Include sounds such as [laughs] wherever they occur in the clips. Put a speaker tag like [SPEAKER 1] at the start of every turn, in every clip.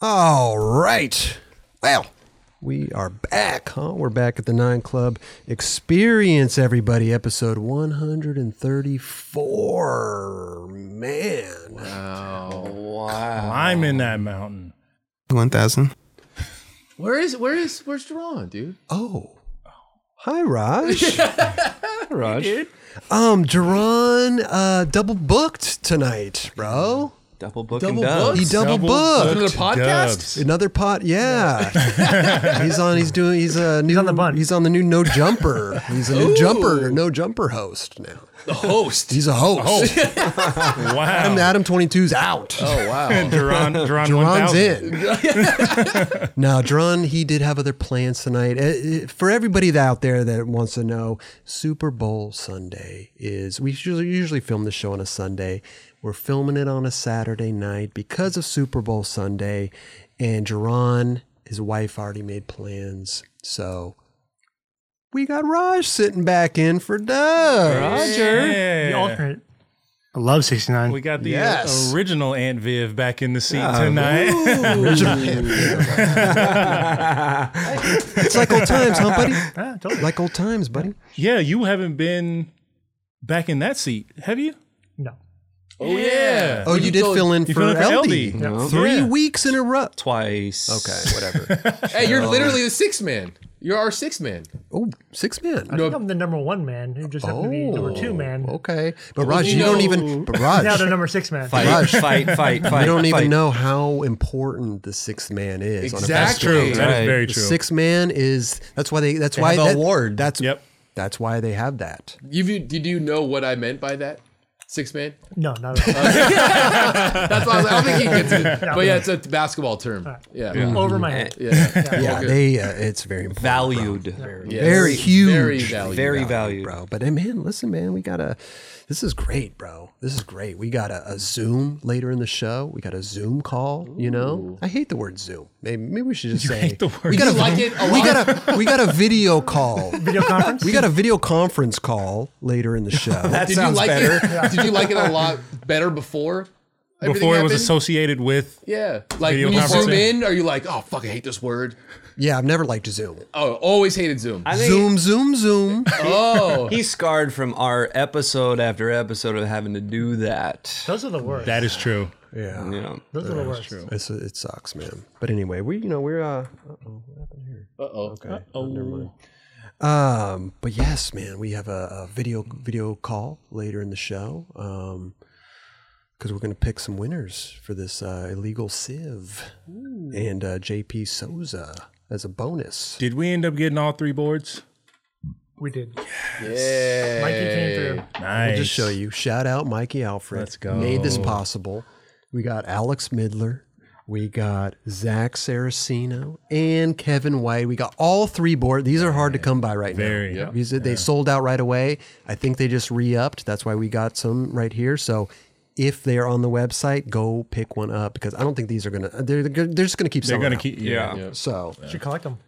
[SPEAKER 1] All right. Well, we are back, huh? We're back at the Nine Club Experience, everybody, episode 134. Man.
[SPEAKER 2] Oh,
[SPEAKER 3] I'm in that mountain.
[SPEAKER 4] 1000.
[SPEAKER 2] Where is where is where's Jerron, dude?
[SPEAKER 1] Oh. Hi, [laughs] Raj. Raj. Um, Jerron uh, double booked tonight, bro.
[SPEAKER 5] Double book
[SPEAKER 2] Double
[SPEAKER 5] and dub.
[SPEAKER 2] book?
[SPEAKER 1] He double, booked.
[SPEAKER 2] Another podcast?
[SPEAKER 1] Another pot, yeah. [laughs] he's on. He's doing. He's a new. He's on the bun. He's on the new no jumper. He's a new jumper or no jumper host now.
[SPEAKER 2] The host.
[SPEAKER 1] He's a host.
[SPEAKER 3] Wow.
[SPEAKER 1] Adam
[SPEAKER 3] Oh.
[SPEAKER 1] Adam 22's out.
[SPEAKER 2] Oh wow.
[SPEAKER 3] [laughs] Duran, Duran,
[SPEAKER 1] Dron's
[SPEAKER 3] 1000.
[SPEAKER 1] in. [laughs] now, Dron, he did have other plans tonight. Uh, uh, For everybody out there that wants to know, Super Bowl Sunday is, we usually, usually film the show on a Sunday. We're filming it on a Saturday night because of Super Bowl Sunday. And Duran, his wife, already made plans. So we got Raj sitting back in for Doug.
[SPEAKER 5] Roger.
[SPEAKER 6] The
[SPEAKER 3] Yeah.
[SPEAKER 6] alternate. I love 69.
[SPEAKER 3] We got the uh,
[SPEAKER 1] Yes.
[SPEAKER 3] original Aunt Viv back in the seat tonight.
[SPEAKER 1] It's like old times, huh, buddy?
[SPEAKER 6] yeah, Ah, totally.
[SPEAKER 1] Like old times, buddy.
[SPEAKER 3] [laughs] yeah, you haven't been back in that seat, have you?
[SPEAKER 6] No.
[SPEAKER 2] Oh yeah.
[SPEAKER 1] Oh, you did
[SPEAKER 2] told-
[SPEAKER 1] fill in for,
[SPEAKER 3] You feeling for
[SPEAKER 1] LD.
[SPEAKER 3] LD?
[SPEAKER 6] No.
[SPEAKER 1] Three
[SPEAKER 3] Yeah.
[SPEAKER 1] weeks in a row.
[SPEAKER 5] Twice.
[SPEAKER 1] Okay, whatever.
[SPEAKER 2] Hey, you're literally the sixth man. You're our sixth man.
[SPEAKER 1] [laughs] oh, six
[SPEAKER 6] I
[SPEAKER 1] men.
[SPEAKER 6] think I'm the number one man who just happened to be number
[SPEAKER 1] Oh,
[SPEAKER 6] two man.
[SPEAKER 1] Okay, but Raj, you
[SPEAKER 2] no.
[SPEAKER 1] don't even. But
[SPEAKER 6] Now
[SPEAKER 1] Raj,
[SPEAKER 6] the
[SPEAKER 1] you
[SPEAKER 6] number six man.
[SPEAKER 5] Fight,
[SPEAKER 1] Rush.
[SPEAKER 5] fight, fight, fight.
[SPEAKER 1] don't even
[SPEAKER 5] fight.
[SPEAKER 1] know how important the sixth man is. On a
[SPEAKER 2] Exactly.
[SPEAKER 3] That's true. That is
[SPEAKER 5] Right.
[SPEAKER 3] very
[SPEAKER 1] the
[SPEAKER 3] true. [laughs]
[SPEAKER 1] sixth man is. That's why they. That's why
[SPEAKER 5] have
[SPEAKER 1] that
[SPEAKER 5] an award.
[SPEAKER 1] That's
[SPEAKER 3] Yep.
[SPEAKER 1] That's why they have that.
[SPEAKER 2] You you- did you know what I meant by that? Six man?
[SPEAKER 6] No, not at all.
[SPEAKER 2] That's why I, was like, I don't think he gets [laughs] it. But yeah, it's a basketball term. Yeah. [laughs] Yeah.
[SPEAKER 6] Over my head.
[SPEAKER 1] Yeah, they. Uh, it's very important.
[SPEAKER 5] Valued.
[SPEAKER 2] Yes.
[SPEAKER 1] Very huge.
[SPEAKER 2] Very valuable.
[SPEAKER 5] Very valued.
[SPEAKER 1] bro. But hey, man, listen, man, we got a. This is great, bro. This is great. We got a, a Zoom later in the show. We got a Zoom call. You know, I hate the word Zoom. Maybe, maybe we should just say
[SPEAKER 3] the word
[SPEAKER 1] we got
[SPEAKER 3] [laughs]
[SPEAKER 1] a
[SPEAKER 2] You like it a
[SPEAKER 1] we
[SPEAKER 2] lot?
[SPEAKER 1] got a we got a video call.
[SPEAKER 6] Video conference?
[SPEAKER 1] We got a video conference call later in the show.
[SPEAKER 5] That
[SPEAKER 2] Did you
[SPEAKER 5] sounds
[SPEAKER 2] like
[SPEAKER 5] better.
[SPEAKER 2] it? Did you like it a lot better before? everything
[SPEAKER 3] Before it was
[SPEAKER 2] happened?
[SPEAKER 3] associated with.
[SPEAKER 2] Yeah. Like
[SPEAKER 3] Video
[SPEAKER 2] when you zoom
[SPEAKER 3] conferencing.
[SPEAKER 2] in, are you like, oh fuck, I hate this word.
[SPEAKER 1] yeah, I've never liked Zoom.
[SPEAKER 2] Oh, always hated Zoom.
[SPEAKER 5] I think
[SPEAKER 1] Zoom, Zoom, Zoom.
[SPEAKER 2] oh.
[SPEAKER 5] he's scarred from our episode after episode of having to do that.
[SPEAKER 6] Those are the worst.
[SPEAKER 3] That is true.
[SPEAKER 1] Yeah,
[SPEAKER 5] You know,
[SPEAKER 6] Those are the worst.
[SPEAKER 1] it's, it sucks, man. But anyway, we you know we're uh
[SPEAKER 2] Uh oh.
[SPEAKER 1] Okay. Oh, never mind. Um, but yes, man, we have a, a video video call later in the show. Um, because we're gonna pick some winners for this uh, illegal sieve and uh, JP Souza as a bonus.
[SPEAKER 3] Did we end up getting all three boards?
[SPEAKER 6] We did.
[SPEAKER 2] Yeah.
[SPEAKER 6] Mikey came through.
[SPEAKER 3] Nice.
[SPEAKER 1] I'll just show you. Shout out Mikey Alfred.
[SPEAKER 3] Let's go.
[SPEAKER 1] Made this possible. We got Alex Midler. We got Zach Saraceno and Kevin White. We got all three board. These are hard to come by right
[SPEAKER 3] Very.
[SPEAKER 1] now. These are- They sold out right away. I think they just re upped. That's why we got some right here. So if they are on the website, go pick one up because I don't think these are going to, they're, they're just going to keep
[SPEAKER 3] They're
[SPEAKER 1] selling.
[SPEAKER 3] going to
[SPEAKER 1] out.
[SPEAKER 3] keep.
[SPEAKER 5] yeah.
[SPEAKER 1] So
[SPEAKER 6] Should collect them.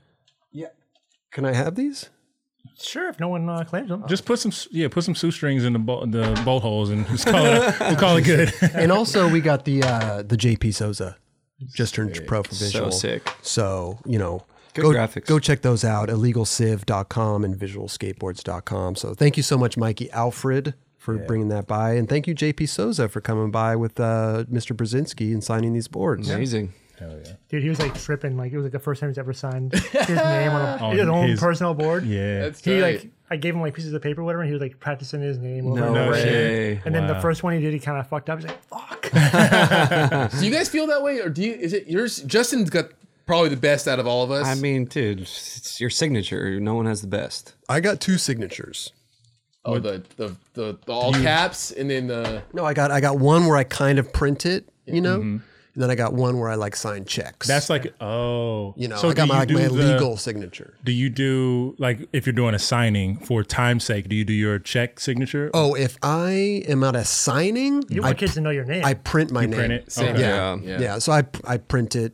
[SPEAKER 1] can I have these?
[SPEAKER 6] Sure, if no one uh, claims them.
[SPEAKER 3] Just put some, yeah, put some shoestrings in the bo- the bolt holes, and just call it, we'll call it good.
[SPEAKER 1] and also we got the uh, the JP Souza just turned pro provisional.
[SPEAKER 5] sick.
[SPEAKER 1] So, you know,
[SPEAKER 5] Good
[SPEAKER 1] go,
[SPEAKER 5] graphics.
[SPEAKER 1] go check those out illegalsiv.com and visualskateboards.com. So, thank you so much Mikey Alfred for bringing that by and thank you JP Souza for coming by with uh, Mr. Brzezinski and signing these boards.
[SPEAKER 5] Amazing.
[SPEAKER 6] Dude, he was like tripping. Like, it was like the first time he's ever signed his name on, a, his own
[SPEAKER 3] Oh, his-
[SPEAKER 6] personal board.
[SPEAKER 3] Yeah.
[SPEAKER 2] That's tight.
[SPEAKER 6] He like I gave him like pieces of paper, or whatever, and he was like practicing his name. Over
[SPEAKER 5] No,
[SPEAKER 6] and over
[SPEAKER 3] way.
[SPEAKER 5] way.
[SPEAKER 6] And then the first one he did, he kind of fucked up. He's like, "Fuck!"
[SPEAKER 2] Do you guys feel that way, or do you? Is it yours? Justin's got probably the best out of all of us.
[SPEAKER 5] I mean, dude, it's your signature. No one has the best.
[SPEAKER 1] I got two signatures.
[SPEAKER 2] oh, the, the the the all caps, and then the
[SPEAKER 1] No, I got I got one where I kind of print it, you know?
[SPEAKER 5] Mm-hmm.
[SPEAKER 1] And then I got one where I like sign checks.
[SPEAKER 3] That's like oh,
[SPEAKER 1] you know, I got
[SPEAKER 3] do
[SPEAKER 1] my,
[SPEAKER 3] you
[SPEAKER 1] like,
[SPEAKER 3] do
[SPEAKER 1] my
[SPEAKER 3] the-
[SPEAKER 1] legal signature.
[SPEAKER 3] Do you do like if you're doing a signing for time's sake? Do you do your check signature?
[SPEAKER 1] Oh, if I am not a signing,
[SPEAKER 6] You want
[SPEAKER 1] I,
[SPEAKER 6] kids to know your name.
[SPEAKER 1] I print my name.
[SPEAKER 3] print it.
[SPEAKER 2] same.
[SPEAKER 3] Okay.
[SPEAKER 2] Yeah.
[SPEAKER 1] Yeah. So I I print it.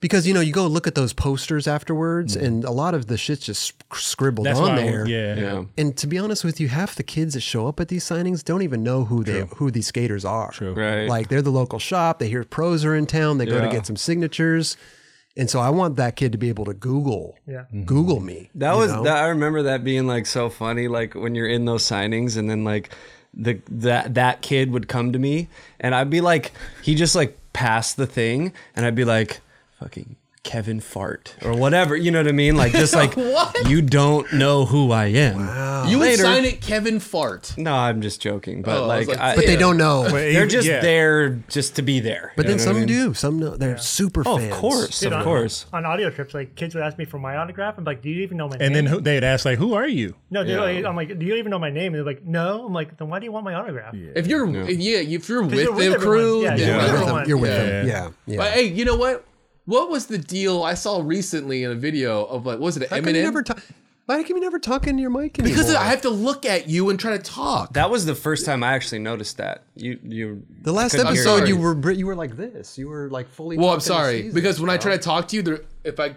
[SPEAKER 1] because you know you go look at those posters afterwards, and a lot of the shit's just sc- scribbled
[SPEAKER 3] Mm-hmm. That's
[SPEAKER 1] on
[SPEAKER 3] why. I
[SPEAKER 1] there.
[SPEAKER 3] would- yeah.
[SPEAKER 5] Yeah.
[SPEAKER 1] And to be honest with you, half the kids that show up at these signings don't even know who they who these skaters are. True.
[SPEAKER 5] Right.
[SPEAKER 1] Like they're the local shop. They hear pros are in town. They go to
[SPEAKER 5] Yeah.
[SPEAKER 1] get some signatures. And so I want that kid to be able to Google.
[SPEAKER 6] Yeah.
[SPEAKER 3] Mm-hmm.
[SPEAKER 1] Google me.
[SPEAKER 5] That
[SPEAKER 1] you
[SPEAKER 5] was
[SPEAKER 1] know?
[SPEAKER 5] that. I remember that being like so funny. Like when you're in those signings, and then like the that that kid would come to me, and I'd be like, he just like passed the thing, and I'd be like, fucking Kevin Fart or whatever. You know what I mean? Like just like
[SPEAKER 2] What?
[SPEAKER 5] you don't know who I am.
[SPEAKER 2] you would
[SPEAKER 5] Later.
[SPEAKER 2] sign it Kevin Fart.
[SPEAKER 5] No, I'm just joking. But
[SPEAKER 2] Oh, I was like,
[SPEAKER 5] like, I,
[SPEAKER 1] but they don't know.
[SPEAKER 3] But
[SPEAKER 5] They're
[SPEAKER 3] even-
[SPEAKER 5] just
[SPEAKER 3] yeah.
[SPEAKER 5] there just to be there.
[SPEAKER 1] But
[SPEAKER 5] You
[SPEAKER 1] then
[SPEAKER 5] know what I
[SPEAKER 1] some
[SPEAKER 5] mean?
[SPEAKER 1] do. Some know. They're super
[SPEAKER 5] Oh,
[SPEAKER 1] fans.
[SPEAKER 5] of course,
[SPEAKER 6] Dude,
[SPEAKER 5] of
[SPEAKER 6] on-
[SPEAKER 5] course.
[SPEAKER 6] On audio trips, like kids would ask me for my autograph. I'm like, do you even know my name?
[SPEAKER 3] And then who- they'd ask like, "Who are you?"
[SPEAKER 6] no, dude,
[SPEAKER 5] Yeah.
[SPEAKER 6] like, I'm like, do you even know my name? And they're like, no. I'm like, then why do you want my autograph?
[SPEAKER 2] If you're yeah, if you're with,
[SPEAKER 6] you're with
[SPEAKER 2] the
[SPEAKER 6] everyone.
[SPEAKER 2] crew,
[SPEAKER 6] Yeah,
[SPEAKER 2] then
[SPEAKER 6] you're
[SPEAKER 1] You're
[SPEAKER 6] Yeah.
[SPEAKER 1] with
[SPEAKER 6] Everyone.
[SPEAKER 1] them. You're with
[SPEAKER 2] Yeah.
[SPEAKER 1] them. Yeah. Yeah.
[SPEAKER 2] But hey, you know what? What was the deal I saw recently in a video of like was it
[SPEAKER 1] How
[SPEAKER 2] Eminem?
[SPEAKER 1] come you never talk? Why can you never talk into your mic anymore?
[SPEAKER 2] because I have to look at you and try to talk.
[SPEAKER 5] That was the first time I actually noticed that. You, you.
[SPEAKER 1] the last
[SPEAKER 5] couldn't hear
[SPEAKER 1] episode
[SPEAKER 2] sorry.
[SPEAKER 1] you were br- you were like this. You were like fully.
[SPEAKER 2] well, I'm
[SPEAKER 1] talking to
[SPEAKER 2] sorry
[SPEAKER 1] Caesar,
[SPEAKER 2] because when I
[SPEAKER 1] bro.
[SPEAKER 2] try to talk to you, there, if I,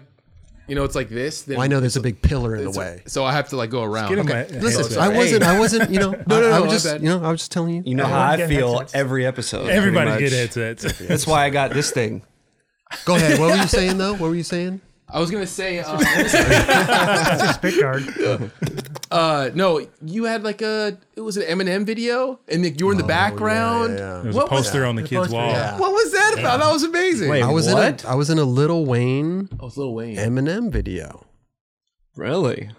[SPEAKER 2] you know, it's like this. Then
[SPEAKER 1] Well, I know there's a big pillar in the
[SPEAKER 2] it's-
[SPEAKER 1] way.
[SPEAKER 2] So I have to like go around.
[SPEAKER 3] Get in
[SPEAKER 2] Okay.
[SPEAKER 3] my-
[SPEAKER 1] Listen,
[SPEAKER 3] Hey,
[SPEAKER 1] I wasn't. I wasn't. You know.
[SPEAKER 2] [laughs] no, no,
[SPEAKER 1] I
[SPEAKER 2] my
[SPEAKER 1] was just.
[SPEAKER 2] bad.
[SPEAKER 1] You know. I was just telling you.
[SPEAKER 5] You know how I
[SPEAKER 6] Everyone get
[SPEAKER 5] feel
[SPEAKER 6] headsets.
[SPEAKER 5] every episode. pretty
[SPEAKER 3] Everybody
[SPEAKER 5] much.
[SPEAKER 3] get [laughs] headsets.
[SPEAKER 5] That's why I got this thing.
[SPEAKER 1] Go ahead. What were you saying though? What were you
[SPEAKER 2] [laughs]
[SPEAKER 1] saying?
[SPEAKER 2] I was gonna say, uh,
[SPEAKER 6] Spit guard.
[SPEAKER 2] uh, no, you had like a it was an Eminem video, and like you were in the background.
[SPEAKER 1] Oh, yeah.
[SPEAKER 3] There's a
[SPEAKER 2] What was
[SPEAKER 3] poster on the
[SPEAKER 6] There's a
[SPEAKER 3] kid's
[SPEAKER 6] poster,
[SPEAKER 3] wall.
[SPEAKER 6] yeah.
[SPEAKER 2] what was that about? That was amazing.
[SPEAKER 5] Wait,
[SPEAKER 1] I was
[SPEAKER 5] what?
[SPEAKER 1] in. A, I was in a Little Wayne
[SPEAKER 2] oh, it's Lil Wayne.
[SPEAKER 1] Eminem video.
[SPEAKER 5] Really?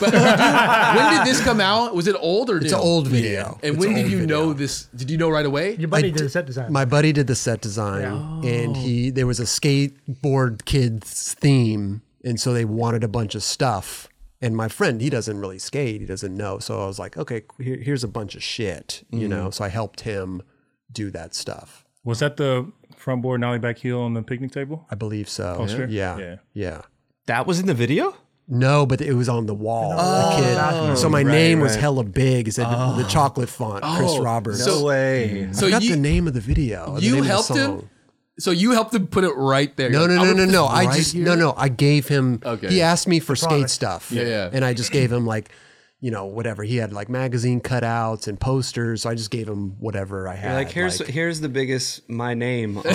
[SPEAKER 2] But when did this come out? Was it old or
[SPEAKER 1] It's
[SPEAKER 2] new?
[SPEAKER 1] an old video. It's
[SPEAKER 2] And when
[SPEAKER 1] an
[SPEAKER 2] did
[SPEAKER 1] old
[SPEAKER 2] you
[SPEAKER 1] video.
[SPEAKER 2] know this? Did you know right away?
[SPEAKER 6] Your buddy
[SPEAKER 1] I
[SPEAKER 6] did
[SPEAKER 1] did-
[SPEAKER 6] a set design.
[SPEAKER 1] My buddy did the set design, and
[SPEAKER 2] Oh.
[SPEAKER 1] he there was a skateboard kids theme, and so they wanted a bunch of stuff. And my friend, he doesn't really skate, he doesn't know, so I was like, okay, here, here's a bunch of shit,
[SPEAKER 2] Mm-hmm.
[SPEAKER 1] you know. So I helped him do that stuff.
[SPEAKER 3] Was that the front board nollie back heel on the picnic table?
[SPEAKER 1] I believe so.
[SPEAKER 2] Oh,
[SPEAKER 3] Poster?
[SPEAKER 1] Yeah.
[SPEAKER 3] Yeah.
[SPEAKER 1] yeah,
[SPEAKER 5] That was in the video?
[SPEAKER 1] No, but it was on the wall. the kid. so my name was hella big. It said the chocolate font, Chris
[SPEAKER 2] Oh,
[SPEAKER 1] Roberts.
[SPEAKER 2] so-
[SPEAKER 5] way.
[SPEAKER 1] I
[SPEAKER 2] So
[SPEAKER 1] got
[SPEAKER 2] you,
[SPEAKER 1] the name of the video. the
[SPEAKER 2] you
[SPEAKER 1] name of the
[SPEAKER 2] helped him?
[SPEAKER 1] song.
[SPEAKER 2] so you helped him put it right there.
[SPEAKER 1] No,
[SPEAKER 2] You're
[SPEAKER 1] no,
[SPEAKER 2] like,
[SPEAKER 1] no,
[SPEAKER 2] I'm
[SPEAKER 1] no,
[SPEAKER 2] gonna
[SPEAKER 1] no.
[SPEAKER 2] put this
[SPEAKER 1] I
[SPEAKER 2] right
[SPEAKER 1] just
[SPEAKER 2] here.
[SPEAKER 1] no, no. I gave him.
[SPEAKER 2] Okay.
[SPEAKER 1] He asked me for skate
[SPEAKER 6] product.
[SPEAKER 1] stuff.
[SPEAKER 2] Yeah, yeah.
[SPEAKER 1] And I just gave him like, you know, whatever he had, like magazine cutouts and posters. So I just gave him whatever I had.
[SPEAKER 5] Like here's
[SPEAKER 1] like,
[SPEAKER 5] here's the biggest my name. on-
[SPEAKER 1] bro.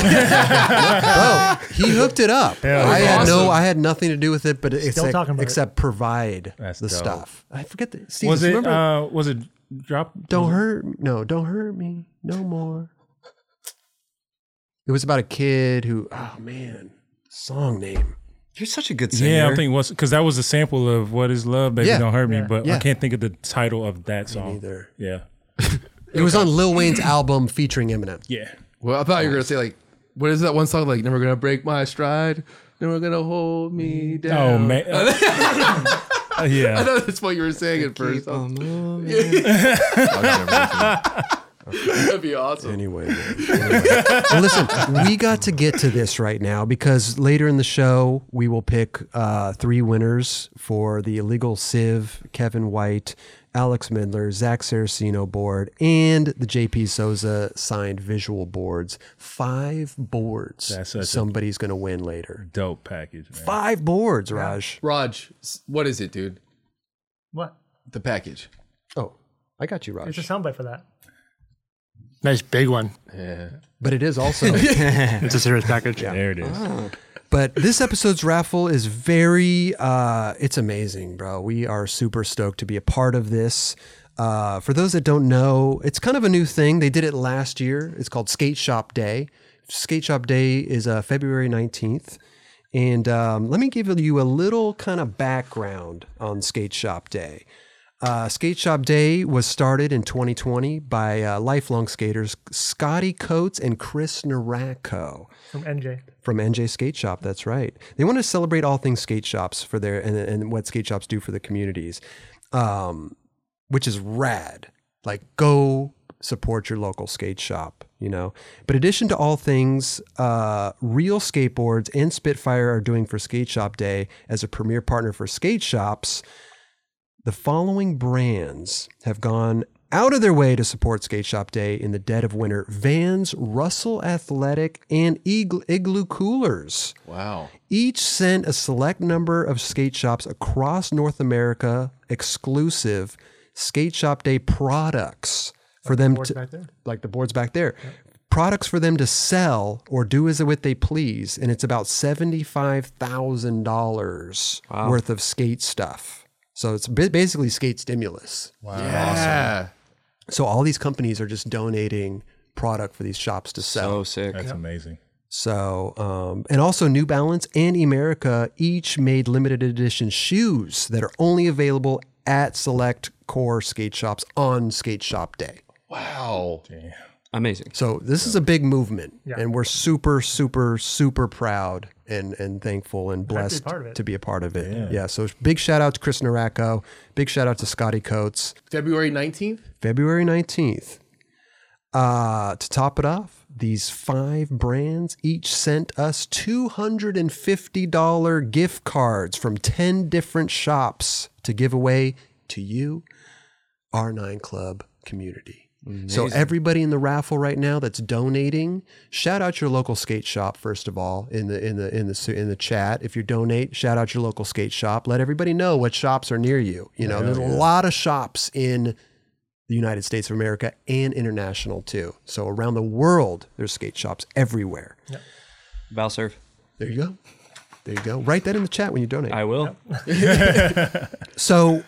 [SPEAKER 1] He hooked it up. I had
[SPEAKER 2] awesome.
[SPEAKER 1] no, I had nothing to do with it, but except,
[SPEAKER 6] talking about it.
[SPEAKER 1] except provide
[SPEAKER 3] That's
[SPEAKER 1] the
[SPEAKER 3] dope.
[SPEAKER 1] stuff. I forget the. Steve,
[SPEAKER 3] Was it?
[SPEAKER 1] remember?
[SPEAKER 3] Uh, was it drop?
[SPEAKER 1] don't hurt. me. No, don't hurt me no more. It was about a kid who. Oh man, song name.
[SPEAKER 5] You're such a good singer.
[SPEAKER 3] Yeah, I think was because that was a sample of "What Is Love," baby,
[SPEAKER 1] Yeah.
[SPEAKER 3] don't hurt me. But
[SPEAKER 1] Yeah.
[SPEAKER 3] I can't think of the title of that song.
[SPEAKER 1] neither.
[SPEAKER 3] Yeah,
[SPEAKER 1] It was on Lil Wayne's album featuring Eminem.
[SPEAKER 3] yeah.
[SPEAKER 2] Well, I thought you were gonna say like, what is that one song like? Never gonna break my stride. Never gonna hold me
[SPEAKER 3] Oh
[SPEAKER 1] [laughs]
[SPEAKER 2] down.
[SPEAKER 3] man. [laughs] Uh,
[SPEAKER 2] I
[SPEAKER 3] yeah.
[SPEAKER 2] know [laughs] that's what you were saying at first. [laughs]
[SPEAKER 5] Keep on moving.
[SPEAKER 2] That'd be awesome.
[SPEAKER 1] Anyway, man. Anyway.
[SPEAKER 3] [laughs]
[SPEAKER 1] And listen, we got to get to this right now because later in the show we will pick uh, three winners for the illegal Civ, Kevin White, Alex Midler, Zach Saraceno board, and the JP Souza signed visual boards. Five boards.
[SPEAKER 3] That's such a-
[SPEAKER 1] Somebody's going to win later.
[SPEAKER 3] Dope package, man.
[SPEAKER 1] Five boards, Raj.
[SPEAKER 2] Raj, s- what is it, dude?
[SPEAKER 6] What?
[SPEAKER 2] The package.
[SPEAKER 1] Oh, I got you, Raj.
[SPEAKER 6] There's a soundbite for that.
[SPEAKER 4] Nice big one.
[SPEAKER 1] But it is also.
[SPEAKER 3] [laughs]
[SPEAKER 4] It's a serious package.
[SPEAKER 3] There it is.
[SPEAKER 1] But this episode's raffle is very, uh, it's amazing, bro. We are super stoked to be a part of this. Uh, for those that don't know, it's kind of a new thing. They did it last year. It's called Skate Shop Day. Skate Shop Day is uh, February 19th. And um, let me give you a little kind of background on Skate Shop Day. Uh, Skate Shop Day was started in 2020 by uh, lifelong skaters Scotty Coates and Chris Narako
[SPEAKER 6] From NJ.
[SPEAKER 1] from NJ Skate Shop. That's right. They want to celebrate all things skate shops for their and, and what skate shops do for the communities, um, which is rad. Like, go support your local skate shop, you know. But in addition to all things, uh, Real Skateboards and Spitfire are doing for Skate Shop Day as a premier partner for skate shops. The following brands have gone out of their way to support Skate Shop Day in the dead of winter, Vans, Russell Athletic, and Igl- Igloo Coolers
[SPEAKER 2] Wow.
[SPEAKER 1] each sent a select number of skate shops across North America exclusive Skate Shop Day products for them
[SPEAKER 6] Boards
[SPEAKER 1] to
[SPEAKER 6] back there.
[SPEAKER 1] like the boards back there. Products for them to sell or do as with they please, and it's about seventy-five thousand dollars worth of skate stuff. So it's ba- basically skate stimulus.
[SPEAKER 2] Yeah.
[SPEAKER 1] So all these companies are just donating product for these shops to sell.
[SPEAKER 5] So sick.
[SPEAKER 3] That's amazing.
[SPEAKER 1] So, um, and also New Balance and Emerica each made limited edition shoes that are only available at select core skate shops on Skate Shop Day.
[SPEAKER 2] Wow.
[SPEAKER 5] Amazing.
[SPEAKER 1] So this is a big movement,
[SPEAKER 6] Yeah.
[SPEAKER 1] and we're super, super, super proud and and thankful and blessed
[SPEAKER 6] part of it.
[SPEAKER 1] to be a part of it. Yeah. So big shout out to Chris Naracco. Big shout out to Scotty Coates.
[SPEAKER 2] February 19th?
[SPEAKER 1] February 19th. Uh, to top it off, these five brands each sent us $250 gift cards from 10 different shops to give away to you, R9 Club community. So, everybody in the raffle right now that's donating, shout out your local skate shop first of all in the in the in the su- in the chat. If you donate, shout out your local skate shop. Let everybody know what shops are near you. You know, there's a lot of shops in the United States of America and international too. So around the world, there's skate shops everywhere.
[SPEAKER 5] Valserve.
[SPEAKER 1] There you go. There you go. Write that in the chat when you donate.
[SPEAKER 5] I will.
[SPEAKER 1] so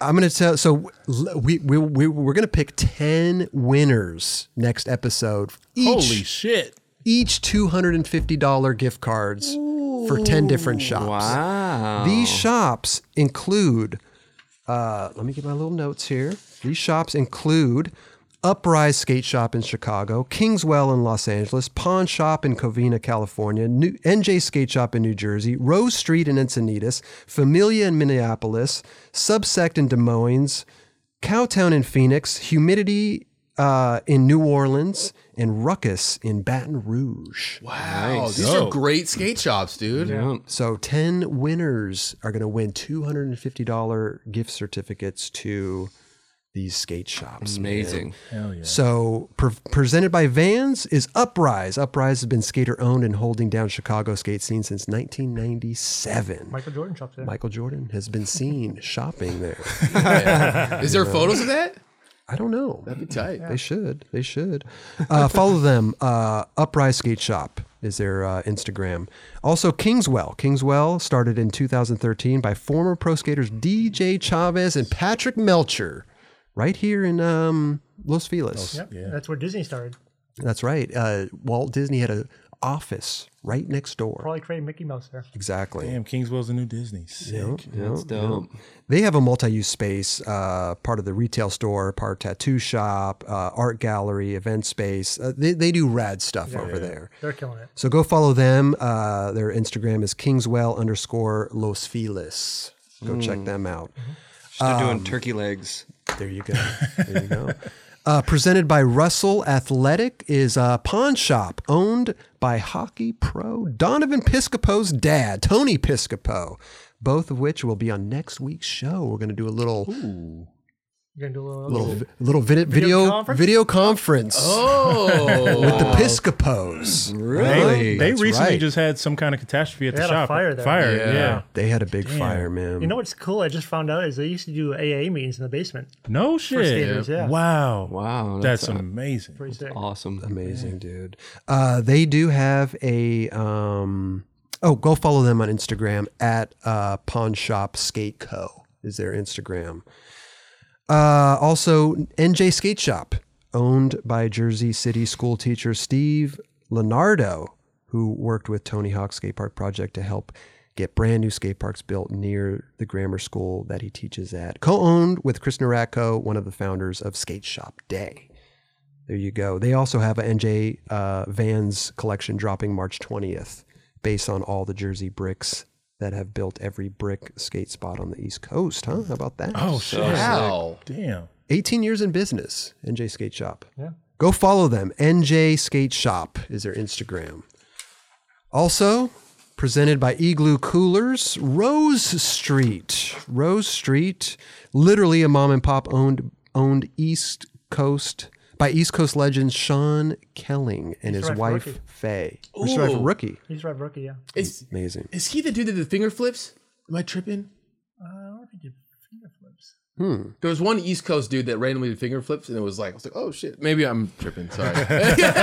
[SPEAKER 1] I'm gonna tell. So l- we we we we're gonna pick ten winners next episode. Each,
[SPEAKER 3] Holy shit.
[SPEAKER 1] each two hundred and fifty dollar gift cards for ten different shops.
[SPEAKER 5] Wow.
[SPEAKER 1] These shops include, uh, let me get my little notes here. These shops include Uprise Skate Shop in Chicago, Kingswell in Los Angeles, Pawn Shop in Covina, California, New, NJ Skate Shop in New Jersey, Rose Street in Encinitas, Familia in Minneapolis, Subsect in Des Moines, Cowtown in Phoenix, Humidity uh, in New Orleans, and Ruckus in Baton Rouge.
[SPEAKER 2] Wow. These are
[SPEAKER 3] Dope.
[SPEAKER 2] great skate shops, dude. [laughs]
[SPEAKER 5] Yeah.
[SPEAKER 1] So 10 winners are going to win $250 gift certificates to these skate shops. man.
[SPEAKER 5] Amazing.
[SPEAKER 1] So pre- presented by Vans is Uprise. Uprise has been skater owned and holding down Chicago skate scene since 1997.
[SPEAKER 6] Michael Jordan shops there.
[SPEAKER 1] Michael Jordan has been seen shopping there.
[SPEAKER 2] Is there photos of that?
[SPEAKER 1] I don't know.
[SPEAKER 2] That'd be tight.
[SPEAKER 1] They should. They should. Uh, follow them. Uh, Uprise Skate Shop is their uh, Instagram. Also, Kingswell. Kingswell started in 2013 by former pro skaters DJ Chavez and Patrick Melcher, right here in um, Los Feliz.
[SPEAKER 6] Yep. That's where Disney started.
[SPEAKER 1] That's right. Uh, Walt Disney had an office right next door.
[SPEAKER 6] Probably created Mickey Mouse there.
[SPEAKER 1] Exactly.
[SPEAKER 3] Damn, Kingswell's the new Disney. Sick.
[SPEAKER 5] That's dope.
[SPEAKER 1] They have a multi-use space, uh, part of the retail store, part tattoo shop, uh, art gallery, event space. Uh, they, they do rad stuff over there.
[SPEAKER 6] They're killing it.
[SPEAKER 1] So go follow them. Uh, their Instagram is Kingswell underscore Los Feliz. Go check them out.
[SPEAKER 5] They're doing turkey legs.
[SPEAKER 1] There you go. There you go. Uh, presented by Russell Athletic is a pawn shop owned by hockey pro Donovan Piscopo's dad, Tony Piscopo. Both of which will be on next week's show. We're going to do a little
[SPEAKER 6] You're gonna do a little,
[SPEAKER 1] little vi- little vid- video video conference,
[SPEAKER 6] conference?
[SPEAKER 2] Oh.
[SPEAKER 1] with the Piscopos.
[SPEAKER 3] They, they
[SPEAKER 1] That's
[SPEAKER 3] recently
[SPEAKER 1] right.
[SPEAKER 3] just had some kind of catastrophe at
[SPEAKER 6] They
[SPEAKER 3] the
[SPEAKER 6] had a
[SPEAKER 3] shop.
[SPEAKER 6] fire there.
[SPEAKER 3] Fire,
[SPEAKER 2] Yeah.
[SPEAKER 3] yeah.
[SPEAKER 1] They had a big fire, man.
[SPEAKER 6] You know what's cool? I just found out is they used to do AA meetings in the basement.
[SPEAKER 3] No shit.
[SPEAKER 6] skaters, yeah.
[SPEAKER 3] Wow.
[SPEAKER 5] Wow.
[SPEAKER 3] That's, amazing.
[SPEAKER 6] Pretty sick.
[SPEAKER 5] awesome.
[SPEAKER 1] Amazing, dude. Uh, they do have a. Um, oh, go follow them on Instagram at uh, Pawn Shop Skate Co. Is their Instagram. Uh, also, NJ Skate Shop, owned by Jersey City school teacher Steve Leonardo, who worked with Tony Hawk Skate Park Project to help get brand new skate parks built near the grammar school that he teaches at. Co owned with Chris Naracco, one of the founders of Skate Shop Day. There you go. They also have a NJ uh, Vans collection dropping March 20th, based on all the Jersey bricks that have built every brick skate spot on the East Coast. Huh? How about that?
[SPEAKER 3] Oh, shit.
[SPEAKER 2] Wow.
[SPEAKER 3] Damn.
[SPEAKER 1] 18 years in business, NJ Skate Shop.
[SPEAKER 6] Yeah.
[SPEAKER 1] Go follow them. NJ Skate Shop is their Instagram. Also, presented by Igloo Coolers, Rose Street. Rose Street, literally a mom and pop owned owned East Coast by East Coast legends Sean Kelling and his
[SPEAKER 6] Drive
[SPEAKER 1] wife
[SPEAKER 6] Rookie.
[SPEAKER 1] Faye. Mr. Drive
[SPEAKER 2] Ooh.
[SPEAKER 1] Rookie.
[SPEAKER 6] He's right, rookie. Yeah.
[SPEAKER 2] Is
[SPEAKER 1] Amazing.
[SPEAKER 2] is he the dude that did the finger flips? Am I tripping?
[SPEAKER 6] Uh, I don't think he did finger flips.
[SPEAKER 2] There was one East Coast dude that randomly did finger flips, and it was like, I was like, oh shit, maybe I'm tripping.
[SPEAKER 6] [laughs]
[SPEAKER 2] Sorry. [laughs]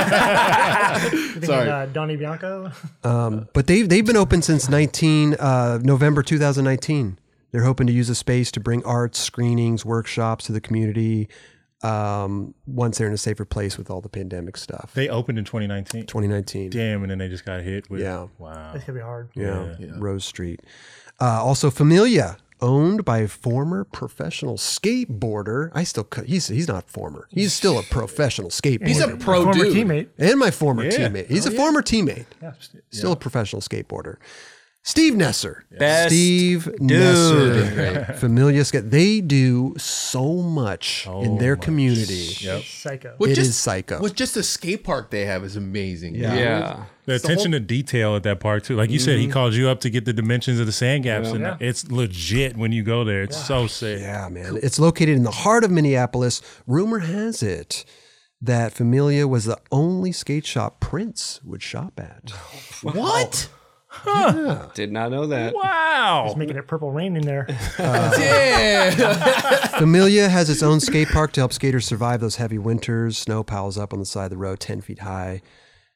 [SPEAKER 6] You think
[SPEAKER 2] Sorry.
[SPEAKER 6] uh, Donnie Bianco. [laughs]
[SPEAKER 1] Um, but they've they've been open since 19 uh, November 2019. They're hoping to use the space to bring arts, screenings, workshops to the community um, once they're in a safer place with all the pandemic stuff.
[SPEAKER 3] They opened in 2019.
[SPEAKER 1] 2019.
[SPEAKER 3] Damn, and then they just got hit with.
[SPEAKER 1] Yeah.
[SPEAKER 3] Wow.
[SPEAKER 6] That's gonna be hard.
[SPEAKER 1] Yeah, Rose Street. Uh, also, Familia, owned by a former professional skateboarder. I still cou- he's he's not former. He's still a professional skateboarder.
[SPEAKER 2] He's a pro
[SPEAKER 6] Former
[SPEAKER 2] dude.
[SPEAKER 6] teammate.
[SPEAKER 1] and my former
[SPEAKER 3] Yeah.
[SPEAKER 1] teammate. He's a former teammate. Still a professional skateboarder. Steve Nesser.
[SPEAKER 5] Best
[SPEAKER 1] Steve [laughs]
[SPEAKER 5] dude.
[SPEAKER 1] Nesser. Familia skate. They do so much in their community.
[SPEAKER 3] Yep.
[SPEAKER 6] Psycho.
[SPEAKER 2] What
[SPEAKER 1] It is psycho.
[SPEAKER 2] What just the skate park they have is amazing.
[SPEAKER 5] Yeah.
[SPEAKER 2] dude.
[SPEAKER 3] The
[SPEAKER 2] It's the
[SPEAKER 3] attention to detail at that park too. Like you said, he called you up to get the dimensions of the sand gaps, and
[SPEAKER 6] Yeah.
[SPEAKER 3] it's legit when you go there. It's so sick.
[SPEAKER 1] Yeah, man. It's located in the heart of Minneapolis. Rumor has it that Familia was the only skate shop Prince would shop at.
[SPEAKER 2] What?
[SPEAKER 5] Did not know that.
[SPEAKER 3] Wow.
[SPEAKER 6] He's making it purple rain in there.
[SPEAKER 2] Yeah. [laughs]
[SPEAKER 1] Familia has its own skate park to help skaters survive those heavy winters. Snow piles up on the side of the road 10 feet high.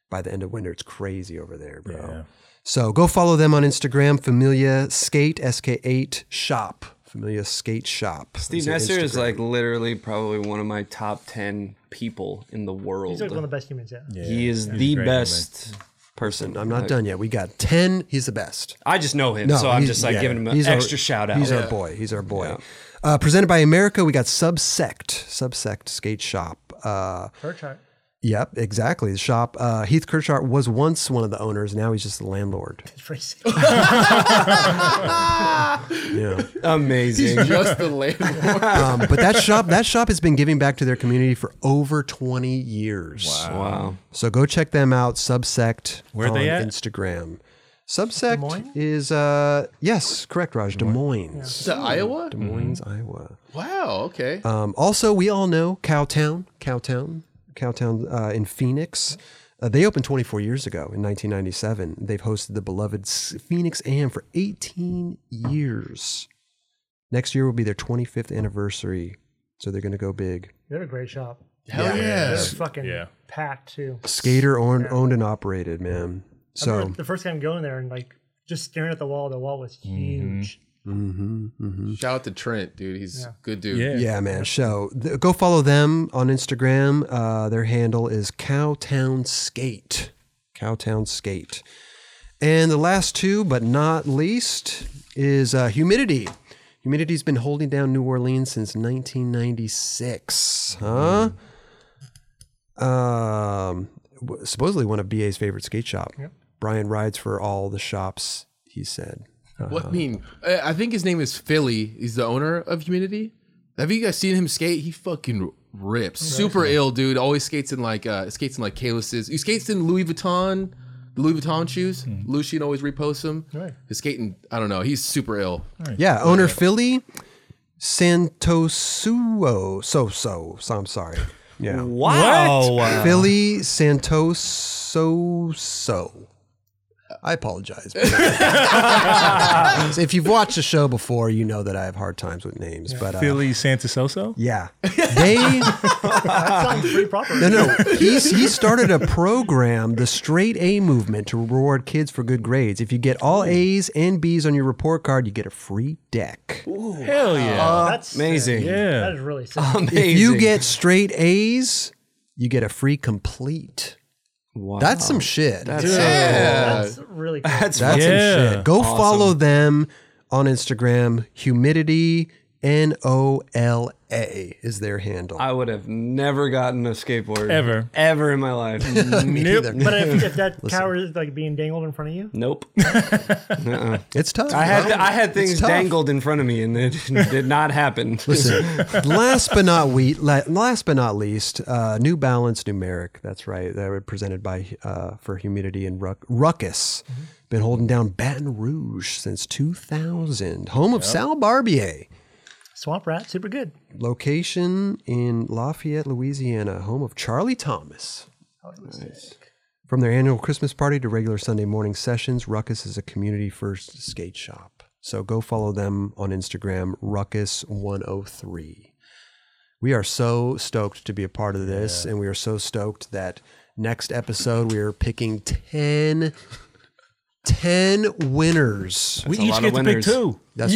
[SPEAKER 1] By the end of winter, it's crazy over there, bro. So go follow them on Instagram, Familia Skate, SK8 Shop. Familia Skate Shop.
[SPEAKER 5] Steve Nesser is like literally probably one of my top 10 people in the world.
[SPEAKER 6] He's like one of the best humans. Yeah.
[SPEAKER 5] he is the best person.
[SPEAKER 1] I'm not done yet. We got 10. He's the best.
[SPEAKER 5] I just know him,
[SPEAKER 1] No,
[SPEAKER 5] so I'm
[SPEAKER 1] he's-
[SPEAKER 5] just like
[SPEAKER 1] yeah,
[SPEAKER 5] giving him an
[SPEAKER 1] he's our-
[SPEAKER 5] extra shout out.
[SPEAKER 1] He's our boy. He's our boy. Uh, presented by America, we got Subsect, Subsect Skate Shop. Uh,
[SPEAKER 6] Perch art.
[SPEAKER 1] yep, exactly. The shop. Uh, Heath Kirchhart was once one of the owners. Now he's just the landlord.
[SPEAKER 6] It's pretty [laughs] sick.
[SPEAKER 1] Yeah.
[SPEAKER 5] Amazing.
[SPEAKER 2] just the landlord.
[SPEAKER 1] um, but that shop, that shop has been giving back to their community for over 20 years.
[SPEAKER 5] wow.
[SPEAKER 1] So go check them out. Subsect
[SPEAKER 3] Where are
[SPEAKER 1] on
[SPEAKER 3] they at?
[SPEAKER 1] Instagram. Subsect is uh, yes, correct, Raj. Des Moines,
[SPEAKER 2] Is that Iowa?
[SPEAKER 1] Des Moines, Iowa.
[SPEAKER 2] Wow. Okay.
[SPEAKER 1] Um, also, we all know Cowtown, Cowtown, Cowtown uh, in Phoenix. Uh, they opened 24 years ago in 1997. They've hosted the beloved S- Phoenix Am for 18 years. Next year will be their 25th anniversary, so they're going to go big.
[SPEAKER 6] They're a great shop.
[SPEAKER 2] Hell yeah.
[SPEAKER 6] They're fucking
[SPEAKER 3] Yeah.
[SPEAKER 6] packed too.
[SPEAKER 1] Skater owned, owned and operated, man.
[SPEAKER 6] I remember
[SPEAKER 1] So
[SPEAKER 6] the first time going there and like just staring at the wall. The wall was huge.
[SPEAKER 2] Shout out to Trent, dude. He's a good dude.
[SPEAKER 3] Yeah.
[SPEAKER 1] yeah, man. So th- go follow them on Instagram. Uh, their handle is Cowtown Skate. Cowtown Skate. And the last two, but not least, is uh, humidity. Humidity's been holding down New Orleans since 1996. Huh? Um, w- supposedly one of BA's favorite skate shop. Brian rides for all the shops. He said.
[SPEAKER 2] What I mean? I I think his name is Philly. He's the owner of Humidity. Have you guys seen him skate? He fucking rips. Super ill, dude. Always skates in like uh skates in like Kalis's. He skates in Louis Vuitton, the Louis Vuitton shoes. Lucian always reposts them.
[SPEAKER 6] Right.
[SPEAKER 2] He's skating. I don't know. He's super ill.
[SPEAKER 1] Yeah, owner Philly Santosuo so so. So I'm sorry. Yeah.
[SPEAKER 5] Wow.
[SPEAKER 1] Philly Santoso so. I apologize. [laughs] So if you've watched the show before, you know that I have hard times with names, but uh,
[SPEAKER 3] Philly Santa Soso?
[SPEAKER 1] yeah. They
[SPEAKER 6] Sounds pretty proper.
[SPEAKER 1] No, no. He's, he started a program, the Straight A Movement, to reward kids for good grades. If you get all A's and B's on your report card, you get a free deck.
[SPEAKER 3] Hell yeah.
[SPEAKER 6] That's sick.
[SPEAKER 5] Amazing. Oh,
[SPEAKER 6] That
[SPEAKER 3] yeah.
[SPEAKER 6] is really sick.
[SPEAKER 5] Amazing.
[SPEAKER 1] Uh, If you get straight A's, you get a free complete.
[SPEAKER 5] Wow.
[SPEAKER 1] That's some shit. That's,
[SPEAKER 6] That's really cool.
[SPEAKER 5] That's
[SPEAKER 3] Yeah.
[SPEAKER 1] some shit. Go follow them on Instagram. Humidity N O L A is their handle.
[SPEAKER 5] I would have never gotten a skateboard
[SPEAKER 3] Ever.
[SPEAKER 5] ever in
[SPEAKER 1] [laughs]
[SPEAKER 5] my life.
[SPEAKER 6] But if, if that tower is like being dangled in front of you,
[SPEAKER 1] [laughs]
[SPEAKER 5] nope.
[SPEAKER 1] it's tough.
[SPEAKER 5] I had
[SPEAKER 1] bro.
[SPEAKER 5] I had
[SPEAKER 1] It's
[SPEAKER 5] things
[SPEAKER 1] tough.
[SPEAKER 5] dangled in front of me, and it [laughs] did not happen.
[SPEAKER 1] [laughs] Listen, last but not we, la- last but not least, uh, New Balance Numeric. That's right. They were presented by uh, for humidity and ruck- ruckus. Been holding down Baton Rouge since 2000, home of Sal Barbier.
[SPEAKER 6] Swamp Rat, super good.
[SPEAKER 1] Location in Lafayette, Louisiana, home of Charlie Thomas. From their annual Christmas party to regular Sunday morning sessions, Ruckus is a community first skate shop. So go follow them on Instagram, Ruckus103. We are so stoked to be a part of this, and we are so stoked that next episode we are picking 10, 10 winners.
[SPEAKER 3] we
[SPEAKER 5] a
[SPEAKER 3] each
[SPEAKER 5] lot
[SPEAKER 3] get
[SPEAKER 5] of
[SPEAKER 3] to pick
[SPEAKER 5] winners.
[SPEAKER 3] two.
[SPEAKER 1] That's
[SPEAKER 2] [laughs]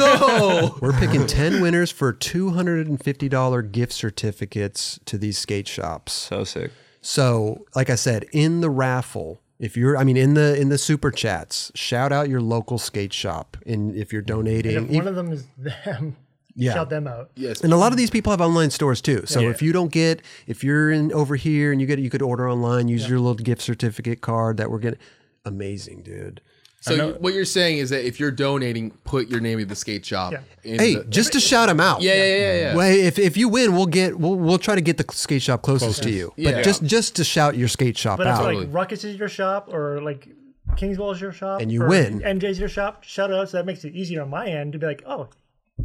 [SPEAKER 1] [laughs]
[SPEAKER 2] go.
[SPEAKER 1] We're picking 10 winners for $250 gift certificates to these skate shops.
[SPEAKER 5] [laughs] So sick.
[SPEAKER 1] So, like I said, in the raffle, if you're, I mean, in the in the super chats, shout out your local skate shop, and if you're donating,
[SPEAKER 6] If one of them is [laughs] them,
[SPEAKER 1] Yeah.
[SPEAKER 6] shout them out.
[SPEAKER 2] Yes.
[SPEAKER 1] and a lot of these people have online stores too. So
[SPEAKER 3] Yeah.
[SPEAKER 1] if you don't get, if you're in over here and you get, it, you could order online, use your little gift certificate card that we're getting. Amazing, dude.
[SPEAKER 2] So you- what you're saying is that if you're donating, put your name of the skate shop.
[SPEAKER 6] Yeah.
[SPEAKER 2] in
[SPEAKER 1] Hey,
[SPEAKER 2] the-
[SPEAKER 1] just to shout them out.
[SPEAKER 2] yeah, yeah, yeah, yeah, yeah.
[SPEAKER 1] Well, if, if you win, we'll get we'll, we'll try to get the skate shop closest to you. But
[SPEAKER 2] Yeah.
[SPEAKER 1] just just to shout your skate shop
[SPEAKER 6] But if
[SPEAKER 1] out.
[SPEAKER 6] like Ruckus is your shop or like Kingswell is your shop,
[SPEAKER 1] And you
[SPEAKER 6] or
[SPEAKER 1] win.
[SPEAKER 6] MJ's your shop. Shout out, so that makes it easier on my end to be like, oh,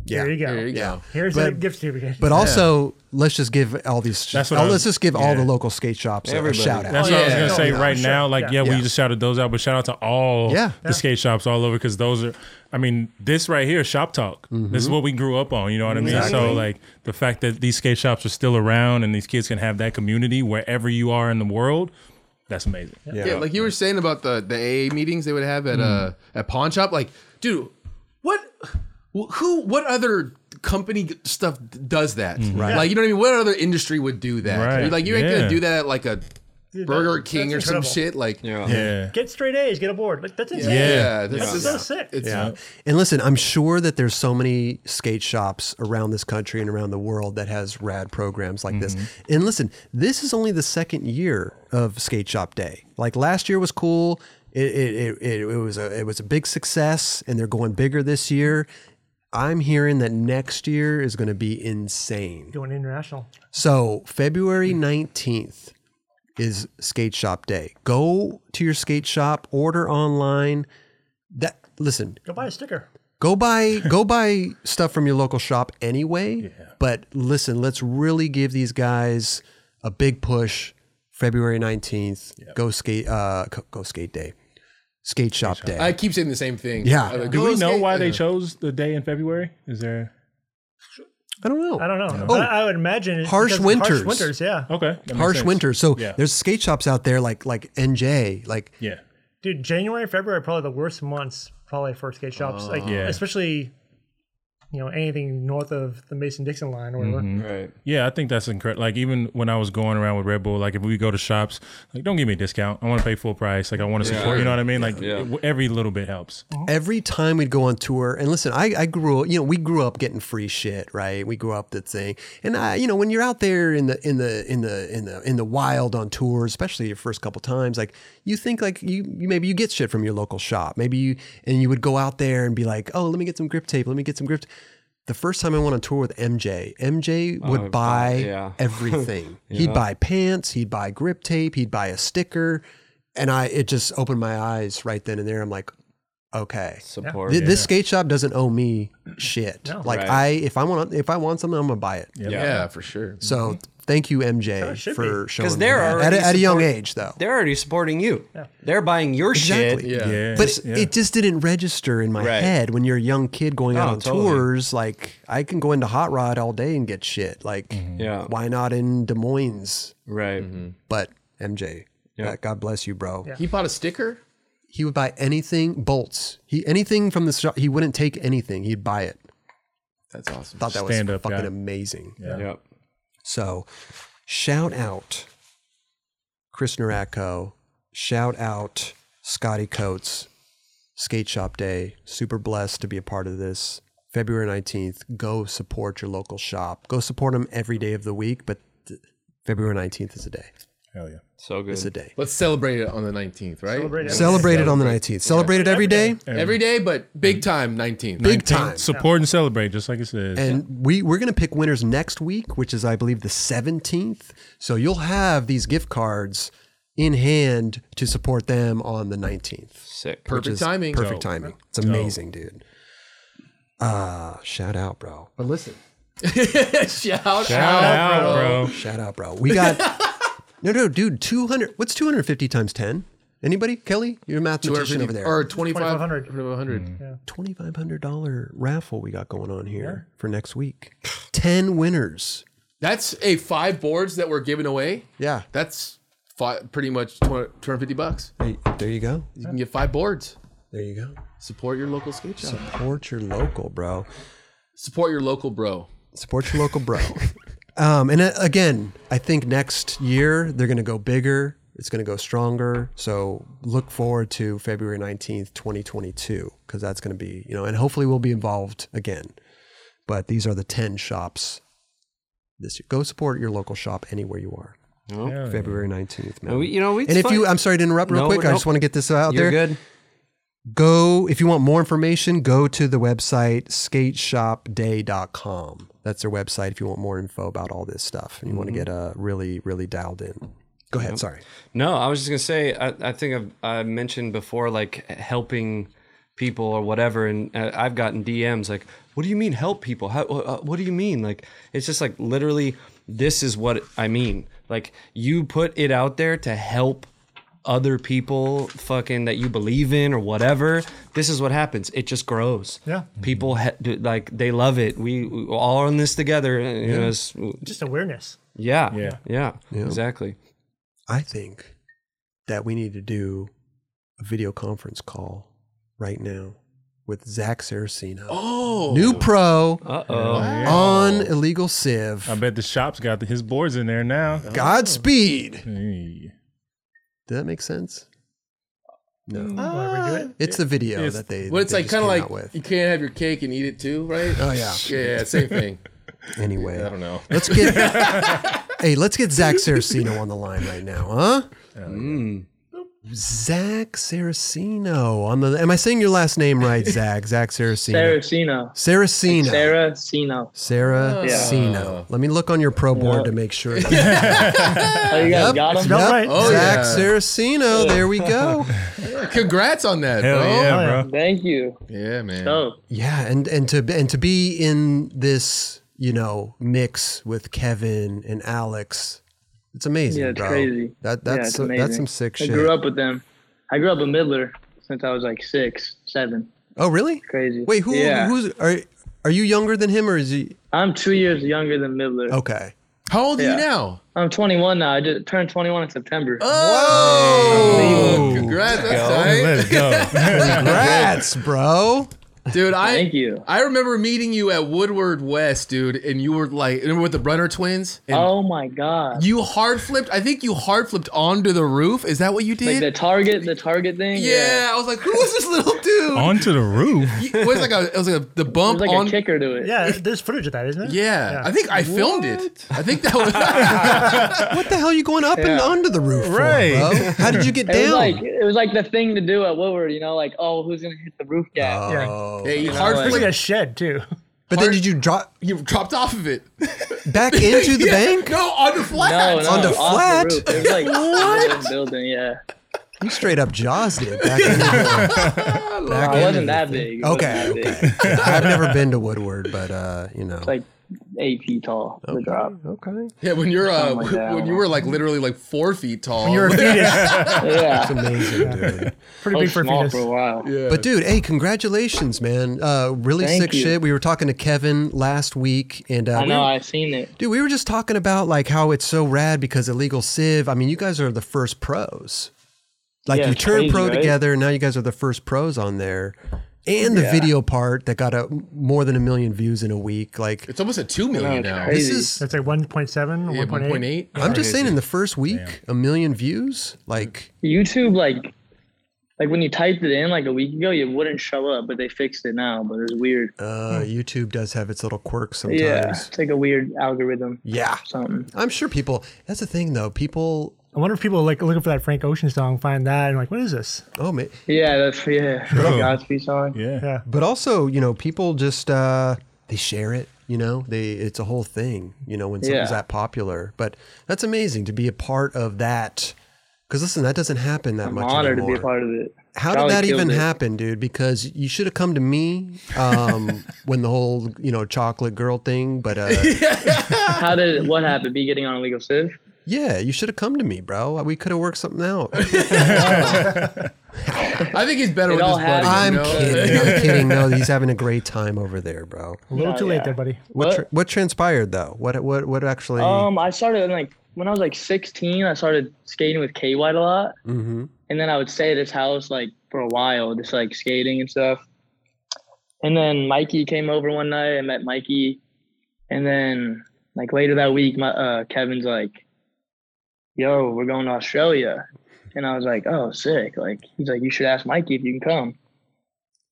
[SPEAKER 1] yeah.
[SPEAKER 6] here you go.
[SPEAKER 2] There you go.
[SPEAKER 6] Here's a gift certificate.
[SPEAKER 1] [laughs] But also, let's just give all these. oh,
[SPEAKER 3] That's what I
[SPEAKER 1] let's
[SPEAKER 3] was-
[SPEAKER 1] just give all the
[SPEAKER 3] yeah.
[SPEAKER 1] local skate shops a- a
[SPEAKER 5] Everybody.
[SPEAKER 1] shout out.
[SPEAKER 3] That's what I was
[SPEAKER 2] yeah.
[SPEAKER 3] gonna say
[SPEAKER 6] No,
[SPEAKER 3] right
[SPEAKER 6] sure.
[SPEAKER 3] now. Like,
[SPEAKER 6] Yeah.
[SPEAKER 3] yeah,
[SPEAKER 1] Yeah.
[SPEAKER 3] we just shouted those out, but shout out to all
[SPEAKER 1] Yeah.
[SPEAKER 3] the skate shops all over because those are. I mean, this right here, shop talk. This is what we grew up on. You know what I mean? So, like, the fact that these skate shops are still around and these kids can have that community wherever you are in the world, that's amazing.
[SPEAKER 2] Yeah, like you were saying about the the AA meetings they would have at uh at pawn shop. Like, dude, what? wh- Who? What other company g- stuff d- does that? Right. Like, you know what I mean? What other industry would do that?
[SPEAKER 3] Right.
[SPEAKER 2] Like, you ain't
[SPEAKER 3] Yeah.
[SPEAKER 2] gonna do that at like a
[SPEAKER 6] Dude,
[SPEAKER 2] Burger
[SPEAKER 6] that-
[SPEAKER 2] King or
[SPEAKER 6] that's
[SPEAKER 2] some
[SPEAKER 6] incredible.
[SPEAKER 2] shit. Like,
[SPEAKER 5] Yeah.
[SPEAKER 3] Yeah.
[SPEAKER 6] Get straight A's, get aboard. Like that's it.
[SPEAKER 2] yeah,
[SPEAKER 3] Yeah.
[SPEAKER 2] this is
[SPEAKER 6] So sick.
[SPEAKER 2] It's,
[SPEAKER 1] Yeah. And listen, I'm sure that there's so many skate shops around this country and around the world that has rad programs like this. And listen, this is only the second year of Skate Shop Day. Like last year was cool. It it, it, it, it was a it was a big success, and they're going bigger this year. I'm hearing that next year is going to be insane.
[SPEAKER 6] Going international.
[SPEAKER 1] So February 19th is skate shop day. Go to your skate shop, order online. That listen,
[SPEAKER 6] Go buy a sticker.
[SPEAKER 1] go buy go buy stuff from your local shop anyway. But listen, let's really give these guys a big push. February 19th, go skate uh co- go skate day. Skate shop, day.
[SPEAKER 2] I keep saying the same thing.
[SPEAKER 1] Yeah.
[SPEAKER 2] I'm like,
[SPEAKER 3] Do we
[SPEAKER 2] "Go
[SPEAKER 3] know
[SPEAKER 2] skate."
[SPEAKER 3] why they
[SPEAKER 2] Yeah.
[SPEAKER 3] chose the day in February? Is there?
[SPEAKER 1] I don't know.
[SPEAKER 6] I don't know. But I would imagine it's
[SPEAKER 1] Oh. Harsh
[SPEAKER 6] because of
[SPEAKER 1] winters.
[SPEAKER 6] Harsh winters, yeah.
[SPEAKER 3] Okay. that makes
[SPEAKER 1] Harsh
[SPEAKER 3] sense.
[SPEAKER 1] winter. So
[SPEAKER 3] Yeah.
[SPEAKER 1] there's skate shops out there like like NJ, like
[SPEAKER 3] Yeah.
[SPEAKER 6] Dude, January, February are probably the worst months probably for skate shops. like
[SPEAKER 3] Yeah.
[SPEAKER 6] especially you know, anything north of the Mason Dixon line or whatever.
[SPEAKER 5] Right.
[SPEAKER 3] Yeah, I think that's incredible. Like even when I was going around with Red Bull, like if we go to shops, like don't give me a discount. I want to pay full price. Like I want to support. You know what I mean? Like it- every little bit helps.
[SPEAKER 1] every time we'd go on tour and listen I, I grew up you know we grew up getting free shit right we grew up that thing and i you know when you're out there in the in the in the in the in the wild on tour especially your first couple times like you think like you, you maybe you get shit from your local shop maybe you and you would go out there and be like oh let me get some grip tape let me get some grip t-" the first time I went on tour with MJ, MJ would buy
[SPEAKER 5] yeah.
[SPEAKER 1] everything. He'd buy pants, he'd buy grip tape, he'd buy a sticker, and I it just opened my eyes right then and there. I'm like, okay,
[SPEAKER 5] Support.
[SPEAKER 1] Th- This skate shop doesn't owe me shit. like
[SPEAKER 5] Right.
[SPEAKER 1] I, if I want, if I want something, I'm gonna buy it.
[SPEAKER 2] Yeah. for sure.
[SPEAKER 1] So
[SPEAKER 5] Mm-hmm.
[SPEAKER 1] thank you, MJ,
[SPEAKER 6] should
[SPEAKER 1] for showing.
[SPEAKER 5] 'Cause
[SPEAKER 1] me
[SPEAKER 5] they're
[SPEAKER 1] that. at,
[SPEAKER 5] already
[SPEAKER 1] a- at a young
[SPEAKER 5] support-
[SPEAKER 1] age, though.
[SPEAKER 5] They're already supporting you. They're buying your
[SPEAKER 1] Exactly.
[SPEAKER 5] shit.
[SPEAKER 2] Yeah.
[SPEAKER 3] Yeah.
[SPEAKER 1] But
[SPEAKER 3] it's-
[SPEAKER 1] it, it just didn't register in my
[SPEAKER 5] Right.
[SPEAKER 1] head when you're a young kid going out
[SPEAKER 5] Oh,
[SPEAKER 1] on
[SPEAKER 5] totally.
[SPEAKER 1] tours. Like I can go into Hot Rod all day and get shit. Like
[SPEAKER 5] Yeah.
[SPEAKER 1] why not in Des Moines?
[SPEAKER 5] Right.
[SPEAKER 1] But MJ, uh, God bless you, bro.
[SPEAKER 2] He bought a sticker.
[SPEAKER 1] He would buy anything, bolts. He anything from the shop. He wouldn't take anything. He'd buy it.
[SPEAKER 2] That's awesome.
[SPEAKER 1] Thought that
[SPEAKER 3] Stand
[SPEAKER 1] was
[SPEAKER 3] up
[SPEAKER 1] fucking
[SPEAKER 3] guy.
[SPEAKER 1] amazing.
[SPEAKER 5] Yep.
[SPEAKER 1] So, shout out Chris Naracco. Shout out Scotty Coates. Skate Shop Day. Super blessed to be a part of this. February 19th. Go support your local shop. Go support them every day of the week, but th- February 19th is a day.
[SPEAKER 3] Hell yeah.
[SPEAKER 5] So good.
[SPEAKER 1] It's a day.
[SPEAKER 2] Let's celebrate it on the 19th, right?
[SPEAKER 6] Celebrate it.
[SPEAKER 1] Celebrate it on the 19th. Celebrate it every day.
[SPEAKER 2] Every day, but big time 19th.
[SPEAKER 1] Big time.
[SPEAKER 3] Support and celebrate, just like it says.
[SPEAKER 1] And we, we're going to pick winners next week, which is, I believe, the 17th. So you'll have these gift cards in hand to support them on the 19th.
[SPEAKER 5] Sick.
[SPEAKER 1] which
[SPEAKER 2] Perfect
[SPEAKER 1] is
[SPEAKER 2] [laughs] timing.
[SPEAKER 1] Perfect timing. It's amazing, dude. Uh, shout out, bro.
[SPEAKER 2] But listen, shout, out,
[SPEAKER 3] Shout out, bro.
[SPEAKER 1] Shout out, bro. We
[SPEAKER 2] [laughs]
[SPEAKER 1] got no, no, dude. Two hundred. What's two hundred fifty times ten? Anybody? Kelly, you're a mathematician over there.
[SPEAKER 2] or twenty five
[SPEAKER 6] 2500.
[SPEAKER 2] hundred.
[SPEAKER 1] Twenty five hundred dollar raffle we got going on here for next week. ten winners.
[SPEAKER 2] That's a five boards that were given away.
[SPEAKER 1] Yeah.
[SPEAKER 2] That's five, pretty much 20, 250 bucks.
[SPEAKER 1] Hey, there you go.
[SPEAKER 2] You can get five boards.
[SPEAKER 1] There you go.
[SPEAKER 2] Support your local skate shop.
[SPEAKER 1] Support your local, bro.
[SPEAKER 2] Support your local bro.
[SPEAKER 1] Support your local bro. [laughs] Um, and uh, again, I think next year they're going to go bigger. It's going to go stronger. So look forward to February 19th, 2022, because that's going to be, you know, and hopefully we'll be involved again. But these are the 10 shops this year. Go support your local shop anywhere you are. February 19th, man.
[SPEAKER 5] And we- Oh. you know, we-
[SPEAKER 1] and if you, I'm sorry to interrupt real
[SPEAKER 5] No,
[SPEAKER 1] quick. I
[SPEAKER 5] nope.
[SPEAKER 1] just want to get this out
[SPEAKER 5] You're
[SPEAKER 1] there
[SPEAKER 5] good.
[SPEAKER 1] go if you want more information go to the website skateshopday.com that's their website if you want more info about all this stuff and you want to get
[SPEAKER 2] Mm-hmm.
[SPEAKER 1] uh, really really dialed in go ahead sorry
[SPEAKER 5] No, I was just gonna say. I, I think I've I mentioned before, like helping people or whatever, and uh, I've gotten DMs like, "What do you mean help people? How, uh, what do you mean?" Like, it's just like literally, this is what I mean. Like, you put it out there to help other people fucking that you believe in or whatever this is what happens it just grows
[SPEAKER 6] Yeah.
[SPEAKER 5] people ha- do, like they love it we, we all on this together you know it's,
[SPEAKER 6] Just awareness.
[SPEAKER 5] yeah,
[SPEAKER 3] Yeah.
[SPEAKER 5] yeah exactly
[SPEAKER 1] i think that we need to do a video conference call right now with zach saraceno
[SPEAKER 2] Oh,
[SPEAKER 1] new pro
[SPEAKER 5] uh-oh
[SPEAKER 1] on illegal civ
[SPEAKER 3] I bet the shop's got his boards in there now.
[SPEAKER 2] Oh.
[SPEAKER 1] godspeed
[SPEAKER 3] Hey.
[SPEAKER 1] did that make sense Ah.
[SPEAKER 6] Whatever, do it.
[SPEAKER 1] it's the video
[SPEAKER 3] It's-
[SPEAKER 1] that they
[SPEAKER 2] Well,
[SPEAKER 1] that
[SPEAKER 2] Mm. it's
[SPEAKER 1] they
[SPEAKER 2] like
[SPEAKER 1] just
[SPEAKER 2] kind of
[SPEAKER 1] came
[SPEAKER 2] like
[SPEAKER 1] out with.
[SPEAKER 2] you can't have your cake and eat it too, right?
[SPEAKER 1] oh yeah
[SPEAKER 2] yeah, same thing.
[SPEAKER 1] anyway
[SPEAKER 2] [laughs] I don't know.
[SPEAKER 1] Let's get [laughs] hey, let's get Zach Saraceno on the line right now, huh? Zach Saraceno on the. Am I saying your last name
[SPEAKER 2] [laughs]
[SPEAKER 1] right, Zach? Zach Saraceno.
[SPEAKER 7] Saraceno.
[SPEAKER 1] Saraceno.
[SPEAKER 7] Saraceno.
[SPEAKER 1] Saraceno. Let me look on your pro board to make
[SPEAKER 2] [laughs]
[SPEAKER 1] sure. Yep,
[SPEAKER 7] Oh, you guys got him?
[SPEAKER 6] Spelled right.
[SPEAKER 2] Oh,
[SPEAKER 1] Zach
[SPEAKER 2] yeah.
[SPEAKER 1] Saraceno. There we
[SPEAKER 2] [laughs]
[SPEAKER 1] go.
[SPEAKER 2] Congrats on that,
[SPEAKER 3] Hell
[SPEAKER 2] bro.
[SPEAKER 3] yeah, bro.
[SPEAKER 7] Thank you.
[SPEAKER 2] Yeah, man.
[SPEAKER 7] Oh,
[SPEAKER 1] Yeah, and and to and to be in this, you know, mix with Kevin and Alex, it's amazing,
[SPEAKER 7] Yeah, it's
[SPEAKER 1] bro.
[SPEAKER 7] crazy.
[SPEAKER 1] That
[SPEAKER 7] Yeah,
[SPEAKER 1] that's
[SPEAKER 7] it's
[SPEAKER 1] that's
[SPEAKER 7] amazing.
[SPEAKER 1] some sick
[SPEAKER 7] I
[SPEAKER 1] shit.
[SPEAKER 7] grew up with them. I grew up in Midler since I was like six, seven.
[SPEAKER 1] Oh, really?
[SPEAKER 7] Crazy.
[SPEAKER 1] Wait, who?
[SPEAKER 7] Yeah.
[SPEAKER 1] Who's are? Are you younger than him, or is he?
[SPEAKER 7] I'm two years younger than Midler.
[SPEAKER 1] Okay.
[SPEAKER 2] How old are
[SPEAKER 7] Yeah.
[SPEAKER 2] you now?
[SPEAKER 7] I'm 21 now. I just turned 21 in September.
[SPEAKER 2] Oh, congrats. That's
[SPEAKER 3] Let's go.
[SPEAKER 1] Congrats, bro.
[SPEAKER 2] tight. [laughs] Dude, I,
[SPEAKER 7] Thank you.
[SPEAKER 2] I remember meeting you at Woodward West, dude, and you were like, remember with the Brunner twins? And
[SPEAKER 7] Oh my God.
[SPEAKER 2] You hard flipped. I think you hard flipped onto the roof. Is that what you
[SPEAKER 7] Like
[SPEAKER 2] did?
[SPEAKER 7] the target, the target thing.
[SPEAKER 2] yeah. I was like, who is this little dude?
[SPEAKER 3] [laughs] Onto the roof.
[SPEAKER 2] He- it was like a, it was like a, the bump
[SPEAKER 7] There's like
[SPEAKER 2] on.
[SPEAKER 7] a kicker to it.
[SPEAKER 6] Yeah, there's footage of that, isn't it?
[SPEAKER 2] Yeah, I think I filmed it. I think that was. [laughs]
[SPEAKER 1] What the hell are you going up and
[SPEAKER 7] Yeah.
[SPEAKER 1] onto the roof
[SPEAKER 3] Right.
[SPEAKER 1] for, bro? How did you get
[SPEAKER 7] [laughs] It was
[SPEAKER 1] down?
[SPEAKER 7] like it was like the thing to do at Woodward, you know, like oh, who's gonna hit the roof gap?
[SPEAKER 1] Oh.
[SPEAKER 6] Yeah.
[SPEAKER 2] yeah, you hard
[SPEAKER 7] like-
[SPEAKER 6] There's like
[SPEAKER 2] flipped.
[SPEAKER 6] a shed too.
[SPEAKER 1] but then did you drop
[SPEAKER 2] You dropped off of it.
[SPEAKER 7] [laughs]
[SPEAKER 1] back into the
[SPEAKER 2] [laughs] Yeah,
[SPEAKER 1] bank?
[SPEAKER 2] No, on the flat.
[SPEAKER 7] No, no,
[SPEAKER 1] On the
[SPEAKER 7] off
[SPEAKER 1] flat?
[SPEAKER 7] The roof. It
[SPEAKER 1] [laughs]
[SPEAKER 7] was like what? building, yeah.
[SPEAKER 1] You straight up jaws it back into the back
[SPEAKER 7] It
[SPEAKER 1] into
[SPEAKER 7] wasn't
[SPEAKER 1] the-
[SPEAKER 7] that big. It
[SPEAKER 1] Okay,
[SPEAKER 7] wasn't that big. [laughs]
[SPEAKER 1] I've never been to Woodward, but uh, you know.
[SPEAKER 7] like eight feet tall. The
[SPEAKER 1] [laughs]
[SPEAKER 7] drop.
[SPEAKER 1] okay.
[SPEAKER 2] Yeah, when you're uh,
[SPEAKER 7] my
[SPEAKER 2] [laughs]
[SPEAKER 7] God.
[SPEAKER 2] when you were like literally like four feet tall. [laughs]
[SPEAKER 6] You're a fetus.
[SPEAKER 7] Yeah,
[SPEAKER 1] Amazing, dude.
[SPEAKER 6] Pretty
[SPEAKER 7] I
[SPEAKER 6] big
[SPEAKER 7] was
[SPEAKER 6] for a
[SPEAKER 7] Oh, small
[SPEAKER 6] fetus.
[SPEAKER 7] for a while.
[SPEAKER 1] But dude, hey, congratulations, man. Uh, really
[SPEAKER 7] Thank
[SPEAKER 1] sick
[SPEAKER 7] you.
[SPEAKER 1] shit. We were talking to Kevin last week, and uh,
[SPEAKER 7] I
[SPEAKER 1] we
[SPEAKER 7] know.
[SPEAKER 1] were-
[SPEAKER 7] I've seen it.
[SPEAKER 1] Dude, we were just talking about like how it's so rad because illegal civ. I mean, you guys are the first pros. Like
[SPEAKER 7] Yeah,
[SPEAKER 1] you
[SPEAKER 7] it's
[SPEAKER 1] turned
[SPEAKER 7] crazy,
[SPEAKER 1] pro
[SPEAKER 7] right?
[SPEAKER 1] together, and now you guys are the first pros on there, and the video part that got a, more than a million views in a week. Like
[SPEAKER 2] it's almost a two million
[SPEAKER 7] it's
[SPEAKER 2] now.
[SPEAKER 7] crazy.
[SPEAKER 1] this is.
[SPEAKER 6] That's like 1.7,
[SPEAKER 2] Yeah,
[SPEAKER 6] 1.8.
[SPEAKER 2] 1.8.
[SPEAKER 1] I'm just saying, in the first week, a million views. Like
[SPEAKER 7] YouTube, like, like when you typed it in like a week ago, it wouldn't show up, but they fixed it now. But it's weird.
[SPEAKER 1] uh, YouTube does have its little quirks sometimes.
[SPEAKER 7] Hmm. yeah,
[SPEAKER 1] Yeah.
[SPEAKER 7] it's like a weird algorithm. Something.
[SPEAKER 1] I'm sure people. That's the thing, though. People.
[SPEAKER 6] I wonder if people like looking for that Frank Ocean song, find that, and like, what is this?
[SPEAKER 1] Oh man.
[SPEAKER 7] Yeah, that's yeah. Godspeed song.
[SPEAKER 3] Yeah.
[SPEAKER 1] but also you know people just uh they share it you know they it's a whole thing you know when something's
[SPEAKER 7] Yeah.
[SPEAKER 1] that popular but that's amazing to be a part of that because listen that doesn't happen that
[SPEAKER 7] I'm
[SPEAKER 1] much
[SPEAKER 7] honored to
[SPEAKER 1] anymore.
[SPEAKER 7] be a part of it.
[SPEAKER 1] How
[SPEAKER 7] Probably
[SPEAKER 1] did that
[SPEAKER 7] killed
[SPEAKER 1] even
[SPEAKER 7] it.
[SPEAKER 1] happen, dude? Because you should have come to me
[SPEAKER 7] [laughs]
[SPEAKER 1] um, when the whole you know chocolate girl thing. But uh,
[SPEAKER 7] How did what happened? Me getting on illegal civ?
[SPEAKER 1] yeah, you should have come to me, bro. We could have worked something
[SPEAKER 7] [laughs]
[SPEAKER 1] out.
[SPEAKER 2] I think he's better
[SPEAKER 7] It
[SPEAKER 2] with
[SPEAKER 7] all
[SPEAKER 2] his buddy. you
[SPEAKER 1] I'm
[SPEAKER 2] know?
[SPEAKER 1] kidding. I'm kidding. No, he's having a great time over there, bro.
[SPEAKER 6] A little too
[SPEAKER 7] yeah.
[SPEAKER 6] late there, buddy.
[SPEAKER 1] What
[SPEAKER 7] What?
[SPEAKER 1] tr- what transpired though? What what what actually?
[SPEAKER 7] Um, I started in, like when I was like 16. I started skating with K White a lot,
[SPEAKER 1] hmm
[SPEAKER 7] and then I would stay at his house like for a while, just like skating and stuff. And then Mikey came over one night. I met Mikey, and then like later that week, my uh, Kevin's like, "Yo, we're going to Australia," and I was like, "Oh, sick!" Like he's like, "You should ask Mikey if you can come."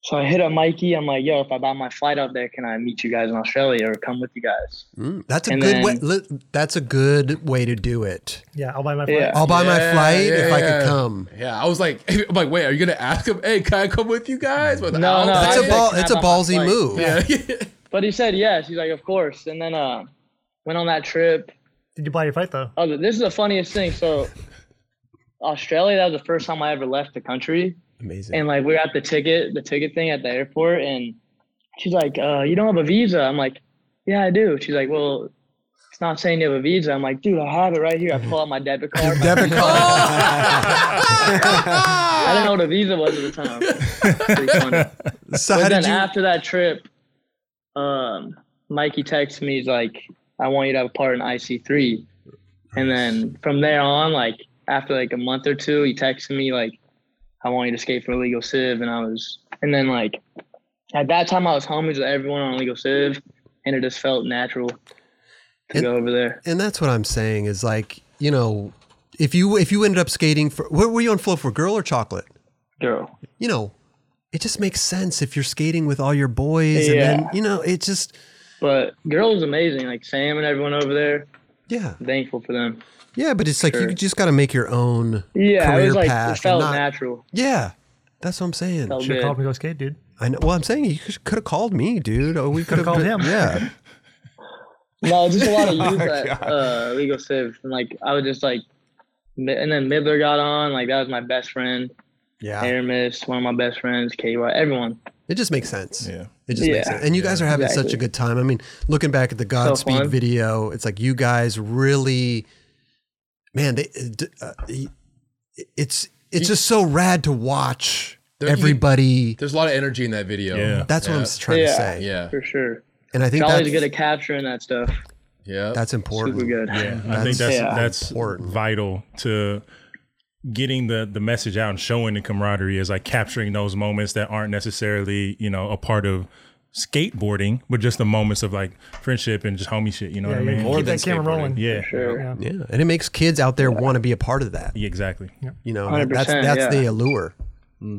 [SPEAKER 7] So I hit up Mikey. I'm like, "Yo, if I buy my flight out there, can I meet you guys in Australia or come with you guys?"
[SPEAKER 1] Mm, that's a
[SPEAKER 7] And
[SPEAKER 1] good
[SPEAKER 7] then-
[SPEAKER 1] way. li- That's a good way to do it.
[SPEAKER 6] Yeah, I'll buy my
[SPEAKER 7] Yeah.
[SPEAKER 6] flight.
[SPEAKER 1] I'll buy my
[SPEAKER 2] Yeah,
[SPEAKER 1] flight if
[SPEAKER 2] yeah,
[SPEAKER 1] I could
[SPEAKER 2] yeah.
[SPEAKER 1] come.
[SPEAKER 2] [laughs] Yeah, I was like, [laughs] I'm like, wait, are you gonna ask him? Hey, can I come with you guys? Without
[SPEAKER 7] no,
[SPEAKER 1] That's
[SPEAKER 7] I
[SPEAKER 1] a
[SPEAKER 7] did.
[SPEAKER 1] ball.
[SPEAKER 7] Can I
[SPEAKER 1] It's a
[SPEAKER 7] buy my
[SPEAKER 1] ballsy
[SPEAKER 7] flight?
[SPEAKER 1] move.
[SPEAKER 2] [laughs] Yeah. [laughs]
[SPEAKER 7] But he said yes. He's like, of course. And then uh, went on that trip.
[SPEAKER 6] Did you buy your flight though?
[SPEAKER 7] Oh, this is the funniest thing. So, Australia. That was the first time I ever left the country.
[SPEAKER 1] Amazing.
[SPEAKER 7] And like we were at the ticket, the ticket thing at the airport, and she's like, uh, "You don't have a visa." I'm like, "Yeah, I do." She's like, "Well, it's not saying you have a visa." I'm like, "Dude, I have it right here." I pull out my debit card.
[SPEAKER 1] [laughs] Debit card.
[SPEAKER 7] [laughs] I didn't know what a visa was at the time. Pretty funny.
[SPEAKER 1] so
[SPEAKER 7] But
[SPEAKER 1] how
[SPEAKER 7] then
[SPEAKER 1] did you?
[SPEAKER 7] after that trip, um, Mikey texts me he's like, "I want you to have a part in IC 3 and then from there on, like after like a month or two, he texted me like, "I want you to skate for Illegal Civ," and I was, and then like at that time I was homies with everyone on Illegal Civ, and it just felt natural to
[SPEAKER 1] And-
[SPEAKER 7] go over there.
[SPEAKER 1] and that's what I'm saying is like you know, if you if you ended up skating for, were were you on flow for girl or chocolate?
[SPEAKER 7] Girl,
[SPEAKER 1] you know, it just makes sense if you're skating with all your boys and then,
[SPEAKER 7] Yeah.
[SPEAKER 1] you know, it just,
[SPEAKER 7] but girl was amazing. Like Sam and everyone over there,
[SPEAKER 1] yeah.
[SPEAKER 7] thankful for them.
[SPEAKER 1] Yeah, but it's like
[SPEAKER 7] Sure.
[SPEAKER 1] you just got to make your own
[SPEAKER 7] Yeah,
[SPEAKER 1] career
[SPEAKER 7] it was like
[SPEAKER 1] path. and
[SPEAKER 7] it felt
[SPEAKER 1] not-
[SPEAKER 7] natural.
[SPEAKER 1] Yeah. That's what I'm saying.
[SPEAKER 7] Felt
[SPEAKER 6] Should have
[SPEAKER 7] good.
[SPEAKER 6] called me to go skate, dude.
[SPEAKER 1] I know, well, I'm saying you could have called me, dude. Oh, we could have
[SPEAKER 6] called him.
[SPEAKER 1] Yeah.
[SPEAKER 7] No, just
[SPEAKER 1] [laughs]
[SPEAKER 7] a lot of
[SPEAKER 1] Oh
[SPEAKER 7] youth at uh, Legal Civ. And, like, I would just like, mi- and then Midler got on. Like, that was my best friend.
[SPEAKER 1] Yeah.
[SPEAKER 7] Aramis, one of my best friends. KY, everyone.
[SPEAKER 1] It just makes sense.
[SPEAKER 3] Yeah.
[SPEAKER 1] It just
[SPEAKER 7] Yeah.
[SPEAKER 1] makes sense. And you guys are having such a
[SPEAKER 7] Exactly.
[SPEAKER 1] good time. I mean, looking back at the Godspeed
[SPEAKER 7] fun.
[SPEAKER 1] video, it's like you guys really, man, they, d- uh, it's, it's just so rad to watch
[SPEAKER 2] There- you-
[SPEAKER 1] everybody.
[SPEAKER 2] There's a lot of energy in that video.
[SPEAKER 3] Yeah.
[SPEAKER 1] That's what I'm trying to
[SPEAKER 7] Yeah.
[SPEAKER 1] say.
[SPEAKER 2] Yeah.
[SPEAKER 7] For sure.
[SPEAKER 1] And I think
[SPEAKER 7] Dolly's
[SPEAKER 1] that's,
[SPEAKER 7] good at capturing that stuff.
[SPEAKER 2] Yeah.
[SPEAKER 1] that's important.
[SPEAKER 7] Super good.
[SPEAKER 3] Yeah, I think
[SPEAKER 1] That's-
[SPEAKER 3] that's
[SPEAKER 7] Yeah.
[SPEAKER 3] that's
[SPEAKER 1] Important.
[SPEAKER 3] vital to getting the the message out and showing the camaraderie is like capturing those moments that aren't necessarily you know a part of skateboarding, but just the moments of like friendship and just homie shit. You know
[SPEAKER 6] Yeah,
[SPEAKER 3] what I
[SPEAKER 6] you
[SPEAKER 3] mean?
[SPEAKER 6] keep that camera rolling.
[SPEAKER 3] yeah.
[SPEAKER 7] [laughs] Sure.
[SPEAKER 6] Yeah.
[SPEAKER 1] Yeah. And it makes kids out there want to be a part of that.
[SPEAKER 3] Yeah, exactly.
[SPEAKER 1] You know, and
[SPEAKER 7] 100%,
[SPEAKER 1] that's that's
[SPEAKER 7] yeah.
[SPEAKER 1] the allure.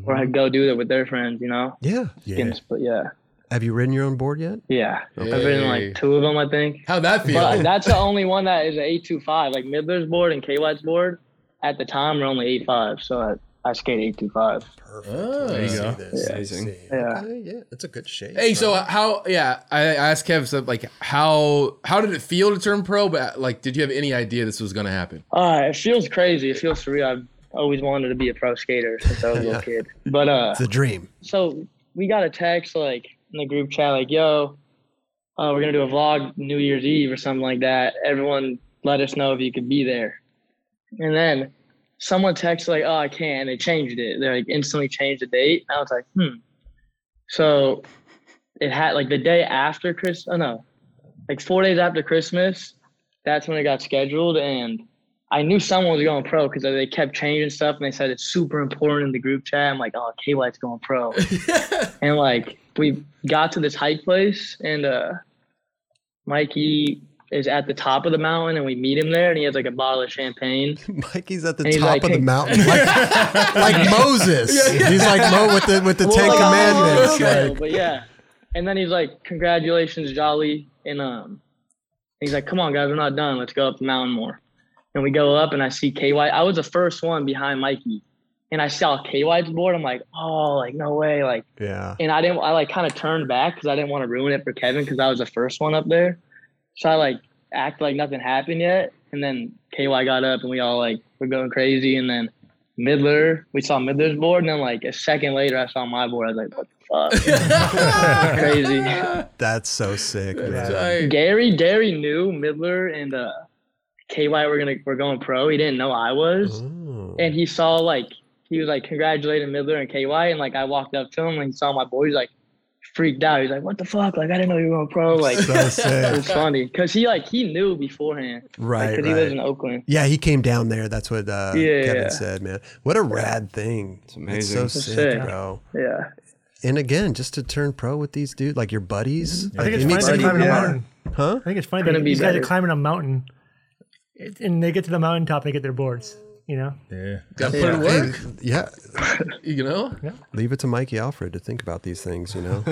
[SPEAKER 7] Or I'd go do that with their friends, you know?
[SPEAKER 1] Yeah. mm-hmm. Yeah.
[SPEAKER 7] Skins, But yeah.
[SPEAKER 1] Have you ridden your own board yet?
[SPEAKER 7] Yeah. I've been in
[SPEAKER 2] Yay.
[SPEAKER 7] like two of them, I think.
[SPEAKER 2] How'd that feel?
[SPEAKER 7] But that's the only one that is an 825. Like, Midler's board and KY's board at the time were only 85. So I, I skate 825.
[SPEAKER 2] There you go.
[SPEAKER 5] Amazing.
[SPEAKER 7] Yeah.
[SPEAKER 1] yeah, that's a good shape.
[SPEAKER 2] Hey, so uh, how? Yeah, I I asked Kev something like how how did it feel to turn pro? But like, did you have any idea this was gonna happen?
[SPEAKER 7] Uh, it feels crazy. It feels surreal. I've always wanted to be a pro skater since I was a little kid. But uh,
[SPEAKER 1] it's a dream.
[SPEAKER 7] so we got a text like in the group chat, like, "Yo, uh, we're gonna do a vlog New Year's Eve or something like that. Everyone, let us know if you could be there." And then someone texted like, "Oh, I can't." And they changed it. They like instantly changed the date. I was like, "Hmm." So it had like the day after Chris. Oh no, like four days after Christmas. That's when it got scheduled, and I knew someone was going pro because they kept changing stuff, and they said it's super important in the group chat. I'm like, "Oh, K White's going pro," and like we got to this hike place, and uh, Mikey is at the top of the mountain, and we meet him there, and he has like a bottle of champagne.
[SPEAKER 1] [laughs] Mikey's at the
[SPEAKER 7] And he's
[SPEAKER 1] top
[SPEAKER 7] like,
[SPEAKER 1] of the
[SPEAKER 7] "Hey."
[SPEAKER 1] mountain,
[SPEAKER 7] [laughs]
[SPEAKER 1] like, like Moses. He's like Mo with the with the Ten
[SPEAKER 7] Well,
[SPEAKER 1] Commandments.
[SPEAKER 7] no,
[SPEAKER 1] like,
[SPEAKER 7] oh, but yeah, and then he's like, "Congratulations, Jolly!" And um, he's like, "Come on, guys, we're not done. Let's go up the mountain more." And we go up, and I see KY. I was the first one behind Mikey, and I saw KY's board. I'm like, "Oh, like no way!" Like,
[SPEAKER 1] yeah,
[SPEAKER 7] and I didn't. I like kind of turned back because I didn't want to ruin it for Kevin because I was the first one up there. So I like act like nothing happened yet, and then KY got up, and we all like were going crazy, and then Midler. We saw Midler's board, and then like a second later, I saw my board. I was like,
[SPEAKER 2] [laughs]
[SPEAKER 7] "What the fuck? [laughs] Crazy."
[SPEAKER 1] That's so sick, man.
[SPEAKER 2] Tight.
[SPEAKER 7] Gary, Gary knew Midler and uh, KY were gonna were going pro. He didn't know I was,
[SPEAKER 1] Ooh.
[SPEAKER 7] and he saw like he was like congratulating Midler and KY, and like I walked up to him and he saw my board. He's like freaked out. He's like, "What the fuck? Like I didn't know you were going pro." Like [laughs]
[SPEAKER 1] So sick.
[SPEAKER 7] it's funny because he like he knew beforehand,
[SPEAKER 1] Right,
[SPEAKER 7] Because he lives
[SPEAKER 1] right.
[SPEAKER 7] in Oakland.
[SPEAKER 1] Yeah, he came down there. That's what uh,
[SPEAKER 7] Yeah,
[SPEAKER 1] Kevin
[SPEAKER 7] yeah.
[SPEAKER 1] said, man. What a rad thing. It's
[SPEAKER 5] amazing.
[SPEAKER 1] so
[SPEAKER 5] It's
[SPEAKER 1] sick,
[SPEAKER 7] sick.
[SPEAKER 1] bro.
[SPEAKER 7] Yeah.
[SPEAKER 1] And again, just to turn pro with these dudes, like your buddies.
[SPEAKER 6] I
[SPEAKER 1] like,
[SPEAKER 6] think it's
[SPEAKER 1] it
[SPEAKER 6] funny
[SPEAKER 1] makes
[SPEAKER 6] they're
[SPEAKER 1] it
[SPEAKER 6] climbing
[SPEAKER 1] even
[SPEAKER 6] a
[SPEAKER 1] more-
[SPEAKER 6] mountain.
[SPEAKER 1] Huh?
[SPEAKER 6] I think it's funny
[SPEAKER 7] Couldn't
[SPEAKER 6] that
[SPEAKER 7] be
[SPEAKER 6] these guys are
[SPEAKER 7] better.
[SPEAKER 6] climbing a mountain, it- and they get to the mountaintop, they get their boards. You know,
[SPEAKER 3] Yeah.
[SPEAKER 2] Got to put in
[SPEAKER 1] Hey,
[SPEAKER 2] work,
[SPEAKER 1] yeah.
[SPEAKER 2] you know.
[SPEAKER 1] Leave it to Mikey Alfred to think about these things, you know?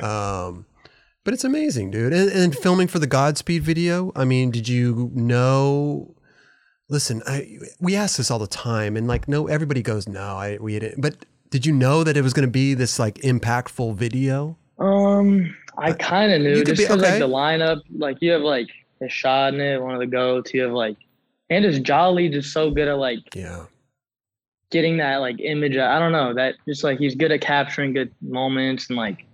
[SPEAKER 1] Um, but it's amazing, dude. And, and filming for the Godspeed video, I mean, did you know? Listen, I, we ask this all the time, and like, no, everybody goes, no, I, we didn't. But did you know that it was going to be this like impactful video?
[SPEAKER 7] Um, I kind of knew
[SPEAKER 1] could
[SPEAKER 7] just
[SPEAKER 1] be-
[SPEAKER 7] 'cause,
[SPEAKER 1] okay.
[SPEAKER 7] like the lineup, like you have like Rashad in it, one of the goats. You have like, and just Jolly just so good at like
[SPEAKER 1] Yeah.
[SPEAKER 7] getting that like image. Out. I don't know that just like he's good at capturing good moments and like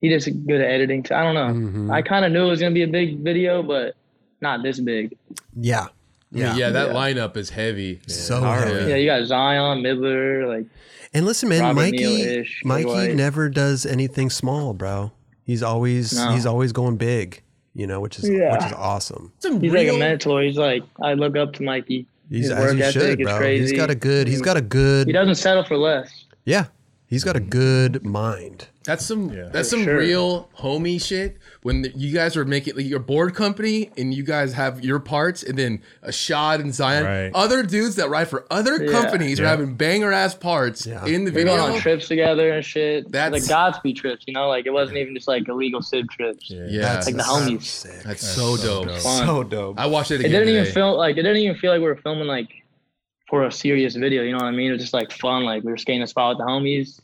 [SPEAKER 7] he just good at editing. Too. I don't know.
[SPEAKER 1] Mhm.
[SPEAKER 7] I kind of knew it was gonna be a big video, but not this big.
[SPEAKER 1] Yeah.
[SPEAKER 2] Yeah,
[SPEAKER 1] Yeah.
[SPEAKER 2] yeah that lineup is heavy.
[SPEAKER 1] So
[SPEAKER 5] Hard.
[SPEAKER 1] heavy.
[SPEAKER 7] Yeah, you got Zion, Midler, like
[SPEAKER 1] And listen, man,
[SPEAKER 7] Robert
[SPEAKER 1] Mikey,
[SPEAKER 7] Neal-ish,
[SPEAKER 1] Mikey
[SPEAKER 7] K-White.
[SPEAKER 1] never does anything small, bro. He's always
[SPEAKER 7] No.
[SPEAKER 1] he's always going big, you know, which is which
[SPEAKER 7] Yeah.
[SPEAKER 1] is awesome.
[SPEAKER 2] Some
[SPEAKER 7] he's like
[SPEAKER 2] real-
[SPEAKER 7] a mentor. He's like I look up to Mikey.
[SPEAKER 1] He's
[SPEAKER 7] His
[SPEAKER 1] as
[SPEAKER 7] work
[SPEAKER 1] you
[SPEAKER 7] ethic
[SPEAKER 1] should,
[SPEAKER 7] is
[SPEAKER 1] bro. He's
[SPEAKER 7] crazy.
[SPEAKER 1] got a good. He's got a
[SPEAKER 7] He
[SPEAKER 1] good.
[SPEAKER 7] doesn't settle for less.
[SPEAKER 1] Yeah, he's got a good mind.
[SPEAKER 2] That's some that's
[SPEAKER 7] For
[SPEAKER 2] some
[SPEAKER 7] sure.
[SPEAKER 2] real homie shit. When the, you guys are making like, your board company and you guys have your parts, and then Ashad and Zion,
[SPEAKER 3] Right.
[SPEAKER 2] other dudes that ride for other
[SPEAKER 7] Yeah.
[SPEAKER 2] companies are
[SPEAKER 3] Yeah.
[SPEAKER 2] having banger ass parts
[SPEAKER 1] Yeah.
[SPEAKER 2] in the
[SPEAKER 7] We
[SPEAKER 2] video.
[SPEAKER 7] going on trips together and shit.
[SPEAKER 2] That's-
[SPEAKER 7] like Godspeed trips, you know, like it wasn't even just like illegal Civ trips.
[SPEAKER 2] Yeah,
[SPEAKER 1] That's
[SPEAKER 2] that's,
[SPEAKER 7] Like the
[SPEAKER 1] so
[SPEAKER 7] homies.
[SPEAKER 1] sick.
[SPEAKER 2] so, dope.
[SPEAKER 7] Fun.
[SPEAKER 5] So dope.
[SPEAKER 2] I watched it
[SPEAKER 7] it
[SPEAKER 2] again.
[SPEAKER 7] didn't even
[SPEAKER 2] today.
[SPEAKER 7] feel like it didn't even feel like we were filming like for a serious video, you know what I mean? It was just like fun. Like we were skating a spot with the homies.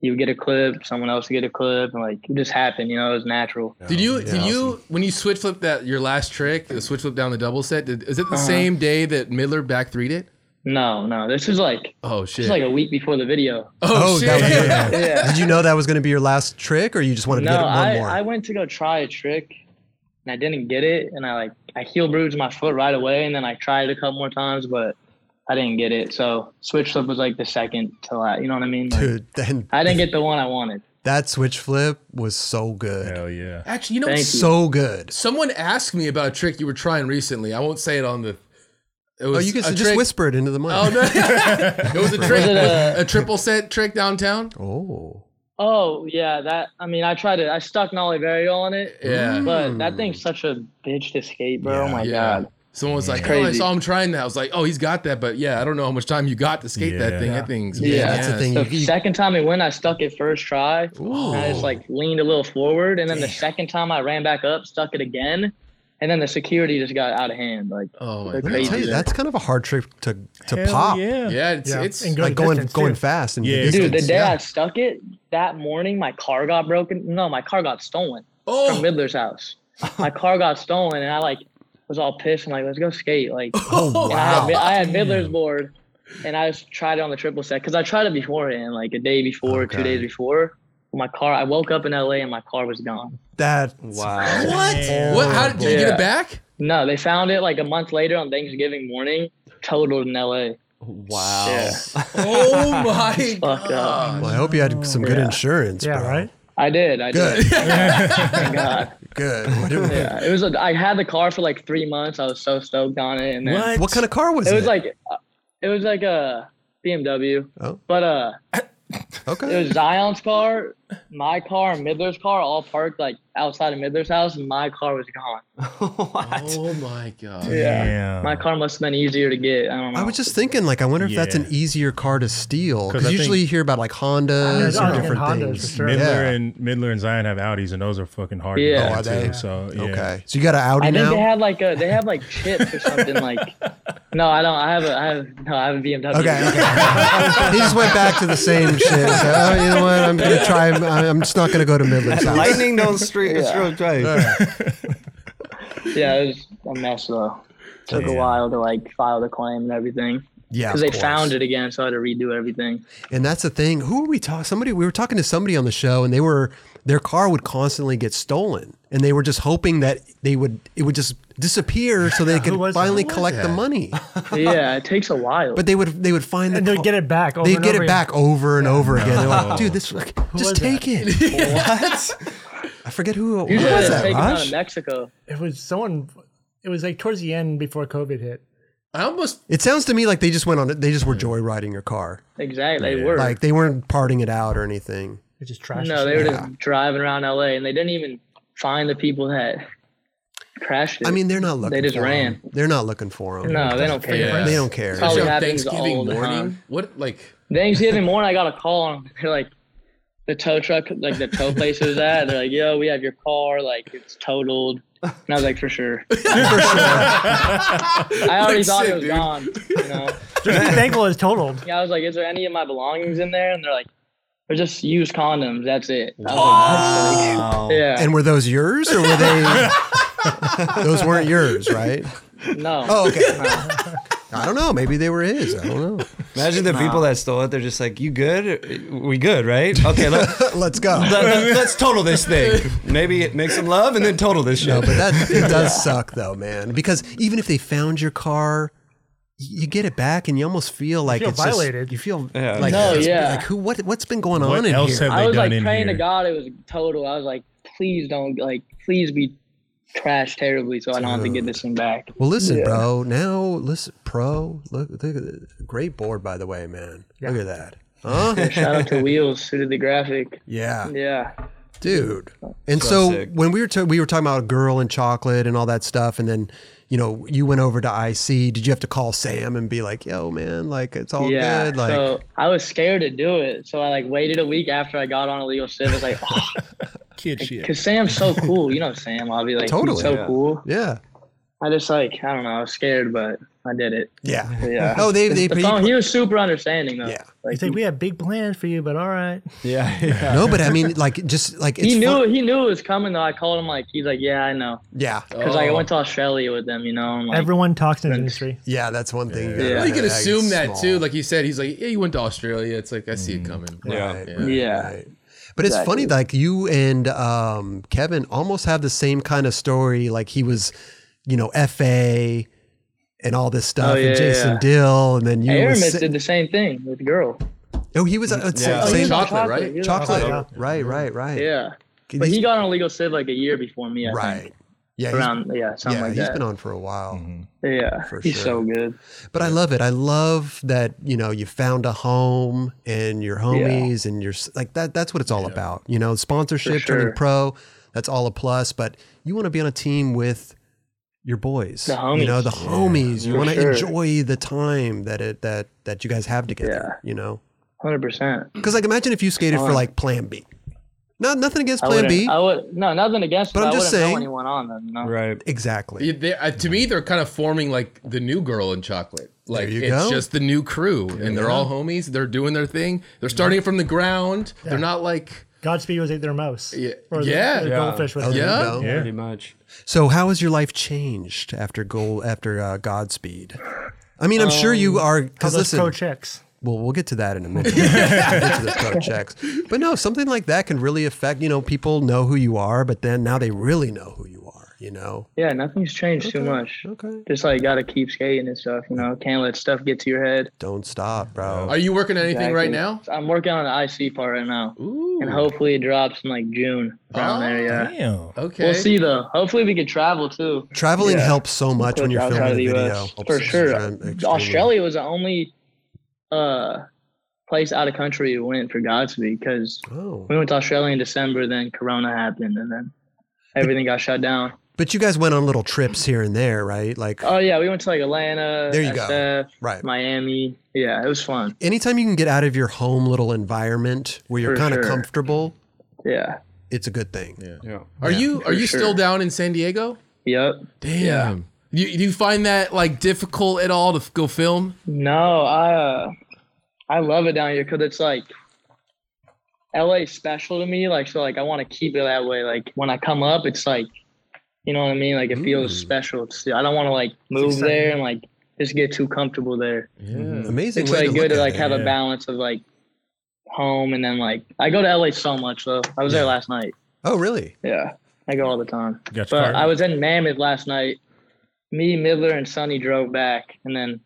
[SPEAKER 7] You would get a clip, someone else would get a clip, and like it just happened, you know, it was natural.
[SPEAKER 2] Did you
[SPEAKER 1] Yeah.
[SPEAKER 2] did you when you switch flip that your last trick, the switch flip down the double set? Did, is it
[SPEAKER 7] Uh-huh.
[SPEAKER 2] the same day that Midler back threed it?
[SPEAKER 7] No, no. This was like
[SPEAKER 2] Oh
[SPEAKER 7] it's
[SPEAKER 2] shit!
[SPEAKER 7] like a week before the video.
[SPEAKER 2] oh,
[SPEAKER 1] Oh,
[SPEAKER 2] shit!
[SPEAKER 1] that was your-
[SPEAKER 7] Yeah.
[SPEAKER 1] Did you know that was going to be your last trick, or you just wanted
[SPEAKER 7] No,
[SPEAKER 1] to get one
[SPEAKER 7] I,
[SPEAKER 1] more?
[SPEAKER 7] I went to go try a trick and I didn't get it and I like I heel bruised my foot right away and then I tried it a couple more times but I didn't get it. So switch flip was like the second to last. You know what I mean? Like,
[SPEAKER 1] Dude, then
[SPEAKER 7] I didn't get the one I wanted.
[SPEAKER 1] that switch flip was so good,
[SPEAKER 3] Hell yeah.
[SPEAKER 2] [laughs] Actually, you know,
[SPEAKER 7] Thank you.
[SPEAKER 1] so good.
[SPEAKER 2] someone asked me about a trick you were trying recently. I won't say it on the. It
[SPEAKER 1] Oh,
[SPEAKER 2] was
[SPEAKER 1] you guys
[SPEAKER 2] a
[SPEAKER 1] just
[SPEAKER 2] trick-
[SPEAKER 1] whisper it into the mic.
[SPEAKER 2] Oh
[SPEAKER 1] [laughs]
[SPEAKER 2] no! it was a trick,
[SPEAKER 7] it
[SPEAKER 2] a,
[SPEAKER 7] a-
[SPEAKER 2] triple set trick downtown.
[SPEAKER 1] Oh.
[SPEAKER 7] Oh yeah, that I mean I tried it. I stuck Nolly Vario on it.
[SPEAKER 2] Yeah.
[SPEAKER 7] But that thing's such a bitch to skate, bro. oh my
[SPEAKER 2] Yeah.
[SPEAKER 7] god.
[SPEAKER 2] Someone was like, "Oh, I
[SPEAKER 7] Crazy.
[SPEAKER 2] saw him trying that." I was like, "Oh, he's got that," but yeah, I don't know how much time you got to skate that
[SPEAKER 3] Yeah.
[SPEAKER 2] thing. That thing's
[SPEAKER 7] Yeah.
[SPEAKER 2] badass.
[SPEAKER 1] That's the thing.
[SPEAKER 7] The
[SPEAKER 1] You- you-
[SPEAKER 7] second time it went, I stuck it first try. And I just like leaned a little forward. And then the second time I ran back up, stuck it again. And then the security just got out of hand. Like,
[SPEAKER 2] Oh my
[SPEAKER 7] they're
[SPEAKER 1] Let me tell you,
[SPEAKER 7] crazy.
[SPEAKER 1] that's kind of a hard trick to to pop.
[SPEAKER 3] Yeah.
[SPEAKER 2] Yeah, it's,
[SPEAKER 6] Yeah.
[SPEAKER 2] it's
[SPEAKER 6] And go-
[SPEAKER 1] Like going
[SPEAKER 6] Distance,
[SPEAKER 1] going
[SPEAKER 6] too.
[SPEAKER 1] fast and
[SPEAKER 3] Yeah.
[SPEAKER 1] distance.
[SPEAKER 7] Dude, the day
[SPEAKER 1] yeah.
[SPEAKER 7] I stuck it, that morning my car got broken. No, my car got stolen
[SPEAKER 2] oh,
[SPEAKER 7] from Midler's house. My car got stolen, and I like was all pissed. I'm like, let's go skate. Like,
[SPEAKER 1] Oh
[SPEAKER 7] and I, had,
[SPEAKER 1] wow!
[SPEAKER 7] Mi- I had Midler's board, and I just tried it on the triple set because I tried it beforehand, like a day before, two days before. My car. I woke up in LA and my car was gone.
[SPEAKER 1] That
[SPEAKER 5] Wow.
[SPEAKER 2] What? What? How did, did you get
[SPEAKER 7] Yeah.
[SPEAKER 2] it
[SPEAKER 7] [laughs]
[SPEAKER 2] back?
[SPEAKER 7] No, they found it like a month later on Thanksgiving morning, totaled in LA.
[SPEAKER 5] Wow.
[SPEAKER 7] Yeah,
[SPEAKER 2] Oh [laughs] my
[SPEAKER 7] fucked up.
[SPEAKER 1] Well, I hope you had some good
[SPEAKER 7] Yeah.
[SPEAKER 1] insurance,
[SPEAKER 6] yeah,
[SPEAKER 1] bro.
[SPEAKER 6] right.
[SPEAKER 7] I did. I
[SPEAKER 1] Good,
[SPEAKER 7] did. [laughs] Thank Oh God.
[SPEAKER 1] good. What,
[SPEAKER 7] Yeah, it was. a- I had the car for like three months. I was so stoked on it, and then
[SPEAKER 3] What?
[SPEAKER 1] what kind of car was it?
[SPEAKER 7] it was like, uh, it was like a BMW.
[SPEAKER 1] Oh.
[SPEAKER 7] But uh, it
[SPEAKER 1] okay,
[SPEAKER 7] was Zion's car, my car, and Midler's car, all parked like outside of Midler's house, and my car was gone.
[SPEAKER 5] what?
[SPEAKER 2] Oh my god.
[SPEAKER 3] Damn.
[SPEAKER 7] My car must have been easier to get. I don't know.
[SPEAKER 1] I was just thinking, like, I wonder if that's
[SPEAKER 3] Yeah.
[SPEAKER 1] an easier car to steal
[SPEAKER 3] 'Cause
[SPEAKER 1] because
[SPEAKER 3] I
[SPEAKER 1] usually
[SPEAKER 3] think-
[SPEAKER 1] you hear about like Hondas
[SPEAKER 6] there's
[SPEAKER 1] or
[SPEAKER 6] Hondas and
[SPEAKER 1] different
[SPEAKER 6] Hondas
[SPEAKER 1] things.
[SPEAKER 6] for sure.
[SPEAKER 3] Midler
[SPEAKER 1] Yeah.
[SPEAKER 3] and Midler and Zion have Audis, and those are fucking hard. to
[SPEAKER 7] Yeah.
[SPEAKER 3] get
[SPEAKER 1] Oh, are
[SPEAKER 3] too,
[SPEAKER 1] they?
[SPEAKER 3] So yeah.
[SPEAKER 1] Okay, so you got an Audi
[SPEAKER 7] I think
[SPEAKER 1] now?
[SPEAKER 7] they had like a they have like chips or something
[SPEAKER 1] [laughs]
[SPEAKER 7] like. No, I don't. I have a I have no. I have a BMW.
[SPEAKER 1] okay, okay. [laughs] he just went back to the same shit. So, oh, you know what? I'm gonna try. I'm, I'm just not gonna go to Midland's house.
[SPEAKER 5] Lightning don't street. It's real tight.
[SPEAKER 7] Yeah, it was a mess though. Took a
[SPEAKER 3] Yeah.
[SPEAKER 7] while to like file the claim and everything
[SPEAKER 1] Yeah,
[SPEAKER 7] because
[SPEAKER 1] of
[SPEAKER 7] they
[SPEAKER 1] course.
[SPEAKER 7] found it again, so I had to
[SPEAKER 1] [laughs]
[SPEAKER 7] redo everything.
[SPEAKER 1] And that's the thing. Who are we talking? Somebody we were talking to somebody on the show, and they were their car would constantly get stolen, and they were just hoping that they would it would just disappear so they could
[SPEAKER 6] was-
[SPEAKER 1] finally
[SPEAKER 6] [laughs] who was
[SPEAKER 1] collect the
[SPEAKER 2] that?
[SPEAKER 1] money.
[SPEAKER 7] But yeah, it takes a while.
[SPEAKER 1] But they would they would find
[SPEAKER 6] And
[SPEAKER 1] the
[SPEAKER 6] they'll get it back. Over
[SPEAKER 1] They
[SPEAKER 6] and
[SPEAKER 1] get
[SPEAKER 6] over
[SPEAKER 1] it
[SPEAKER 6] again.
[SPEAKER 1] back over and over again. They're like, dude, this like, just
[SPEAKER 6] was
[SPEAKER 1] take it.
[SPEAKER 6] [laughs]
[SPEAKER 5] What?
[SPEAKER 1] [laughs] I forget who it
[SPEAKER 7] Usually
[SPEAKER 1] was.
[SPEAKER 7] they
[SPEAKER 1] That
[SPEAKER 7] take them out
[SPEAKER 1] Raj?
[SPEAKER 7] of Mexico.
[SPEAKER 6] It was someone. It was like towards the end before COVID hit.
[SPEAKER 2] I almost
[SPEAKER 1] It sounds to me like they just went on. it. They just were joyriding your car.
[SPEAKER 7] Exactly, they were.
[SPEAKER 1] Like they weren't parting it out or anything.
[SPEAKER 6] It just trashed.
[SPEAKER 7] no, they were just driving around LA, and they didn't even find the people that crashed it.
[SPEAKER 1] I mean, they're not looking.
[SPEAKER 7] They just
[SPEAKER 1] for 'em.
[SPEAKER 7] ran.
[SPEAKER 1] They're not looking for them.
[SPEAKER 7] no, they don't care.
[SPEAKER 2] Yeah.
[SPEAKER 1] They don't care.
[SPEAKER 2] Especially
[SPEAKER 7] Probably
[SPEAKER 2] on
[SPEAKER 7] happens all
[SPEAKER 2] Thanksgiving
[SPEAKER 7] the
[SPEAKER 2] morning.
[SPEAKER 7] time.
[SPEAKER 2] What like
[SPEAKER 7] Thanksgiving morning, I got a call. And they're [laughs] like, the tow truck, like the tow place was at. They're like, yo, we have your car. Like, it's totaled. And I was like, for sure. for sure. I already
[SPEAKER 2] Like,
[SPEAKER 7] thought
[SPEAKER 2] sick,
[SPEAKER 7] it was
[SPEAKER 2] dude.
[SPEAKER 7] gone. You know?
[SPEAKER 6] just thankful it's totaled.
[SPEAKER 7] Yeah, I was like, is there any of my belongings in there? And they're like, they're just used condoms. That's it. I was
[SPEAKER 3] Oh.
[SPEAKER 5] Wow.
[SPEAKER 7] like, yeah.
[SPEAKER 1] And were those yours or were [laughs] they? those weren't yours, right?
[SPEAKER 7] no.
[SPEAKER 1] Oh, okay. [laughs] I don't know. Maybe they were his. I don't know.
[SPEAKER 5] Imagine the people that stole it. They're just like, you good? We good, right? Okay,
[SPEAKER 1] [laughs]
[SPEAKER 5] let,
[SPEAKER 1] Let's go.
[SPEAKER 5] let, us total this thing. Maybe make some love and then total this
[SPEAKER 1] No,
[SPEAKER 5] show.
[SPEAKER 1] but that it does suck though, man. Because even if they found your car, y- you get it back, and you almost feel like
[SPEAKER 6] feel
[SPEAKER 1] it's just-
[SPEAKER 6] violated.
[SPEAKER 1] you feel
[SPEAKER 5] Yeah.
[SPEAKER 1] like,
[SPEAKER 7] No,
[SPEAKER 1] it's-
[SPEAKER 7] yeah.
[SPEAKER 1] like who? What? What's been going
[SPEAKER 3] What
[SPEAKER 1] on in
[SPEAKER 3] else
[SPEAKER 1] here?
[SPEAKER 3] have
[SPEAKER 7] I
[SPEAKER 3] they
[SPEAKER 7] was
[SPEAKER 3] done
[SPEAKER 7] like
[SPEAKER 3] in
[SPEAKER 7] praying to
[SPEAKER 3] here?
[SPEAKER 7] God it was total. I was like, please don't like, please be trashed terribly, so I don't have to get this thing back.
[SPEAKER 1] well, listen, bro. Now, listen, pro. Look, look at the- great board, by the way, man. Look at that.
[SPEAKER 7] [laughs]
[SPEAKER 1] Huh?
[SPEAKER 7] Shout out to Wheels who did the graphic.
[SPEAKER 1] yeah,
[SPEAKER 7] Yeah,
[SPEAKER 1] dude. And so,
[SPEAKER 5] sick.
[SPEAKER 1] when we were ta- we were talking about girl and chocolate and all that stuff, and then you know you went over to IC. Did you have to call Sam and be like, "Yo, man, like it's all
[SPEAKER 7] yeah.
[SPEAKER 1] good"? Like,
[SPEAKER 7] so I was scared to do it, so I like waited a week after I got on illegal shit. I was like, oh,
[SPEAKER 1] [laughs]
[SPEAKER 3] Kid shit.
[SPEAKER 7] cause Sam's so cool, you know Sam. I'll be like,
[SPEAKER 1] Totally,
[SPEAKER 7] totally so
[SPEAKER 5] yeah.
[SPEAKER 7] cool.
[SPEAKER 1] yeah,
[SPEAKER 7] I just like, I don't know, I was scared, but I did it.
[SPEAKER 1] yeah.
[SPEAKER 7] But yeah.
[SPEAKER 1] Oh, they they
[SPEAKER 7] The
[SPEAKER 1] he-
[SPEAKER 7] phone, he was super understanding though.
[SPEAKER 1] Yeah.
[SPEAKER 7] Like,
[SPEAKER 6] It's like we have big plans for you, but all right.
[SPEAKER 5] Yeah, yeah.
[SPEAKER 1] No, but I mean, like, just like it's
[SPEAKER 7] he knew
[SPEAKER 1] fun-
[SPEAKER 7] he knew it was coming though. I called him like he's like, yeah, I know.
[SPEAKER 1] Yeah,
[SPEAKER 7] Because like I went to Australia with them, you know. And, like,
[SPEAKER 6] Everyone talks in the industry.
[SPEAKER 1] yeah, that's one thing.
[SPEAKER 7] Yeah.
[SPEAKER 2] Well, you can assume that too.
[SPEAKER 1] Like,
[SPEAKER 2] Like you said, he's like, yeah, you went to Australia. It's like I see
[SPEAKER 1] Mm.
[SPEAKER 2] it coming.
[SPEAKER 5] Yeah.
[SPEAKER 1] Right,
[SPEAKER 2] Yeah.
[SPEAKER 7] yeah.
[SPEAKER 1] right. But it's funny, like you and um, Kevin almost have the same kind of story. Like he was, you know, FA and all this stuff,
[SPEAKER 7] Oh, yeah,
[SPEAKER 1] and Jason
[SPEAKER 7] yeah.
[SPEAKER 1] Dill, and then you. was
[SPEAKER 7] Aramis
[SPEAKER 1] si-
[SPEAKER 7] did the same thing with girl.
[SPEAKER 1] oh, he was uh,
[SPEAKER 5] Yeah.
[SPEAKER 1] yeah.
[SPEAKER 5] Oh,
[SPEAKER 1] same,
[SPEAKER 2] he was
[SPEAKER 1] same
[SPEAKER 2] on chocolate, right?
[SPEAKER 7] He was on
[SPEAKER 1] chocolate.
[SPEAKER 6] Yeah.
[SPEAKER 1] Right, right, right.
[SPEAKER 7] Yeah.
[SPEAKER 1] Can
[SPEAKER 7] But
[SPEAKER 1] you-
[SPEAKER 7] he got on illegal civ like a year before me, I think.
[SPEAKER 1] right. Yeah, he's-
[SPEAKER 7] Around yeah, something
[SPEAKER 1] yeah,
[SPEAKER 7] like
[SPEAKER 1] he's
[SPEAKER 7] that.
[SPEAKER 1] been on for a while.
[SPEAKER 7] yeah.
[SPEAKER 1] for
[SPEAKER 7] he's
[SPEAKER 1] sure.
[SPEAKER 7] so good.
[SPEAKER 1] But I love it. I love that you know you found a home and your homies and your like that. That's what it's all about. You know, sponsorship,
[SPEAKER 7] For
[SPEAKER 1] turning
[SPEAKER 7] sure.
[SPEAKER 1] pro. That's all a plus. But you want to be on a team with your boys.
[SPEAKER 7] The
[SPEAKER 1] You know,
[SPEAKER 7] homies.
[SPEAKER 1] the homies. You
[SPEAKER 7] For
[SPEAKER 1] want to
[SPEAKER 7] sure.
[SPEAKER 1] enjoy the time that it that that you guys have together. You know,
[SPEAKER 7] Hundred percent.
[SPEAKER 1] because like imagine if you skated for like Plan B. Not nothing against
[SPEAKER 7] I
[SPEAKER 1] Plan B.
[SPEAKER 7] wouldn't I would no, nothing against
[SPEAKER 1] But
[SPEAKER 7] him.
[SPEAKER 1] I'm
[SPEAKER 7] I
[SPEAKER 1] just
[SPEAKER 7] wouldn't know
[SPEAKER 1] saying-
[SPEAKER 7] anyone on them. No.
[SPEAKER 5] Right.
[SPEAKER 1] exactly.
[SPEAKER 2] Yeah, they- uh, to me, they're kind of forming like the new girl in chocolate. Like
[SPEAKER 1] you
[SPEAKER 2] it's
[SPEAKER 1] go.
[SPEAKER 2] just the new crew, and they're all homies. They're doing their thing. They're starting from the ground. They're not like
[SPEAKER 6] Godspeed was like their mouse.
[SPEAKER 2] Yeah.
[SPEAKER 6] Or the,
[SPEAKER 2] Yeah.
[SPEAKER 6] the
[SPEAKER 2] Yeah.
[SPEAKER 6] goldfish was.
[SPEAKER 1] Oh, there you
[SPEAKER 2] Yeah.
[SPEAKER 1] go.
[SPEAKER 5] Pretty much.
[SPEAKER 1] So, how has your life changed after goal after uh, Godspeed? I mean, I'm sure you
[SPEAKER 7] Um,
[SPEAKER 1] are because
[SPEAKER 6] Those
[SPEAKER 1] listen.
[SPEAKER 6] pro chicks.
[SPEAKER 1] well, we'll get to that in a
[SPEAKER 7] [laughs]
[SPEAKER 1] minute. we'll get to the pro checks, but no, something like that can really affect. You know, people know who you are, but then now they really know who you are. You know,
[SPEAKER 7] Yeah, nothing's changed too much.
[SPEAKER 1] okay,
[SPEAKER 7] Just like gotta keep skating and stuff, you know. Can't let stuff get to your head.
[SPEAKER 1] don't stop, bro.
[SPEAKER 2] Are you working on anything right now?
[SPEAKER 7] I'm working on the IC part right now.
[SPEAKER 2] Ooh.
[SPEAKER 7] And hopefully it drops in like June. Around
[SPEAKER 2] Oh,
[SPEAKER 7] there, yeah.
[SPEAKER 3] Damn.
[SPEAKER 2] Okay.
[SPEAKER 7] We'll see though. Hopefully we could travel too.
[SPEAKER 1] Traveling
[SPEAKER 7] Yeah.
[SPEAKER 1] helps so much when you're
[SPEAKER 7] Outside
[SPEAKER 1] filming a
[SPEAKER 7] of the
[SPEAKER 1] video.
[SPEAKER 7] US, for sure.
[SPEAKER 1] Extremely.
[SPEAKER 7] Australia was the only uh, place out of country we went for Godspeed because
[SPEAKER 1] Oh,
[SPEAKER 7] we went to Australia in December, then Corona happened, and then everything got shut down.
[SPEAKER 1] but you guys went on little trips here and there, right? Like,
[SPEAKER 7] Oh yeah, we went to like Atlanta,
[SPEAKER 1] There you go.
[SPEAKER 7] SF,
[SPEAKER 1] right.
[SPEAKER 7] Miami. Yeah, it was fun.
[SPEAKER 1] Anytime you can get out of your home little environment where you're
[SPEAKER 7] For
[SPEAKER 1] kind of
[SPEAKER 7] sure. Mm-hmm.
[SPEAKER 1] comfortable,
[SPEAKER 7] Yeah.
[SPEAKER 1] it's a good thing.
[SPEAKER 2] Are you Are you still
[SPEAKER 7] sure.
[SPEAKER 2] down in San Diego?
[SPEAKER 7] Yep.
[SPEAKER 2] Damn. You, do you find that like difficult at all to f- go film?
[SPEAKER 7] No, I uh, I love it down here because it's like LA special to me. Like so, like I want to keep it that way. Like when I come up, it's like You know what I mean? Like it
[SPEAKER 1] Mm.
[SPEAKER 7] feels special. To see. I don't want to like move
[SPEAKER 6] exciting.
[SPEAKER 7] there and like just get too comfortable there.
[SPEAKER 1] Amazing.
[SPEAKER 7] It's
[SPEAKER 1] way
[SPEAKER 7] like
[SPEAKER 1] to
[SPEAKER 7] good
[SPEAKER 1] look
[SPEAKER 7] to
[SPEAKER 1] at
[SPEAKER 7] like
[SPEAKER 1] it.
[SPEAKER 7] have a
[SPEAKER 3] yeah.
[SPEAKER 7] balance of like home and then like I go to LA so much though. I was there last night.
[SPEAKER 1] Oh, really?
[SPEAKER 7] Yeah, I go all the time.
[SPEAKER 3] Got your
[SPEAKER 7] But
[SPEAKER 3] car.
[SPEAKER 7] I was in Mammoth last night. Me, Midler, and Sonny drove back, and then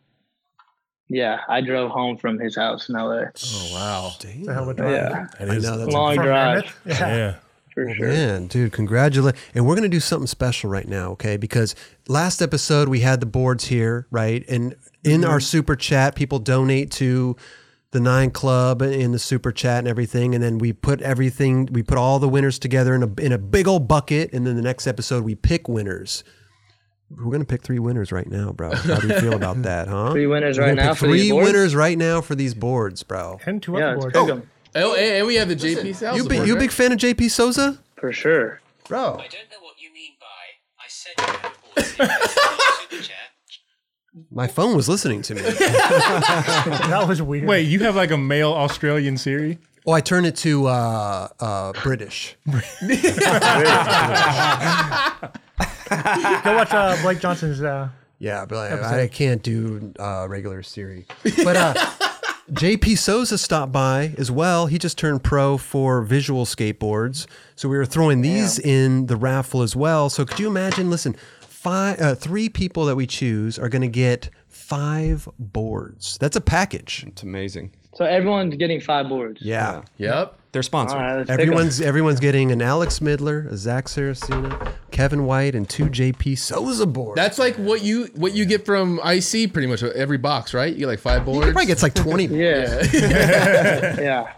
[SPEAKER 7] yeah, I drove home from his house in LA.
[SPEAKER 2] Oh wow.
[SPEAKER 1] Damn.
[SPEAKER 6] The hell with that.
[SPEAKER 7] Yeah, Oh
[SPEAKER 3] That
[SPEAKER 1] I
[SPEAKER 3] is-
[SPEAKER 1] know that's
[SPEAKER 7] long
[SPEAKER 6] From
[SPEAKER 7] drive
[SPEAKER 6] Mammoth? Yeah.
[SPEAKER 7] [laughs]
[SPEAKER 3] yeah.
[SPEAKER 1] Mm-hmm.
[SPEAKER 7] for sure.
[SPEAKER 1] Man, dude, congratulate. And we're going to do something special right now, okay? Because last episode we had the boards here, right? And in
[SPEAKER 7] Mm-hmm.
[SPEAKER 1] our super chat, people donate to the Nine Club in the super chat and everything. And then we put everything, we put all the winners together in a, in a big old bucket. And then the next episode we pick winners. We're going to pick three winners right now, bro. How do you feel
[SPEAKER 7] [laughs]
[SPEAKER 1] about that, huh?
[SPEAKER 7] Three winners
[SPEAKER 1] We're
[SPEAKER 7] right
[SPEAKER 1] gonna
[SPEAKER 7] now
[SPEAKER 1] pick
[SPEAKER 7] for
[SPEAKER 1] three
[SPEAKER 7] these boards?
[SPEAKER 1] winners right now for these boards, bro.
[SPEAKER 6] And two
[SPEAKER 7] Yeah,
[SPEAKER 6] other
[SPEAKER 7] it's
[SPEAKER 6] boards.
[SPEAKER 7] pick 'em,
[SPEAKER 2] Oh, and, and we have the JP Sales.
[SPEAKER 1] You, bi-
[SPEAKER 2] Award,
[SPEAKER 1] you a
[SPEAKER 2] right?
[SPEAKER 1] big fan of JP Souza?
[SPEAKER 7] for sure.
[SPEAKER 1] Bro.
[SPEAKER 8] I don't know what you mean by I said you had boards in the super chat.
[SPEAKER 1] My phone was listening to me.
[SPEAKER 6] [laughs] that was weird.
[SPEAKER 3] Wait, you have like a male Australian Siri?
[SPEAKER 1] Oh, I turn it to uh, uh, British.
[SPEAKER 6] go watch uh, Blake Johnson's. Uh,
[SPEAKER 1] Yeah, but I, I can't do uh, regular Siri. But uh, JP Souza stopped by as well. He just turned pro for visual skateboards, so we were throwing these in the raffle as well. So could you imagine? Listen, five, uh, three people that we choose are going to get five boards. That's a package.
[SPEAKER 5] It's amazing.
[SPEAKER 7] So everyone's getting five boards.
[SPEAKER 1] Yeah.
[SPEAKER 2] Yep.
[SPEAKER 5] They're sponsored.
[SPEAKER 7] All right, let's pick 'em.
[SPEAKER 1] Everyone's everyone's getting an Alex Midler, a Zach Saracena, Kevin White, and two JP Souza boards.
[SPEAKER 2] That's like what you what you get from IC pretty much every box, right? You get like five boards.
[SPEAKER 1] He probably gets like twenty.
[SPEAKER 2] [laughs]
[SPEAKER 7] Yeah.
[SPEAKER 1] [laughs]
[SPEAKER 7] [laughs] yeah.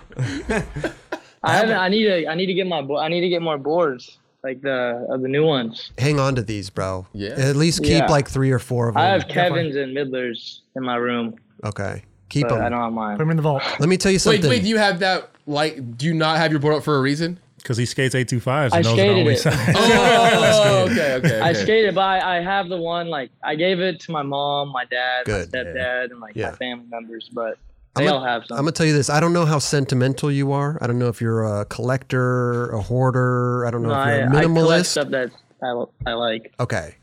[SPEAKER 7] I haven't, I need to I need to get my bo- I need to get more boards like the of the new ones.
[SPEAKER 1] hang on to these, bro.
[SPEAKER 2] Yeah.
[SPEAKER 1] At least keep
[SPEAKER 7] Yeah.
[SPEAKER 1] like three or four of them.
[SPEAKER 7] I have Kevin's and Midler's in my room,
[SPEAKER 1] okay. Keep
[SPEAKER 7] but I
[SPEAKER 1] them.
[SPEAKER 7] don't have mine.
[SPEAKER 6] put him in the vault.
[SPEAKER 1] Let me tell you
[SPEAKER 2] Wait,
[SPEAKER 1] something.
[SPEAKER 2] wait. Do you have that? Like, do you not have your board up for a reason?
[SPEAKER 3] Because he skates 825s
[SPEAKER 7] I
[SPEAKER 3] and those are the
[SPEAKER 7] skated
[SPEAKER 3] only
[SPEAKER 7] it.
[SPEAKER 2] [laughs]
[SPEAKER 3] size.
[SPEAKER 2] Oh, okay, okay.
[SPEAKER 7] I
[SPEAKER 2] okay.
[SPEAKER 7] skated by. I have the one like I gave it to my mom, my dad,
[SPEAKER 1] Good,
[SPEAKER 7] my
[SPEAKER 1] yeah.
[SPEAKER 7] stepdad, and like
[SPEAKER 1] Yeah.
[SPEAKER 7] my family members. But
[SPEAKER 1] I'm
[SPEAKER 7] they
[SPEAKER 1] a-
[SPEAKER 7] all have
[SPEAKER 1] I'm
[SPEAKER 7] some.
[SPEAKER 1] gonna tell you this. I don't know how sentimental you are. I don't know if you're a collector, a hoarder. I don't know
[SPEAKER 7] No,
[SPEAKER 1] if
[SPEAKER 7] I,
[SPEAKER 1] you're a
[SPEAKER 7] I collect
[SPEAKER 1] minimalist.
[SPEAKER 7] stuff that I, I like.
[SPEAKER 1] okay.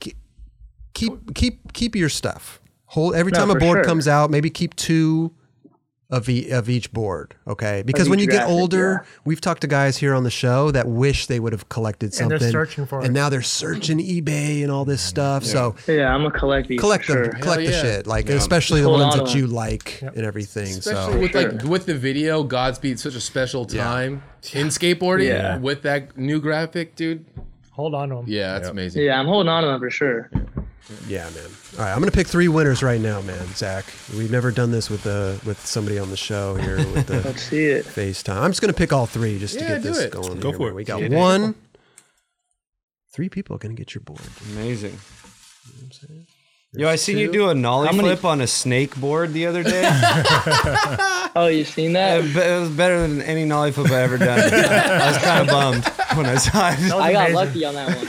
[SPEAKER 1] Keep- Keep keep keep your stuff. Hold every
[SPEAKER 7] No,
[SPEAKER 1] time a
[SPEAKER 7] for
[SPEAKER 1] board
[SPEAKER 7] sure.
[SPEAKER 1] comes out, maybe keep two of e- of each board. Okay, because when
[SPEAKER 7] each
[SPEAKER 1] you get
[SPEAKER 7] graphic,
[SPEAKER 1] older, we've talked to guys here on the show that wish they would have collected
[SPEAKER 6] And
[SPEAKER 1] something,
[SPEAKER 6] they're searching for
[SPEAKER 1] and
[SPEAKER 6] it.
[SPEAKER 1] now they're searching eBay and all this stuff. So
[SPEAKER 7] Yeah, I'm a collector.
[SPEAKER 1] collect
[SPEAKER 7] sure.
[SPEAKER 1] them, collect
[SPEAKER 2] Hell
[SPEAKER 1] the
[SPEAKER 2] yeah.
[SPEAKER 1] shit, like especially the
[SPEAKER 7] Hold
[SPEAKER 1] ones
[SPEAKER 7] on
[SPEAKER 1] that
[SPEAKER 7] to
[SPEAKER 1] you like and everything.
[SPEAKER 2] Especially
[SPEAKER 1] so
[SPEAKER 2] with like with the video, Godspeed, such a special time in skateboarding
[SPEAKER 7] Yeah.
[SPEAKER 2] with that new graphic, dude.
[SPEAKER 6] Hold on to him.
[SPEAKER 2] Yeah, that's amazing.
[SPEAKER 7] Yeah, I'm holding on to them for sure.
[SPEAKER 1] yeah, man. All right, I'm gonna pick three winners right now, man. Zach, we've never done this with uh, with somebody on the show here with the
[SPEAKER 2] [laughs]
[SPEAKER 7] Let's see it.
[SPEAKER 1] FaceTime. I'm just gonna pick all three just
[SPEAKER 2] Yeah,
[SPEAKER 1] to get
[SPEAKER 2] do
[SPEAKER 1] this
[SPEAKER 2] it.
[SPEAKER 1] going.
[SPEAKER 3] Go
[SPEAKER 1] here,
[SPEAKER 3] for
[SPEAKER 1] man.
[SPEAKER 3] it.
[SPEAKER 1] We got one. Three people are gonna get your board.
[SPEAKER 5] Amazing. Yo, I seen you do a
[SPEAKER 7] How
[SPEAKER 5] nollie
[SPEAKER 7] many-
[SPEAKER 5] flip on a snake board the other day.
[SPEAKER 7] Oh, you seen that?
[SPEAKER 5] it was better than any nollie flip I ever done. I was kind of bummed when I saw
[SPEAKER 7] [laughs]
[SPEAKER 5] it.
[SPEAKER 7] I got
[SPEAKER 6] Amazing.
[SPEAKER 7] lucky on that one.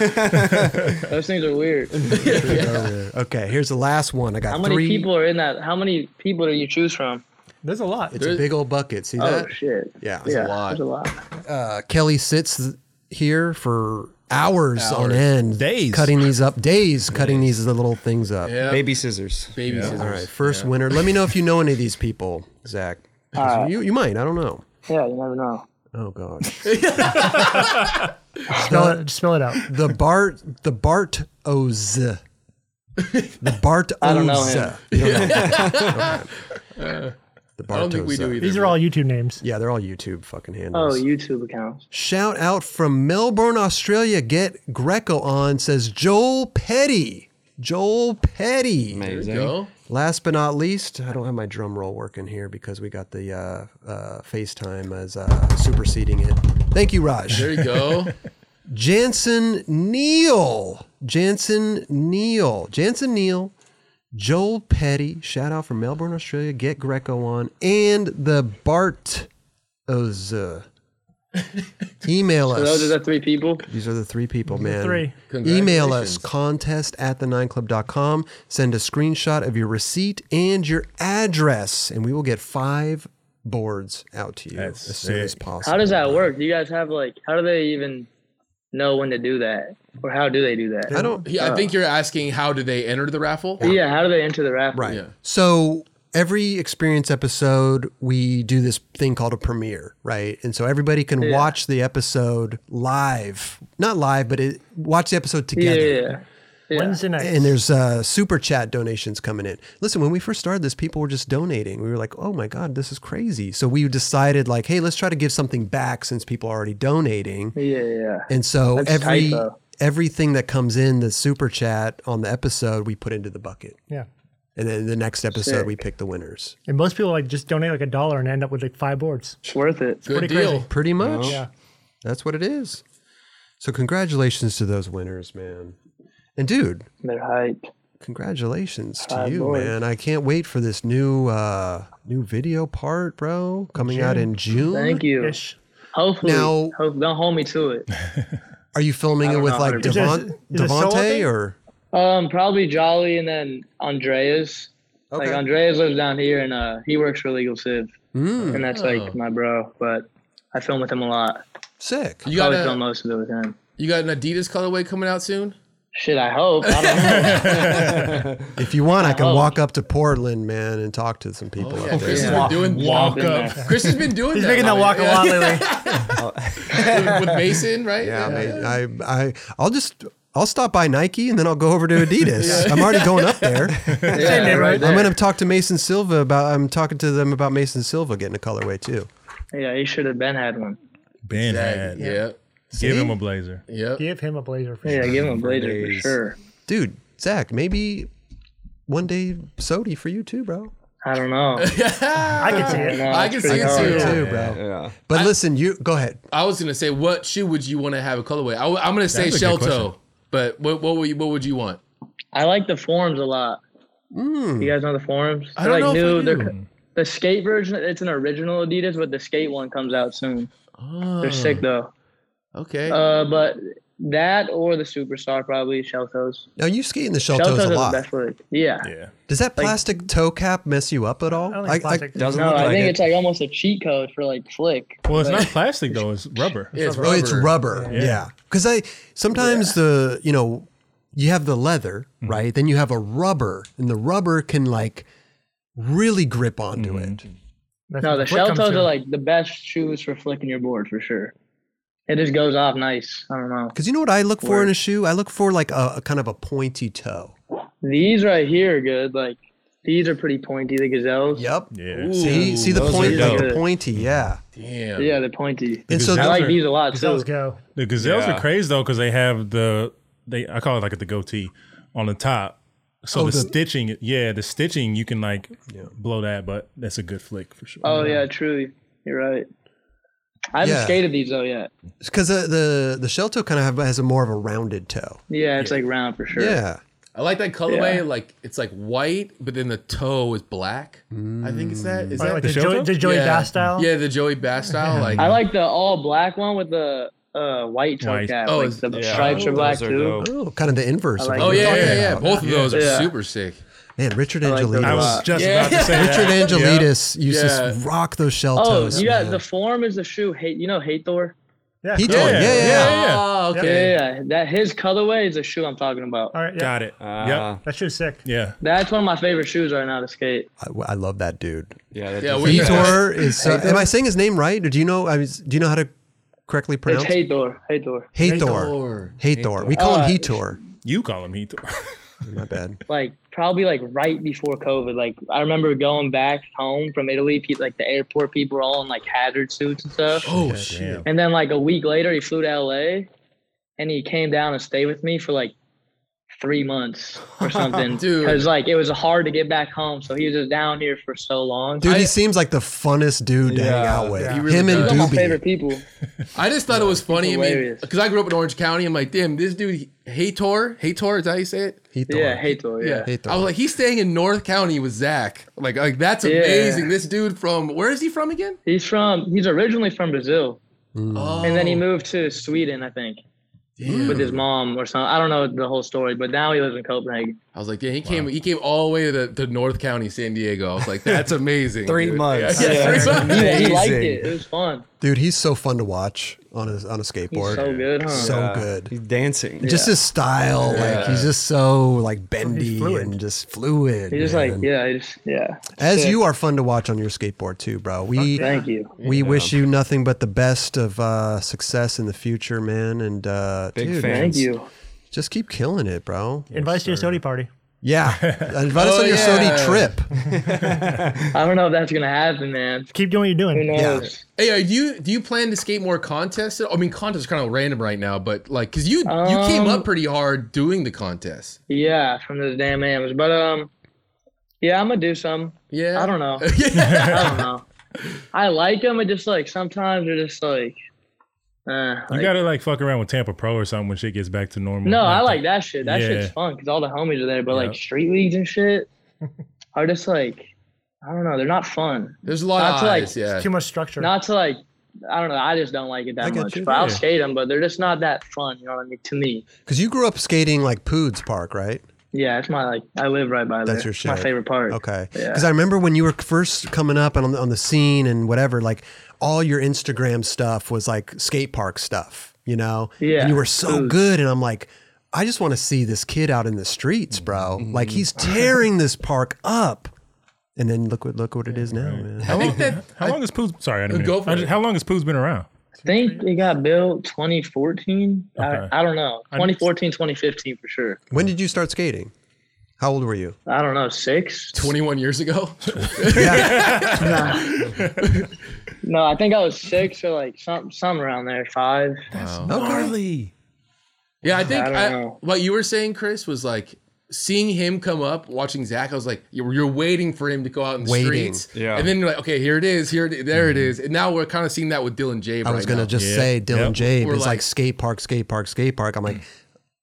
[SPEAKER 7] Those things are weird.
[SPEAKER 1] Okay, here's the last one. I got
[SPEAKER 7] How many
[SPEAKER 1] three.
[SPEAKER 7] people are in that? How many people do you choose from?
[SPEAKER 6] There's a lot.
[SPEAKER 1] It's a big old bucket. See
[SPEAKER 7] Oh
[SPEAKER 1] that?
[SPEAKER 7] shit!
[SPEAKER 1] Yeah.
[SPEAKER 7] yeah,
[SPEAKER 2] lot.
[SPEAKER 7] There's a lot.
[SPEAKER 1] uh, Kelly sits here for hours, on
[SPEAKER 2] Hours.
[SPEAKER 1] end,
[SPEAKER 3] Days.
[SPEAKER 1] cutting these up, days, cutting these little things up.
[SPEAKER 2] Yeah.
[SPEAKER 5] Baby scissors.
[SPEAKER 2] Baby scissors.
[SPEAKER 1] All right, first winner. Let me know if you know any of these people, Zach. You you might. I don't know.
[SPEAKER 7] Yeah, you never know.
[SPEAKER 1] Oh God.
[SPEAKER 6] Spell it. Spell it out.
[SPEAKER 1] The Bart. The Bart Oz. The Bart Oz.
[SPEAKER 7] [laughs] I don't know him.
[SPEAKER 1] You don't know him.
[SPEAKER 7] [laughs]
[SPEAKER 1] Okay. The Bart
[SPEAKER 2] Uh, I don't think we do either.
[SPEAKER 6] These are all YouTube names.
[SPEAKER 1] Yeah, they're all YouTube fucking
[SPEAKER 7] Oh,
[SPEAKER 1] handles.
[SPEAKER 7] YouTube accounts.
[SPEAKER 1] Shout out from Melbourne, Australia. Get Greco on says Joel Petty. Joel Petty.
[SPEAKER 5] Amazing.
[SPEAKER 2] Go.
[SPEAKER 1] Last but not least, I don't have my drum roll working here because we got the uh, uh, FaceTime as uh, superseding it. Thank you, Raj.
[SPEAKER 2] There you go. [laughs]
[SPEAKER 1] Jansen Neal. Jansen Neal. Jansen Neal. Joel Petty. Shout out from Melbourne, Australia. Get Greco on. And the Bart
[SPEAKER 7] [laughs]
[SPEAKER 1] Oza. Email us.
[SPEAKER 7] So those are the three people.
[SPEAKER 1] These are the three people, man.
[SPEAKER 6] three.
[SPEAKER 1] Email us
[SPEAKER 2] Congratulations.
[SPEAKER 1] contest at the nineclub.com. Send a screenshot of your receipt and your address, and we will get five boards out to you
[SPEAKER 3] That's
[SPEAKER 1] as soon as
[SPEAKER 3] sick.
[SPEAKER 1] possible.
[SPEAKER 7] How does that work? Do you guys have like? How do they even? know when to do that, or how do they do that?
[SPEAKER 1] I don't.
[SPEAKER 2] Yeah, I think you're asking how do they enter the raffle?
[SPEAKER 7] Yeah, how do they enter the raffle?
[SPEAKER 1] Right.
[SPEAKER 2] Yeah.
[SPEAKER 1] So every experience episode, we do this thing called a premiere, right? And so everybody can watch the episode live, not live, but it, watch the episode
[SPEAKER 7] Yeah,
[SPEAKER 1] together.
[SPEAKER 7] yeah, yeah.
[SPEAKER 6] Wednesday night.
[SPEAKER 1] And there's uh, super chat donations coming in. Listen, when we first started this, people were just donating. We were like, "Oh my god, this is crazy!" So we decided, like, "Hey, let's try to give something back since people are already donating."
[SPEAKER 7] yeah, yeah.
[SPEAKER 1] And so every
[SPEAKER 7] tight, though.
[SPEAKER 1] everything that comes in the super chat on the episode, we put into the bucket,
[SPEAKER 6] yeah.
[SPEAKER 1] and then the next episode
[SPEAKER 7] Sick.
[SPEAKER 1] we pick the winners.
[SPEAKER 6] And most people like just donate like a dollar and end up with like five boards.
[SPEAKER 7] It's worth it.
[SPEAKER 2] Good
[SPEAKER 6] pretty
[SPEAKER 2] deal.
[SPEAKER 6] crazy.
[SPEAKER 1] Pretty much,
[SPEAKER 6] Yeah.
[SPEAKER 1] that's what it is. So congratulations to those winners, man. And dude,
[SPEAKER 7] They're hype.
[SPEAKER 1] congratulations to
[SPEAKER 7] Five
[SPEAKER 1] you,
[SPEAKER 7] boys.
[SPEAKER 1] man! I can't wait for this new uh new video part, bro, coming out in June.
[SPEAKER 7] Thank you.
[SPEAKER 6] Ish.
[SPEAKER 7] Hopefully,
[SPEAKER 1] Now-
[SPEAKER 7] hope, don't hold me
[SPEAKER 1] [laughs]
[SPEAKER 7] to it.
[SPEAKER 1] Are you filming it
[SPEAKER 7] don't
[SPEAKER 1] with
[SPEAKER 7] know,
[SPEAKER 1] like
[SPEAKER 7] 100%.
[SPEAKER 6] Is
[SPEAKER 1] Devon-
[SPEAKER 6] it a- is it a solo
[SPEAKER 1] Devonte
[SPEAKER 6] thing?
[SPEAKER 1] or?
[SPEAKER 7] Um, probably Jolly and then Andreas.
[SPEAKER 1] Okay.
[SPEAKER 7] Like Andreas lives down here and uh, he works for Legal Civ,
[SPEAKER 1] Mm,
[SPEAKER 7] and that's like my bro. But I film with him a lot.
[SPEAKER 1] sick.
[SPEAKER 2] You got
[SPEAKER 7] Probably film
[SPEAKER 2] a,
[SPEAKER 7] most of it with him.
[SPEAKER 2] you got an Adidas colorway coming out soon?
[SPEAKER 7] Shit, I hope. I don't know.
[SPEAKER 1] [laughs] If you want, I can
[SPEAKER 7] Oh.
[SPEAKER 1] walk up to Portland, man, and talk to some people
[SPEAKER 2] Oh, Yeah,
[SPEAKER 1] up there.
[SPEAKER 2] Chris has been doing
[SPEAKER 3] Walk
[SPEAKER 7] Been
[SPEAKER 3] up.
[SPEAKER 7] there.
[SPEAKER 2] Chris has been doing
[SPEAKER 6] He's making that walk a lot lately.
[SPEAKER 2] lot [laughs] with Mason, right?
[SPEAKER 1] Yeah, I, mean, I, I, I'll just, I'll stop by Nike and then I'll go over to Adidas. I'm already going up there.
[SPEAKER 7] Yeah, right
[SPEAKER 1] I'm
[SPEAKER 7] there.
[SPEAKER 1] gonna talk to Mason Silva about. I'm talking to them about Mason Silva getting a colorway too.
[SPEAKER 7] Yeah, he should have been had one.
[SPEAKER 3] Ben had.
[SPEAKER 2] Exactly. Yeah.
[SPEAKER 3] Give him a blazer.
[SPEAKER 2] Yep.
[SPEAKER 6] Give him a blazer. For
[SPEAKER 7] Yeah,
[SPEAKER 6] sure.
[SPEAKER 7] give him a blazer for
[SPEAKER 5] Blaze.
[SPEAKER 7] sure.
[SPEAKER 1] Dude, Zach, maybe one day Sodi for you too, bro.
[SPEAKER 7] I
[SPEAKER 2] [laughs]
[SPEAKER 7] don't know.
[SPEAKER 6] I can see it.
[SPEAKER 7] No,
[SPEAKER 2] I
[SPEAKER 7] it's
[SPEAKER 2] can
[SPEAKER 7] pretty
[SPEAKER 2] see it
[SPEAKER 7] hard.
[SPEAKER 2] too.
[SPEAKER 1] You
[SPEAKER 2] Yeah.
[SPEAKER 1] too, bro. But listen, you go ahead.
[SPEAKER 2] I was gonna say, what shoe would you want to have a colorway? I, am gonna say
[SPEAKER 3] That's a good
[SPEAKER 2] shell
[SPEAKER 3] question.
[SPEAKER 2] toe, but what what would you, what would you want?
[SPEAKER 7] I like the forms a lot. You guys know the forms?
[SPEAKER 2] I don't
[SPEAKER 7] like
[SPEAKER 2] know if I
[SPEAKER 7] they're
[SPEAKER 2] do.
[SPEAKER 7] the skate version. It's an original Adidas, but the skate one comes out soon. They're sick though.
[SPEAKER 2] Okay,
[SPEAKER 7] Uh, but that or the superstar probably Sheltos.
[SPEAKER 1] Now you skate in the shell toes
[SPEAKER 7] Sheltos
[SPEAKER 1] a
[SPEAKER 7] are the
[SPEAKER 1] lot.
[SPEAKER 7] best foot. Yeah.
[SPEAKER 3] Yeah.
[SPEAKER 1] Does that plastic toe cap mess you up at all?
[SPEAKER 6] I don't think plastic.
[SPEAKER 5] Doesn't
[SPEAKER 7] No,
[SPEAKER 5] look
[SPEAKER 7] I
[SPEAKER 5] like
[SPEAKER 7] think
[SPEAKER 5] it.
[SPEAKER 7] it's like almost a cheat code for like flick.
[SPEAKER 3] Well, it's
[SPEAKER 7] Like,
[SPEAKER 3] not plastic though. It's
[SPEAKER 2] [laughs]
[SPEAKER 3] rubber.
[SPEAKER 2] Yeah, it's
[SPEAKER 1] Oh, it's rubber.
[SPEAKER 3] Yeah.
[SPEAKER 1] Yeah. Because I sometimes the you know you have the leather right, then you have a rubber, and the rubber can like really grip onto it.
[SPEAKER 6] That's
[SPEAKER 7] No,
[SPEAKER 6] what
[SPEAKER 7] the
[SPEAKER 6] foot comes
[SPEAKER 7] Sheltos
[SPEAKER 6] through.
[SPEAKER 7] are like the best shoes for flicking your board for sure. It just goes off nice. I don't know.
[SPEAKER 1] Because you know what I look for in a shoe? I look for like a, a kind of a pointy toe.
[SPEAKER 7] These right here are good. Like these are pretty pointy. The gazelles.
[SPEAKER 1] Yep.
[SPEAKER 3] Yeah.
[SPEAKER 1] See, see the
[SPEAKER 5] those are
[SPEAKER 1] point, like
[SPEAKER 7] dope.
[SPEAKER 1] the pointy, yeah.
[SPEAKER 2] damn.
[SPEAKER 7] Yeah, they're pointy.
[SPEAKER 1] And so
[SPEAKER 3] Because those
[SPEAKER 7] I
[SPEAKER 1] that,
[SPEAKER 7] like
[SPEAKER 3] are-
[SPEAKER 7] these a lot
[SPEAKER 6] Those
[SPEAKER 7] too.
[SPEAKER 6] go.
[SPEAKER 3] The gazelles
[SPEAKER 5] Yeah.
[SPEAKER 3] are crazy though because they have the they I call it like the goatee on the top. So
[SPEAKER 1] Oh,
[SPEAKER 3] the,
[SPEAKER 1] the-
[SPEAKER 3] stitching, yeah, the stitching you can like blow that, but that's a good flick for sure.
[SPEAKER 7] Oh yeah, truly. You're right. I haven't
[SPEAKER 1] Yeah.
[SPEAKER 7] skated these though yet.
[SPEAKER 1] because uh, the the shell toe kind of have, has a more of a rounded toe.
[SPEAKER 7] Yeah, it's like round for sure.
[SPEAKER 1] Yeah.
[SPEAKER 2] I like that colorway. Like it's like white, but then the toe is black. I think it's that. Is
[SPEAKER 6] Like,
[SPEAKER 2] that
[SPEAKER 6] the,
[SPEAKER 3] the
[SPEAKER 6] Joey,
[SPEAKER 3] Shelto?
[SPEAKER 6] the Mm. Joey
[SPEAKER 2] yeah.
[SPEAKER 6] Bass style.
[SPEAKER 2] Yeah, the Joey Bass style. Like,
[SPEAKER 7] I like the all black one with the uh, white toe
[SPEAKER 3] White.
[SPEAKER 7] cap.
[SPEAKER 2] Oh,
[SPEAKER 7] like
[SPEAKER 2] it's-
[SPEAKER 7] the stripes are black
[SPEAKER 5] Those are
[SPEAKER 7] too.
[SPEAKER 5] dope.
[SPEAKER 1] Oh, kind of the inverse. of
[SPEAKER 7] like
[SPEAKER 1] what
[SPEAKER 2] oh
[SPEAKER 1] you're
[SPEAKER 2] yeah, yeah,
[SPEAKER 1] talking
[SPEAKER 2] yeah.
[SPEAKER 1] about.
[SPEAKER 2] Both of those are
[SPEAKER 7] Yeah.
[SPEAKER 2] super sick.
[SPEAKER 1] Man, Richard
[SPEAKER 7] like those
[SPEAKER 1] Angelides.
[SPEAKER 3] I was
[SPEAKER 7] Wow.
[SPEAKER 3] just
[SPEAKER 2] Yeah.
[SPEAKER 3] about to say that.
[SPEAKER 1] Richard Angelides used
[SPEAKER 2] Yeah.
[SPEAKER 1] to rock those shell
[SPEAKER 7] Oh,
[SPEAKER 1] toes.
[SPEAKER 7] you got
[SPEAKER 1] man.
[SPEAKER 7] the form is the shoe. Hate you know Hate Thor.
[SPEAKER 6] Yeah.
[SPEAKER 1] He
[SPEAKER 6] yeah.
[SPEAKER 1] told, yeah,
[SPEAKER 3] Yeah,
[SPEAKER 1] yeah, yeah.
[SPEAKER 3] yeah.
[SPEAKER 2] Oh,
[SPEAKER 7] Yeah,
[SPEAKER 2] okay.
[SPEAKER 7] yeah, yeah. that his colorway is the shoe I'm talking about.
[SPEAKER 6] All right. Yeah.
[SPEAKER 3] Got it.
[SPEAKER 5] Ah.
[SPEAKER 3] yep.
[SPEAKER 6] That shoe's sick.
[SPEAKER 3] Yeah.
[SPEAKER 7] That's one of my favorite shoes right now to skate.
[SPEAKER 1] I, I love that dude.
[SPEAKER 5] Yeah, that
[SPEAKER 2] Yeah,
[SPEAKER 5] does-
[SPEAKER 2] we-
[SPEAKER 7] [laughs]
[SPEAKER 1] Vitor is. Uh, am I saying his name right? Or do you know? I was, do you know how to correctly
[SPEAKER 7] It's
[SPEAKER 1] pronounce? it?
[SPEAKER 7] Hate Thor. Hate Thor.
[SPEAKER 1] Hator.
[SPEAKER 2] Or-
[SPEAKER 1] Hator. We call
[SPEAKER 7] Uh,
[SPEAKER 1] him Hetor.
[SPEAKER 3] You call him Heath. [laughs]
[SPEAKER 1] My bad.
[SPEAKER 7] Like probably like right before COVID. Like I remember going back home from Italy. pe- Like the airport people were all in like hazard suits and stuff.
[SPEAKER 2] Oh shit.
[SPEAKER 7] And then like a week later, he flew to LA, and he came down and stayed with me for like three months or something.
[SPEAKER 2] Dude.
[SPEAKER 7] because like it was hard to get back home, so he was just down here for so long.
[SPEAKER 1] Dude, he seems like the funnest dude to hang
[SPEAKER 5] Yeah.
[SPEAKER 1] out with.
[SPEAKER 2] He really
[SPEAKER 1] Him and
[SPEAKER 2] does.
[SPEAKER 7] He's one of my
[SPEAKER 1] Doobie.
[SPEAKER 7] favorite people.
[SPEAKER 2] I just thought it was funny. I mean,
[SPEAKER 7] hilarious.
[SPEAKER 2] because I grew up in Orange County. I'm like, damn, this dude, Hator, Hator, is that how you say it?
[SPEAKER 1] Hator.
[SPEAKER 7] Yeah, hate Thor. Yeah.
[SPEAKER 1] Hator.
[SPEAKER 2] I was like, he's staying in North County with Zach. Like, like that's
[SPEAKER 7] Yeah.
[SPEAKER 2] amazing. This dude from where is he from again?
[SPEAKER 7] he's from. He's originally from Brazil,
[SPEAKER 2] Oh,
[SPEAKER 7] and then he moved to Sweden, I think, with his mom or something. I don't know the whole story, but now he lives in Copenhagen.
[SPEAKER 2] I was like, yeah, he came he came all the way to, the, to North County, San Diego. I was like,
[SPEAKER 5] [laughs]
[SPEAKER 2] that's amazing.
[SPEAKER 5] Three
[SPEAKER 2] dude.
[SPEAKER 5] months.
[SPEAKER 2] [laughs] Yeah, yeah,
[SPEAKER 5] Yeah.
[SPEAKER 2] three months.
[SPEAKER 7] Yeah, he liked
[SPEAKER 5] Amazing.
[SPEAKER 7] it. It was fun.
[SPEAKER 1] Dude, he's so fun to watch on a on a
[SPEAKER 7] He's
[SPEAKER 1] skateboard.
[SPEAKER 7] so good, huh?
[SPEAKER 1] So good.
[SPEAKER 5] He's dancing.
[SPEAKER 1] just his style, like he's just so like bendy
[SPEAKER 6] fluid.
[SPEAKER 1] and just fluid.
[SPEAKER 7] He's just like,
[SPEAKER 1] man.
[SPEAKER 7] yeah, he's, yeah.
[SPEAKER 1] As
[SPEAKER 7] Sick.
[SPEAKER 1] you are fun to watch on your skateboard too, bro. We
[SPEAKER 7] Thank you.
[SPEAKER 1] we wish you nothing but the best of uh, success in the future, man. And uh,
[SPEAKER 5] Big
[SPEAKER 1] dude,
[SPEAKER 5] fan.
[SPEAKER 7] Thank you.
[SPEAKER 1] just keep killing it, bro.
[SPEAKER 6] Invite us to your Sodi party.
[SPEAKER 1] Yeah, invite us
[SPEAKER 2] Oh,
[SPEAKER 1] on your
[SPEAKER 2] yeah.
[SPEAKER 1] Sodi trip.
[SPEAKER 7] I don't know if that's gonna happen, man.
[SPEAKER 6] Keep doing what you're
[SPEAKER 7] Who
[SPEAKER 6] doing.
[SPEAKER 7] knows?
[SPEAKER 2] Hey, uh, do you do you plan to skate more contests? I mean, contests are kind of random right now, but like, cause you you came
[SPEAKER 7] Um,
[SPEAKER 2] up pretty hard doing the contest.
[SPEAKER 7] Yeah. from those damn AMs. But um, yeah, I'm gonna do some.
[SPEAKER 2] Yeah,
[SPEAKER 7] I don't know.
[SPEAKER 2] [laughs] yeah.
[SPEAKER 1] [laughs]
[SPEAKER 7] I don't know. I like them. I just like sometimes they're just like, eh,
[SPEAKER 3] You
[SPEAKER 7] like-
[SPEAKER 3] gotta like fuck around with Tampa Pro or something when shit gets back to normal.
[SPEAKER 7] no, I like that shit. That
[SPEAKER 3] Yeah.
[SPEAKER 7] shit's fun because all the homies are there. But
[SPEAKER 3] Yep.
[SPEAKER 7] like street leagues
[SPEAKER 1] [laughs]
[SPEAKER 7] and shit are just like, I don't know. They're not fun.
[SPEAKER 2] There's a lot
[SPEAKER 7] Not
[SPEAKER 2] of
[SPEAKER 7] to, like,
[SPEAKER 2] eyes. yeah,
[SPEAKER 6] Too much structure.
[SPEAKER 7] Not to like, I don't know. I just don't like it
[SPEAKER 1] I
[SPEAKER 7] that
[SPEAKER 1] get
[SPEAKER 7] much.
[SPEAKER 1] you.
[SPEAKER 7] But I'll
[SPEAKER 3] Yeah.
[SPEAKER 7] skate them. But they're just not that fun. You know what I mean? To me,
[SPEAKER 1] Because you grew up skating like Poods Park, right?
[SPEAKER 7] yeah, it's my like. I live right by there.
[SPEAKER 1] That's your
[SPEAKER 7] It's My
[SPEAKER 1] shit.
[SPEAKER 7] favorite part.
[SPEAKER 1] Okay.
[SPEAKER 7] Yeah.
[SPEAKER 1] Because I remember when you were first coming up and on, on the scene and whatever, like all your Instagram stuff was like skate park stuff, you know?
[SPEAKER 7] Yeah.
[SPEAKER 1] And you were so
[SPEAKER 7] Ooh.
[SPEAKER 1] good. And I'm like, I just want to see this kid out in the streets, bro. Like he's
[SPEAKER 7] Mm-hmm.
[SPEAKER 1] tearing this park up. And then look what look what it is now, man.
[SPEAKER 3] How long,
[SPEAKER 2] that-
[SPEAKER 3] how long has Pooh's? Sorry, I didn't mean.
[SPEAKER 2] Go
[SPEAKER 3] to-
[SPEAKER 2] for
[SPEAKER 3] I
[SPEAKER 2] it.
[SPEAKER 3] just- How long has Pooh's been around?
[SPEAKER 7] think it got built 2014.
[SPEAKER 3] Okay.
[SPEAKER 7] I, I don't know.
[SPEAKER 3] I'm-
[SPEAKER 7] 2014, 2015 for sure.
[SPEAKER 1] When did you start skating? How old were
[SPEAKER 7] [laughs]
[SPEAKER 1] you?
[SPEAKER 7] I don't know. Six?
[SPEAKER 2] 21
[SPEAKER 1] [laughs]
[SPEAKER 2] years ago.
[SPEAKER 7] No, I think I was six or like some, some around there. Five.
[SPEAKER 1] Gnarly.
[SPEAKER 2] Yeah, I think
[SPEAKER 7] I don't
[SPEAKER 2] I
[SPEAKER 7] know.
[SPEAKER 2] what you were saying, Chris, was like seeing him come up, watching Zach. I was like, you're, you're waiting for him to go out in the
[SPEAKER 1] Waiting.
[SPEAKER 2] streets.
[SPEAKER 5] Yeah.
[SPEAKER 2] and then you're like, okay, here it is, here it, there it is, and now we're kind of seeing that with Dylan Jabe.
[SPEAKER 1] I
[SPEAKER 2] right
[SPEAKER 1] was gonna
[SPEAKER 2] now.
[SPEAKER 1] just
[SPEAKER 3] Yeah.
[SPEAKER 1] say Dylan
[SPEAKER 3] Yep.
[SPEAKER 1] Jabe
[SPEAKER 2] We're
[SPEAKER 1] is like
[SPEAKER 2] like-
[SPEAKER 1] skate park, skate park, skate park. I'm
[SPEAKER 7] Mm.
[SPEAKER 1] like,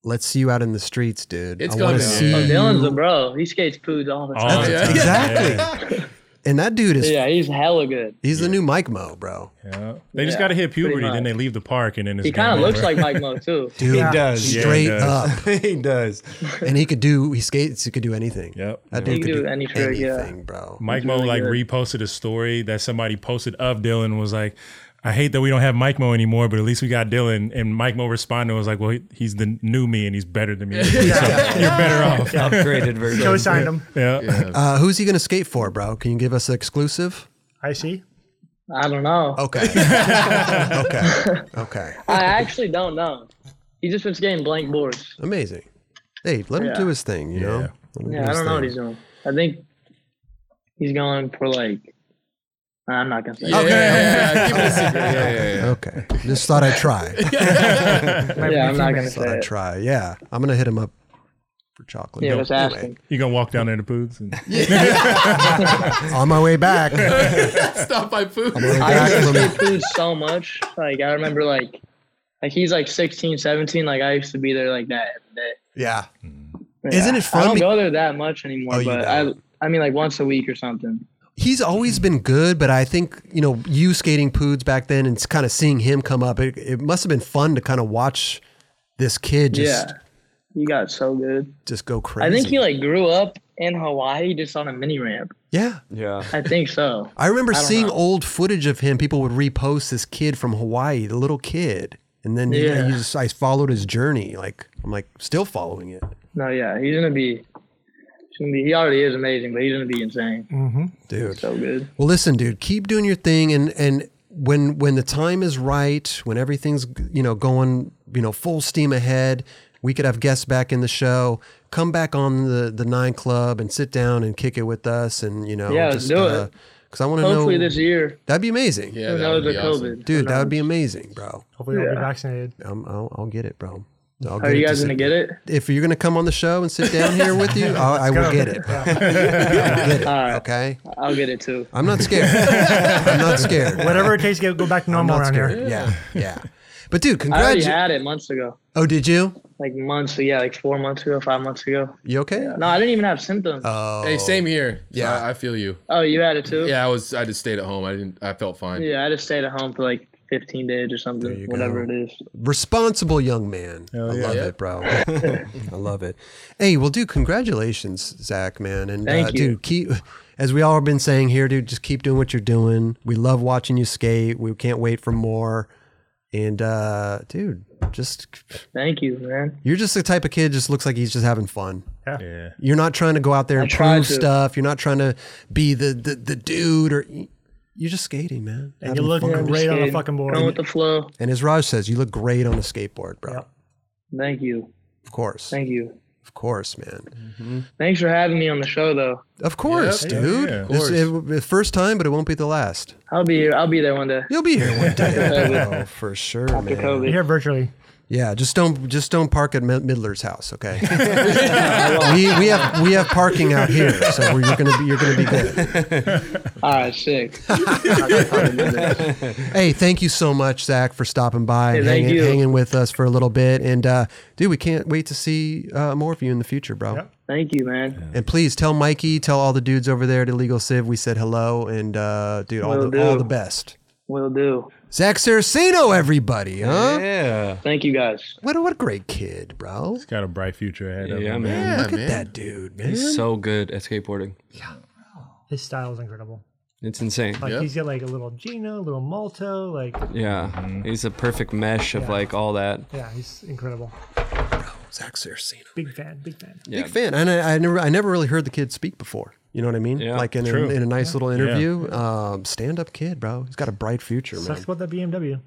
[SPEAKER 1] let's see you out in the streets, dude.
[SPEAKER 2] It's
[SPEAKER 1] I wanna
[SPEAKER 2] coming.
[SPEAKER 1] see
[SPEAKER 7] Oh,
[SPEAKER 1] you-
[SPEAKER 7] Dylan's a bro. He skates poods all the time.
[SPEAKER 3] All the
[SPEAKER 2] Yeah.
[SPEAKER 3] time.
[SPEAKER 1] Exactly. And that dude is
[SPEAKER 7] yeah, he's hella good.
[SPEAKER 1] He's the new Mike Mo, bro.
[SPEAKER 3] Yeah. They just
[SPEAKER 7] Yeah,
[SPEAKER 3] got to hit
[SPEAKER 7] pretty
[SPEAKER 3] puberty, then
[SPEAKER 7] much.
[SPEAKER 3] they leave the park, and then it's
[SPEAKER 7] He kind
[SPEAKER 3] game
[SPEAKER 7] of looks
[SPEAKER 3] over.
[SPEAKER 7] like Mike Mo too.
[SPEAKER 1] Dude,
[SPEAKER 5] He does.
[SPEAKER 3] Yeah,
[SPEAKER 1] straight
[SPEAKER 3] he does.
[SPEAKER 1] up,
[SPEAKER 5] [laughs] he does.
[SPEAKER 1] and he could do. He skates. He could do anything.
[SPEAKER 3] [laughs] Yep.
[SPEAKER 1] That
[SPEAKER 7] He
[SPEAKER 1] dude
[SPEAKER 7] could
[SPEAKER 1] could
[SPEAKER 7] do
[SPEAKER 1] do
[SPEAKER 7] any
[SPEAKER 1] anything,
[SPEAKER 7] trick, yeah.
[SPEAKER 1] bro.
[SPEAKER 3] Mike Mo like reposted a story that somebody posted of Dylan and was like, I hate that we don't have Mike Mo anymore, but at least we got Dylan. And Mike Mo responded and was like, Well, he- he's the new me and he's better
[SPEAKER 5] [laughs]
[SPEAKER 3] than me. [laughs] So you're better off. Yeah.
[SPEAKER 5] Upgraded
[SPEAKER 6] Co
[SPEAKER 5] version.
[SPEAKER 6] signed him.
[SPEAKER 3] [laughs]
[SPEAKER 1] Uh, who's he gonna skate for, bro? Can you give us an exclusive?
[SPEAKER 6] I see.
[SPEAKER 7] I don't know.
[SPEAKER 1] Okay. okay. Okay.
[SPEAKER 7] I actually don't know. He just been skating blank boards.
[SPEAKER 1] Amazing. Hey, let him
[SPEAKER 7] Yeah.
[SPEAKER 1] do his thing. You know. Let him do
[SPEAKER 7] Yeah, I
[SPEAKER 1] his
[SPEAKER 7] don't know what
[SPEAKER 1] thing.
[SPEAKER 7] he's doing. I think he's going for like. I'm not gonna say.
[SPEAKER 2] Yeah,
[SPEAKER 7] it.
[SPEAKER 2] yeah,
[SPEAKER 1] [laughs]
[SPEAKER 2] yeah, keep it a secret. Yeah, yeah, yeah.
[SPEAKER 1] Okay. Just thought I'd
[SPEAKER 7] [laughs]
[SPEAKER 1] try.
[SPEAKER 7] Yeah, I'm not gonna
[SPEAKER 1] thought
[SPEAKER 7] say
[SPEAKER 1] I'd
[SPEAKER 7] it.
[SPEAKER 1] try. Yeah, I'm gonna hit him up for chocolate.
[SPEAKER 7] Yeah,
[SPEAKER 1] No,
[SPEAKER 7] just
[SPEAKER 1] anyway.
[SPEAKER 7] ask him.
[SPEAKER 3] You're going to walk down there to Poods. And-
[SPEAKER 1] On my way
[SPEAKER 7] [laughs]
[SPEAKER 1] back.
[SPEAKER 2] Stop by food.
[SPEAKER 7] I used to
[SPEAKER 1] Back
[SPEAKER 2] [laughs]
[SPEAKER 7] skate food so much. Like I remember like like he's like 16, 17. Like I used to be there like that every day.
[SPEAKER 1] yeah.
[SPEAKER 7] Yeah.
[SPEAKER 1] Isn't it fun
[SPEAKER 7] I don't
[SPEAKER 1] be-
[SPEAKER 7] go there that much anymore,
[SPEAKER 1] Oh, you
[SPEAKER 7] but I
[SPEAKER 1] don't.
[SPEAKER 7] I mean like once a week or something.
[SPEAKER 1] he's always been good, but I think you know you skating poods back then and kind of seeing him come up. It, it must have been fun to kind of watch this kid just
[SPEAKER 7] yeah. He got so good.
[SPEAKER 1] just go crazy.
[SPEAKER 7] I think he like grew up in Hawaii just on a mini ramp.
[SPEAKER 1] yeah.
[SPEAKER 5] Yeah.
[SPEAKER 7] I think so.
[SPEAKER 1] I remember seeing old footage of him. People would repost this kid from Hawaii, the little kid, and then you, know,
[SPEAKER 7] Yeah.
[SPEAKER 1] you just I followed his journey. Like I'm like still following it,
[SPEAKER 7] No, yeah, he's gonna be. he's gonna be- He already is amazing, but he's gonna be insane.
[SPEAKER 1] dude.
[SPEAKER 7] So good.
[SPEAKER 1] Well, listen, dude, keep doing your thing, and and when when the time is right, when everything's you know going you know full steam ahead, we could have guests back in the show. Come back on the the Nine Club and sit down and kick it with us, and you know,
[SPEAKER 7] Yeah, let's do it.
[SPEAKER 1] Because I want to know
[SPEAKER 7] Hopefully this year.
[SPEAKER 1] that'd be amazing,
[SPEAKER 2] Yeah,
[SPEAKER 7] Who
[SPEAKER 2] that would
[SPEAKER 7] knows
[SPEAKER 2] be
[SPEAKER 7] with
[SPEAKER 2] awesome.
[SPEAKER 7] COVID?
[SPEAKER 1] dude. That would be amazing, bro.
[SPEAKER 6] Hopefully, they'll be vaccinated.
[SPEAKER 1] Um, I'll, I'll get it, bro. I'll
[SPEAKER 7] Are
[SPEAKER 1] it
[SPEAKER 7] you
[SPEAKER 1] to
[SPEAKER 7] guys gonna
[SPEAKER 1] sit-
[SPEAKER 7] get it?
[SPEAKER 1] If you're gonna come on the show and sit down here with you, I'll, I will get it. Bro. I'll get it.
[SPEAKER 7] All right.
[SPEAKER 1] Okay,
[SPEAKER 7] I'll get it too.
[SPEAKER 1] I'm not scared. I'm not scared.
[SPEAKER 6] [laughs] Whatever it takes to get,
[SPEAKER 1] [laughs]
[SPEAKER 6] go back to normal around
[SPEAKER 1] scared.
[SPEAKER 6] here.
[SPEAKER 1] Yeah, yeah. But dude,
[SPEAKER 7] I already
[SPEAKER 1] congrats.
[SPEAKER 7] had it months ago.
[SPEAKER 1] Oh, did you?
[SPEAKER 7] Like months, yeah, like four months ago, five months ago.
[SPEAKER 1] You okay?
[SPEAKER 7] No, I didn't even have symptoms.
[SPEAKER 6] Oh.
[SPEAKER 2] Hey, same here.
[SPEAKER 1] Yeah.
[SPEAKER 2] Yeah, I, I feel you.
[SPEAKER 7] oh, you had it too?
[SPEAKER 2] Yeah, I was. I just stayed at home. I didn't. I felt fine.
[SPEAKER 7] Yeah, I just stayed at home for like 15 days or something,
[SPEAKER 1] you
[SPEAKER 7] whatever
[SPEAKER 1] go.
[SPEAKER 7] it is.
[SPEAKER 1] responsible young man.
[SPEAKER 9] Hell
[SPEAKER 1] I
[SPEAKER 9] yeah.
[SPEAKER 1] love
[SPEAKER 2] Yeah.
[SPEAKER 1] it, bro. I love it. Hey, well, dude, congratulations, Zach, man, and
[SPEAKER 7] Thank
[SPEAKER 1] uh,
[SPEAKER 7] you.
[SPEAKER 1] dude, keep as we all have been saying here, dude. Just keep doing what you're doing. We love watching you skate. We can't wait for more. And uh, dude, just
[SPEAKER 7] Thank you, man.
[SPEAKER 1] you're just the type of kid just looks like he's just having fun.
[SPEAKER 3] Yeah.
[SPEAKER 1] You're not trying to go out there and
[SPEAKER 7] tried
[SPEAKER 1] prove
[SPEAKER 7] to.
[SPEAKER 1] stuff. You're not trying to be the the, the dude or you're just skating, man.
[SPEAKER 6] And you
[SPEAKER 1] Having
[SPEAKER 6] look
[SPEAKER 1] fun.
[SPEAKER 6] great on a
[SPEAKER 7] Skating,
[SPEAKER 6] fucking board.
[SPEAKER 7] Going with the flow.
[SPEAKER 1] And as Raj says, you look great on a skateboard, bro.
[SPEAKER 6] Yep.
[SPEAKER 7] Thank you.
[SPEAKER 1] Of course,
[SPEAKER 7] Thank you.
[SPEAKER 1] of course, man.
[SPEAKER 7] Thanks for having me on the show, though.
[SPEAKER 1] Of course,
[SPEAKER 3] yeah,
[SPEAKER 1] dude.
[SPEAKER 3] yeah. Of
[SPEAKER 1] This-
[SPEAKER 3] course.
[SPEAKER 1] it- it- first time, but it won't be the last.
[SPEAKER 7] I'll be here. I'll be there one day.
[SPEAKER 1] You'll be here one day,
[SPEAKER 7] COVID.
[SPEAKER 1] oh, for sure,
[SPEAKER 7] After
[SPEAKER 1] man.
[SPEAKER 6] You're
[SPEAKER 7] COVID.
[SPEAKER 6] here virtually.
[SPEAKER 1] Yeah, just don't just don't park at Mid- Midler's house, okay? we, we have we have parking out here, so you're gonna be you're gonna be good.
[SPEAKER 7] All
[SPEAKER 6] [laughs]
[SPEAKER 7] right, sick. Thank
[SPEAKER 1] Hey, thank you so much, Zach, for stopping by and
[SPEAKER 7] Hey, thank
[SPEAKER 1] hanging,
[SPEAKER 7] you.
[SPEAKER 1] hanging with us for a little bit. And uh, dude, we can't wait to see uh, more of you in the future, bro.
[SPEAKER 7] you, man.
[SPEAKER 1] And please tell Mikey, tell all the dudes over there at Illegal Civ, we said hello, and uh, dude, all
[SPEAKER 7] Will
[SPEAKER 1] the, all
[SPEAKER 7] do.
[SPEAKER 1] the best.
[SPEAKER 7] Will do.
[SPEAKER 1] Zach Saraceno, everybody, huh?
[SPEAKER 5] Yeah.
[SPEAKER 7] Thank you guys.
[SPEAKER 1] What a, what a great kid, bro.
[SPEAKER 3] Got a bright future ahead of
[SPEAKER 5] Yeah,
[SPEAKER 3] him.
[SPEAKER 5] man.
[SPEAKER 1] Look at that dude, man.
[SPEAKER 5] He's so good at skateboarding.
[SPEAKER 6] His style is incredible.
[SPEAKER 5] It's insane.
[SPEAKER 6] Like
[SPEAKER 2] Yeah.
[SPEAKER 6] he's got like a little Gino, a little Malto. Like
[SPEAKER 5] Yeah. He's a perfect mesh of like all that.
[SPEAKER 6] yeah, he's incredible.
[SPEAKER 1] Zach Saraceno.
[SPEAKER 6] Big fan. Big fan.
[SPEAKER 5] Yeah.
[SPEAKER 1] Big fan. And I, I never I never really heard the kid speak before. You know what I mean?
[SPEAKER 5] Yeah,
[SPEAKER 1] like in a,
[SPEAKER 3] true.
[SPEAKER 1] in a nice little interview. Um, stand up kid, bro. He's got a bright future, man.
[SPEAKER 6] Sucks about that BMW.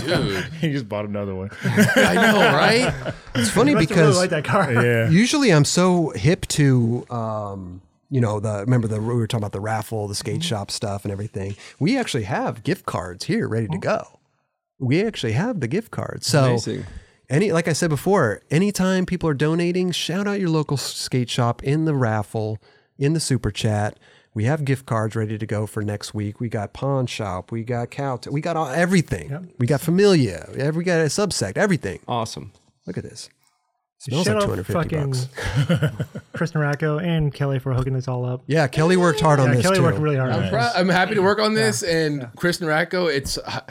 [SPEAKER 2] Dude,
[SPEAKER 3] [laughs] He just bought another one.
[SPEAKER 2] I
[SPEAKER 6] [laughs]
[SPEAKER 2] know, right?
[SPEAKER 1] It's funny
[SPEAKER 6] Must have
[SPEAKER 1] because
[SPEAKER 6] really like that car. [laughs]
[SPEAKER 3] Yeah.
[SPEAKER 1] usually I'm so hip to um, you know the remember the we were talking about the raffle, the
[SPEAKER 6] Mm-hmm.
[SPEAKER 1] skate shop stuff, and everything. We actually have gift cards here ready
[SPEAKER 6] Oh.
[SPEAKER 1] to go. We actually have the gift cards. So
[SPEAKER 5] Amazing.
[SPEAKER 1] any like I said before, anytime people are donating, shout out your local s- skate shop in the raffle, in the super chat. We have gift cards ready to go for next week. We got pawn shop. We got cow. we got all, everything. We got familia. ev- We got a subsect. Everything.
[SPEAKER 5] Awesome.
[SPEAKER 1] Look at this. Smells
[SPEAKER 6] Shout
[SPEAKER 1] like
[SPEAKER 6] out
[SPEAKER 1] two hundred fifty
[SPEAKER 6] fucking
[SPEAKER 1] bucks.
[SPEAKER 6] Chris Naracco and Kelly for hooking this all up.
[SPEAKER 1] Yeah, Kelly worked hard on
[SPEAKER 6] Yeah,
[SPEAKER 1] this
[SPEAKER 6] Kelly
[SPEAKER 1] too.
[SPEAKER 6] worked really hard. on
[SPEAKER 2] I'm,
[SPEAKER 6] this.
[SPEAKER 2] proud, I'm happy to work on this. And Chris Naracco, it's I,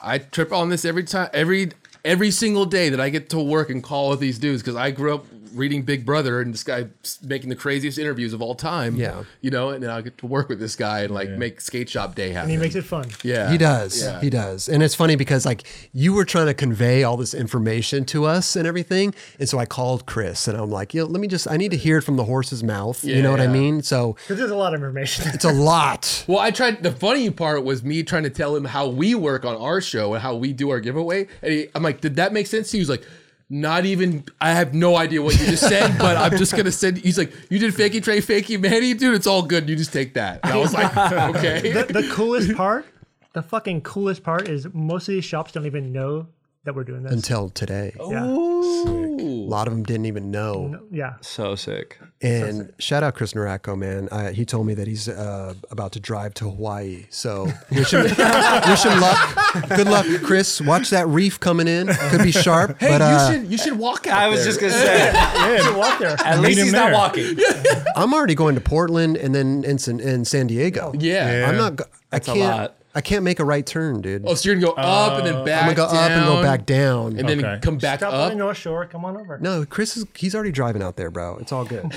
[SPEAKER 2] I trip on this every time, every every single day that I get to work and call with these dudes because I grew up reading Big Brother and this guy s- making the craziest interviews of all time.
[SPEAKER 1] Yeah.
[SPEAKER 2] you know, and then I get to work with this guy and like make skate shop day happen.
[SPEAKER 6] And he makes it fun.
[SPEAKER 2] yeah,
[SPEAKER 1] He does.
[SPEAKER 2] Yeah.
[SPEAKER 1] He does. And it's funny because like you were trying to convey all this information to us and everything. And so I called Chris and I'm like, you know, let me just I need to hear it from the horse's mouth. you know what I
[SPEAKER 2] Yeah.
[SPEAKER 1] mean? So
[SPEAKER 6] 'Cause there's a lot of information.
[SPEAKER 1] [laughs] it's a lot.
[SPEAKER 2] Well, I tried. The funny part was me trying to tell him how we work on our show and how we do our giveaway. And he, I'm like, "Did that make sense?" He was like, "Not even. I have no idea what you just said, but I'm just gonna send." He's like, "You did fakey Trey, fakey Manny, dude. It's all good. You just take that." And I was like,
[SPEAKER 6] [laughs] the,
[SPEAKER 2] "Okay."
[SPEAKER 6] the coolest part, the fucking coolest part is most of these shops don't even know that we're doing this.
[SPEAKER 1] Until today.
[SPEAKER 6] yeah.
[SPEAKER 1] A lot of them didn't even know.
[SPEAKER 6] yeah.
[SPEAKER 5] So sick.
[SPEAKER 1] And shout out Chris Naracco, man. I, he told me that he's uh, about to drive to Hawaii. So wish him, [laughs] wish him luck. Good luck, Chris. Watch that reef coming in. Could be sharp.
[SPEAKER 2] Hey,
[SPEAKER 1] but, uh,
[SPEAKER 2] you should you should walk out.
[SPEAKER 5] I was
[SPEAKER 2] there.
[SPEAKER 5] [laughs] just gonna say
[SPEAKER 6] So walk there.
[SPEAKER 5] at least
[SPEAKER 3] him
[SPEAKER 5] he's
[SPEAKER 3] there.
[SPEAKER 5] not walking.
[SPEAKER 1] I'm already going to Portland and then in San, in San Diego.
[SPEAKER 2] Oh, yeah.
[SPEAKER 1] I'm not. go- I
[SPEAKER 5] a
[SPEAKER 1] can't.
[SPEAKER 5] lot.
[SPEAKER 1] I can't make a right turn, dude.
[SPEAKER 2] Oh, so you're gonna go up and then back.
[SPEAKER 1] I'm gonna go up and go
[SPEAKER 2] down,
[SPEAKER 1] back down.
[SPEAKER 2] and then
[SPEAKER 3] Okay.
[SPEAKER 2] come back
[SPEAKER 6] Stop on
[SPEAKER 2] up.
[SPEAKER 6] the North Shore. Come on over.
[SPEAKER 1] no, Chris is. He's already driving out there, bro. It's all good.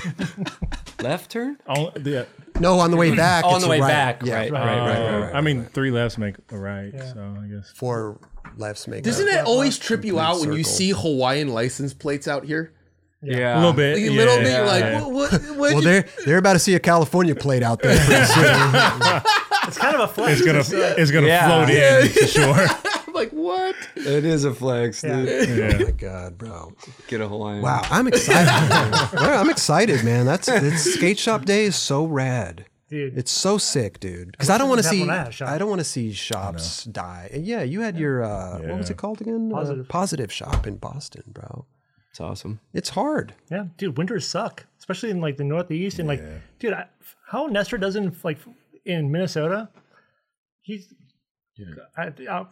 [SPEAKER 5] Left turn?
[SPEAKER 3] All- yeah.
[SPEAKER 1] no, on the
[SPEAKER 2] [laughs]
[SPEAKER 1] way back.
[SPEAKER 5] On
[SPEAKER 1] it's
[SPEAKER 5] the way
[SPEAKER 1] right.
[SPEAKER 5] back.
[SPEAKER 1] Yeah.
[SPEAKER 5] Oh, Right, right, right.
[SPEAKER 3] Uh, I mean, three lefts make a right, so I guess.
[SPEAKER 1] Four lefts make.
[SPEAKER 2] Doesn't
[SPEAKER 1] a,
[SPEAKER 2] that always trip you out when you
[SPEAKER 1] circle.
[SPEAKER 2] see Hawaiian license plates out here?
[SPEAKER 5] Yeah.
[SPEAKER 3] A little bit.
[SPEAKER 2] A little
[SPEAKER 3] yeah,
[SPEAKER 2] bit, you're like,
[SPEAKER 3] yeah.
[SPEAKER 2] what? what what'd
[SPEAKER 1] Well,
[SPEAKER 2] you
[SPEAKER 1] they're they're about to see a California plate out there.
[SPEAKER 2] [laughs]
[SPEAKER 1] pretty soon.
[SPEAKER 6] It's kind of
[SPEAKER 3] [laughs]
[SPEAKER 6] a flex.
[SPEAKER 3] It's gonna, it's gonna
[SPEAKER 5] Yeah.
[SPEAKER 3] float in for sure.
[SPEAKER 5] [laughs]
[SPEAKER 2] I'm like, what?
[SPEAKER 5] It is a flex,
[SPEAKER 6] Yeah.
[SPEAKER 5] dude. [laughs]
[SPEAKER 1] oh my God, bro!
[SPEAKER 5] Get a Hawaiian.
[SPEAKER 1] Wow, I'm excited. Well, I'm excited, man. That's it's, skate shop day is so rad.
[SPEAKER 6] Dude.
[SPEAKER 1] It's so sick, dude. Because I don't want to
[SPEAKER 6] have
[SPEAKER 1] see
[SPEAKER 6] one at a shop.
[SPEAKER 1] I don't want to see shops die. And yeah, you had your uh, what was
[SPEAKER 3] Yeah.
[SPEAKER 1] it called again? Uh,
[SPEAKER 6] Positive.
[SPEAKER 1] positive shop in Boston, bro.
[SPEAKER 5] It's awesome.
[SPEAKER 1] It's hard.
[SPEAKER 6] Yeah, dude, winters suck, especially in like the Northeast and like, dude, I, how Nestor doesn't like in Minnesota. He's, I, I,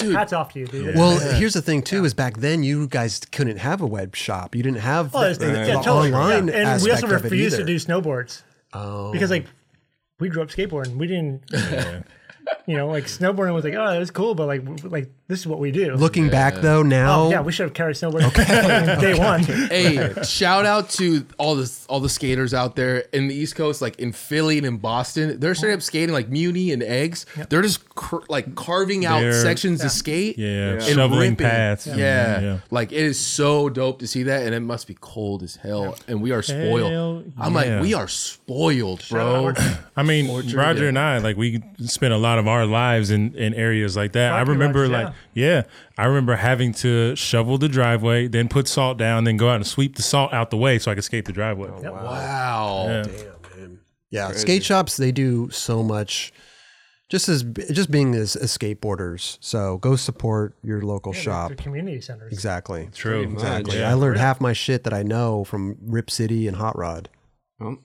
[SPEAKER 6] hats off to you, dude.
[SPEAKER 1] Well, here's the thing too: is back then you guys couldn't have a web shop. You didn't have
[SPEAKER 6] Oh,
[SPEAKER 1] the,
[SPEAKER 6] it's-
[SPEAKER 1] the-
[SPEAKER 6] yeah,
[SPEAKER 1] the
[SPEAKER 6] totally.
[SPEAKER 1] online
[SPEAKER 6] Yeah. And we also
[SPEAKER 1] aspect of it Oh.
[SPEAKER 6] refused to
[SPEAKER 1] either.
[SPEAKER 6] do snowboards because like we grew up skateboarding. We didn't. You know, like snowboarding was like, oh, that was cool, but like, w- like this is what we do.
[SPEAKER 1] Looking back though, now
[SPEAKER 6] oh, yeah, we should have carried snowboarding from [laughs] day
[SPEAKER 1] [laughs]
[SPEAKER 6] one.
[SPEAKER 2] Hey, shout out to all the all the skaters out there in the East Coast, like in Philly and in Boston. They're straight up skating like Muni and Eggs. They're just cr- like carving out
[SPEAKER 3] They're-
[SPEAKER 2] sections to skate.
[SPEAKER 3] Yeah,
[SPEAKER 2] and
[SPEAKER 3] shoveling
[SPEAKER 2] ripping.
[SPEAKER 3] paths.
[SPEAKER 2] Yeah.
[SPEAKER 3] Yeah, yeah.
[SPEAKER 2] like it is so dope to see that, and it must be cold as hell. And we are spoiled.
[SPEAKER 3] Hell
[SPEAKER 2] I'm
[SPEAKER 3] yeah.
[SPEAKER 2] like, we are spoiled, bro.
[SPEAKER 3] I mean, Roger and I, like, we spent a lot of our lives in, in areas like that. I
[SPEAKER 6] Fucking
[SPEAKER 3] remember,
[SPEAKER 6] much,
[SPEAKER 3] like, yeah, I remember having to shovel the driveway, then put salt down, then go out and sweep the salt out the way so I could skate the
[SPEAKER 2] [clears throat]
[SPEAKER 3] driveway.
[SPEAKER 2] wow.
[SPEAKER 3] Yeah.
[SPEAKER 1] Yeah, skate shops they do so much. Just as just being as, as skateboarders, so go support your local shop.
[SPEAKER 6] They're community centers.
[SPEAKER 1] Exactly,
[SPEAKER 3] True.
[SPEAKER 1] exactly.
[SPEAKER 3] Yeah.
[SPEAKER 1] I learned half my shit that I know from Rip City and Hot Rod.
[SPEAKER 5] Oh.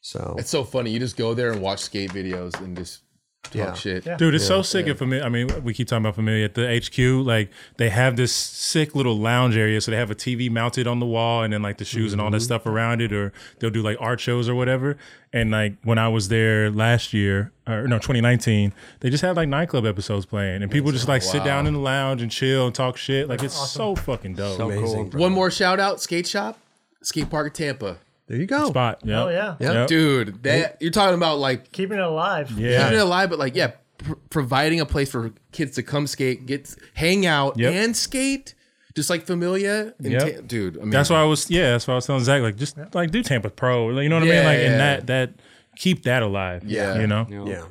[SPEAKER 1] So
[SPEAKER 2] It's so funny. You just go there and watch skate videos and just talk shit.
[SPEAKER 6] Yeah.
[SPEAKER 3] Dude, it's so sick at Familia. I mean, we keep talking about Familia at the HQ. Like, they have this sick little lounge area. So they have a TV mounted on the wall and then like the shoes and all that stuff around it, or they'll do like art shows or whatever. And like when I was there last year, or no, 2019, they just had like nightclub episodes playing and people just like sit down in the lounge and chill and talk shit. Like, it's so fucking dope.
[SPEAKER 1] amazing.
[SPEAKER 2] One more shout out, skate shop, skate park at Tampa.
[SPEAKER 1] There you go.
[SPEAKER 3] Spot. Yep.
[SPEAKER 6] Oh yeah,
[SPEAKER 1] Yep.
[SPEAKER 3] Yep.
[SPEAKER 2] Dude, that you're talking about like
[SPEAKER 6] keeping it alive.
[SPEAKER 3] Yeah.
[SPEAKER 2] keeping it alive, but like yeah, pr- providing a place for kids to come skate, get hang out,
[SPEAKER 3] Yep.
[SPEAKER 2] and skate, just like Familia. And
[SPEAKER 3] Yep.
[SPEAKER 2] Ta- dude, I mean,
[SPEAKER 3] That's why I was yeah. That's why I was telling Zach like just like do Tampa Pro. Like, You know what I mean?
[SPEAKER 2] Yeah,
[SPEAKER 3] Like
[SPEAKER 2] yeah.
[SPEAKER 3] and that that keep that alive.
[SPEAKER 2] Yeah.
[SPEAKER 3] You know.
[SPEAKER 1] Yeah.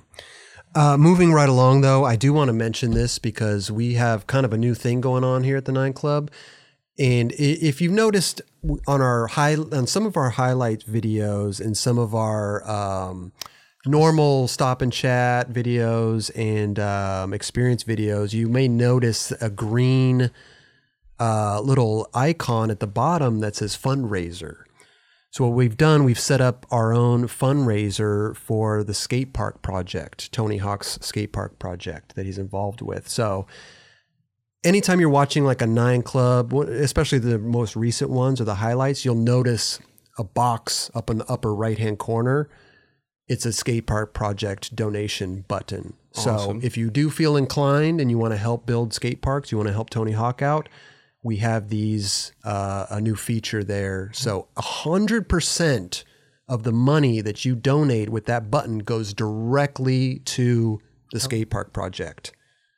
[SPEAKER 1] Uh, moving right along, though, I do want to mention this because we have kind of a new thing going on here at the Nine Club, and i- if you've noticed w- on our high on some of our highlight videos and some of our um, normal stop and chat videos and um, experience videos, you may notice a green uh, little icon at the bottom that says fundraiser. So what we've done, we've set up our own fundraiser for the skate park project, Tony Hawk's skate park project that he's involved with. So anytime you're watching like a nine club, wh- especially the most recent ones or the highlights, you'll notice a box up in the upper right hand corner. It's a skate park project donation button. So if you do feel inclined and you want to help build skate parks, you want to help Tony Hawk out, we have these uh, a new feature there. So hundred percent of the money that you donate with that button goes directly to the skate park project.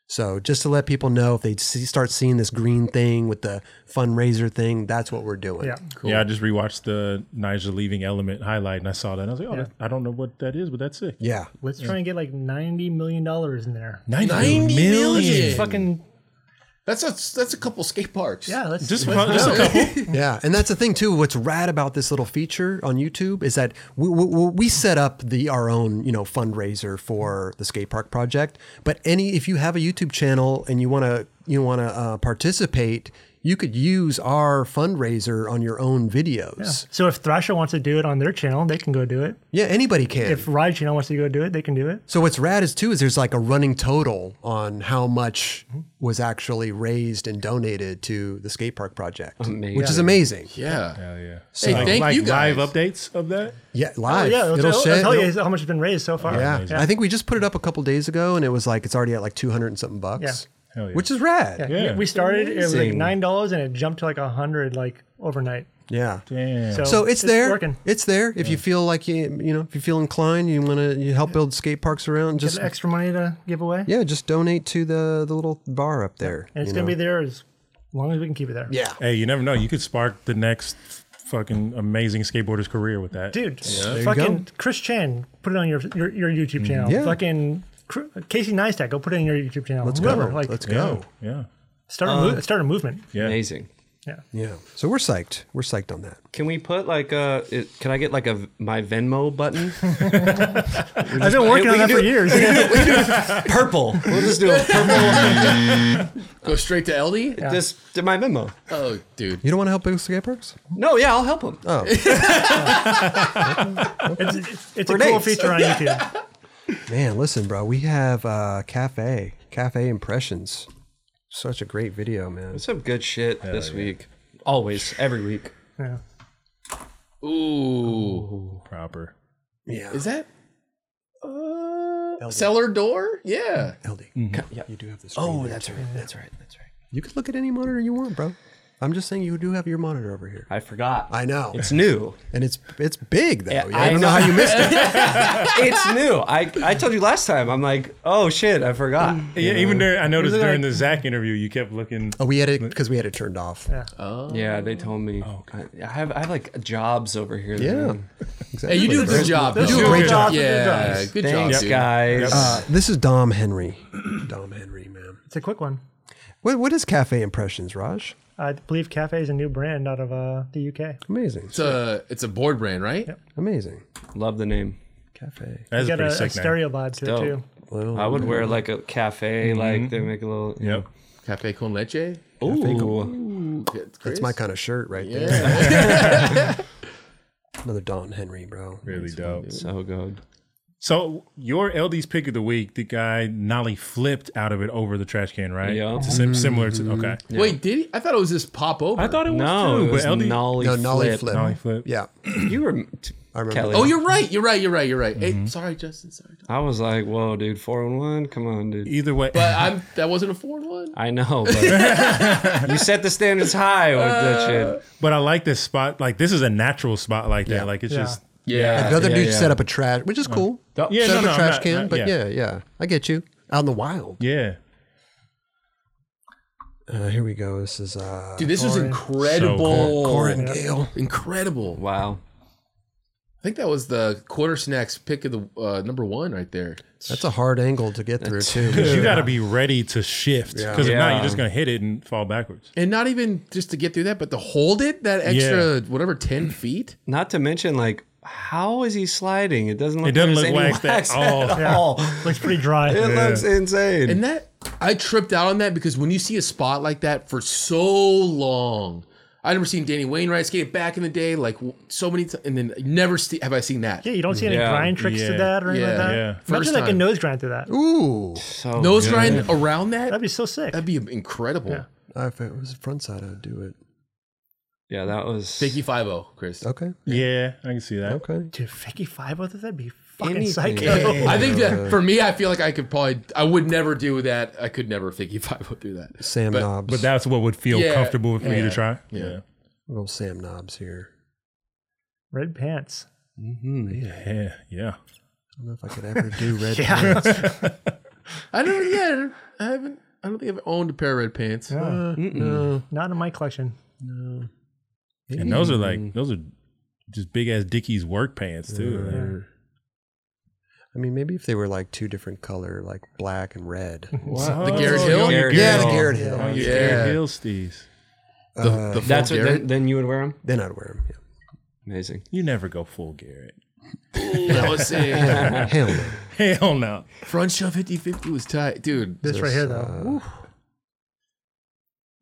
[SPEAKER 1] So just to let people know, if they see, start seeing this green thing with the fundraiser thing, that's what we're doing.
[SPEAKER 6] Yeah.
[SPEAKER 3] Yeah, I just rewatched the Nigel leaving element highlight and I saw that. And I was like, oh, that, I don't know what that is, but that's it.
[SPEAKER 1] Yeah.
[SPEAKER 6] Let's try and get like ninety million dollars in there.
[SPEAKER 2] 90 million.
[SPEAKER 6] Fucking
[SPEAKER 2] That's a that's a couple skate parks.
[SPEAKER 6] yeah. Let's
[SPEAKER 3] Just,
[SPEAKER 6] let's
[SPEAKER 3] one- just a couple.
[SPEAKER 1] Yeah, and that's the thing too. What's rad about this little feature on YouTube is that we, we, we set up the our own you know fundraiser for the skate park project. But any if you have a YouTube channel and you want to you want to uh, participate, you could use our fundraiser on your own videos.
[SPEAKER 6] So if Thrasher wants to do it on their channel, they can go do it.
[SPEAKER 1] Yeah, anybody can.
[SPEAKER 6] If Ride Channel wants to go do it, they can do it.
[SPEAKER 1] so what's rad is too is there's like a running total on how much was actually raised and donated to the skate park project, which is amazing.
[SPEAKER 2] yeah.
[SPEAKER 3] yeah.
[SPEAKER 1] So
[SPEAKER 2] Hey, thank
[SPEAKER 3] like
[SPEAKER 2] you guys.
[SPEAKER 3] live updates of that?
[SPEAKER 1] yeah, live.
[SPEAKER 6] Oh, yeah, it'll,
[SPEAKER 1] it'll,
[SPEAKER 6] tell-
[SPEAKER 1] shit-
[SPEAKER 6] it'll tell
[SPEAKER 1] it'll-
[SPEAKER 6] you how much has been raised so far.
[SPEAKER 1] Yeah. I think we just put it up a couple days ago and it was like it's already at like 200 and something bucks.
[SPEAKER 3] Yeah. Hell yeah.
[SPEAKER 1] Which is rad.
[SPEAKER 6] Yeah,
[SPEAKER 1] Yeah.
[SPEAKER 3] Yeah.
[SPEAKER 6] we started. It was like
[SPEAKER 5] Amazing.
[SPEAKER 6] nine dollars, and it jumped to like a hundred like overnight.
[SPEAKER 3] Damn.
[SPEAKER 6] So,
[SPEAKER 1] So it's, there.
[SPEAKER 6] Working.
[SPEAKER 1] It's there. If you feel like you you know, if you feel inclined, you want to you help build skate parks around, just
[SPEAKER 6] Some extra money to give away.
[SPEAKER 1] yeah, just donate to the the little bar up there.
[SPEAKER 6] and it's
[SPEAKER 1] you
[SPEAKER 6] gonna
[SPEAKER 1] know.
[SPEAKER 6] be there as long as we can keep it there.
[SPEAKER 1] Yeah.
[SPEAKER 3] hey, you never know. You could spark the next fucking amazing skateboarder's career with that.
[SPEAKER 6] dude.
[SPEAKER 1] you
[SPEAKER 6] Fucking Chris Chan, put it on your your, your YouTube channel.
[SPEAKER 1] Yeah.
[SPEAKER 6] Fucking Cr- Casey Neistat, go put it on your YouTube channel.
[SPEAKER 1] Let's
[SPEAKER 6] Whoever,
[SPEAKER 1] go.
[SPEAKER 6] Like,
[SPEAKER 1] Let's Uh,
[SPEAKER 3] Yeah.
[SPEAKER 1] go.
[SPEAKER 3] Yeah.
[SPEAKER 6] start a move, start a movement.
[SPEAKER 3] Yeah.
[SPEAKER 5] Amazing.
[SPEAKER 1] Yeah. So we're psyched. We're psyched on that.
[SPEAKER 5] Can we put like a? It, can I get like a my Venmo button?
[SPEAKER 6] I've been working on that for years.
[SPEAKER 5] purple. [laughs] We'll
[SPEAKER 3] [laughs]
[SPEAKER 5] just do a purple.
[SPEAKER 2] Go straight to LD.
[SPEAKER 5] Just to my Venmo.
[SPEAKER 2] Oh, dude.
[SPEAKER 1] You don't want to help build skate parks?
[SPEAKER 5] No, yeah, I'll help him.
[SPEAKER 6] it's it's, it's a
[SPEAKER 5] For
[SPEAKER 6] cool
[SPEAKER 5] dates.
[SPEAKER 1] [laughs]
[SPEAKER 6] feature on YouTube.
[SPEAKER 1] Man, listen, bro. We have uh cafe, cafe impressions. Such a great video, man.
[SPEAKER 5] Some good shit this week. Always, every week.
[SPEAKER 6] Yeah.
[SPEAKER 2] Ooh,
[SPEAKER 3] Proper.
[SPEAKER 1] Yeah.
[SPEAKER 2] is that?
[SPEAKER 1] LD.
[SPEAKER 2] Cellar door? Yeah.
[SPEAKER 1] LD. You do have this.
[SPEAKER 5] Oh,
[SPEAKER 1] screen there,
[SPEAKER 5] that's
[SPEAKER 1] too.
[SPEAKER 5] right. That's right. That's right.
[SPEAKER 1] You can look at any monitor you want, bro. I'm just saying you do have your monitor over here.
[SPEAKER 5] I forgot.
[SPEAKER 1] I know.
[SPEAKER 5] It's new.
[SPEAKER 1] and it's it's big though.
[SPEAKER 5] Yeah,
[SPEAKER 1] I,
[SPEAKER 5] I
[SPEAKER 1] don't know
[SPEAKER 5] know.
[SPEAKER 1] how you missed
[SPEAKER 5] [laughs]
[SPEAKER 1] it.
[SPEAKER 5] it's new. I, I told you last time. I'm like, oh shit, I forgot.
[SPEAKER 3] Yeah, even during I noticed during the Zach interview, you kept looking.
[SPEAKER 1] Oh, we had it because we had it turned off. Yeah,
[SPEAKER 5] Yeah, they told me.
[SPEAKER 3] Oh,
[SPEAKER 5] I, I have I have like jobs over here. that are-
[SPEAKER 2] Hey,
[SPEAKER 1] exactly.
[SPEAKER 2] you do a
[SPEAKER 1] bro.
[SPEAKER 2] good job.
[SPEAKER 6] Those
[SPEAKER 2] though.
[SPEAKER 1] do a great
[SPEAKER 6] job. Good
[SPEAKER 2] Yeah,
[SPEAKER 6] jobs.
[SPEAKER 2] good job,
[SPEAKER 5] Thanks,
[SPEAKER 2] dude.
[SPEAKER 5] guys.
[SPEAKER 1] Uh, this is Dom Henry. [clears throat] Dom Henry, man.
[SPEAKER 6] It's a quick one.
[SPEAKER 1] What what is Cafe Impressions, Raj?
[SPEAKER 6] I believe Cafe is a new brand out of uh, the UK.
[SPEAKER 1] Amazing,
[SPEAKER 2] It's a it's a board brand, right?
[SPEAKER 1] amazing.
[SPEAKER 5] Love the name.
[SPEAKER 1] Cafe.
[SPEAKER 3] That's
[SPEAKER 6] You
[SPEAKER 3] a
[SPEAKER 6] got
[SPEAKER 3] pretty
[SPEAKER 6] a, a
[SPEAKER 3] sick name.
[SPEAKER 6] stereo vibe to it
[SPEAKER 5] dope.
[SPEAKER 6] too.
[SPEAKER 1] Well,
[SPEAKER 5] I would wear like a cafe,
[SPEAKER 3] Mm-hmm.
[SPEAKER 5] like they make a little. Yeah.
[SPEAKER 3] Yep.
[SPEAKER 2] Cafe con leche.
[SPEAKER 5] Ooh.
[SPEAKER 2] It's
[SPEAKER 1] that's my kind of shirt right there.
[SPEAKER 2] Yeah.
[SPEAKER 1] [laughs] Another Don Henry, bro.
[SPEAKER 3] Really dope.
[SPEAKER 5] So good.
[SPEAKER 3] So your LD's pick of the week, the guy Nolly flipped out of it over the trash can, right?
[SPEAKER 5] Yeah.
[SPEAKER 3] It's sim- similar to okay.
[SPEAKER 2] Wait, did he? I thought it was just pop over.
[SPEAKER 3] I thought it was
[SPEAKER 5] No,
[SPEAKER 3] too,
[SPEAKER 5] it was
[SPEAKER 3] but LD.
[SPEAKER 5] Nolly
[SPEAKER 1] No, Nolly
[SPEAKER 5] Flip.
[SPEAKER 1] Flip.
[SPEAKER 3] Nolly flip.
[SPEAKER 1] Yeah,
[SPEAKER 5] You were
[SPEAKER 1] I remember.
[SPEAKER 5] Kelly.
[SPEAKER 2] Oh, you're right. You're right. You're right. You're right. Hey, sorry, Justin. Sorry.
[SPEAKER 5] I was like, whoa, dude, four and one. Come on, dude.
[SPEAKER 3] Either way,
[SPEAKER 2] But I'm that wasn't a four one.
[SPEAKER 5] I know, but
[SPEAKER 3] [laughs]
[SPEAKER 5] you set the standards high with
[SPEAKER 3] Uh.
[SPEAKER 5] that shit.
[SPEAKER 3] but I like this spot. Like this is a natural spot like that. Like it's
[SPEAKER 6] Yeah.
[SPEAKER 3] just
[SPEAKER 2] Yeah.
[SPEAKER 1] The other
[SPEAKER 5] Yeah,
[SPEAKER 1] dude
[SPEAKER 5] yeah.
[SPEAKER 1] set up a trash, which is cool.
[SPEAKER 3] yeah,
[SPEAKER 1] set
[SPEAKER 3] no,
[SPEAKER 1] up
[SPEAKER 3] no,
[SPEAKER 1] a
[SPEAKER 3] I'm
[SPEAKER 1] trash
[SPEAKER 3] not-
[SPEAKER 1] can,
[SPEAKER 3] not-
[SPEAKER 1] but
[SPEAKER 3] yeah.
[SPEAKER 1] yeah, yeah, I get you. Out in the wild.
[SPEAKER 3] yeah.
[SPEAKER 1] Uh, here we go. This is uh,
[SPEAKER 2] Dude, this was
[SPEAKER 6] Corin.
[SPEAKER 2] incredible.
[SPEAKER 1] Corin Gale.
[SPEAKER 2] Incredible.
[SPEAKER 5] Wow.
[SPEAKER 2] I think that was the quarter snacks pick of the uh, number one right there.
[SPEAKER 1] That's a hard angle to get through too.
[SPEAKER 3] Because [laughs] you got to be ready to shift.
[SPEAKER 1] Yeah.
[SPEAKER 3] Because if not,
[SPEAKER 5] Yeah.
[SPEAKER 3] you're just gonna hit it and fall backwards.
[SPEAKER 2] And not even just to get through that, but to hold it that extra whatever ten feet.
[SPEAKER 5] Not to mention, like, how is he sliding? It doesn't look.
[SPEAKER 3] It doesn't
[SPEAKER 5] there's
[SPEAKER 3] look
[SPEAKER 5] any
[SPEAKER 3] waxed at
[SPEAKER 5] wax [laughs]
[SPEAKER 3] all.
[SPEAKER 6] Yeah.
[SPEAKER 5] all.
[SPEAKER 6] Looks pretty dry.
[SPEAKER 5] It looks insane.
[SPEAKER 2] And that I tripped out on that because when you see a spot like that for so long, I never seen Danny Wainwright skate it back in the day, like w- so many times, and then never see, have I seen that.
[SPEAKER 6] Yeah, you don't see any
[SPEAKER 5] Yeah.
[SPEAKER 6] grind tricks
[SPEAKER 3] Yeah.
[SPEAKER 6] to that or anything
[SPEAKER 2] Yeah.
[SPEAKER 6] like that.
[SPEAKER 3] Yeah.
[SPEAKER 2] First
[SPEAKER 6] Imagine like a
[SPEAKER 2] time.
[SPEAKER 6] nose grind to that.
[SPEAKER 1] Ooh,
[SPEAKER 5] so
[SPEAKER 2] Nose
[SPEAKER 5] good.
[SPEAKER 2] grind around that.
[SPEAKER 6] That'd be so sick.
[SPEAKER 2] That'd be incredible.
[SPEAKER 6] Yeah.
[SPEAKER 1] Uh, if it was the front side, I'd do it.
[SPEAKER 5] Yeah, that was.
[SPEAKER 2] Biggie Five O, Chris.
[SPEAKER 1] Okay,
[SPEAKER 3] Yeah, I can see that.
[SPEAKER 1] okay.
[SPEAKER 6] Dude, Fakey Five with it, that'd be fucking
[SPEAKER 5] Anything.
[SPEAKER 6] psycho.
[SPEAKER 2] I think that for me, I feel like I could probably, I would never do that. I could never Biggie Five O do that.
[SPEAKER 1] Sam Knobs.
[SPEAKER 3] But that's what would feel
[SPEAKER 2] Yeah.
[SPEAKER 3] comfortable for me
[SPEAKER 2] Yeah.
[SPEAKER 3] to try.
[SPEAKER 2] Yeah.
[SPEAKER 1] little Sam Knobs here.
[SPEAKER 6] Red pants.
[SPEAKER 3] Hmm. Yeah. Yeah.
[SPEAKER 1] I don't know if I could ever
[SPEAKER 3] [laughs]
[SPEAKER 1] do red.
[SPEAKER 6] Yeah.
[SPEAKER 1] pants.
[SPEAKER 2] I don't. Yeah, I haven't. I don't think I've owned a pair of red pants.
[SPEAKER 1] Uh, no,
[SPEAKER 6] Not in my collection.
[SPEAKER 3] And those are like those are just big ass Dickies work pants too. Like,
[SPEAKER 1] I mean maybe if they were like two different color, like black and
[SPEAKER 3] [laughs]
[SPEAKER 1] red.
[SPEAKER 3] Wow.
[SPEAKER 2] The Garrett Hill?
[SPEAKER 5] Garrett
[SPEAKER 1] yeah, the
[SPEAKER 5] Hill.
[SPEAKER 1] Garrett
[SPEAKER 3] Oh,
[SPEAKER 1] Hill.
[SPEAKER 3] your
[SPEAKER 2] Yeah.
[SPEAKER 3] Garrett Hill stees.
[SPEAKER 2] The, the full
[SPEAKER 5] That's what.
[SPEAKER 2] Garrett.
[SPEAKER 5] Then, then you would wear them.
[SPEAKER 1] Uh, Then I'd wear them.
[SPEAKER 5] Amazing.
[SPEAKER 3] You never go full Garrett. [laughs]
[SPEAKER 2] That was it.
[SPEAKER 1] Yeah. Hell no.
[SPEAKER 3] Hell no.
[SPEAKER 2] Front shove 50-50 was tight, dude.
[SPEAKER 6] This right here, though.
[SPEAKER 1] uh,
[SPEAKER 6] Woo.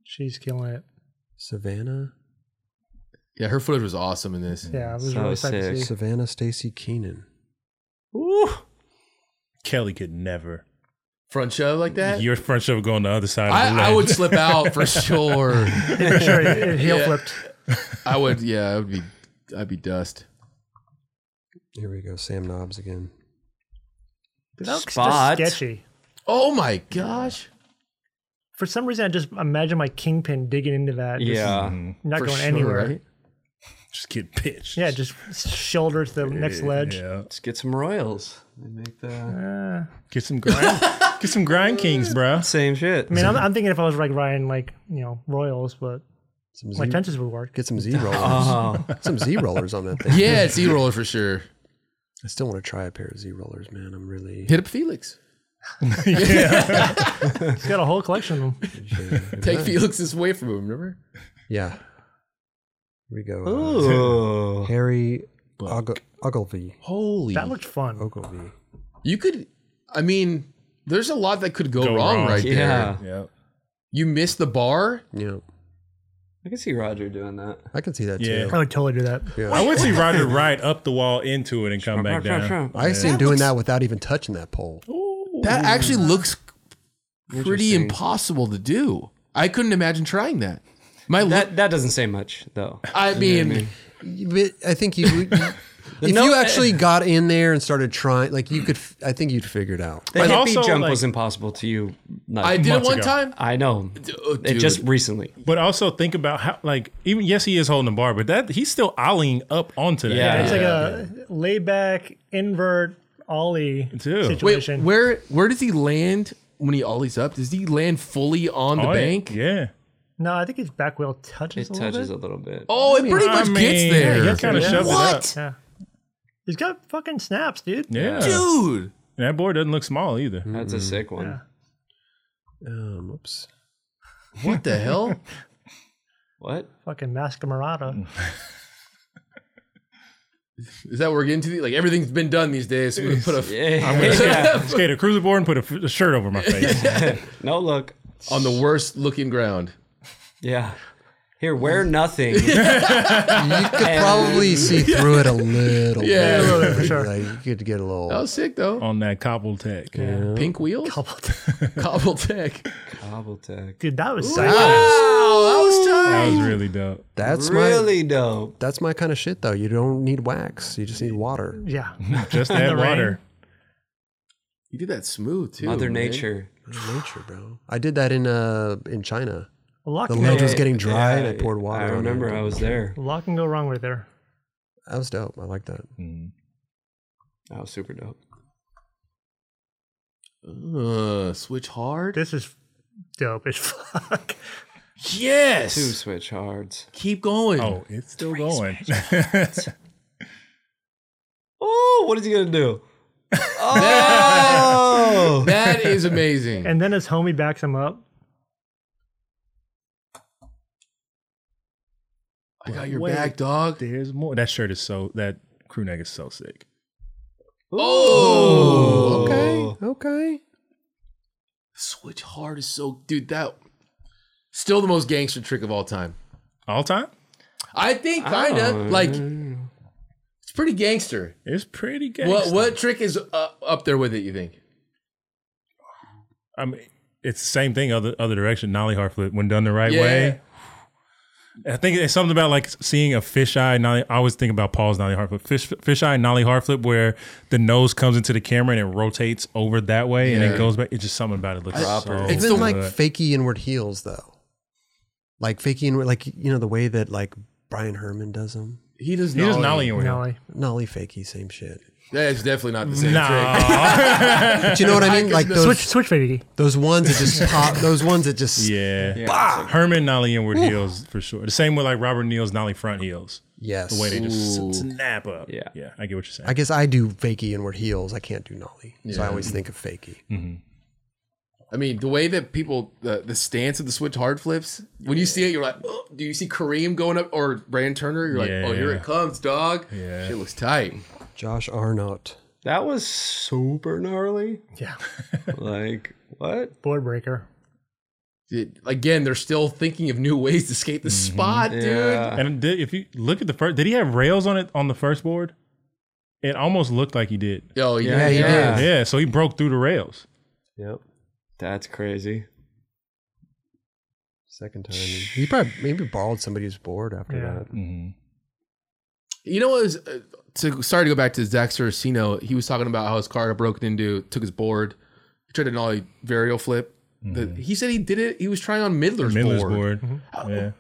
[SPEAKER 6] She's killing it.
[SPEAKER 1] Savannah,
[SPEAKER 2] Yeah, her footage was awesome in this.
[SPEAKER 6] Yeah, it was
[SPEAKER 5] So
[SPEAKER 6] really sick to
[SPEAKER 5] sick.
[SPEAKER 6] see.
[SPEAKER 1] Savannah Stacy Keenan.
[SPEAKER 3] Kelly could never.
[SPEAKER 2] Front shove like that.
[SPEAKER 3] Your front shove going the other side. of the
[SPEAKER 2] I, I
[SPEAKER 3] leg.
[SPEAKER 2] would slip out for sure.
[SPEAKER 6] For sure, it, it heel
[SPEAKER 2] Yeah.
[SPEAKER 6] flipped.
[SPEAKER 2] I would. Yeah, I would be. I'd be dust.
[SPEAKER 1] Here we go, Sam Knobs again.
[SPEAKER 6] Dude, that looks
[SPEAKER 5] Spot.
[SPEAKER 6] just sketchy.
[SPEAKER 2] Oh my gosh.
[SPEAKER 6] For some reason, I just imagine my kingpin digging into that. just
[SPEAKER 5] Yeah.
[SPEAKER 6] Not
[SPEAKER 2] For
[SPEAKER 6] going
[SPEAKER 2] sure,
[SPEAKER 6] anywhere.
[SPEAKER 2] right?
[SPEAKER 3] [laughs] just get pitched.
[SPEAKER 6] Yeah, just shoulder to the next ledge.
[SPEAKER 3] Yeah.
[SPEAKER 5] Let's get some Royals. They make the
[SPEAKER 6] Uh,
[SPEAKER 3] Get some grind. get some grind kings, bro.
[SPEAKER 5] same shit.
[SPEAKER 6] I mean, I'm, I'm thinking if I was like Ryan, like, you know, Royals, but
[SPEAKER 1] Some
[SPEAKER 6] my
[SPEAKER 1] Z,
[SPEAKER 6] tensions would work.
[SPEAKER 1] get some Z rollers.
[SPEAKER 5] oh,
[SPEAKER 1] Some Z rollers on that thing.
[SPEAKER 2] Yeah, it's e-roller for sure.
[SPEAKER 1] I still want to try a pair of Z rollers, man. I'm really
[SPEAKER 2] Hit up Felix.
[SPEAKER 6] He's got a whole collection of them.
[SPEAKER 2] Take Felix's way from him. Remember?
[SPEAKER 1] Yeah. Here we go. uh,
[SPEAKER 5] ooh,
[SPEAKER 1] Harry Og- Ogilvy.
[SPEAKER 2] Holy.
[SPEAKER 6] That looked fun.
[SPEAKER 1] Ogilvy.
[SPEAKER 2] You could. I mean, there's a lot that could go,
[SPEAKER 3] Go
[SPEAKER 2] wrong,
[SPEAKER 3] wrong.
[SPEAKER 2] right there.
[SPEAKER 5] yeah.
[SPEAKER 3] Yeah.
[SPEAKER 2] You miss the bar.
[SPEAKER 1] Yeah.
[SPEAKER 5] I can see Roger doing that.
[SPEAKER 1] I can see that
[SPEAKER 3] Yeah.
[SPEAKER 1] too.
[SPEAKER 6] I would totally do that.
[SPEAKER 3] I would see Roger ride up the wall into it and come back down.
[SPEAKER 5] Interesting.
[SPEAKER 1] I see him doing that without even touching that pole.
[SPEAKER 2] That actually looks pretty impossible to do. I couldn't imagine trying that. My
[SPEAKER 5] That that doesn't say much though.
[SPEAKER 2] I mean,
[SPEAKER 1] But I think you if
[SPEAKER 5] no-
[SPEAKER 1] you actually got in there and started trying, like you could, f- I think you'd figure it out.
[SPEAKER 5] The
[SPEAKER 3] But
[SPEAKER 5] hippie
[SPEAKER 3] also,
[SPEAKER 5] jump
[SPEAKER 3] like-
[SPEAKER 5] was impossible to you. Like,
[SPEAKER 2] I did it
[SPEAKER 3] Months
[SPEAKER 2] one
[SPEAKER 3] ago.
[SPEAKER 2] time.
[SPEAKER 5] I know.
[SPEAKER 2] Oh,
[SPEAKER 5] It
[SPEAKER 2] dude.
[SPEAKER 5] just recently.
[SPEAKER 3] But also think about how, like, even yes, he is holding the bar, but that he's still ollieing up onto that.
[SPEAKER 5] Yeah.
[SPEAKER 6] It's like a laid back invert ollie
[SPEAKER 3] Dude.
[SPEAKER 2] Wait,
[SPEAKER 6] situation.
[SPEAKER 2] where where does he land when he ollies up? Does he land fully on the
[SPEAKER 3] Oh, yeah.
[SPEAKER 2] bank?
[SPEAKER 3] Yeah.
[SPEAKER 6] no, I think his back wheel touches.
[SPEAKER 5] It
[SPEAKER 6] a little
[SPEAKER 5] touches
[SPEAKER 6] bit.
[SPEAKER 5] a little bit.
[SPEAKER 2] Oh, it pretty much
[SPEAKER 3] I mean,
[SPEAKER 2] gets there.
[SPEAKER 3] He kind of shoved
[SPEAKER 2] what,
[SPEAKER 3] it up.
[SPEAKER 6] Yeah. He's got fucking snaps, dude.
[SPEAKER 3] Yeah.
[SPEAKER 2] dude?
[SPEAKER 3] And that board doesn't look small either.
[SPEAKER 5] That's a sick one.
[SPEAKER 1] Um, oops.
[SPEAKER 2] What the hell?
[SPEAKER 3] [laughs]
[SPEAKER 5] What?
[SPEAKER 6] Fucking Mascamarada.
[SPEAKER 2] Is that what we're getting to? The, like everything's been done these days. So we're gonna put a
[SPEAKER 5] [laughs] Yeah.
[SPEAKER 3] Skate a cruiser board and put a, f- a shirt over my face.
[SPEAKER 5] No look.
[SPEAKER 2] [laughs] on the worst looking ground.
[SPEAKER 5] Yeah. Here, wear nothing.
[SPEAKER 1] You could probably see through it a little
[SPEAKER 2] Yeah,
[SPEAKER 1] bit.
[SPEAKER 2] a little
[SPEAKER 6] bit, for sure.
[SPEAKER 1] Like, you could get a little.
[SPEAKER 2] That was sick though.
[SPEAKER 3] on that cobble tech. [laughs]
[SPEAKER 2] Pink wheels, [laughs] cobble tech.
[SPEAKER 5] Cobbletech.
[SPEAKER 6] Dude, that was sick.
[SPEAKER 2] Oh, that was tight.
[SPEAKER 3] That was really dope.
[SPEAKER 1] that's my.
[SPEAKER 5] really dope.
[SPEAKER 1] That's my kind of shit, though. You don't need wax. You just need water.
[SPEAKER 6] Yeah.
[SPEAKER 3] [laughs] Just
[SPEAKER 6] [laughs]
[SPEAKER 3] that
[SPEAKER 6] the rain.
[SPEAKER 3] water.
[SPEAKER 2] You did that smooth too.
[SPEAKER 5] Mother
[SPEAKER 2] man.
[SPEAKER 5] Nature.
[SPEAKER 1] Nature, bro. I did that in uh in China.
[SPEAKER 6] Lock
[SPEAKER 1] The
[SPEAKER 6] can go,
[SPEAKER 1] ledge was
[SPEAKER 5] Yeah,
[SPEAKER 1] getting dry, and I
[SPEAKER 5] yeah,
[SPEAKER 1] poured water.
[SPEAKER 5] I
[SPEAKER 1] on it.
[SPEAKER 5] remember I was there.
[SPEAKER 6] lot can go wrong with there.
[SPEAKER 1] That was dope. I like that.
[SPEAKER 5] That was super dope.
[SPEAKER 2] Uh, switch hard.
[SPEAKER 6] This is dope as [laughs] fuck.
[SPEAKER 2] Yes.
[SPEAKER 5] Two switch hards.
[SPEAKER 2] Keep going.
[SPEAKER 3] Oh, it's still going. [laughs]
[SPEAKER 5] Oh, what is he gonna do?
[SPEAKER 2] [laughs]
[SPEAKER 5] Oh,
[SPEAKER 2] That is amazing.
[SPEAKER 6] [laughs] And then his homie backs him up.
[SPEAKER 2] I got your
[SPEAKER 3] Wait.
[SPEAKER 2] back, dog.
[SPEAKER 3] There's more. That shirt is so. That crew neck is so sick.
[SPEAKER 2] Oh, okay.
[SPEAKER 1] Okay.
[SPEAKER 2] Switch hard is so, dude. That still the most gangster trick of all time.
[SPEAKER 3] All time.
[SPEAKER 2] I think kind of
[SPEAKER 5] Oh.
[SPEAKER 2] like it's pretty gangster.
[SPEAKER 3] It's pretty good.
[SPEAKER 2] What what trick is uh, up there with it? You think?
[SPEAKER 3] I mean, it's the same thing. Other other direction. Nollie hard flip when done the right
[SPEAKER 2] Yeah.
[SPEAKER 3] way. I think it's something about like seeing a fisheye. Nollie, I always think about Paul's nollie hard flip. Fish fisheye nollie hard flip where the nose comes into the camera and it rotates over that way and
[SPEAKER 2] Yeah.
[SPEAKER 3] it goes back. It's just something about it looks
[SPEAKER 5] Proper.
[SPEAKER 3] Oh, so.
[SPEAKER 1] It's
[SPEAKER 2] It's the
[SPEAKER 1] been like
[SPEAKER 3] good.
[SPEAKER 1] fakey inward heels though. Like fakey inward, like you know the way that like Brian Herman does them.
[SPEAKER 2] He does.
[SPEAKER 3] He
[SPEAKER 2] nollie.
[SPEAKER 3] just nollie you.
[SPEAKER 6] No, I-
[SPEAKER 1] Nolly fakey, same shit.
[SPEAKER 2] That is definitely not the same trick.
[SPEAKER 3] Nah.
[SPEAKER 1] But you know
[SPEAKER 3] [laughs]
[SPEAKER 1] what I mean? Like those
[SPEAKER 6] switch, switch, baby.
[SPEAKER 1] those ones that just pop. Those ones that just
[SPEAKER 3] Yeah. Herman Nolly inward heels for sure. The same with like Robert Neal's Nolly front heels.
[SPEAKER 1] yes.
[SPEAKER 3] The way they just
[SPEAKER 2] Ooh.
[SPEAKER 3] s- snap up.
[SPEAKER 5] Yeah.
[SPEAKER 3] Yeah. I get what you're saying.
[SPEAKER 1] I guess I do fakey inward heels. I can't do nolly, so I
[SPEAKER 2] Yeah.
[SPEAKER 1] always think of fakey.
[SPEAKER 2] I mean, the way that people the, the stance of the switch hard flips. When you see it, you're like, oh, do you see Kareem going up or Brand Turner? You're like, oh, here
[SPEAKER 3] Yeah.
[SPEAKER 2] it comes, dog.
[SPEAKER 3] Yeah.
[SPEAKER 2] Shit looks tight.
[SPEAKER 1] Josh Arnott.
[SPEAKER 5] that was super gnarly.
[SPEAKER 6] Yeah.
[SPEAKER 5] [laughs] Like what?
[SPEAKER 6] Board breaker.
[SPEAKER 2] Dude, again, they're still thinking of new ways to skate the
[SPEAKER 3] Mm-hmm.
[SPEAKER 2] spot, dude.
[SPEAKER 5] Yeah.
[SPEAKER 3] and did, if you look at the first, did he have rails on it on the first board? It almost looked like he did.
[SPEAKER 2] Yo, yeah,
[SPEAKER 5] he
[SPEAKER 2] yeah.
[SPEAKER 5] did.
[SPEAKER 3] Yeah. So he broke through the rails.
[SPEAKER 5] Yep. That's crazy.
[SPEAKER 1] Second time he probably maybe borrowed somebody's board after
[SPEAKER 6] Yeah.
[SPEAKER 1] that.
[SPEAKER 2] You know what? Was, uh, to, sorry to go back to Zach Saraceno. He was talking about how his car got broken into, took his board, he tried an ollie varial flip. The- he said he did it. He was trying on Midler's,
[SPEAKER 3] Midler's
[SPEAKER 2] board.
[SPEAKER 3] Mm-hmm. board.
[SPEAKER 1] Mm-hmm.
[SPEAKER 3] Yeah.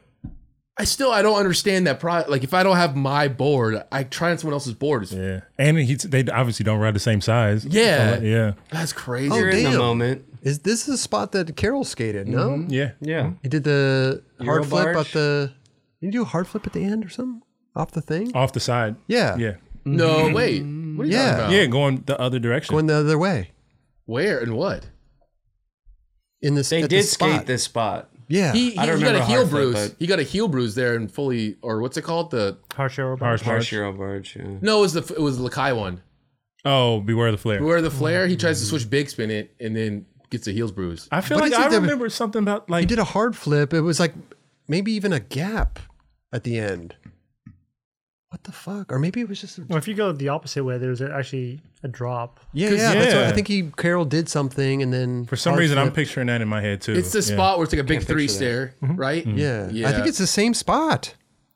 [SPEAKER 2] I still I don't understand that. Pro- like if I don't have my board, I try on someone else's board. It's-
[SPEAKER 3] Yeah. And he, they obviously don't ride the same size.
[SPEAKER 2] Yeah.
[SPEAKER 3] So, yeah.
[SPEAKER 2] That's crazy.
[SPEAKER 1] Oh,
[SPEAKER 5] You're in
[SPEAKER 1] damn.
[SPEAKER 5] the moment.
[SPEAKER 1] Is this is a spot that Carol skated? No,
[SPEAKER 5] Mm-hmm.
[SPEAKER 3] Yeah.
[SPEAKER 5] Yeah.
[SPEAKER 1] he did the hard
[SPEAKER 5] Euro
[SPEAKER 1] flip
[SPEAKER 5] barge?
[SPEAKER 1] at the. Did you do a hard flip at the end or something off the thing?
[SPEAKER 3] Off the side.
[SPEAKER 1] yeah,
[SPEAKER 3] Oh, Yeah.
[SPEAKER 2] No, wait. What are you
[SPEAKER 1] Yeah.
[SPEAKER 2] talking about?
[SPEAKER 3] Yeah. Going the other direction.
[SPEAKER 1] going the other way
[SPEAKER 2] Where and what?
[SPEAKER 1] in this.
[SPEAKER 5] They
[SPEAKER 1] at
[SPEAKER 5] did
[SPEAKER 1] this spot.
[SPEAKER 5] skate this spot.
[SPEAKER 1] Yeah,
[SPEAKER 2] He, he,
[SPEAKER 5] I don't
[SPEAKER 2] he got a
[SPEAKER 5] remember
[SPEAKER 2] heel
[SPEAKER 5] hard flip,
[SPEAKER 2] bruise.
[SPEAKER 5] but-
[SPEAKER 2] He got a heel bruise there and fully, or what's it called? The
[SPEAKER 6] Harsh arrow.
[SPEAKER 3] Harsh
[SPEAKER 5] Harsh
[SPEAKER 3] march.
[SPEAKER 5] Hero Barge. Yeah.
[SPEAKER 2] no, it was the it was the Lakai one.
[SPEAKER 3] Oh, beware the flare.
[SPEAKER 2] Where the flare, he tries to switch big spin it and then gets a heels bruise.
[SPEAKER 3] I feel
[SPEAKER 1] But
[SPEAKER 3] like
[SPEAKER 1] it's like
[SPEAKER 3] I
[SPEAKER 1] they-
[SPEAKER 3] remember something about
[SPEAKER 1] he
[SPEAKER 3] like
[SPEAKER 1] did a hard flip. It was like maybe even a gap at the end. What the fuck? Or maybe it was just a,
[SPEAKER 6] Well, if you go the opposite way, there's actually a drop.
[SPEAKER 1] yeah, yeah. That's what, I
[SPEAKER 3] yeah.
[SPEAKER 1] think he Carol did something and then
[SPEAKER 3] For some
[SPEAKER 1] hard
[SPEAKER 3] reason, I'm
[SPEAKER 1] flip.
[SPEAKER 3] picturing that in my head too.
[SPEAKER 2] It's the
[SPEAKER 3] Yeah.
[SPEAKER 2] spot where it's like a big three
[SPEAKER 1] Mm-hmm.
[SPEAKER 5] picture
[SPEAKER 2] stair, right?
[SPEAKER 1] Yeah. I
[SPEAKER 2] Yeah.
[SPEAKER 1] think it's the same spot.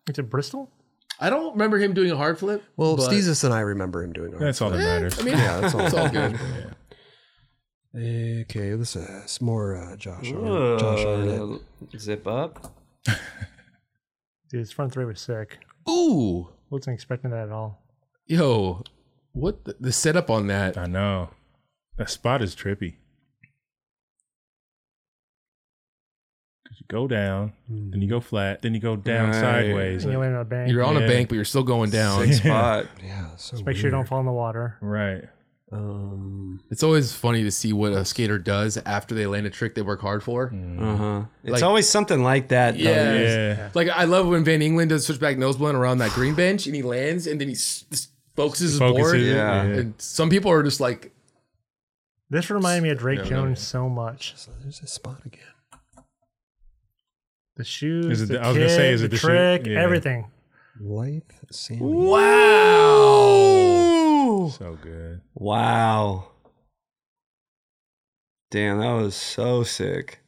[SPEAKER 6] It's a Bristol.
[SPEAKER 2] I don't remember him doing a hard flip.
[SPEAKER 1] Well,
[SPEAKER 2] but-
[SPEAKER 1] Steezus and I remember him doing.
[SPEAKER 3] That's all that
[SPEAKER 2] Eh,
[SPEAKER 3] matters.
[SPEAKER 2] I mean,
[SPEAKER 1] Yeah, that's
[SPEAKER 2] [laughs]
[SPEAKER 1] all.
[SPEAKER 2] it's all good.
[SPEAKER 1] Okay, this is more uh, Josh. Arnett. Josh Arnett.
[SPEAKER 5] Uh, Zip up.
[SPEAKER 6] Dude, his front three was sick.
[SPEAKER 2] Ooh,
[SPEAKER 6] Wasn't expecting that at all.
[SPEAKER 2] yo, what the, the setup on that?
[SPEAKER 3] I know. That spot is trippy. 'Cause you go down, then you go flat, then you go down
[SPEAKER 5] Right.
[SPEAKER 3] sideways.
[SPEAKER 6] And you land on a bank.
[SPEAKER 2] You're on a
[SPEAKER 3] Yeah.
[SPEAKER 2] bank, but you're still going down.
[SPEAKER 5] Six spot.
[SPEAKER 1] Yeah, so
[SPEAKER 6] Just make sure you don't fall in the water.
[SPEAKER 3] Right.
[SPEAKER 1] Um,
[SPEAKER 2] It's always funny to see what a skater does after they land a trick they work hard for.
[SPEAKER 5] Uh huh. It's
[SPEAKER 2] Like-
[SPEAKER 5] always something like that. Though.
[SPEAKER 2] Yeah.
[SPEAKER 3] Yeah.
[SPEAKER 2] Like I love when Van England does switchback nose blunt around that green bench and he lands and then he s- s- focuses his
[SPEAKER 3] Focuses
[SPEAKER 2] board.
[SPEAKER 3] it,
[SPEAKER 5] Yeah.
[SPEAKER 3] yeah.
[SPEAKER 2] And some people are just like,
[SPEAKER 6] This reminded me of Drake
[SPEAKER 2] No, no,
[SPEAKER 6] Jones so much.
[SPEAKER 1] so uh, there's this spot again.
[SPEAKER 6] The shoes,
[SPEAKER 3] Is it
[SPEAKER 6] the,
[SPEAKER 3] the- I was gonna
[SPEAKER 6] kid,
[SPEAKER 3] say, is
[SPEAKER 6] the,
[SPEAKER 3] it the shoe-
[SPEAKER 6] trick,
[SPEAKER 3] yeah.
[SPEAKER 6] everything.
[SPEAKER 1] Lithe Sammy.
[SPEAKER 2] wow.
[SPEAKER 3] So good.
[SPEAKER 5] Wow. Damn, that was so sick.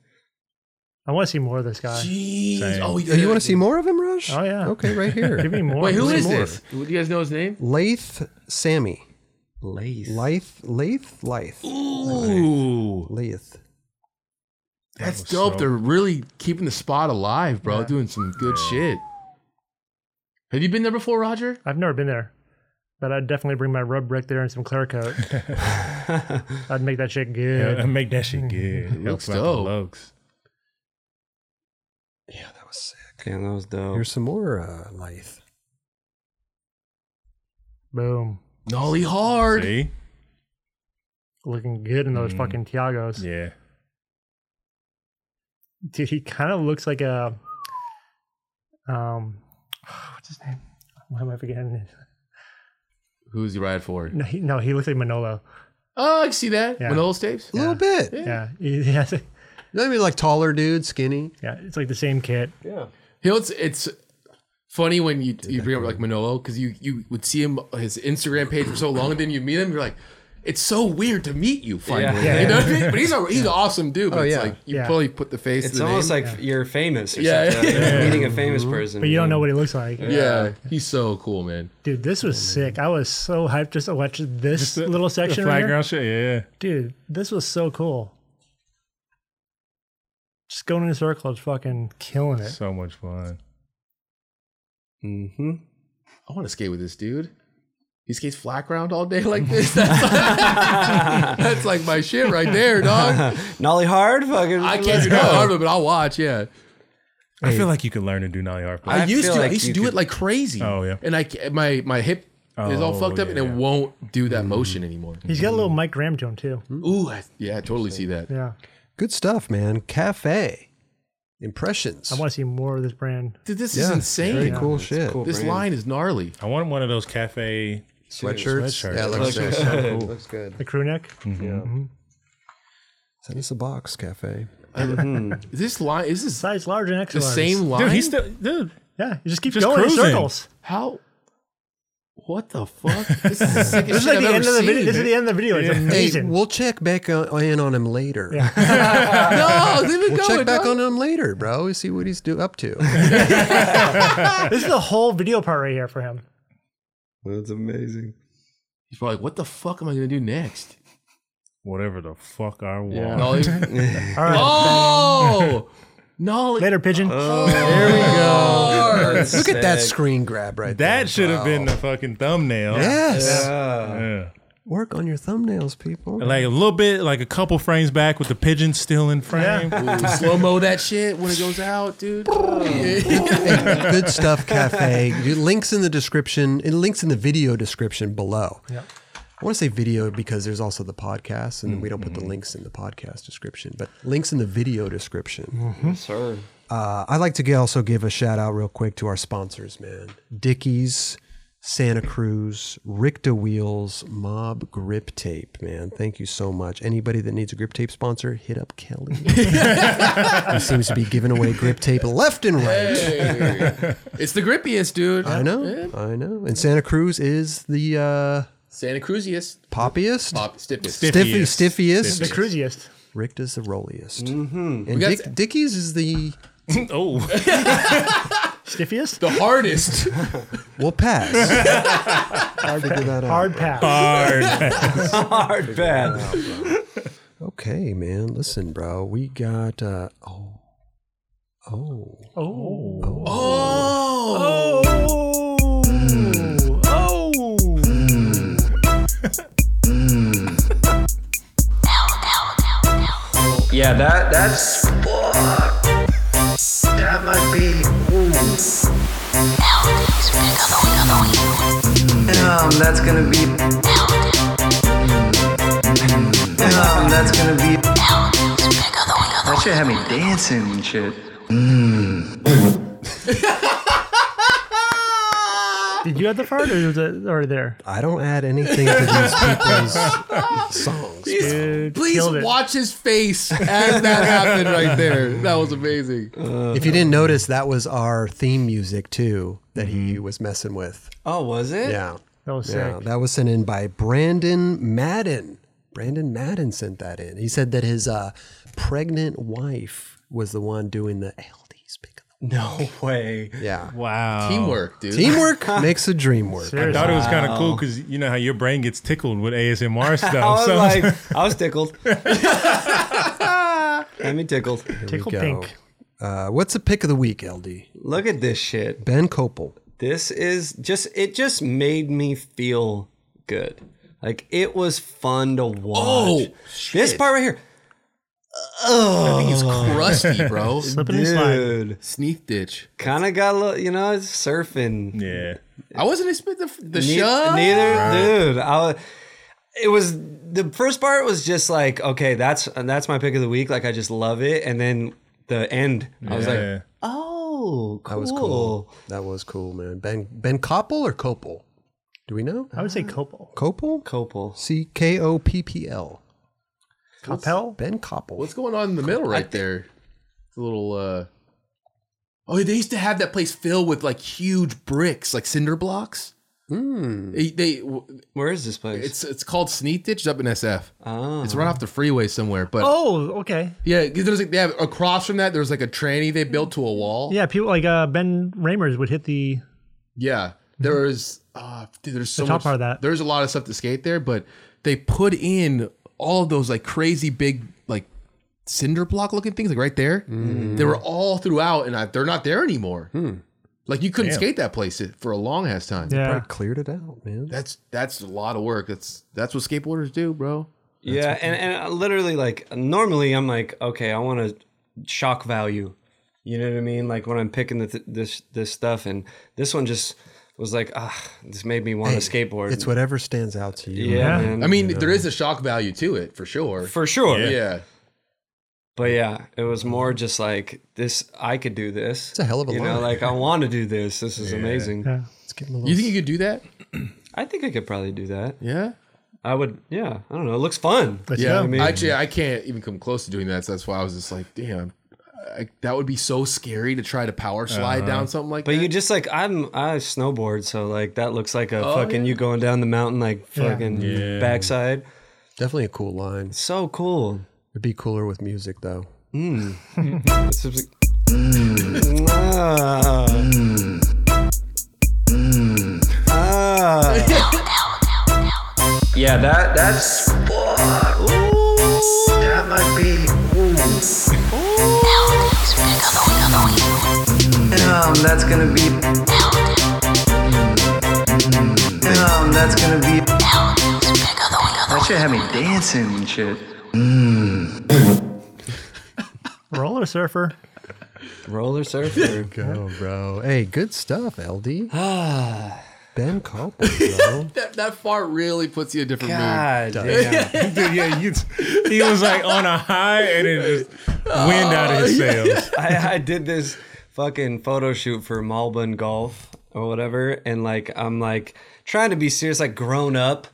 [SPEAKER 6] I want to see more of this guy.
[SPEAKER 2] Jeez.
[SPEAKER 3] Same.
[SPEAKER 2] Oh,
[SPEAKER 1] Oh, you want to see more of him, Rush?
[SPEAKER 6] Oh, yeah.
[SPEAKER 1] Okay, right
[SPEAKER 6] [laughs]
[SPEAKER 1] here.
[SPEAKER 6] Give me more.
[SPEAKER 2] Wait, who
[SPEAKER 6] Give me
[SPEAKER 2] is
[SPEAKER 6] more.
[SPEAKER 2] this? Do you guys know his name?
[SPEAKER 1] Lathe Sammy.
[SPEAKER 5] Lace. [laughs]
[SPEAKER 1] Lithe, Lathe, Lithe.
[SPEAKER 2] Ooh.
[SPEAKER 1] Lathe.
[SPEAKER 2] That's
[SPEAKER 3] was
[SPEAKER 2] dope.
[SPEAKER 3] so-
[SPEAKER 2] They're really keeping the spot alive, bro.
[SPEAKER 6] Yeah.
[SPEAKER 2] Doing some good shit. Have you been there before, Roger?
[SPEAKER 6] I've never been there, but I'd definitely bring my rub brick there and some
[SPEAKER 3] [laughs]
[SPEAKER 6] clear coat. I'd make that shit good.
[SPEAKER 3] Yeah, make that shit good.
[SPEAKER 2] looks
[SPEAKER 3] Helps out the
[SPEAKER 2] dope.
[SPEAKER 3] looks.
[SPEAKER 1] Yeah, that was sick.
[SPEAKER 5] Damn, that was
[SPEAKER 2] Oh.
[SPEAKER 5] dope.
[SPEAKER 1] Here's some more uh, Lithe.
[SPEAKER 6] Boom.
[SPEAKER 2] Nolly hard.
[SPEAKER 3] See?
[SPEAKER 6] Looking good in those
[SPEAKER 3] Mm.
[SPEAKER 6] fucking Tiagos.
[SPEAKER 3] Yeah.
[SPEAKER 6] Dude, he kind of looks like a. Um, [sighs] what's his name? Why am I forgetting it?
[SPEAKER 2] Who's he ride for?
[SPEAKER 6] No, he, no, he looks like Manolo.
[SPEAKER 2] Oh, I can see that.
[SPEAKER 6] Yeah.
[SPEAKER 2] Manolo Stapes.
[SPEAKER 1] A little bit.
[SPEAKER 6] Yeah. He [laughs] he has a-
[SPEAKER 1] I mean, like taller dude, skinny.
[SPEAKER 6] yeah. It's like the same kit.
[SPEAKER 2] You know, it's it's funny when you you bring up like Manolo because you you would see him his Instagram page for so long, and then you meet him, you're like. It's so weird to meet you finally.
[SPEAKER 6] Yeah.
[SPEAKER 2] You know what I mean? But he's a, he's an awesome dude. But
[SPEAKER 1] Oh,
[SPEAKER 2] it's
[SPEAKER 1] yeah.
[SPEAKER 2] like you
[SPEAKER 6] Yeah.
[SPEAKER 2] probably put the face.
[SPEAKER 5] it's
[SPEAKER 2] to the
[SPEAKER 5] almost
[SPEAKER 2] name.
[SPEAKER 5] like you're famous or
[SPEAKER 2] Yeah.
[SPEAKER 5] something.
[SPEAKER 2] Yeah.
[SPEAKER 5] Meeting a famous person.
[SPEAKER 6] But you don't know what he looks like.
[SPEAKER 2] yeah. He's so cool, man.
[SPEAKER 6] Dude, this was sick. I was so hyped just to watch this
[SPEAKER 3] Just the-
[SPEAKER 6] little
[SPEAKER 3] The
[SPEAKER 6] section right
[SPEAKER 3] flat
[SPEAKER 6] here.
[SPEAKER 3] ground shit. Yeah.
[SPEAKER 6] Dude, this was so cool. Just going in a circle is fucking killing it.
[SPEAKER 3] So much fun.
[SPEAKER 5] Mm-hmm. [laughs]
[SPEAKER 2] I want to skate with this dude. He skates flat ground all day like this. [laughs] That's like, that's like [laughs] my shit right there,
[SPEAKER 5] [laughs]
[SPEAKER 2] dog.
[SPEAKER 5] Nolly hard? Fucking.
[SPEAKER 2] I can't
[SPEAKER 5] [laughs] let's
[SPEAKER 2] do
[SPEAKER 5] go.
[SPEAKER 2] that hard, but I'll watch. Yeah.
[SPEAKER 3] I feel like you could learn to do Nolly Harp.
[SPEAKER 2] I,
[SPEAKER 5] I
[SPEAKER 2] used
[SPEAKER 5] feel
[SPEAKER 2] to. I
[SPEAKER 5] like
[SPEAKER 2] used to
[SPEAKER 5] you
[SPEAKER 2] do
[SPEAKER 5] could-
[SPEAKER 2] it like crazy.
[SPEAKER 3] Oh, yeah.
[SPEAKER 2] And I ca- my my hip is all
[SPEAKER 3] Oh,
[SPEAKER 2] fucked up, and
[SPEAKER 3] yeah,
[SPEAKER 2] it
[SPEAKER 3] yeah.
[SPEAKER 2] won't do that motion anymore.
[SPEAKER 6] Mm-hmm. He's got a little Mike Graham to him too.
[SPEAKER 2] Ooh, I, yeah, I totally see that.
[SPEAKER 6] Yeah.
[SPEAKER 1] Good stuff, man. Cafe. Impressions.
[SPEAKER 6] I want to see more of this brand.
[SPEAKER 2] Dude, this is
[SPEAKER 1] Yeah,
[SPEAKER 2] insane.
[SPEAKER 1] Very cool shit.
[SPEAKER 5] Cool
[SPEAKER 2] This
[SPEAKER 5] brand.
[SPEAKER 2] line is gnarly.
[SPEAKER 3] I want one of those cafe
[SPEAKER 1] Sweatshirts.
[SPEAKER 3] Sweatshirts.
[SPEAKER 1] Yeah, it looks,
[SPEAKER 5] Looks
[SPEAKER 1] good.
[SPEAKER 5] good.
[SPEAKER 2] [laughs]
[SPEAKER 1] Looks good.
[SPEAKER 6] The crew neck.
[SPEAKER 1] Send us a box, Cafe.
[SPEAKER 5] Mm-hmm.
[SPEAKER 2] Is this line is this
[SPEAKER 6] Size large and
[SPEAKER 2] the
[SPEAKER 6] extra large.
[SPEAKER 2] same line?
[SPEAKER 3] Dude, he's still dude.
[SPEAKER 6] Yeah. He just keeps
[SPEAKER 3] Just
[SPEAKER 6] going
[SPEAKER 3] cruising.
[SPEAKER 6] in circles.
[SPEAKER 2] How? What the fuck? This
[SPEAKER 6] [laughs]
[SPEAKER 2] is the sickest
[SPEAKER 6] This is
[SPEAKER 2] shit
[SPEAKER 6] like the
[SPEAKER 2] I've
[SPEAKER 6] end
[SPEAKER 2] ever
[SPEAKER 6] of the
[SPEAKER 2] seen.
[SPEAKER 6] video. This is the end of the video. It's
[SPEAKER 1] Hey,
[SPEAKER 6] amazing.
[SPEAKER 1] we'll check back on, in on him later.
[SPEAKER 2] No, Oh, leave it
[SPEAKER 1] We'll
[SPEAKER 2] going,
[SPEAKER 1] check back
[SPEAKER 2] dog.
[SPEAKER 1] on him later, bro. We see what he's do up to.
[SPEAKER 6] This is the whole video part right here for him.
[SPEAKER 5] That's amazing.
[SPEAKER 2] He's probably like, what the fuck am I gonna do next?
[SPEAKER 3] Whatever the fuck I want.
[SPEAKER 2] Nolly.
[SPEAKER 6] [laughs] All right. [laughs]
[SPEAKER 2] Oh, Nolly.
[SPEAKER 6] Later, pigeon.
[SPEAKER 2] Oh.
[SPEAKER 1] there we go.
[SPEAKER 5] That's
[SPEAKER 1] Look at that
[SPEAKER 5] sick.
[SPEAKER 1] screen grab right there.
[SPEAKER 3] That should have been the fucking thumbnail.
[SPEAKER 1] Yes.
[SPEAKER 5] Yeah.
[SPEAKER 3] Yeah.
[SPEAKER 1] Work on your thumbnails, people.
[SPEAKER 3] Like a little bit, like a couple frames back with the pigeon still in frame.
[SPEAKER 2] Slow mo that shit when it goes out,
[SPEAKER 6] [laughs]
[SPEAKER 2] dude. Yeah.
[SPEAKER 1] Good stuff, Cafe. Dude, Links in the description. It links in the video description below.
[SPEAKER 6] Yeah.
[SPEAKER 1] I want to say video because there's also the podcast, and we don't put the links in the podcast description, but links in the video description.
[SPEAKER 5] Sir.
[SPEAKER 1] Uh, I'd like to g- also give a shout out real quick to our sponsors, man. Dickies, Santa Cruz, Richta Wheels, Mob Grip Tape, man. Thank you so much. Anybody that needs a grip tape sponsor, hit up [laughs] Kelly. he seems to be giving away grip tape left and right.
[SPEAKER 2] it's the grippiest, dude.
[SPEAKER 1] I know, I know. And Santa Cruz is the uh,
[SPEAKER 2] Santa Cruziest.
[SPEAKER 1] poppiest,
[SPEAKER 2] Pop, stiffest.
[SPEAKER 1] stiffy,
[SPEAKER 3] Stiffiest.
[SPEAKER 1] stiffiest.
[SPEAKER 6] The cruisiest.
[SPEAKER 1] Richta's the rolliest,
[SPEAKER 5] Mm-hmm.
[SPEAKER 1] and
[SPEAKER 2] got
[SPEAKER 1] Dick,
[SPEAKER 2] s-
[SPEAKER 3] [laughs]
[SPEAKER 1] Dickies is the
[SPEAKER 3] oh,
[SPEAKER 6] Stiffiest?
[SPEAKER 2] The hardest.
[SPEAKER 1] We'll [laughs] pass.
[SPEAKER 6] Hard
[SPEAKER 1] Figure
[SPEAKER 6] pass.
[SPEAKER 1] that out.
[SPEAKER 6] Hard pass.
[SPEAKER 3] Hard.
[SPEAKER 5] Hard bad.
[SPEAKER 1] Okay, man. Listen, bro. We got. Uh, oh. Oh.
[SPEAKER 6] oh.
[SPEAKER 2] oh.
[SPEAKER 6] Oh.
[SPEAKER 5] Yeah, that that's
[SPEAKER 9] Um, that's gonna be. Um, that's gonna be. That should have me dancing and shit.
[SPEAKER 6] Did you have the fart or was it already there?
[SPEAKER 2] Uh,
[SPEAKER 1] I don't add anything to
[SPEAKER 6] [laughs]
[SPEAKER 1] these people's songs.
[SPEAKER 6] Dude,
[SPEAKER 2] Please
[SPEAKER 6] killed it.
[SPEAKER 2] watch his face as that happened right there. That was amazing.
[SPEAKER 1] If you didn't notice, that was our theme music too that he was messing with.
[SPEAKER 5] Oh, was it?
[SPEAKER 1] Yeah.
[SPEAKER 6] That was Mm-hmm. sick.
[SPEAKER 1] Yeah, that was sent in by Brandon Madden. Brandon Madden sent that in. He said that his uh, pregnant wife was the one doing the LD's pick of
[SPEAKER 5] [laughs] No way.
[SPEAKER 1] the Yeah.
[SPEAKER 3] [laughs] Wow.
[SPEAKER 2] Teamwork, dude.
[SPEAKER 5] [laughs]
[SPEAKER 1] Teamwork makes a dream work.
[SPEAKER 3] I
[SPEAKER 6] Seriously.
[SPEAKER 3] thought it was kind of cool because you know how your brain gets tickled with
[SPEAKER 5] [laughs]
[SPEAKER 3] ASMR
[SPEAKER 5] I
[SPEAKER 3] stuff.
[SPEAKER 5] was
[SPEAKER 3] So
[SPEAKER 5] like, I was tickled. Let me tickled.
[SPEAKER 6] Tickle
[SPEAKER 1] go.
[SPEAKER 6] pink.
[SPEAKER 1] Uh, what's the pick of the week, LD?
[SPEAKER 5] Look at this shit.
[SPEAKER 1] Ben Copel.
[SPEAKER 5] this is just it just made me feel good like it was fun to watch
[SPEAKER 2] Oh,
[SPEAKER 5] this
[SPEAKER 2] shit.
[SPEAKER 5] part right here
[SPEAKER 2] I think it's [laughs] crusty, bro.
[SPEAKER 6] Slip and slide.
[SPEAKER 5] dude
[SPEAKER 2] Sneak ditch.
[SPEAKER 5] kind of got a little you know it's surfing
[SPEAKER 3] [laughs] yeah,
[SPEAKER 2] I wasn't expecting the, the
[SPEAKER 5] Ne-
[SPEAKER 2] shove.
[SPEAKER 5] neither dude i wa- it was the first part was just like okay that's that's my pick of the week like i just love it and then the end i was
[SPEAKER 3] Yeah.
[SPEAKER 5] like oh cool.
[SPEAKER 1] That was cool. That was cool, man. Ben Ben Koppel or Copel? Do we know?
[SPEAKER 6] I would say Copel.
[SPEAKER 1] Copel?
[SPEAKER 5] Copel.
[SPEAKER 1] C K O P P L.
[SPEAKER 6] Copel?
[SPEAKER 1] Ben Koppel.
[SPEAKER 2] What's going on in the middle right there? It's a little. uh Oh, they used to have that place filled with like huge bricks, like cinder blocks.
[SPEAKER 1] Mm.
[SPEAKER 2] They, they
[SPEAKER 5] Where is this place?
[SPEAKER 2] it's it's called Sneak Ditch It's up in SF.
[SPEAKER 5] oh.
[SPEAKER 2] It's right off the freeway somewhere, but
[SPEAKER 6] Mm-hmm. Oh, okay.
[SPEAKER 2] yeah, 'cause there's like they have across from that. There's like a tranny they built to a wall.
[SPEAKER 6] Yeah, people like uh, Ben Ramers would hit the.
[SPEAKER 2] Yeah, there is. Uh, dude, there's so
[SPEAKER 6] Mm-hmm. top
[SPEAKER 2] much.
[SPEAKER 6] part of that.
[SPEAKER 2] There's a lot of stuff to skate there, but they put in all of those like crazy big like cinder block looking things like right there.
[SPEAKER 6] Mm-hmm.
[SPEAKER 2] They were all throughout, and I, they're not there anymore. Like you couldn't skate that place for a long ass time.
[SPEAKER 6] Hmm. Yeah.
[SPEAKER 1] Probably cleared it out, man.
[SPEAKER 2] That's that's a lot of work. That's that's what skateboarders do, bro.
[SPEAKER 6] Mm-hmm.
[SPEAKER 5] yeah, and, and I literally, like, normally I'm like, okay, I want to shock value. You know what I mean? Like when I'm picking the th- this this stuff, and this one just was like, ah, this made me want
[SPEAKER 1] Hey,
[SPEAKER 5] to skateboard.
[SPEAKER 1] It's whatever stands out to you.
[SPEAKER 5] yeah,
[SPEAKER 6] Yeah.
[SPEAKER 5] man.
[SPEAKER 2] I mean, there is a shock value to it for sure.
[SPEAKER 5] for sure.
[SPEAKER 2] yeah.
[SPEAKER 5] But yeah, it was more just like this. I could do this.
[SPEAKER 1] It's a hell of a
[SPEAKER 5] you know,
[SPEAKER 1] line.
[SPEAKER 5] like I want to do this. This is amazing.
[SPEAKER 6] Yeah.
[SPEAKER 1] Let's give him a little
[SPEAKER 2] You think you could do that?
[SPEAKER 5] I think I could probably do that.
[SPEAKER 2] Yeah.
[SPEAKER 5] I would. Yeah, I don't know. It looks fun.
[SPEAKER 6] Let's
[SPEAKER 2] Yeah,
[SPEAKER 6] go.
[SPEAKER 5] mean-
[SPEAKER 2] actually, I can't even come close to doing that. So that's why I was just like, damn, I, that would be so scary to try to power slide down something like
[SPEAKER 5] But
[SPEAKER 2] that.
[SPEAKER 5] you just like I'm I snowboard, so like that looks like a fucking you going down the mountain like
[SPEAKER 6] Yeah.
[SPEAKER 5] fucking backside.
[SPEAKER 1] Definitely a cool line.
[SPEAKER 5] So cool.
[SPEAKER 1] It'd be cooler with music though.
[SPEAKER 5] It's just like-
[SPEAKER 1] Mm.
[SPEAKER 5] Mm. Ah.
[SPEAKER 1] Mm. [laughs]
[SPEAKER 5] Ah. Yeah, that that's
[SPEAKER 9] Um, that's gonna be. Um, that's gonna be. That should have me dancing and shit.
[SPEAKER 6] Roller surfer.
[SPEAKER 1] [laughs]
[SPEAKER 5] roller surfer.
[SPEAKER 1] Go, bro. Hey, good stuff, LD. ben Koppel, bro.
[SPEAKER 2] that, that fart really puts you in a different mood.
[SPEAKER 5] God damn.
[SPEAKER 3] dude, yeah, you, he was like on a high and it just wind out
[SPEAKER 5] [laughs]
[SPEAKER 3] of his sails.
[SPEAKER 5] [laughs]
[SPEAKER 3] [laughs]
[SPEAKER 5] I, I did this fucking photo shoot for Malbon Golf or whatever, and like I'm like trying to be serious, like grown up.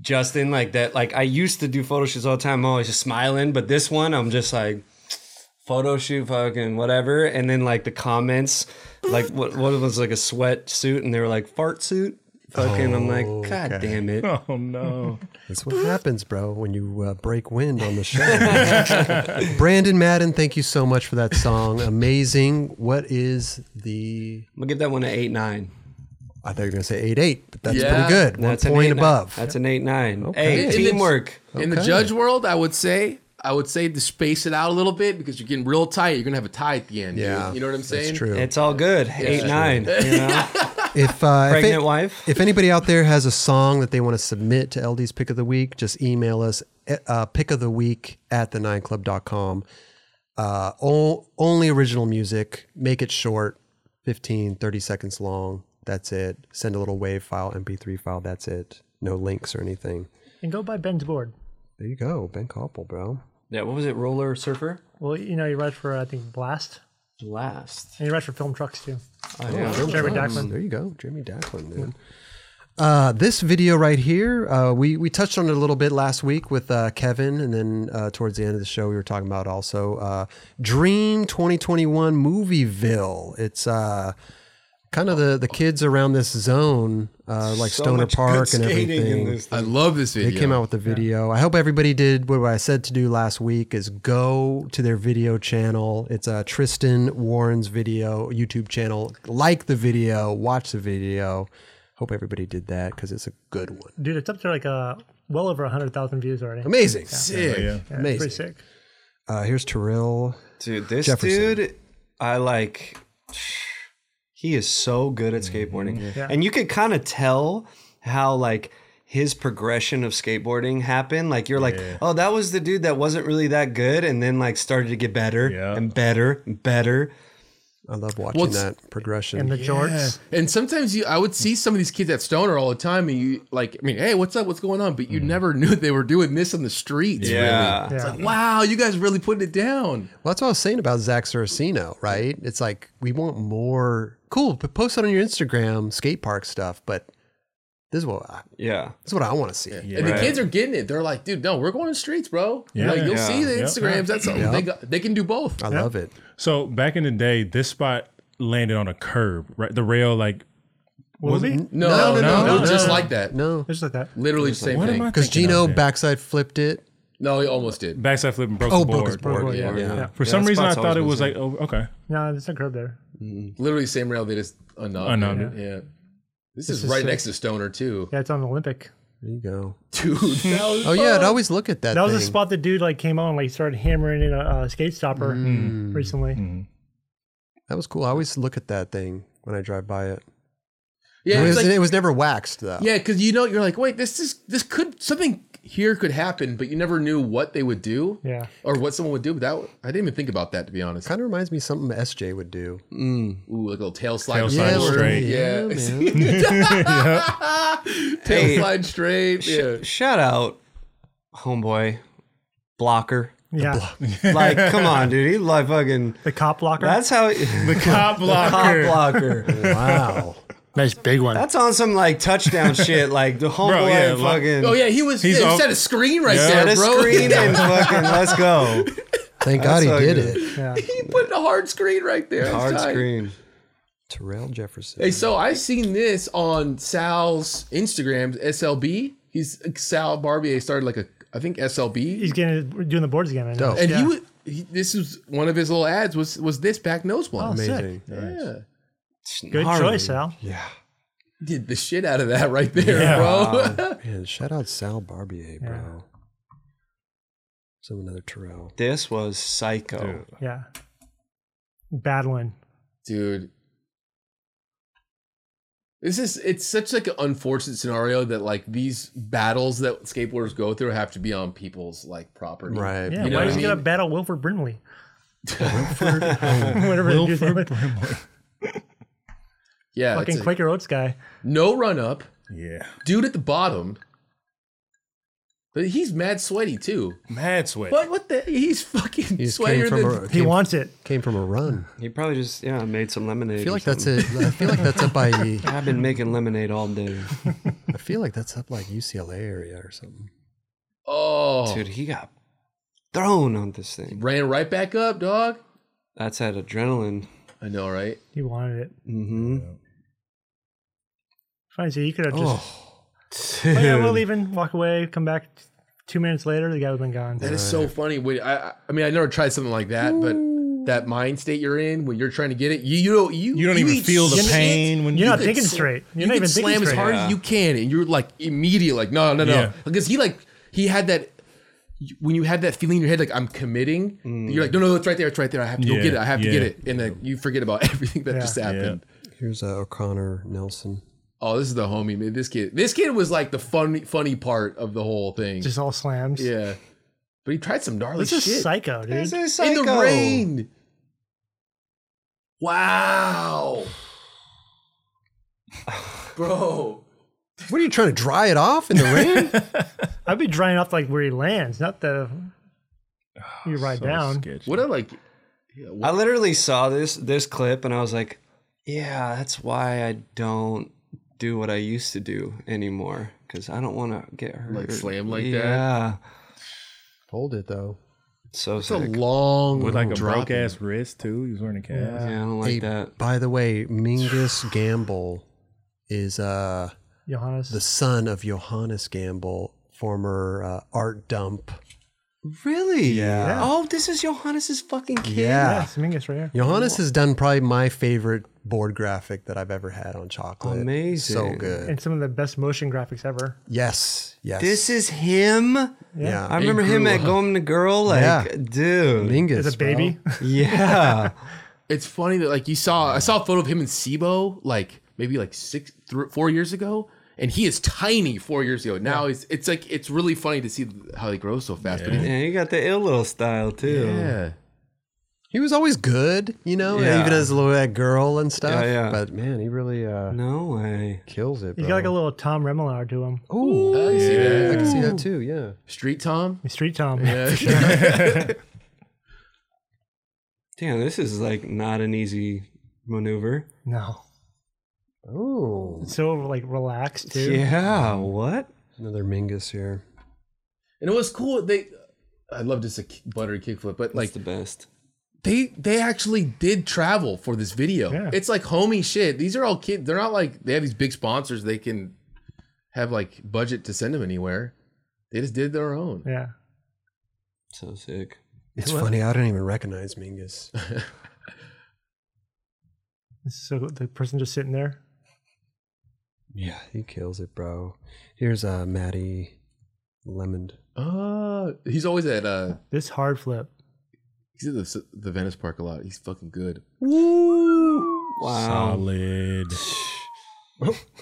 [SPEAKER 5] Justin, like that, like I used to do photo shoots all the time. I'm always just smiling, but this one, I'm just like photo shoot, fucking whatever. And then like the comments, like what what was like a sweat suit, and they were like fart suit. Fucking, I'm like,
[SPEAKER 1] Oh,
[SPEAKER 5] God
[SPEAKER 1] okay.
[SPEAKER 5] damn it.
[SPEAKER 3] Oh no.
[SPEAKER 1] That's what happens, bro, when you uh, break wind on the show. Brandon Madden, thank you so much for that song. Amazing. What is the?
[SPEAKER 5] I'm gonna give that one an eight nine.
[SPEAKER 1] I thought you were going to say eight eight, but that's
[SPEAKER 2] Yeah.
[SPEAKER 1] pretty good. One
[SPEAKER 5] That's an
[SPEAKER 1] point
[SPEAKER 5] eight, nine.
[SPEAKER 1] above.
[SPEAKER 5] That's an eight nine.
[SPEAKER 1] Okay.
[SPEAKER 5] Hey,
[SPEAKER 2] And it's-
[SPEAKER 5] teamwork.
[SPEAKER 2] In the
[SPEAKER 1] Okay.
[SPEAKER 2] judge world, I would say I would say to space it out a little bit because you're getting real tight. You're gonna have a tie at the end. dude.
[SPEAKER 1] yeah,
[SPEAKER 2] you know what I'm saying?
[SPEAKER 1] That's true.
[SPEAKER 5] It's all good. eight nine. [laughs] You know?
[SPEAKER 1] if uh, if
[SPEAKER 5] Pregnant
[SPEAKER 1] it-
[SPEAKER 5] wife.
[SPEAKER 1] If anybody out there has a song that they want to submit to LD's Pick of the Week, just email us at, uh, pick of the week at the nineclub.com. Uh, o- only original music. Make it short, 15, 30 seconds long. That's it. Send a little wave file, MP3 file. That's it. No links or anything.
[SPEAKER 6] And go by Ben's board.
[SPEAKER 1] There you go. Ben Koppel, bro.
[SPEAKER 5] Yeah. What was it? Roller surfer.
[SPEAKER 6] Well, you know, you write for, I think, Blast.
[SPEAKER 5] Last.
[SPEAKER 6] And you write for Film Trucks, too.
[SPEAKER 1] Jeremy
[SPEAKER 6] Dacklin.
[SPEAKER 1] There you go, Jeremy Dacklin, dude. Uh, this video right here, uh, we we touched on it a little bit last week with uh, Kevin, and then uh, towards the end of the show, we were talking about also uh, Dream 2021 Movieville. It's uh, kind of the the kids around this zone, uh, like Stoner Park and everything.
[SPEAKER 2] I love this
[SPEAKER 1] They
[SPEAKER 2] video.
[SPEAKER 1] came out with the video. I hope everybody did what I said to do last week is go to their video channel. It's uh, Tristan Warren's video YouTube channel. Like the video, watch the video. Hope everybody did that because it's a good one.
[SPEAKER 6] Dude, it's up to like uh, well over 100,000 views already.
[SPEAKER 1] Amazing.
[SPEAKER 2] Sick.
[SPEAKER 6] Yeah, it's
[SPEAKER 1] Amazing.
[SPEAKER 6] Pretty sick.
[SPEAKER 1] Uh, here's Terrell.
[SPEAKER 5] Dude, this
[SPEAKER 1] Jefferson.
[SPEAKER 5] dude, I like. [sighs] He is so good at skateboarding, and you could kind of tell how like his progression of skateboarding happened. Like you're like, oh, that was the dude that wasn't really that good, and then like started to get better
[SPEAKER 3] Yeah.
[SPEAKER 5] and better and better.
[SPEAKER 1] I love watching
[SPEAKER 2] What's-
[SPEAKER 1] that progression.
[SPEAKER 6] And the jorts.
[SPEAKER 2] And sometimes you, I would see some of these kids at Stoner all the time, and you like, I mean, hey, what's up? What's going on? But you never [laughs] knew they were doing this on the streets.
[SPEAKER 5] Yeah.
[SPEAKER 2] really.
[SPEAKER 6] Yeah.
[SPEAKER 2] It's like, wow, you guys really putting it down.
[SPEAKER 1] Well, that's what I was saying about Zach Saraceno, right? It's like we want more cool, but post it on your Instagram skate park stuff. But this is what I,
[SPEAKER 5] Yeah,
[SPEAKER 1] this is what I want to see.
[SPEAKER 2] and the
[SPEAKER 5] Right.
[SPEAKER 2] kids are getting it. They're like, dude, no, we're going to the streets, bro.
[SPEAKER 3] Yeah.
[SPEAKER 2] Like, you'll
[SPEAKER 5] Yeah.
[SPEAKER 2] see the
[SPEAKER 3] Yeah.
[SPEAKER 2] Instagrams. That's something they got, they can do both.
[SPEAKER 1] I love it.
[SPEAKER 3] So back in the day, this spot landed on a curb, right? The rail, like,
[SPEAKER 6] Was it?
[SPEAKER 2] No, no, no,
[SPEAKER 3] no,
[SPEAKER 2] it was
[SPEAKER 6] no,
[SPEAKER 2] just
[SPEAKER 6] no.
[SPEAKER 2] like that.
[SPEAKER 1] No,
[SPEAKER 6] Just like that.
[SPEAKER 2] Literally the same
[SPEAKER 3] what
[SPEAKER 2] thing.
[SPEAKER 3] am I?
[SPEAKER 1] because
[SPEAKER 3] thinking
[SPEAKER 1] Gino
[SPEAKER 3] of here?
[SPEAKER 1] backflipped flipped it.
[SPEAKER 2] no, he almost did.
[SPEAKER 3] backside flip and broke
[SPEAKER 1] Oh,
[SPEAKER 3] the board.
[SPEAKER 1] broke his board.
[SPEAKER 6] Board, yeah.
[SPEAKER 5] yeah.
[SPEAKER 3] For some
[SPEAKER 5] that
[SPEAKER 3] reason, I
[SPEAKER 5] spot's
[SPEAKER 3] thought it
[SPEAKER 5] always
[SPEAKER 3] was
[SPEAKER 5] been
[SPEAKER 3] like, oh, okay.
[SPEAKER 6] No, there's no curb there.
[SPEAKER 2] Literally same rail. They just unnubbed. it.
[SPEAKER 3] Unnubbed
[SPEAKER 2] Yeah. This, is, right next to Stoner too,
[SPEAKER 6] Yeah, it's on Olympic.
[SPEAKER 1] There you go.
[SPEAKER 2] [laughs] dude. that was
[SPEAKER 1] Oh yeah, I'd always look at that.
[SPEAKER 6] That was a
[SPEAKER 1] thing.
[SPEAKER 6] spot the dude like came on and like started hammering in a, uh skate stopper recently.
[SPEAKER 1] That was cool. I always look at that thing when I drive by it.
[SPEAKER 2] yeah,
[SPEAKER 1] it,
[SPEAKER 2] it's
[SPEAKER 1] was,
[SPEAKER 2] like-
[SPEAKER 1] it was never waxed though.
[SPEAKER 2] Yeah, because you know, you're like, wait, this is this could something here could happen, but you never knew what they would do
[SPEAKER 6] Yeah.
[SPEAKER 2] or what someone would do. But that I didn't even think about that to be honest.
[SPEAKER 1] Kind of reminds me of something SJ would do.
[SPEAKER 5] Mm.
[SPEAKER 2] Ooh, like a little tail slide,
[SPEAKER 3] Tail slide
[SPEAKER 2] forward.
[SPEAKER 3] straight.
[SPEAKER 2] yeah, [laughs] tail
[SPEAKER 5] Hey.
[SPEAKER 2] slide straight. Yeah,
[SPEAKER 5] Shout out, homeboy, blocker.
[SPEAKER 6] Yeah.
[SPEAKER 5] Like,
[SPEAKER 2] [laughs]
[SPEAKER 5] come on, dude. He like fucking.
[SPEAKER 6] The cop blocker.
[SPEAKER 5] That's how [laughs] the
[SPEAKER 3] Cop
[SPEAKER 5] cop
[SPEAKER 3] blocker.
[SPEAKER 5] blocker.
[SPEAKER 1] [laughs] Wow.
[SPEAKER 4] Nice big one.
[SPEAKER 5] That's on some
[SPEAKER 2] [laughs]
[SPEAKER 5] like touchdown shit. Like the homeboy
[SPEAKER 3] yeah, like-
[SPEAKER 5] fucking.
[SPEAKER 2] oh yeah, he was.
[SPEAKER 3] He's
[SPEAKER 2] yeah, he
[SPEAKER 3] all-
[SPEAKER 2] set a screen right
[SPEAKER 5] Set
[SPEAKER 2] there,
[SPEAKER 5] a
[SPEAKER 2] bro. [laughs]
[SPEAKER 5] screen and fucking let's go.
[SPEAKER 1] Thank God he
[SPEAKER 5] how
[SPEAKER 1] did
[SPEAKER 5] good.
[SPEAKER 1] it.
[SPEAKER 6] yeah.
[SPEAKER 2] he put a hard screen right there. It was
[SPEAKER 5] Hard
[SPEAKER 2] tight.
[SPEAKER 5] screen.
[SPEAKER 1] Terrell Jefferson.
[SPEAKER 2] Hey, so I seen this on Sal's Instagram, SLB. He's Sal Barbier started like a, I think SLB.
[SPEAKER 6] He's getting doing the boards again. I
[SPEAKER 1] Dope.
[SPEAKER 6] noticed,
[SPEAKER 2] and he
[SPEAKER 6] yeah.
[SPEAKER 2] was he, this was one of his little ads was was this back nose
[SPEAKER 6] Oh,
[SPEAKER 2] one.
[SPEAKER 6] sick.
[SPEAKER 1] Amazing.
[SPEAKER 2] yeah.
[SPEAKER 6] Good
[SPEAKER 5] Gnarly.
[SPEAKER 6] choice, Al.
[SPEAKER 2] Did the shit out of that right there,
[SPEAKER 3] Yeah.
[SPEAKER 2] bro. [laughs]
[SPEAKER 1] Man, shout out Sal Barbier, bro. Some another
[SPEAKER 2] [laughs]
[SPEAKER 1] Terrell.
[SPEAKER 5] This was psycho.
[SPEAKER 6] Yeah. Battling.
[SPEAKER 2] Dude. This is it's such like an unfortunate scenario that like these battles that skateboarders go through have to be on people's like property.
[SPEAKER 1] Right.
[SPEAKER 6] Yeah.
[SPEAKER 2] You know
[SPEAKER 6] why
[SPEAKER 2] what
[SPEAKER 6] is
[SPEAKER 2] I
[SPEAKER 6] he gonna
[SPEAKER 2] mean?
[SPEAKER 6] battle Wilford Brimley? [laughs] Whatever the dude's name is.
[SPEAKER 2] Yeah. it's
[SPEAKER 6] Fucking
[SPEAKER 2] a-
[SPEAKER 6] Quaker Oats guy.
[SPEAKER 2] No run up.
[SPEAKER 3] Yeah.
[SPEAKER 2] Dude at the bottom. But he's mad sweaty too.
[SPEAKER 3] Mad sweat.
[SPEAKER 2] What what the he's fucking
[SPEAKER 1] He just came
[SPEAKER 2] sweatier
[SPEAKER 1] from
[SPEAKER 2] than
[SPEAKER 1] a
[SPEAKER 6] He
[SPEAKER 1] came,
[SPEAKER 6] wants it.
[SPEAKER 1] came from a run.
[SPEAKER 5] He probably just yeah made some lemonade.
[SPEAKER 1] I feel like that's it. I feel like that's [laughs] up by. I
[SPEAKER 5] I've been making lemonade all day,
[SPEAKER 1] feel like that's up like UCLA area or something.
[SPEAKER 2] Oh
[SPEAKER 5] dude. He got thrown on this thing.
[SPEAKER 2] ran right back up, dog.
[SPEAKER 5] That's that adrenaline. Mm-hmm.
[SPEAKER 2] I know, right?
[SPEAKER 6] He wanted it.
[SPEAKER 5] hmm
[SPEAKER 6] Fine, so you could have just. "Oh, yeah, we're leaving. Walk away. Come back. Two minutes later, the guy would have been gone.
[SPEAKER 2] That is so funny. When I, I- I mean, I never tried something like that, but that mind state you're in when you're trying to get it, you you don't you,
[SPEAKER 3] You don't even
[SPEAKER 2] eat
[SPEAKER 3] feel the
[SPEAKER 2] shit.
[SPEAKER 3] pain when
[SPEAKER 6] You're not
[SPEAKER 2] could
[SPEAKER 6] thinking
[SPEAKER 2] sl-
[SPEAKER 6] straight. You're
[SPEAKER 2] you
[SPEAKER 6] not
[SPEAKER 2] can
[SPEAKER 6] even thinking
[SPEAKER 2] slam as
[SPEAKER 6] straight.
[SPEAKER 2] hard as you can, and you're like immediately like, no, no, no,
[SPEAKER 3] Yeah.
[SPEAKER 2] because he like he had that. When you had that feeling in your head, like I'm committing, you're like, no, no, it's right there, it's right there. I have to go
[SPEAKER 3] Mm. Yeah,
[SPEAKER 2] get it. I have to
[SPEAKER 3] yeah.
[SPEAKER 2] get it, and then you forget about [laughs] everything that
[SPEAKER 6] Yeah.
[SPEAKER 2] just happened.
[SPEAKER 1] Here's uh, O'Connor Nelson.
[SPEAKER 2] Oh, this is the homie, man. This kid, this kid was like the funny, funny part of the whole thing.
[SPEAKER 6] Just all slams.
[SPEAKER 2] yeah, but he tried some gnarly
[SPEAKER 6] This is
[SPEAKER 2] shit
[SPEAKER 6] psycho, dude.
[SPEAKER 5] This is
[SPEAKER 2] in the
[SPEAKER 5] psycho.
[SPEAKER 2] rain. Wow, bro.
[SPEAKER 1] What are you trying to dry it off in the [laughs] rain?
[SPEAKER 6] I'd be drying off like where he lands, not the
[SPEAKER 1] Ah,
[SPEAKER 6] you ride down.
[SPEAKER 3] Sketchy.
[SPEAKER 2] What a like.
[SPEAKER 5] I literally saw this this clip and I was like, yeah, that's why I don't do what I used to do anymore because I don't want to get hurt.
[SPEAKER 2] Like slam like that?
[SPEAKER 5] yeah.
[SPEAKER 1] Hold it though.
[SPEAKER 5] So
[SPEAKER 2] It's a
[SPEAKER 5] sick.
[SPEAKER 2] long
[SPEAKER 3] With like a
[SPEAKER 2] drop.
[SPEAKER 3] broke ass wrist too. He was wearing a cast.
[SPEAKER 5] yeah, I don't like
[SPEAKER 1] Hey,
[SPEAKER 5] that.
[SPEAKER 1] By the way, Mingus Gamble is uh,
[SPEAKER 6] Johannes.
[SPEAKER 1] the son of Johannes Gamble, former uh, art dump.
[SPEAKER 5] Really?
[SPEAKER 1] Yeah.
[SPEAKER 5] Oh, this is Johannes's fucking kid.
[SPEAKER 1] Yeah.
[SPEAKER 6] Yes, Mingus right here.
[SPEAKER 1] Johannes has done probably my favorite board graphic that I've ever had on chocolate.
[SPEAKER 5] Amazing.
[SPEAKER 1] So good.
[SPEAKER 6] And some of the best motion graphics ever.
[SPEAKER 1] Yes. Yes.
[SPEAKER 5] This is him.
[SPEAKER 1] yeah.
[SPEAKER 5] I remember him
[SPEAKER 2] grew
[SPEAKER 5] at
[SPEAKER 2] up.
[SPEAKER 5] Going to Girl. Like,
[SPEAKER 1] Yeah.
[SPEAKER 5] dude.
[SPEAKER 1] Mingus.
[SPEAKER 6] As a
[SPEAKER 1] bro.
[SPEAKER 6] baby.
[SPEAKER 5] Yeah.
[SPEAKER 2] It's funny that like you saw I saw a photo of him and Sibo like maybe like six thr four years ago, and he is tiny four years ago. Now it's it's like it's really funny to see how he grows so fast. But he,
[SPEAKER 5] yeah, you got the ill little style too.
[SPEAKER 2] yeah,
[SPEAKER 1] He was always good, you know,
[SPEAKER 5] Yeah.
[SPEAKER 1] even as a little that girl and stuff.
[SPEAKER 5] Yeah, yeah.
[SPEAKER 1] But man, he really uh,
[SPEAKER 5] No way.
[SPEAKER 1] kills it.
[SPEAKER 6] He's
[SPEAKER 1] Bro.
[SPEAKER 6] got like a little Tom Remillard to him.
[SPEAKER 1] Ooh,
[SPEAKER 2] I see
[SPEAKER 1] I
[SPEAKER 2] that.
[SPEAKER 1] can see that too. Yeah.
[SPEAKER 2] Street
[SPEAKER 5] [laughs]
[SPEAKER 2] Tom.
[SPEAKER 6] Street Tom.
[SPEAKER 5] Damn, this is like not an easy maneuver.
[SPEAKER 6] [laughs] No.
[SPEAKER 1] Oh,
[SPEAKER 6] So like relaxed too.
[SPEAKER 5] Yeah, what?
[SPEAKER 1] another Mingus here.
[SPEAKER 2] [laughs] And it was cool. They, I love just a kick- buttery kickflip, but like
[SPEAKER 5] Like the best.
[SPEAKER 2] they they actually did travel for this video.
[SPEAKER 6] Yeah.
[SPEAKER 2] It's like homie shit. These are all kids. They're not like they have these big sponsors. They can have like budget to send them anywhere. They just did their own.
[SPEAKER 6] Yeah.
[SPEAKER 5] So sick.
[SPEAKER 1] It's funny. I don't even recognize Mingus.
[SPEAKER 6] So the person just sitting there.
[SPEAKER 1] Yeah, he kills it, bro. Here's uh, Maddie Lemon.
[SPEAKER 2] Uh, he's always at uh
[SPEAKER 6] This hard flip.
[SPEAKER 2] he's at the, the Venice Park a lot. He's fucking good.
[SPEAKER 5] Wow.
[SPEAKER 3] Solid.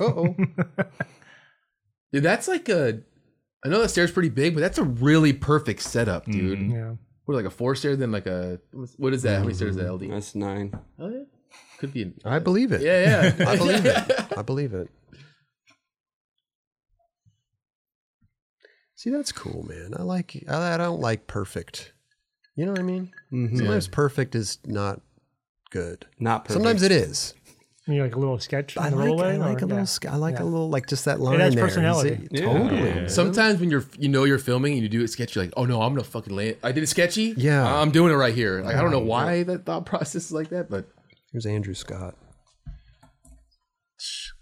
[SPEAKER 1] Oh,
[SPEAKER 2] Dude, that's like a. I know that stair's pretty big, but that's a really perfect setup, dude.
[SPEAKER 1] Mm.
[SPEAKER 3] Mhm.
[SPEAKER 6] Yeah.
[SPEAKER 2] What like a four stair, then like a what is that? How many stairs is that? LD?
[SPEAKER 5] That's nine.
[SPEAKER 2] Oh yeah, could be. An,
[SPEAKER 1] Mm-hmm. I believe it.
[SPEAKER 2] yeah, yeah.
[SPEAKER 1] I believe [laughs]
[SPEAKER 2] [laughs]
[SPEAKER 1] it. I believe it. See, that's cool, man. I like. I, I don't like perfect. You know what I mean?
[SPEAKER 5] Mhm.
[SPEAKER 1] Sometimes perfect is not good.
[SPEAKER 5] Not perfect.
[SPEAKER 1] Sometimes it is.
[SPEAKER 6] And you like a little sketch
[SPEAKER 1] I
[SPEAKER 6] on the
[SPEAKER 1] like,
[SPEAKER 6] rollaway.
[SPEAKER 1] I like
[SPEAKER 6] or-
[SPEAKER 1] a little.
[SPEAKER 6] yeah.
[SPEAKER 1] sc I like
[SPEAKER 6] Yeah.
[SPEAKER 1] a little. Like just that line
[SPEAKER 6] adds
[SPEAKER 1] there. Is
[SPEAKER 6] personality.
[SPEAKER 1] it-
[SPEAKER 5] Yeah.
[SPEAKER 1] Totally.
[SPEAKER 3] Yeah.
[SPEAKER 2] Sometimes when you're you know you're filming and you do it sketchy, you're like, oh no, I'm gonna fucking lay it. I did it sketchy.
[SPEAKER 1] Yeah.
[SPEAKER 2] I'm doing it right here. Like I don't know why that thought [laughs] process is like that, but
[SPEAKER 1] Here's Andrew Scott.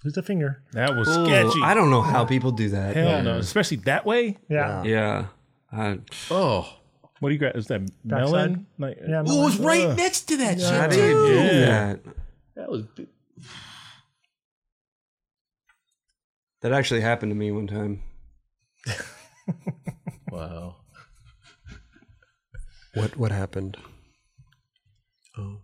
[SPEAKER 6] Lose the finger.
[SPEAKER 3] That was
[SPEAKER 5] Ooh,
[SPEAKER 3] sketchy.
[SPEAKER 5] I don't know how people do that.
[SPEAKER 3] Hell no, especially that way.
[SPEAKER 6] Yeah.
[SPEAKER 5] Yeah. I,
[SPEAKER 2] oh,
[SPEAKER 3] What do you got? Is that melon? Like,
[SPEAKER 6] Yeah.
[SPEAKER 2] oh, it was right
[SPEAKER 3] Ugh.
[SPEAKER 2] next to that
[SPEAKER 5] how
[SPEAKER 2] shit
[SPEAKER 5] do you
[SPEAKER 2] too.
[SPEAKER 5] do
[SPEAKER 3] Yeah.
[SPEAKER 5] that?
[SPEAKER 2] That was big.
[SPEAKER 5] That actually happened to me one time. [laughs]
[SPEAKER 2] wow.
[SPEAKER 1] What what happened? Oh.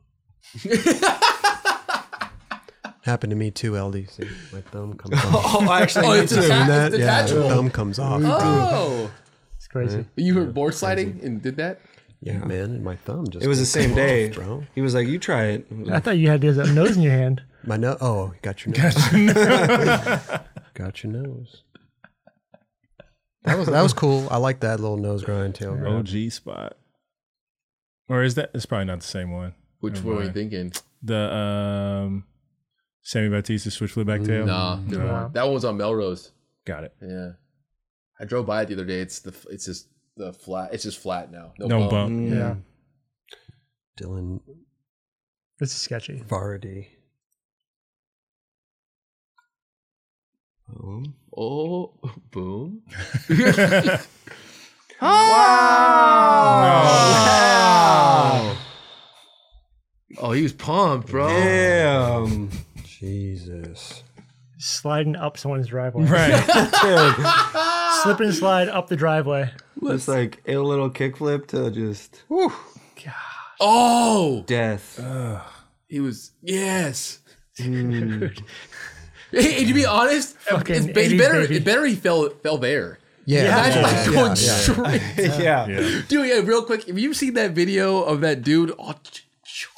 [SPEAKER 1] happened to me too, LD. See, my thumb comes [laughs] off.
[SPEAKER 5] Oh, actually,
[SPEAKER 2] it's
[SPEAKER 5] me too.
[SPEAKER 2] atta-
[SPEAKER 1] That-
[SPEAKER 2] it's
[SPEAKER 1] yeah, the
[SPEAKER 2] detachable.
[SPEAKER 1] thumb comes off. bro.
[SPEAKER 2] Oh,
[SPEAKER 6] It's crazy.
[SPEAKER 2] you were board sliding and did that.
[SPEAKER 1] Yeah, man, and my thumb just.
[SPEAKER 5] It was the
[SPEAKER 1] comes
[SPEAKER 5] same
[SPEAKER 1] off,
[SPEAKER 5] day.
[SPEAKER 1] bro.
[SPEAKER 5] He was like, "You try it." I was
[SPEAKER 6] I
[SPEAKER 5] like,
[SPEAKER 6] thought you had this nose in your hand.
[SPEAKER 1] My nose. Oh, you got your
[SPEAKER 3] [laughs]
[SPEAKER 1] nose. got your nose. That was that was cool. I like that little nose grind tail. grab.
[SPEAKER 3] OG spot. Or is that? It's probably not the same one.
[SPEAKER 2] Which
[SPEAKER 3] Never
[SPEAKER 2] one were you
[SPEAKER 3] mind.
[SPEAKER 2] thinking?
[SPEAKER 3] The um, Sammy Batista switch flip back tail.
[SPEAKER 2] Nah, different one. that one was on Melrose.
[SPEAKER 3] Got it.
[SPEAKER 2] Yeah, I drove by it the other day. It's the f- it's just the flat. It's just flat now.
[SPEAKER 3] No bump.
[SPEAKER 5] mm,
[SPEAKER 6] Yeah.
[SPEAKER 1] Dylan
[SPEAKER 6] This is sketchy.
[SPEAKER 1] Vardy.
[SPEAKER 2] Oh, [laughs] boom. Oh, he was pumped, bro.
[SPEAKER 5] Damn.
[SPEAKER 1] Jesus.
[SPEAKER 6] Sliding up someone's driveway. [laughs]
[SPEAKER 3] Right.
[SPEAKER 6] Slip and slide up the driveway.
[SPEAKER 5] Just like a little kickflip to just
[SPEAKER 2] Oh,
[SPEAKER 5] death.
[SPEAKER 2] he was yes.
[SPEAKER 1] Mm.
[SPEAKER 2] Dude. [laughs] Hey, and to be honest, it's
[SPEAKER 6] Fucking
[SPEAKER 2] ba-
[SPEAKER 6] 80s
[SPEAKER 2] better.
[SPEAKER 6] baby.
[SPEAKER 2] It better he fell fell there.
[SPEAKER 1] Yeah.
[SPEAKER 2] Imagine
[SPEAKER 1] yeah,
[SPEAKER 2] [laughs] like
[SPEAKER 1] yeah,
[SPEAKER 2] going
[SPEAKER 1] yeah.
[SPEAKER 2] straight.
[SPEAKER 5] yeah.
[SPEAKER 2] Dude, yeah, real quick. Have you seen that video of that dude all ch-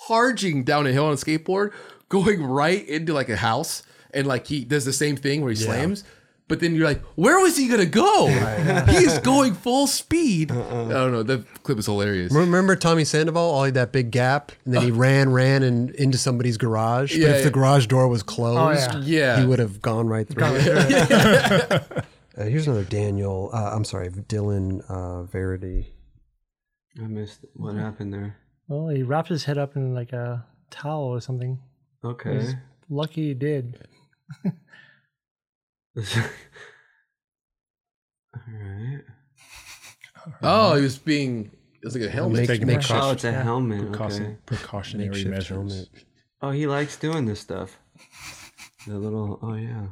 [SPEAKER 2] charging down a hill on a skateboard, going right into like a house, and like he does the same thing where he slams? But then you're like, where was he
[SPEAKER 1] [laughs]
[SPEAKER 2] gonna go? he is going full speed.
[SPEAKER 1] Uh-uh.
[SPEAKER 2] I don't know. That clip is hilarious.
[SPEAKER 1] Remember Tommy Sandoval? All he had that big gap, and then he ran, ran, and into somebody's garage. But
[SPEAKER 2] Yeah,
[SPEAKER 1] if
[SPEAKER 2] yeah.
[SPEAKER 1] the garage door was closed,
[SPEAKER 6] Oh,
[SPEAKER 2] yeah.
[SPEAKER 1] he would have gone right through. [laughs] uh, here's another Daniel. Uh, I'm sorry, Dylan uh, Verity.
[SPEAKER 5] I missed what happened there.
[SPEAKER 6] Well, he wrapped his head up in like a towel or something.
[SPEAKER 5] Okay.
[SPEAKER 6] Lucky he did.
[SPEAKER 5] All [laughs] right.
[SPEAKER 2] Oh, he was being. It was like a helmet.
[SPEAKER 3] Taking
[SPEAKER 1] make-
[SPEAKER 5] Oh,
[SPEAKER 3] precaution,
[SPEAKER 5] it's a helmet.
[SPEAKER 3] precaution,
[SPEAKER 5] Okay.
[SPEAKER 3] precautionary measures.
[SPEAKER 5] Oh, he likes doing this stuff. The little. Oh yeah.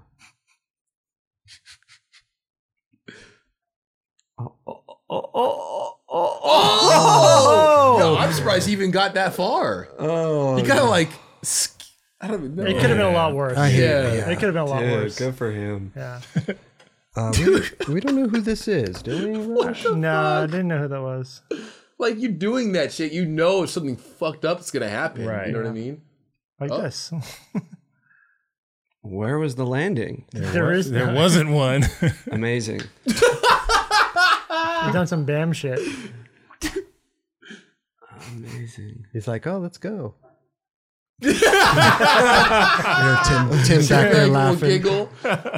[SPEAKER 2] Oh! No, I'm surprised he even got that far.
[SPEAKER 5] Oh.
[SPEAKER 2] [laughs] He kind of like. sk- I don't even know.
[SPEAKER 6] It could have been a lot worse.
[SPEAKER 1] I hate it.
[SPEAKER 2] Yeah.
[SPEAKER 6] It could have been a lot worse.
[SPEAKER 5] Oh, good for him.
[SPEAKER 6] Yeah.
[SPEAKER 1] Uh, we, we don't know who this is, do we? Raj?
[SPEAKER 6] No, I didn't know who that was.
[SPEAKER 2] [laughs] Like you doing that shit, you know if something fucked up is gonna happen.
[SPEAKER 3] Right.
[SPEAKER 2] You know what I mean?
[SPEAKER 6] Like
[SPEAKER 2] Oh.
[SPEAKER 6] this.
[SPEAKER 5] Where was the landing?
[SPEAKER 6] [laughs] There is.
[SPEAKER 3] There wasn't [laughs] one.
[SPEAKER 5] Amazing.
[SPEAKER 6] I've done some BAM shit.
[SPEAKER 5] Amazing.
[SPEAKER 1] He's like, oh, let's go. There, Tim, Tim back there
[SPEAKER 2] Like, we'll
[SPEAKER 1] laughing.
[SPEAKER 2] giggle.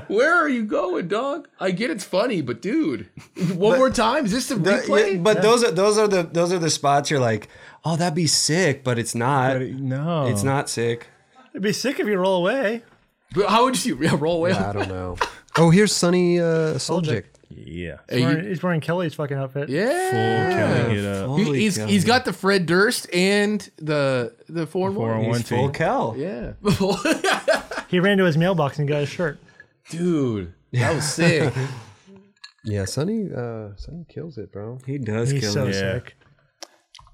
[SPEAKER 2] Where are you going, dog? I get it's funny, but dude, one more time. Is this the
[SPEAKER 5] The-
[SPEAKER 2] replay?
[SPEAKER 5] yeah, but those are those are the those are the spots you're like, oh, that'd be sick, but it's not.
[SPEAKER 3] no,
[SPEAKER 5] It's not sick.
[SPEAKER 6] It'd be sick if you roll away.
[SPEAKER 2] But how would you yeah, roll away?
[SPEAKER 1] I don't know. Oh, here's Sonny uh, Soljic.
[SPEAKER 3] Yeah,
[SPEAKER 2] Hey,
[SPEAKER 6] He's
[SPEAKER 2] you-
[SPEAKER 6] wearing, he's wearing Kelly's fucking outfit.
[SPEAKER 2] yeah.
[SPEAKER 3] full Kelly. It up.
[SPEAKER 2] He-
[SPEAKER 5] Holy
[SPEAKER 2] he's
[SPEAKER 5] cow.
[SPEAKER 2] he's got the Fred Durst and the the four
[SPEAKER 3] Four
[SPEAKER 2] one.
[SPEAKER 3] on one
[SPEAKER 5] He's full
[SPEAKER 3] team.
[SPEAKER 5] Kel.
[SPEAKER 2] Yeah,
[SPEAKER 6] He ran to his mailbox and got his shirt.
[SPEAKER 2] [laughs] dude, that was sick.
[SPEAKER 1] Yeah, Sonny, uh, Sonny kills it, bro.
[SPEAKER 5] He does
[SPEAKER 6] He's
[SPEAKER 5] kill.
[SPEAKER 6] so
[SPEAKER 5] it.
[SPEAKER 6] sick.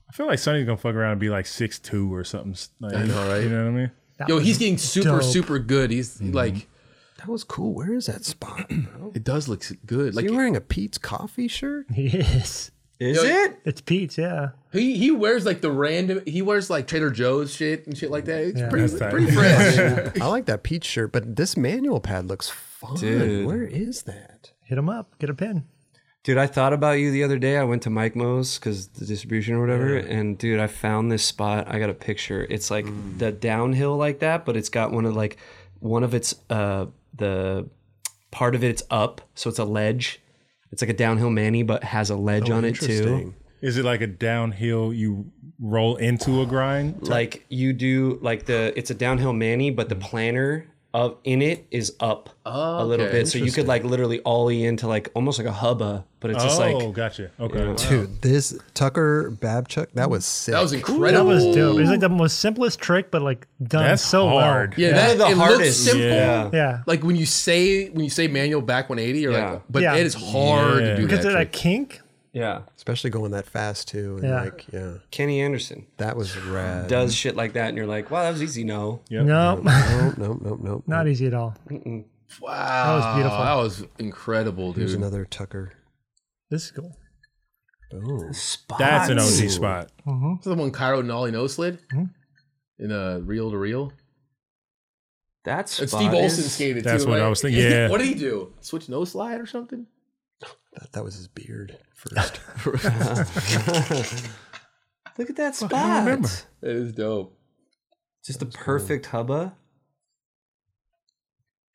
[SPEAKER 3] I feel like Sonny's gonna fuck around and be like six two or something. Like,
[SPEAKER 2] I
[SPEAKER 3] [laughs]
[SPEAKER 2] know, right?
[SPEAKER 3] You know what I mean?
[SPEAKER 6] That
[SPEAKER 2] Yo,
[SPEAKER 6] was-
[SPEAKER 2] he's getting super
[SPEAKER 6] dope.
[SPEAKER 2] super good. He's like,
[SPEAKER 1] That was cool. Where is that spot? Bro?
[SPEAKER 2] it does look s- good.
[SPEAKER 1] Like
[SPEAKER 2] Like
[SPEAKER 1] you wearing a Pete's coffee shirt?
[SPEAKER 6] He is.
[SPEAKER 5] Is
[SPEAKER 2] Yo,
[SPEAKER 5] it?
[SPEAKER 6] It's Pete's, yeah.
[SPEAKER 2] he he wears like the random. He wears like Trader Joe's shit and shit like that. It's
[SPEAKER 6] Yeah.
[SPEAKER 2] pretty
[SPEAKER 3] That's tight.
[SPEAKER 2] pretty fresh.
[SPEAKER 1] I like that Pete's shirt, but this manual pad looks fun.
[SPEAKER 5] Dude.
[SPEAKER 1] Where is that?
[SPEAKER 6] Hit him up. Get a pin.
[SPEAKER 5] Dude, I thought about you the other day. I went to Mike Mo's because the distribution or whatever. And dude, I found this spot. I got a picture. It's like
[SPEAKER 2] Mm.
[SPEAKER 5] the downhill like that, but it's got one of like one of its uh the part of it's up, so it's a ledge. It's like a downhill manny, but has a ledge on it too.
[SPEAKER 1] Interesting.
[SPEAKER 3] Is it like a downhill? You roll into a grind.
[SPEAKER 5] Like you do like the it's a downhill manny,
[SPEAKER 3] Mm-hmm.
[SPEAKER 5] but the planner of in it is up
[SPEAKER 3] Oh,
[SPEAKER 5] a little
[SPEAKER 2] okay.
[SPEAKER 5] bit. So you could like literally ollie into like almost like a hubba, but it's
[SPEAKER 3] oh,
[SPEAKER 5] just like
[SPEAKER 3] gotcha. Okay.
[SPEAKER 1] Dude, this Tucker Babchuk, that was sick.
[SPEAKER 2] Um, that was
[SPEAKER 6] That
[SPEAKER 2] incredible.
[SPEAKER 6] was dope. It was like the most simplest trick, but like done
[SPEAKER 3] That's
[SPEAKER 6] so
[SPEAKER 3] hard.
[SPEAKER 2] yeah,
[SPEAKER 5] One
[SPEAKER 2] that
[SPEAKER 5] of the
[SPEAKER 2] it
[SPEAKER 5] hardest.
[SPEAKER 2] Looks simple.
[SPEAKER 3] Yeah.
[SPEAKER 6] well. Yeah.
[SPEAKER 2] Like when you say when you say manual back 180, you're
[SPEAKER 5] Yeah.
[SPEAKER 2] like, but
[SPEAKER 6] Yeah.
[SPEAKER 2] it is hard
[SPEAKER 3] Yeah.
[SPEAKER 2] to do
[SPEAKER 6] Because of
[SPEAKER 2] that. trick.
[SPEAKER 6] that kink.
[SPEAKER 5] yeah.
[SPEAKER 1] Especially going that fast too. And
[SPEAKER 6] Yeah.
[SPEAKER 1] like, yeah.
[SPEAKER 5] Kenny Anderson.
[SPEAKER 1] That was rad.
[SPEAKER 3] Mm-hmm.
[SPEAKER 5] does shit like that, and you're like, wow, that was easy. No,
[SPEAKER 3] Yep.
[SPEAKER 6] No,
[SPEAKER 1] Nope, nope, nope, nope.
[SPEAKER 6] [laughs] not easy at all.
[SPEAKER 2] Wow,
[SPEAKER 6] That was beautiful.
[SPEAKER 2] That was incredible,
[SPEAKER 1] Here's
[SPEAKER 2] dude.
[SPEAKER 1] another Tucker.
[SPEAKER 6] This is cool.
[SPEAKER 1] Oh.
[SPEAKER 3] That's an OG spot.
[SPEAKER 2] This is the one Cairo and Ollie no slid in a reel to reel.
[SPEAKER 5] that's
[SPEAKER 2] And Steve Olsen skated
[SPEAKER 3] That's
[SPEAKER 2] too.
[SPEAKER 3] what
[SPEAKER 2] right?
[SPEAKER 3] I was thinking, yeah.
[SPEAKER 2] [laughs] what did he do? Switch no slide or something?
[SPEAKER 1] That, that was his beard
[SPEAKER 2] [laughs]
[SPEAKER 1] first.
[SPEAKER 5] Look at that spot.
[SPEAKER 3] remember.
[SPEAKER 2] That is dope.
[SPEAKER 5] Just the perfect hubba.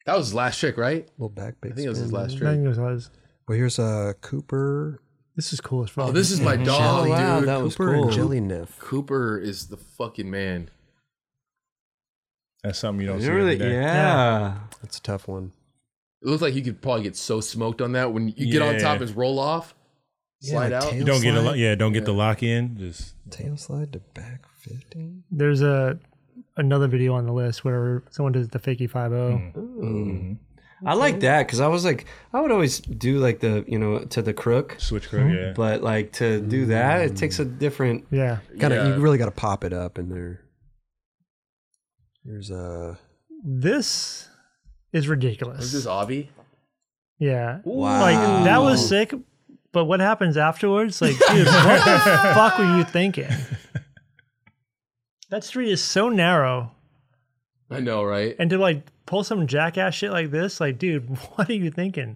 [SPEAKER 2] That was his last trick, right?
[SPEAKER 1] little back big
[SPEAKER 2] I think it was his
[SPEAKER 1] spin.
[SPEAKER 2] last
[SPEAKER 6] I
[SPEAKER 2] trick.
[SPEAKER 6] think it was.
[SPEAKER 1] Well, here's uh, Cooper,
[SPEAKER 6] This is cool as fuck.
[SPEAKER 2] Oh, this is my dog,
[SPEAKER 5] Oh, wow,
[SPEAKER 2] dude.
[SPEAKER 5] that was
[SPEAKER 1] Cooper
[SPEAKER 5] cool.
[SPEAKER 1] and Jelly Niff.
[SPEAKER 2] Cooper is the fucking man.
[SPEAKER 3] That's something you don't
[SPEAKER 5] You
[SPEAKER 3] see.
[SPEAKER 5] really-
[SPEAKER 3] every day.
[SPEAKER 5] yeah.
[SPEAKER 1] That's a tough one.
[SPEAKER 2] It looked like you could probably get so smoked on that when you get on
[SPEAKER 3] Yeah.
[SPEAKER 2] top and roll off,
[SPEAKER 1] like
[SPEAKER 2] slide out.
[SPEAKER 1] tail-
[SPEAKER 3] You don't get a
[SPEAKER 1] slide.
[SPEAKER 3] lo- yeah, don't get the lock in. Just
[SPEAKER 1] Tail slide to back 15.
[SPEAKER 6] There's a another video on the list where someone does the fakey five oh. zero.
[SPEAKER 3] Hmm.
[SPEAKER 5] I like that because I was like, I would always do like the you know to the crook,
[SPEAKER 3] switch crew. Yeah.
[SPEAKER 5] but like to do that it takes a different.
[SPEAKER 6] Yeah,
[SPEAKER 1] Gotta,
[SPEAKER 2] Yeah.
[SPEAKER 1] You really got to pop it up in there. uh, There's a.
[SPEAKER 6] this is ridiculous.
[SPEAKER 2] Is this Obby?
[SPEAKER 6] yeah,
[SPEAKER 5] Wow.
[SPEAKER 6] like that was sick. But what happens afterwards? Like, dude, what the fuck were you thinking? That street is so narrow,
[SPEAKER 2] I know, right?
[SPEAKER 6] and to like pull some jackass shit like this, like, dude, [laughs] what are you thinking?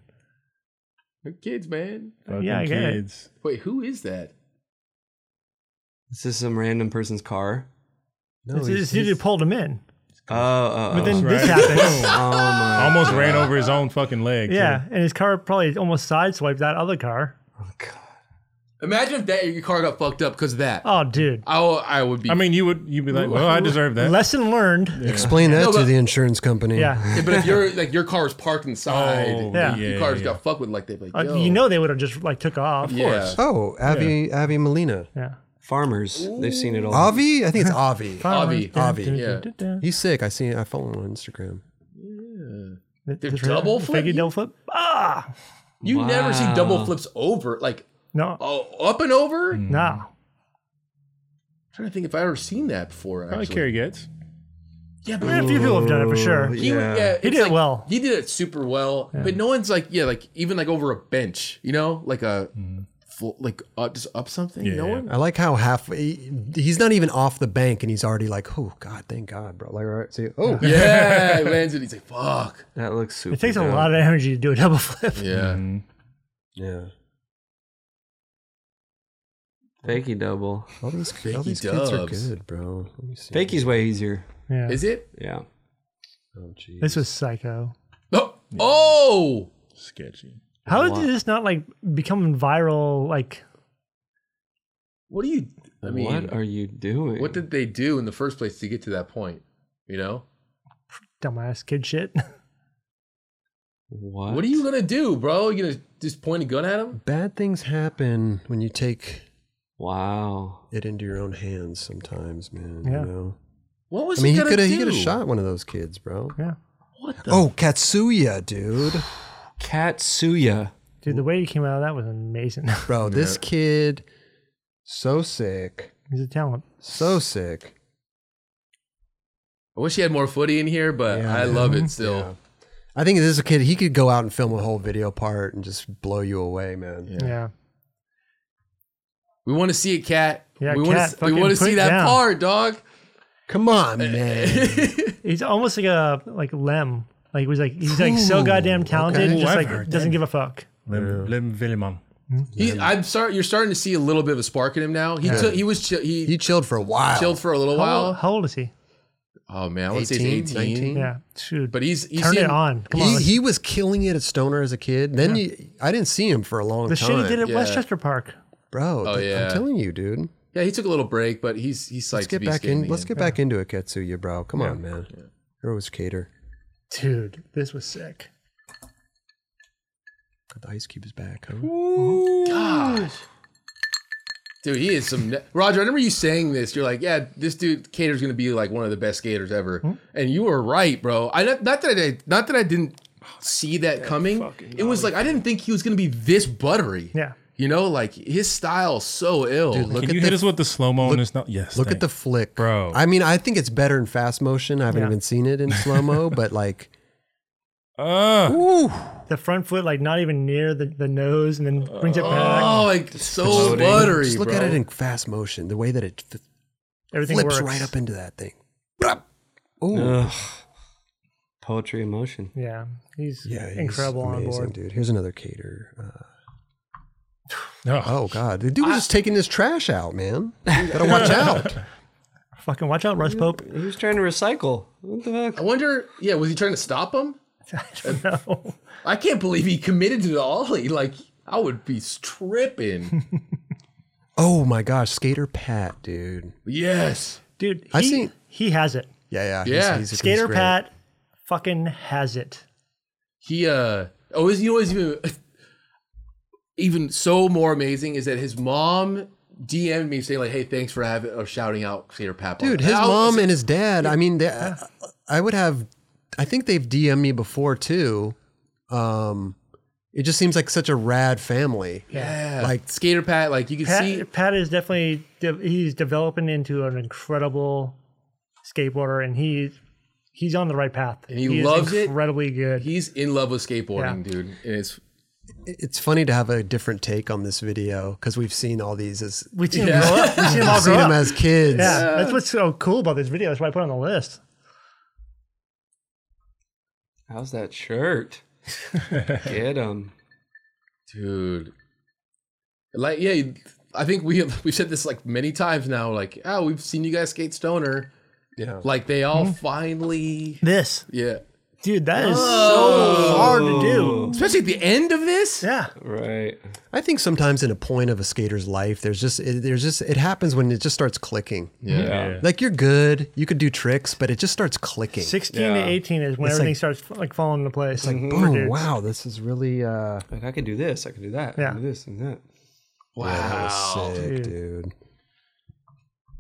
[SPEAKER 2] They're kids, man.
[SPEAKER 3] [laughs] Fucking
[SPEAKER 6] yeah, I get it.
[SPEAKER 3] kids.
[SPEAKER 2] Wait, who is that?
[SPEAKER 5] Is this some random person's car?
[SPEAKER 1] No,
[SPEAKER 6] This
[SPEAKER 1] he's-
[SPEAKER 6] is dude pulled him in,
[SPEAKER 5] Oh, oh,
[SPEAKER 6] but
[SPEAKER 5] oh.
[SPEAKER 6] then [laughs]
[SPEAKER 3] right.
[SPEAKER 6] this happens.
[SPEAKER 5] oh my!
[SPEAKER 3] Almost ran over his own fucking leg. [laughs] too.
[SPEAKER 6] Oh, yeah, and his car probably almost sideswiped that other car.
[SPEAKER 2] Oh, Imagine if that your car got fucked up because of that.
[SPEAKER 6] Oh, dude,
[SPEAKER 2] I, will- I would be.
[SPEAKER 3] I mean, you would you'd be like, well, I deserve that.
[SPEAKER 6] lesson learned.
[SPEAKER 1] Explain that
[SPEAKER 2] No,
[SPEAKER 1] to
[SPEAKER 2] but-
[SPEAKER 1] the insurance company.
[SPEAKER 6] Yeah.
[SPEAKER 2] Yeah, but if you're like your car is parked inside,
[SPEAKER 3] Oh,
[SPEAKER 6] Yeah.
[SPEAKER 2] your
[SPEAKER 3] yeah,
[SPEAKER 2] car just
[SPEAKER 3] yeah.
[SPEAKER 2] got fucked with like they like
[SPEAKER 6] Uh,
[SPEAKER 2] Yo.
[SPEAKER 6] you know they would have just like took off.
[SPEAKER 2] yeah.
[SPEAKER 3] course.
[SPEAKER 1] [laughs] Oh, Avi, Avi Molina.
[SPEAKER 6] Yeah.
[SPEAKER 5] Farmers, they've seen it all.
[SPEAKER 1] Avi? I think it's Avi.
[SPEAKER 6] [laughs]
[SPEAKER 2] Avi.
[SPEAKER 1] Avi,
[SPEAKER 6] Yeah.
[SPEAKER 1] He's sick. I see. I follow him on Instagram.
[SPEAKER 2] They're double
[SPEAKER 6] flip.
[SPEAKER 2] flipping?
[SPEAKER 6] double flip. Ah.
[SPEAKER 2] You never see double
[SPEAKER 5] Wow.
[SPEAKER 2] flips over, like
[SPEAKER 6] No.
[SPEAKER 2] oh, up and over.
[SPEAKER 3] Mm.
[SPEAKER 2] I'm
[SPEAKER 6] No.
[SPEAKER 2] trying to think if I ever seen that before.
[SPEAKER 3] Probably
[SPEAKER 2] Actually,
[SPEAKER 3] Kerry gets.
[SPEAKER 6] Yeah, but Eh, a few people have done it for sure.
[SPEAKER 2] He, yeah.
[SPEAKER 6] He
[SPEAKER 2] it's
[SPEAKER 6] did it
[SPEAKER 2] like-
[SPEAKER 6] well.
[SPEAKER 2] He did it super well, but no one's like, yeah, like even like over a bench, you know, like a flo- like uh, just up something.
[SPEAKER 3] Yeah,
[SPEAKER 2] no
[SPEAKER 3] yeah.
[SPEAKER 1] [laughs]
[SPEAKER 2] one.
[SPEAKER 1] I like how half he, he's not even off the bank and he's already like, oh God, thank God, bro. Like, all right, see, oh,
[SPEAKER 2] Yeah, he lands and he's like, fuck.
[SPEAKER 5] That looks super.
[SPEAKER 6] It takes a lot of energy to do a double [laughs] flip.
[SPEAKER 2] Yeah.
[SPEAKER 1] yeah.
[SPEAKER 5] Fakey double.
[SPEAKER 1] All
[SPEAKER 2] [laughs]
[SPEAKER 1] these, all
[SPEAKER 2] Fakey
[SPEAKER 1] these kids are
[SPEAKER 2] dubs.
[SPEAKER 1] good, bro. Let me see.
[SPEAKER 5] Fakey's way easier.
[SPEAKER 6] Yeah.
[SPEAKER 2] Is it?
[SPEAKER 5] Yeah.
[SPEAKER 1] Oh, geez.
[SPEAKER 6] This was psycho.
[SPEAKER 2] Oh, oh,
[SPEAKER 3] Sketchy.
[SPEAKER 6] How
[SPEAKER 5] Wow.
[SPEAKER 6] did this not like become viral? Like,
[SPEAKER 2] what do you? I mean,
[SPEAKER 5] what are you doing?
[SPEAKER 2] What did they do in the first place to get to that point? You know,
[SPEAKER 6] dumbass kid shit. [laughs]
[SPEAKER 5] What?
[SPEAKER 2] what, are you gonna do, bro? You gonna just point a gun at him?
[SPEAKER 1] Bad things happen when you take
[SPEAKER 5] Wow.
[SPEAKER 1] it into your own hands sometimes, man.
[SPEAKER 6] Yeah.
[SPEAKER 1] You know?
[SPEAKER 2] What was
[SPEAKER 1] I mean,
[SPEAKER 2] he
[SPEAKER 1] he
[SPEAKER 2] gonna
[SPEAKER 1] could have
[SPEAKER 2] do?
[SPEAKER 1] he could have shot one of those kids, bro.
[SPEAKER 6] Yeah.
[SPEAKER 2] What the?
[SPEAKER 1] Oh, Katsuya, dude.
[SPEAKER 2] [sighs]
[SPEAKER 5] Katsuya.
[SPEAKER 6] Dude, the way he came out of that was amazing. [laughs]
[SPEAKER 1] Bro, this kid so sick.
[SPEAKER 6] He's a talent.
[SPEAKER 1] So sick.
[SPEAKER 2] I wish he had more footy in here, but
[SPEAKER 1] Yeah,
[SPEAKER 2] I
[SPEAKER 1] man.
[SPEAKER 2] love it still.
[SPEAKER 1] I think this is a kid he could go out and film a whole video part and just blow you away, man.
[SPEAKER 2] Yeah.
[SPEAKER 6] Yeah.
[SPEAKER 2] We want to see it, cat.
[SPEAKER 6] Yeah,
[SPEAKER 2] we want
[SPEAKER 6] Cat,
[SPEAKER 2] to. We
[SPEAKER 6] fucking
[SPEAKER 2] want to
[SPEAKER 6] put
[SPEAKER 2] see
[SPEAKER 6] it
[SPEAKER 2] that
[SPEAKER 6] down.
[SPEAKER 2] part, dog. [laughs]
[SPEAKER 1] Come on, man.
[SPEAKER 2] eh.
[SPEAKER 6] He's almost like a like Lem. Like he's like he's like so
[SPEAKER 1] Ooh,
[SPEAKER 6] goddamn talented,
[SPEAKER 1] okay.
[SPEAKER 6] just
[SPEAKER 3] Ooh,
[SPEAKER 6] like
[SPEAKER 3] I've heard
[SPEAKER 6] doesn't give a fuck.
[SPEAKER 3] Lim, Lim Villemon.
[SPEAKER 2] He, I'm sorry. You're starting to see a little bit of a spark in him now. He took. He was. Chill, he
[SPEAKER 1] he chilled for a while.
[SPEAKER 2] chilled for a little
[SPEAKER 6] How,
[SPEAKER 2] while.
[SPEAKER 6] how old is he?
[SPEAKER 2] Oh man, I want to say he's
[SPEAKER 1] 18,
[SPEAKER 2] 18.
[SPEAKER 1] 19.
[SPEAKER 6] Yeah, dude.
[SPEAKER 2] But he's. he's
[SPEAKER 6] turn
[SPEAKER 2] seen-
[SPEAKER 6] it on. Come on.
[SPEAKER 1] he, he was killing it at Stoner as a kid. Then you- I didn't see him for a long
[SPEAKER 6] the
[SPEAKER 1] time.
[SPEAKER 6] shit he did at
[SPEAKER 2] yeah.
[SPEAKER 6] Westchester Park.
[SPEAKER 1] Bro,
[SPEAKER 2] Oh,
[SPEAKER 1] th-
[SPEAKER 2] yeah.
[SPEAKER 1] I'm telling you, dude.
[SPEAKER 2] Yeah, he took a little break, but he's he's psyched
[SPEAKER 1] Let's
[SPEAKER 2] to
[SPEAKER 1] get
[SPEAKER 2] be
[SPEAKER 1] back
[SPEAKER 2] skating
[SPEAKER 1] in. Let's
[SPEAKER 2] again.
[SPEAKER 1] get back into it, Katsuya, bro. Come on, man. You're always cater.
[SPEAKER 6] Dude, this was sick.
[SPEAKER 1] Got the ice cube is back, huh?
[SPEAKER 2] Gosh. Dude, he is some. ne- Roger, I remember you saying this. You're like, yeah, this dude Cater's gonna be like one of the best skaters ever,
[SPEAKER 6] Hmm?
[SPEAKER 2] and you were right, bro. I not, not that I not that I didn't see that coming. It was like I didn't think he was gonna be this buttery.
[SPEAKER 6] Yeah.
[SPEAKER 2] You know, like his style's so ill.
[SPEAKER 1] Dude, look
[SPEAKER 3] Can
[SPEAKER 1] at
[SPEAKER 3] you
[SPEAKER 1] the
[SPEAKER 3] hit us with the slow mo? and it's not. Yes.
[SPEAKER 1] Look at the
[SPEAKER 3] thanks.
[SPEAKER 1] flick,
[SPEAKER 3] Bro.
[SPEAKER 1] I mean, I think it's better in fast motion. I haven't
[SPEAKER 6] Yeah.
[SPEAKER 1] even seen it in slow mo, but like,
[SPEAKER 3] Ah,
[SPEAKER 6] The front foot, like not even near the, the nose, and then brings it back.
[SPEAKER 2] oh, like so
[SPEAKER 5] floating.
[SPEAKER 2] buttery.
[SPEAKER 1] just look
[SPEAKER 2] bro.
[SPEAKER 1] at it in fast motion. The way that it f-
[SPEAKER 6] Everything
[SPEAKER 1] flips
[SPEAKER 6] works.
[SPEAKER 1] right up into that thing. Ooh.
[SPEAKER 5] Ugh. Poetry in motion.
[SPEAKER 6] Yeah, he's
[SPEAKER 1] Yeah, he's
[SPEAKER 6] incredible on
[SPEAKER 1] amazing,
[SPEAKER 6] board.
[SPEAKER 1] dude. Here's another cater. Uh,
[SPEAKER 3] oh,
[SPEAKER 1] oh God, the dude was just taking this trash out, [laughs] man. Gotta watch out.
[SPEAKER 6] Fucking watch out, Russ Pope. [laughs]
[SPEAKER 5] He was trying to recycle. What the
[SPEAKER 2] I
[SPEAKER 5] fuck?
[SPEAKER 2] wonder. Yeah, was he trying to stop him?
[SPEAKER 6] no.
[SPEAKER 2] I can't believe he committed to the ollie. [laughs] Like I would be
[SPEAKER 1] [laughs]
[SPEAKER 2] tripping.
[SPEAKER 1] [laughs] Oh my gosh, skater Pat, dude.
[SPEAKER 2] yes.
[SPEAKER 6] Dude, he,
[SPEAKER 1] I see-
[SPEAKER 6] he has it.
[SPEAKER 1] Yeah, yeah,
[SPEAKER 2] Yeah.
[SPEAKER 1] he's
[SPEAKER 6] Skater
[SPEAKER 1] great.
[SPEAKER 6] Pat fucking has it.
[SPEAKER 2] He uh oh, is you know what's even [laughs] even so more amazing is that his mom DM'd me saying like, "Hey, thanks for having or shouting out Cedar Pap." on
[SPEAKER 1] Dude,
[SPEAKER 2] it."
[SPEAKER 1] his
[SPEAKER 2] And I was-
[SPEAKER 1] mom and his dad. I mean, they, I, I would have. I think they've DM'd me before too. Um, it just seems like such a rad family.
[SPEAKER 2] yeah,
[SPEAKER 1] like-
[SPEAKER 2] like Skater Pat, like you can
[SPEAKER 6] Pat,
[SPEAKER 2] see
[SPEAKER 6] Pat is definitely de- he's developing into an incredible skateboarder, and he's he's on the right path.
[SPEAKER 2] And he
[SPEAKER 6] is
[SPEAKER 2] loves it.
[SPEAKER 6] incredibly good.
[SPEAKER 2] he's in love with skateboarding, dude. And it's
[SPEAKER 1] It's funny to have a different take on this video because we've seen all these as
[SPEAKER 6] we see him grow up. We see him
[SPEAKER 1] [laughs]
[SPEAKER 6] all
[SPEAKER 1] we've seen
[SPEAKER 6] grow
[SPEAKER 1] them
[SPEAKER 6] up.
[SPEAKER 1] as kids.
[SPEAKER 6] yeah, that's what's so cool about this video. That's why I put it on the list.
[SPEAKER 5] How's
[SPEAKER 6] [laughs]
[SPEAKER 5] that shirt? Get him.
[SPEAKER 2] dude like yeah i think we have [laughs] we've said this like many times now like oh we've seen you guys skate stoner
[SPEAKER 1] Yeah.
[SPEAKER 2] like they all
[SPEAKER 1] Mm-hmm.
[SPEAKER 2] finally
[SPEAKER 6] This
[SPEAKER 2] yeah
[SPEAKER 6] dude, that is so hard to do.
[SPEAKER 2] especially at the end of this
[SPEAKER 6] Yeah,
[SPEAKER 5] Right.
[SPEAKER 1] I think sometimes in a point of a skater's life, there's just it, there's just it happens when it just starts clicking.
[SPEAKER 3] Yeah.
[SPEAKER 1] Like you're good, you could do tricks, but it just starts clicking.
[SPEAKER 6] sixteen
[SPEAKER 5] Yeah.
[SPEAKER 6] to eighteen is when
[SPEAKER 1] It's
[SPEAKER 6] everything
[SPEAKER 1] like-
[SPEAKER 6] starts like falling into place. Like
[SPEAKER 1] Boom!
[SPEAKER 6] dudes.
[SPEAKER 1] Wow, this is really uh,
[SPEAKER 5] Like I can do this. I can do that. I
[SPEAKER 6] Yeah.
[SPEAKER 5] can do this and that.
[SPEAKER 2] wow
[SPEAKER 1] sick,
[SPEAKER 6] Dude.
[SPEAKER 1] dude.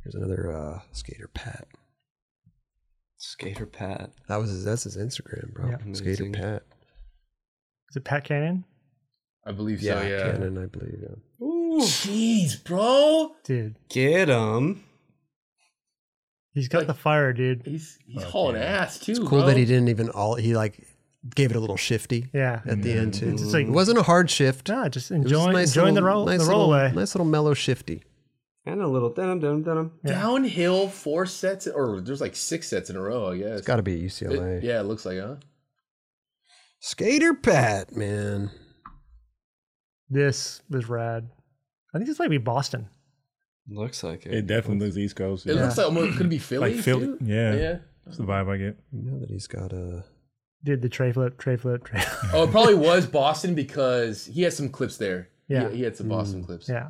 [SPEAKER 1] Here's another uh, skater Pat.
[SPEAKER 5] Skater Pat.
[SPEAKER 1] That was his, that's his Instagram, bro.
[SPEAKER 6] Yeah.
[SPEAKER 1] Skater
[SPEAKER 5] Amazing.
[SPEAKER 1] Pat.
[SPEAKER 6] is it Pat Cannon?
[SPEAKER 2] i believe so yeah,
[SPEAKER 1] Cannon, I believe. Yeah.
[SPEAKER 2] jeez bro
[SPEAKER 6] Dude,
[SPEAKER 5] Get him.
[SPEAKER 6] he's got the fire, dude.
[SPEAKER 2] he's he's hauling ass too
[SPEAKER 1] Cool that he didn't even all he like gave it a little shifty
[SPEAKER 6] Yeah,
[SPEAKER 1] at the end too.
[SPEAKER 6] Mm-hmm. it's just like
[SPEAKER 1] It wasn't a hard shift.
[SPEAKER 6] nah, just
[SPEAKER 1] It was just
[SPEAKER 6] enjoying
[SPEAKER 1] nice
[SPEAKER 6] enjoying the
[SPEAKER 1] little-
[SPEAKER 6] roll
[SPEAKER 1] nice
[SPEAKER 6] the
[SPEAKER 1] little,
[SPEAKER 6] roll away.
[SPEAKER 1] Nice little mellow shifty.
[SPEAKER 5] And a little dum dum dum.
[SPEAKER 2] downhill four sets or there's like six sets in a row i guess
[SPEAKER 1] It's got to be UCLA.
[SPEAKER 2] It- yeah it looks like huh
[SPEAKER 1] Skater Pat, man.
[SPEAKER 6] This was rad. I think this might be Boston.
[SPEAKER 5] Looks like it.
[SPEAKER 3] It definitely looks East Coast.
[SPEAKER 2] it
[SPEAKER 3] yeah.
[SPEAKER 2] looks like almost could it be philly
[SPEAKER 3] Like Philly,
[SPEAKER 2] too?
[SPEAKER 3] yeah.
[SPEAKER 2] yeah
[SPEAKER 3] That's the vibe I get.
[SPEAKER 1] You know that he's got a.
[SPEAKER 6] Did the tray flip, tray flip, tray flip.
[SPEAKER 2] oh it probably was boston because he had some clips there
[SPEAKER 6] Yeah. Mm.
[SPEAKER 2] he, he had some boston clips
[SPEAKER 6] [laughs] yeah.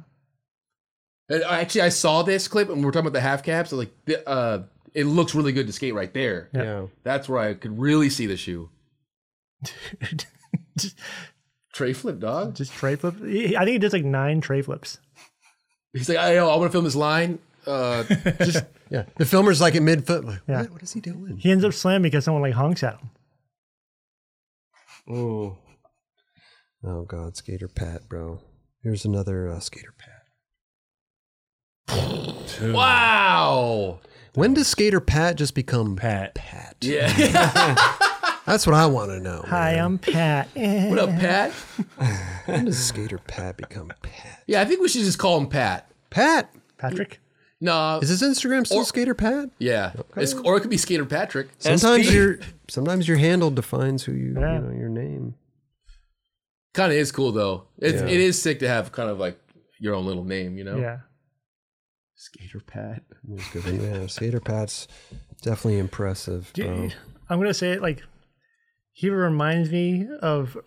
[SPEAKER 6] [laughs]
[SPEAKER 2] And I- Actually, I saw this clip, and we we're talking about the half caps. Like, the- uh, it looks really good to skate right there.
[SPEAKER 6] Yeah.
[SPEAKER 2] That's where I could really see the shoe.
[SPEAKER 6] just,
[SPEAKER 2] Tray flip, dog.
[SPEAKER 6] just tray flip. He- I think he does like nine tray flips.
[SPEAKER 2] He's like, I know, I want to film this line. Uh, just
[SPEAKER 1] Yeah. The filmer's like at mid foot. Like,
[SPEAKER 6] Yeah.
[SPEAKER 1] what, what is he doing?
[SPEAKER 6] He ends up slamming because someone like honks at him.
[SPEAKER 5] Ooh.
[SPEAKER 1] Oh God, Skater Pat, bro. Here's another uh, Skater Pat.
[SPEAKER 2] wow.
[SPEAKER 1] When does Skater Pat just become
[SPEAKER 3] Pat.
[SPEAKER 1] Pat?
[SPEAKER 2] Yeah. [laughs]
[SPEAKER 1] That's what I want to know.
[SPEAKER 6] Hi,
[SPEAKER 1] man.
[SPEAKER 6] I'm
[SPEAKER 1] [laughs]
[SPEAKER 6] Pat.
[SPEAKER 2] what up, Pat?
[SPEAKER 1] When does Skater Pat become Pat?
[SPEAKER 2] Yeah, I think we should just call him Pat.
[SPEAKER 1] Pat
[SPEAKER 6] Patrick.
[SPEAKER 2] No.
[SPEAKER 1] is his Instagram still
[SPEAKER 2] Or-
[SPEAKER 1] Skater Pat?
[SPEAKER 2] yeah. It's, or it could be Skater Patrick.
[SPEAKER 1] Sometimes
[SPEAKER 5] SP.
[SPEAKER 1] your sometimes your handle defines who you
[SPEAKER 6] Yeah.
[SPEAKER 1] you know your name.
[SPEAKER 2] Kind of is cool though. It's,
[SPEAKER 1] Yeah.
[SPEAKER 2] It is sick to have kind of like your own little name, you know.
[SPEAKER 6] Yeah.
[SPEAKER 2] Skater Pat.
[SPEAKER 1] That's good. But Yeah, Skater Pat's definitely impressive,
[SPEAKER 6] Dude,
[SPEAKER 1] bro.
[SPEAKER 6] I'm gonna say it like he reminds me of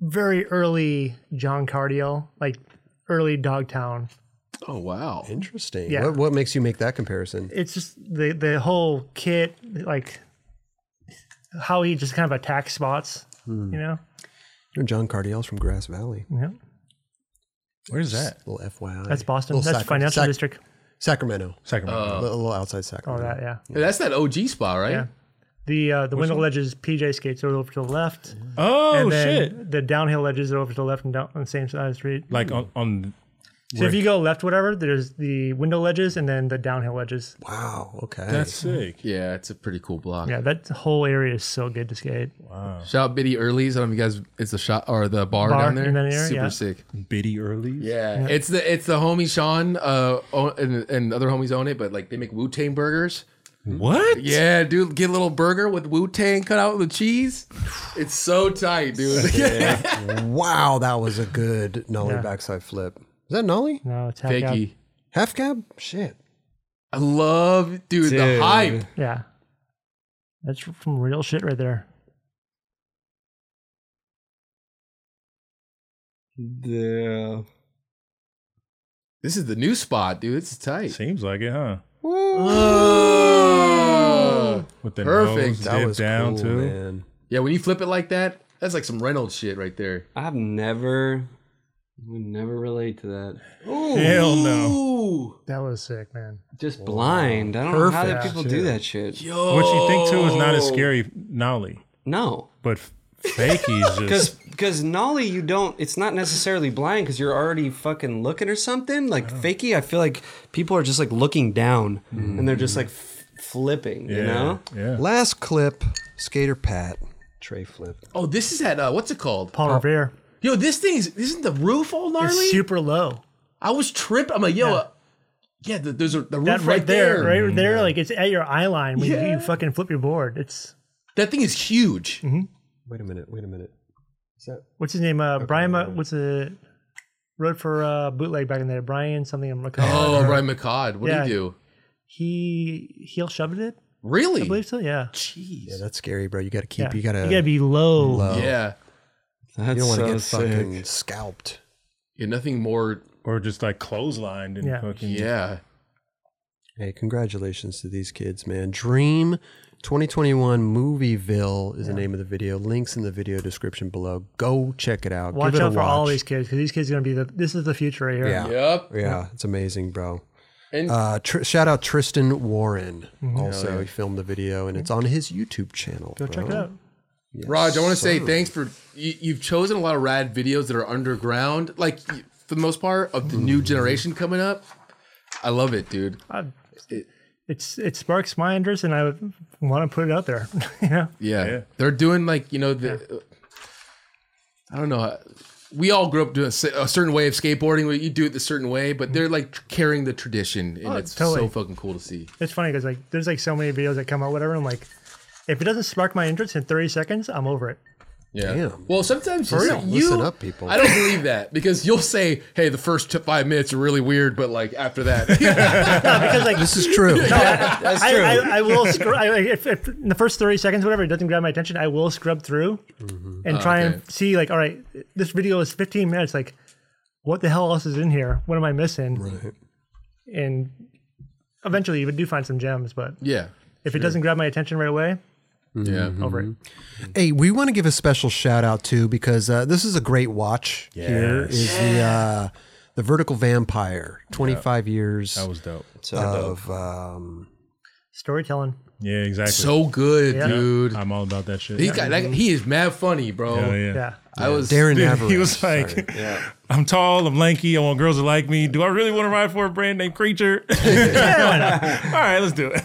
[SPEAKER 6] very early John Cardiel, like early Dogtown.
[SPEAKER 2] Oh wow.
[SPEAKER 1] Interesting.
[SPEAKER 6] Yeah.
[SPEAKER 1] What what makes you make that comparison?
[SPEAKER 6] It's just the the whole kit, like how he just kind of attacks spots. You know.
[SPEAKER 1] You're John Cardiel's from Grass Valley.
[SPEAKER 6] Yeah.
[SPEAKER 3] Where's that?
[SPEAKER 1] Little FYI.
[SPEAKER 6] That's Boston.
[SPEAKER 1] Little
[SPEAKER 6] That's
[SPEAKER 1] Sac-
[SPEAKER 6] financial
[SPEAKER 1] Sac-
[SPEAKER 6] district.
[SPEAKER 1] Sacramento.
[SPEAKER 3] Sacramento.
[SPEAKER 1] A little outside
[SPEAKER 6] Oh,
[SPEAKER 1] Sacramento.
[SPEAKER 6] that yeah.
[SPEAKER 2] Yeah, that's that OG spot, right?
[SPEAKER 6] Yeah. The uh, the window ledges PJ skates are over to the left.
[SPEAKER 3] oh
[SPEAKER 6] and then
[SPEAKER 3] shit!
[SPEAKER 6] The downhill ledges are over to the left and down on the same side of the street.
[SPEAKER 3] Like on, on
[SPEAKER 6] So if you go left, whatever, there's the window ledges and then the downhill ledges.
[SPEAKER 1] Wow. Okay.
[SPEAKER 3] that's sick.
[SPEAKER 2] Yeah, it's a pretty cool block.
[SPEAKER 6] Yeah, that whole area is so good to skate.
[SPEAKER 2] Shout out Biddy Early's. I don't know if you guys, it's the shop or the bar,
[SPEAKER 6] Bar
[SPEAKER 2] down there.
[SPEAKER 6] in that area,
[SPEAKER 2] Super
[SPEAKER 6] yeah.
[SPEAKER 2] sick.
[SPEAKER 3] Biddy early.
[SPEAKER 2] Yeah. it's the it's the homie Sean uh own, and, and other homies own it, but like they make Wu Tang burgers.
[SPEAKER 3] What?
[SPEAKER 2] Yeah, dude, get a little burger with Wu Tang cut out with cheese. It's so tight, dude.
[SPEAKER 1] Wow, that was a good nollie
[SPEAKER 6] Yeah.
[SPEAKER 1] backside flip. Is that nollie?
[SPEAKER 6] No, it's half cab.
[SPEAKER 2] Fakey.
[SPEAKER 1] Half cab? Shit.
[SPEAKER 2] I love, dude,
[SPEAKER 5] Dude.
[SPEAKER 2] the hype.
[SPEAKER 6] Yeah, that's from real shit right there.
[SPEAKER 5] Yeah.
[SPEAKER 2] This is the new spot, dude. It's tight.
[SPEAKER 3] Seems like it, huh?
[SPEAKER 2] Oh.
[SPEAKER 3] With the
[SPEAKER 2] Perfect.
[SPEAKER 3] nose
[SPEAKER 6] Oh.
[SPEAKER 1] That
[SPEAKER 3] dipped
[SPEAKER 1] was
[SPEAKER 3] down
[SPEAKER 1] cool,
[SPEAKER 3] too.
[SPEAKER 1] man.
[SPEAKER 2] Yeah, when you flip it like that, That's like some Reynolds shit right there.
[SPEAKER 5] I've never, would never relate to that.
[SPEAKER 3] Hell no.
[SPEAKER 2] Ooh.
[SPEAKER 6] That was sick, man.
[SPEAKER 5] Just blind. I don't know how that people do that shit.
[SPEAKER 2] Yo.
[SPEAKER 3] What you think too is not
[SPEAKER 2] Oh.
[SPEAKER 3] as scary, Nolly,
[SPEAKER 5] No,
[SPEAKER 3] but f-
[SPEAKER 2] [laughs]
[SPEAKER 3] fakey's
[SPEAKER 5] because
[SPEAKER 3] just.
[SPEAKER 5] because Nolly, you don't. It's not necessarily blind because you're already fucking looking or something. Like fakie, I feel like people are just like looking down
[SPEAKER 1] Mm-hmm.
[SPEAKER 5] and they're just like f- flipping. You know,
[SPEAKER 3] Yeah.
[SPEAKER 1] Last clip, Skater Pat, Trey Flip.
[SPEAKER 2] Oh, this is at uh, what's it called?
[SPEAKER 6] Paul Revere.
[SPEAKER 2] Yo, this thing is isn't the roof all gnarly?
[SPEAKER 6] It's super low.
[SPEAKER 2] I was tripped. I'm like, yo, yeah, uh, yeah the, there's a the roof
[SPEAKER 6] That
[SPEAKER 2] right, there.
[SPEAKER 6] right there, like it's at your eye line when you-
[SPEAKER 2] Yeah.
[SPEAKER 6] you fucking flip your board. It's
[SPEAKER 2] That thing is huge.
[SPEAKER 1] Wait a minute. Wait a minute.
[SPEAKER 6] what's his name? Uh, Brian. Ma- what's it? Wrote for uh, bootleg back in there. Brian something. I'm recalling.
[SPEAKER 2] Oh, Brian McCod, what
[SPEAKER 6] Yeah.
[SPEAKER 2] do you do?
[SPEAKER 6] He heel shoved it.
[SPEAKER 2] Really?
[SPEAKER 6] I believe so. Yeah.
[SPEAKER 1] Yeah, that's scary, bro. You got to keep.
[SPEAKER 6] yeah.
[SPEAKER 1] You got to.
[SPEAKER 6] You gotta be low.
[SPEAKER 1] low.
[SPEAKER 2] Yeah.
[SPEAKER 5] that's
[SPEAKER 1] You don't want to get
[SPEAKER 5] so sick.
[SPEAKER 1] fucking scalped.
[SPEAKER 2] Yeah, nothing more.
[SPEAKER 3] Or just like clotheslined and
[SPEAKER 6] Yeah.
[SPEAKER 3] fucking.
[SPEAKER 2] Yeah.
[SPEAKER 1] Hey, congratulations to these kids, man. Dream 2021 Movieville is the name of the video. Links in the video description below. Go check it out.
[SPEAKER 6] Watch
[SPEAKER 1] Give it
[SPEAKER 6] out
[SPEAKER 1] a
[SPEAKER 6] for all
[SPEAKER 1] watch.
[SPEAKER 6] these kids because these kids are gonna be the. This is the future right here.
[SPEAKER 1] Yeah.
[SPEAKER 2] Yep.
[SPEAKER 1] Yeah, it's amazing, bro.
[SPEAKER 2] And-
[SPEAKER 1] uh, tr- shout out Tristan Warren. Also, he filmed the video, and it's on his YouTube channel.
[SPEAKER 6] Mm-hmm. Go check it
[SPEAKER 2] Oh.
[SPEAKER 6] out.
[SPEAKER 2] Raj, I want to say thanks for you, you've chosen a lot of rad videos that are underground, like y- for the most part of the new generation coming up. I love it, dude.
[SPEAKER 6] It's it sparks my interest and I want to put it out there. [laughs] you know.
[SPEAKER 2] Yeah.
[SPEAKER 3] Yeah.
[SPEAKER 2] they're doing like you know the. I don't know. We all grew up doing a cer- a certain way of skateboarding. where You do it the certain way,
[SPEAKER 3] Mm-hmm.
[SPEAKER 2] but they're like tr- carrying the tradition,
[SPEAKER 3] Oh,
[SPEAKER 2] and it's
[SPEAKER 6] totally.
[SPEAKER 2] so fucking cool to see.
[SPEAKER 6] It's funny because like there's like so many videos that come out whatever. I'm like, if it doesn't spark my interest in 30 seconds, I'm over it.
[SPEAKER 2] Yeah.
[SPEAKER 1] Damn.
[SPEAKER 2] Well, sometimes
[SPEAKER 1] For
[SPEAKER 2] you-
[SPEAKER 1] real.
[SPEAKER 2] you-
[SPEAKER 1] Listen up, people.
[SPEAKER 2] I don't believe that because you'll say, "Hey, the first t- five minutes are really weird," but like after
[SPEAKER 3] [laughs]
[SPEAKER 2] that,
[SPEAKER 6] No, because like
[SPEAKER 1] This is true.
[SPEAKER 5] That's
[SPEAKER 6] I,
[SPEAKER 5] true.
[SPEAKER 6] I, I will scrub. I, like, if, if in the first 30 seconds, whatever, it doesn't grab my attention, I will scrub through and try
[SPEAKER 2] okay.
[SPEAKER 6] and see, like, all right, this video is 15 minutes. Like, what the hell else is in here? What am I missing?
[SPEAKER 1] Right.
[SPEAKER 6] And eventually you do find some gems, but
[SPEAKER 2] yeah,
[SPEAKER 6] if it doesn't grab my attention right away,
[SPEAKER 2] yeah.
[SPEAKER 1] Mm-hmm.
[SPEAKER 6] over it.
[SPEAKER 1] Hey, we want to give a special shout out too because uh, this is a great watch. Here is the uh, the Vertical Vampire, twenty five years
[SPEAKER 3] That was dope.
[SPEAKER 1] of um,
[SPEAKER 6] Storytelling.
[SPEAKER 3] Yeah, exactly.
[SPEAKER 2] So good,
[SPEAKER 6] Yeah.
[SPEAKER 2] dude.
[SPEAKER 3] I'm all about that shit.
[SPEAKER 2] He got that, he is mad funny, bro.
[SPEAKER 3] Hell yeah.
[SPEAKER 6] Yeah.
[SPEAKER 2] I was
[SPEAKER 1] Darren
[SPEAKER 3] Dude,
[SPEAKER 1] Average.
[SPEAKER 3] [laughs] he was like, [laughs] I'm tall, I'm lanky, I want girls to like me. Do I really want to ride for a brand named Creature? [laughs] All right, let's do it.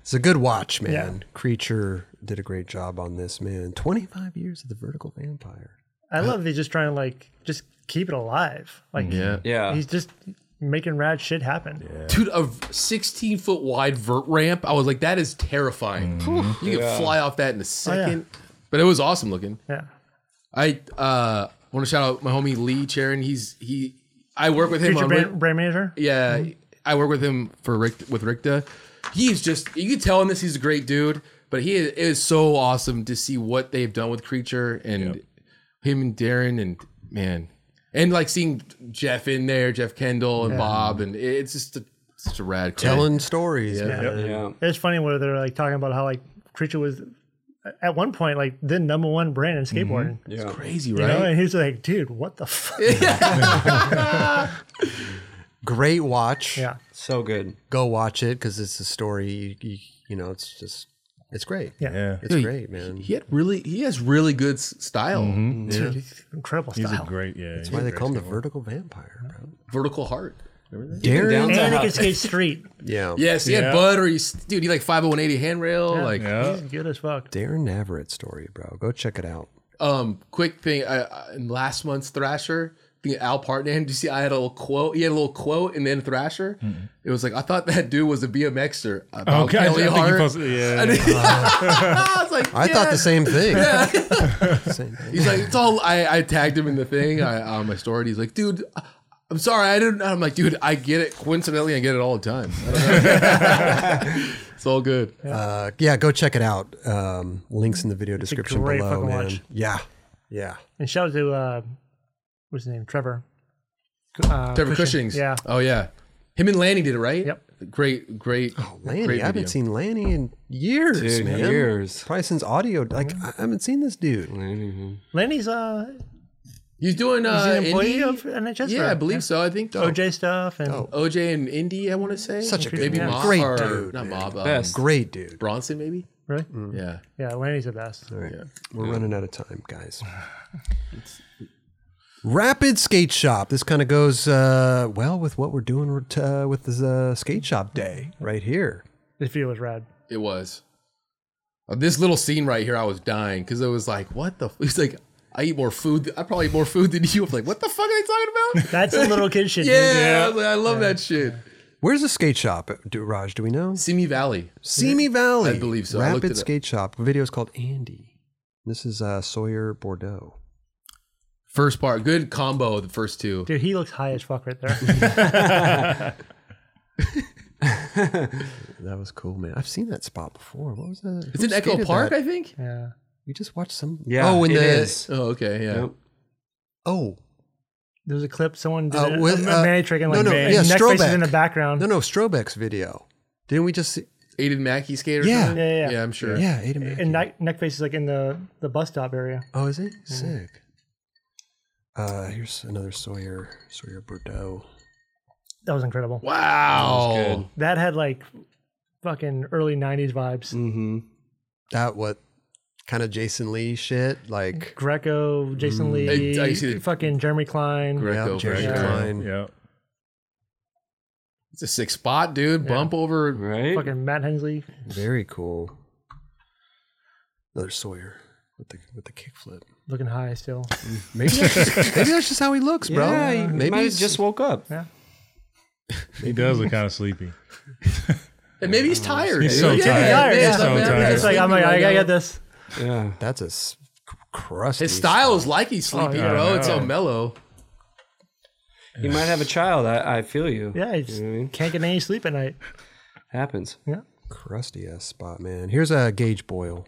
[SPEAKER 1] it's a good watch, man. Creature did a great job on this, man. Twenty five years of the Vertical Vampire.
[SPEAKER 6] I love he's just trying to, like, just keep it alive. Like,
[SPEAKER 2] yeah,
[SPEAKER 5] yeah,
[SPEAKER 6] he's just making rad shit happen.
[SPEAKER 2] dude. A 16 foot wide vert ramp. I was like, that is terrifying. You could fly off that in a second. But it was awesome looking.
[SPEAKER 6] Yeah.
[SPEAKER 2] I uh, want to shout out my homie Lee Charon. He's he. I work with him
[SPEAKER 6] Future
[SPEAKER 2] on
[SPEAKER 6] brand,
[SPEAKER 2] Ric-
[SPEAKER 6] brand manager?
[SPEAKER 2] yeah. I work with him for Rick with Ricta. He's just you can tell in this he's a great dude. But he it is so awesome to see what they've done with Creature and him and Darren and man and like seeing Jeff in there, Jeff Kendall and Bob and it- it's just a, it's just a rad. crew.
[SPEAKER 1] Telling stories. man.
[SPEAKER 5] yeah.
[SPEAKER 6] It's funny where they're like talking about how like Creature was at one point like the number one brand in skateboarding.
[SPEAKER 2] It's crazy,
[SPEAKER 6] You know,
[SPEAKER 2] right?
[SPEAKER 6] and he's like, dude, what
[SPEAKER 2] [laughs]
[SPEAKER 6] the fuck?
[SPEAKER 1] Great watch.
[SPEAKER 6] yeah.
[SPEAKER 5] So good.
[SPEAKER 1] Go watch it because it's a story. You, you, you know, it's just it's great.
[SPEAKER 6] Yeah.
[SPEAKER 3] Yeah.
[SPEAKER 1] It's
[SPEAKER 2] Dude,
[SPEAKER 1] great, man.
[SPEAKER 2] He had really he has really good s- style. Mm-hmm.
[SPEAKER 6] Dude, he's incredible
[SPEAKER 3] He's a
[SPEAKER 6] style.
[SPEAKER 3] great, yeah.
[SPEAKER 1] That's why they call him the Vertical Vampire, bro.
[SPEAKER 2] Vertical heart.
[SPEAKER 1] Darren.
[SPEAKER 5] Down to
[SPEAKER 6] and he
[SPEAKER 5] hot.
[SPEAKER 6] can skate street.
[SPEAKER 1] Yeah.
[SPEAKER 2] Yes, he
[SPEAKER 3] Yeah.
[SPEAKER 2] had bud or he's dude, he like 50180 handrail. Like
[SPEAKER 3] yeah.
[SPEAKER 6] He's good as fuck.
[SPEAKER 1] Darren Navarrete story, bro. Go check it out.
[SPEAKER 2] um quick thing I, I, in last month's Thrasher, I think Al [laughs] Partnan, do you see I had a little quote? He had a little quote and then Thrasher. It was like I thought that dude was a BMXer. About
[SPEAKER 3] Okay, I, I
[SPEAKER 2] Kelly
[SPEAKER 3] think he
[SPEAKER 2] Hart.
[SPEAKER 3] posted, yeah.
[SPEAKER 2] And he- I was like,
[SPEAKER 1] I thought
[SPEAKER 2] yeah.
[SPEAKER 1] the same thing. [laughs]
[SPEAKER 6] [laughs]
[SPEAKER 1] Same thing.
[SPEAKER 2] He's like, it's all. I, I tagged him in the thing I, on my story. and He's like, dude, I'm sorry, I didn't. I'm like, dude, I get it. Coincidentally, I get it all the time. I don't
[SPEAKER 3] [laughs]
[SPEAKER 2] know. it's all good.
[SPEAKER 1] Uh, yeah, go check it out. Um, links in the video description
[SPEAKER 6] great
[SPEAKER 1] below,
[SPEAKER 6] fucking
[SPEAKER 1] man.
[SPEAKER 6] watch.
[SPEAKER 1] Yeah. Yeah.
[SPEAKER 6] And shout out to uh what's his name? Trevor.
[SPEAKER 2] Trevor Cushing's.
[SPEAKER 6] yeah.
[SPEAKER 2] Oh yeah. Him and Lanny did it, right?
[SPEAKER 6] Yep.
[SPEAKER 2] Great, great.
[SPEAKER 1] Oh, Lanny,
[SPEAKER 2] great
[SPEAKER 1] I haven't
[SPEAKER 2] video.
[SPEAKER 1] seen Lanny in years,
[SPEAKER 5] Dude,
[SPEAKER 1] man.
[SPEAKER 5] years.
[SPEAKER 1] Probably since audio. Like I haven't seen this dude.
[SPEAKER 6] Lenny's uh,
[SPEAKER 2] He's doing
[SPEAKER 6] he's
[SPEAKER 2] uh,
[SPEAKER 6] an employee
[SPEAKER 2] indie?
[SPEAKER 6] of NHS.
[SPEAKER 2] Yeah, I
[SPEAKER 6] right?
[SPEAKER 2] believe so. I think
[SPEAKER 6] OJ stuff and
[SPEAKER 2] OJ and Indy, I want to say.
[SPEAKER 1] Such a good
[SPEAKER 2] maybe
[SPEAKER 1] dude.
[SPEAKER 2] Mob
[SPEAKER 1] Great
[SPEAKER 2] or,
[SPEAKER 1] dude,
[SPEAKER 2] Not
[SPEAKER 1] man.
[SPEAKER 2] Mob. um,
[SPEAKER 5] Best.
[SPEAKER 1] Great dude.
[SPEAKER 2] Bronson, maybe.
[SPEAKER 6] really,
[SPEAKER 2] Yeah.
[SPEAKER 6] yeah, Lenny's the best.
[SPEAKER 1] We're running out of time,
[SPEAKER 2] [laughs]
[SPEAKER 1] guys. Rapid Skate Shop. This kind of goes uh, well with what we're doing with, uh, with this uh, Skate Shop Day right here.
[SPEAKER 6] The feel was rad.
[SPEAKER 2] It was. Uh, This little scene right here, I was dying because it was like, what the? F-? [laughs] He's like, I eat more food. th- I probably eat more food than you. [laughs] I'm like, what the fuck are they talking
[SPEAKER 6] [laughs]
[SPEAKER 2] about?
[SPEAKER 6] That's a little kid
[SPEAKER 2] [laughs]
[SPEAKER 6] shit.
[SPEAKER 2] yeah,
[SPEAKER 6] dude.
[SPEAKER 2] I, was like, I love that shit.
[SPEAKER 1] Where's the skate shop, uh, do, Raj? Do we know?
[SPEAKER 2] Simi Valley.
[SPEAKER 1] Simi Valley.
[SPEAKER 2] I believe so. I looked it
[SPEAKER 1] Rapid
[SPEAKER 2] up.
[SPEAKER 1] Skate Shop. The video is called Andy. This is uh, Sawyer Bordeaux.
[SPEAKER 2] First part, good combo. of The first two.
[SPEAKER 6] dude, he looks high as fuck right there.
[SPEAKER 1] That was cool, man. I've seen that spot before. What was that?
[SPEAKER 2] It's
[SPEAKER 1] Who
[SPEAKER 2] in Echo
[SPEAKER 1] skated
[SPEAKER 2] Park,
[SPEAKER 1] that?
[SPEAKER 2] I think.
[SPEAKER 6] yeah,
[SPEAKER 1] We just watched some.
[SPEAKER 5] Yeah,
[SPEAKER 1] Oh, in
[SPEAKER 5] it
[SPEAKER 1] the
[SPEAKER 5] is.
[SPEAKER 2] Oh, okay, yeah.
[SPEAKER 5] Yep.
[SPEAKER 1] oh
[SPEAKER 6] there was a clip someone did
[SPEAKER 1] Uh,
[SPEAKER 6] a-
[SPEAKER 1] with,
[SPEAKER 6] a
[SPEAKER 1] uh,
[SPEAKER 6] man trick and
[SPEAKER 1] no,
[SPEAKER 6] like
[SPEAKER 1] no,
[SPEAKER 6] man-
[SPEAKER 1] yeah,
[SPEAKER 6] neck faces
[SPEAKER 1] Strobeck.
[SPEAKER 6] in the background.
[SPEAKER 1] no no Strobeck's video. Didn't we just see?
[SPEAKER 2] Aiden Mackey skater.
[SPEAKER 1] Yeah.
[SPEAKER 6] Yeah, yeah, yeah.
[SPEAKER 2] I'm sure.
[SPEAKER 1] Yeah, Aiden Mackey.
[SPEAKER 6] And neck, neck faces like in the the bus stop area.
[SPEAKER 1] Oh, is he sick? Uh, here's another Sawyer Sawyer Bordeaux.
[SPEAKER 6] That was incredible.
[SPEAKER 2] Wow.
[SPEAKER 6] That had like fucking early '90s vibes.
[SPEAKER 5] Mm-hmm.
[SPEAKER 1] That what kind of Jason Lee shit like?
[SPEAKER 6] Greco, Jason Lee,
[SPEAKER 2] I- I see the-
[SPEAKER 6] fucking Jeremy Klein.
[SPEAKER 2] Greco,
[SPEAKER 1] Yeah, Jerry
[SPEAKER 2] Greco.
[SPEAKER 1] Klein.
[SPEAKER 3] Yeah.
[SPEAKER 2] It's a six spot, dude. Bump over.
[SPEAKER 5] Right?
[SPEAKER 6] Fucking Matt Hensley.
[SPEAKER 1] Very cool. Another Sawyer with the with the kickflip.
[SPEAKER 6] looking high still.
[SPEAKER 1] Maybe that's just, maybe that's just how he looks, bro.
[SPEAKER 5] Yeah, he
[SPEAKER 1] maybe
[SPEAKER 5] might have
[SPEAKER 1] it's-
[SPEAKER 5] just woke up.
[SPEAKER 3] He does look kind of sleepy.
[SPEAKER 2] And maybe he's tired.
[SPEAKER 3] He's
[SPEAKER 2] dude.
[SPEAKER 3] so tired.
[SPEAKER 6] tired,
[SPEAKER 2] man,
[SPEAKER 6] yeah.
[SPEAKER 2] it's like,
[SPEAKER 3] So
[SPEAKER 2] man, I'm
[SPEAKER 3] tired.
[SPEAKER 2] just
[SPEAKER 6] It's like I'm like
[SPEAKER 2] sleeping
[SPEAKER 6] I gotta
[SPEAKER 2] right
[SPEAKER 6] get
[SPEAKER 2] now.
[SPEAKER 6] this.
[SPEAKER 5] [laughs] Yeah.
[SPEAKER 1] that's a s- cr- crusty.
[SPEAKER 2] His style is like he's sleepy,
[SPEAKER 6] yeah.
[SPEAKER 2] bro. It's
[SPEAKER 3] Yeah.
[SPEAKER 2] so mellow.
[SPEAKER 5] You might have a child. I, I feel you.
[SPEAKER 6] Yeah, I just
[SPEAKER 5] You know what I mean?
[SPEAKER 6] can't get any sleep at night.
[SPEAKER 5] Happens.
[SPEAKER 1] crusty ass spot, man. Here's a uh, Gage Boyle.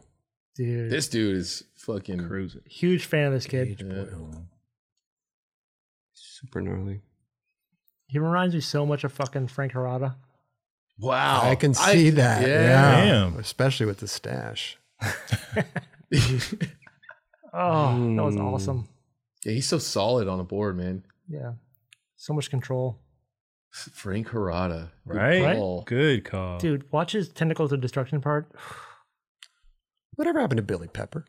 [SPEAKER 6] Dude,
[SPEAKER 2] This dude is fucking cruising.
[SPEAKER 6] huge fan of this kid.
[SPEAKER 5] Super gnarly.
[SPEAKER 6] He reminds me so much of fucking Frank Harada.
[SPEAKER 2] Wow.
[SPEAKER 1] I can see that. Yeah.
[SPEAKER 3] Damn.
[SPEAKER 1] Especially with the stash.
[SPEAKER 6] Oh, that was awesome.
[SPEAKER 2] Yeah, he's so solid on the board, man.
[SPEAKER 6] Yeah. So much control.
[SPEAKER 2] Frank Harada. Good
[SPEAKER 3] Right?
[SPEAKER 2] call.
[SPEAKER 3] Good call.
[SPEAKER 6] Dude, watch his tentacles of destruction part. [sighs]
[SPEAKER 1] Whatever happened to Billy Pepper?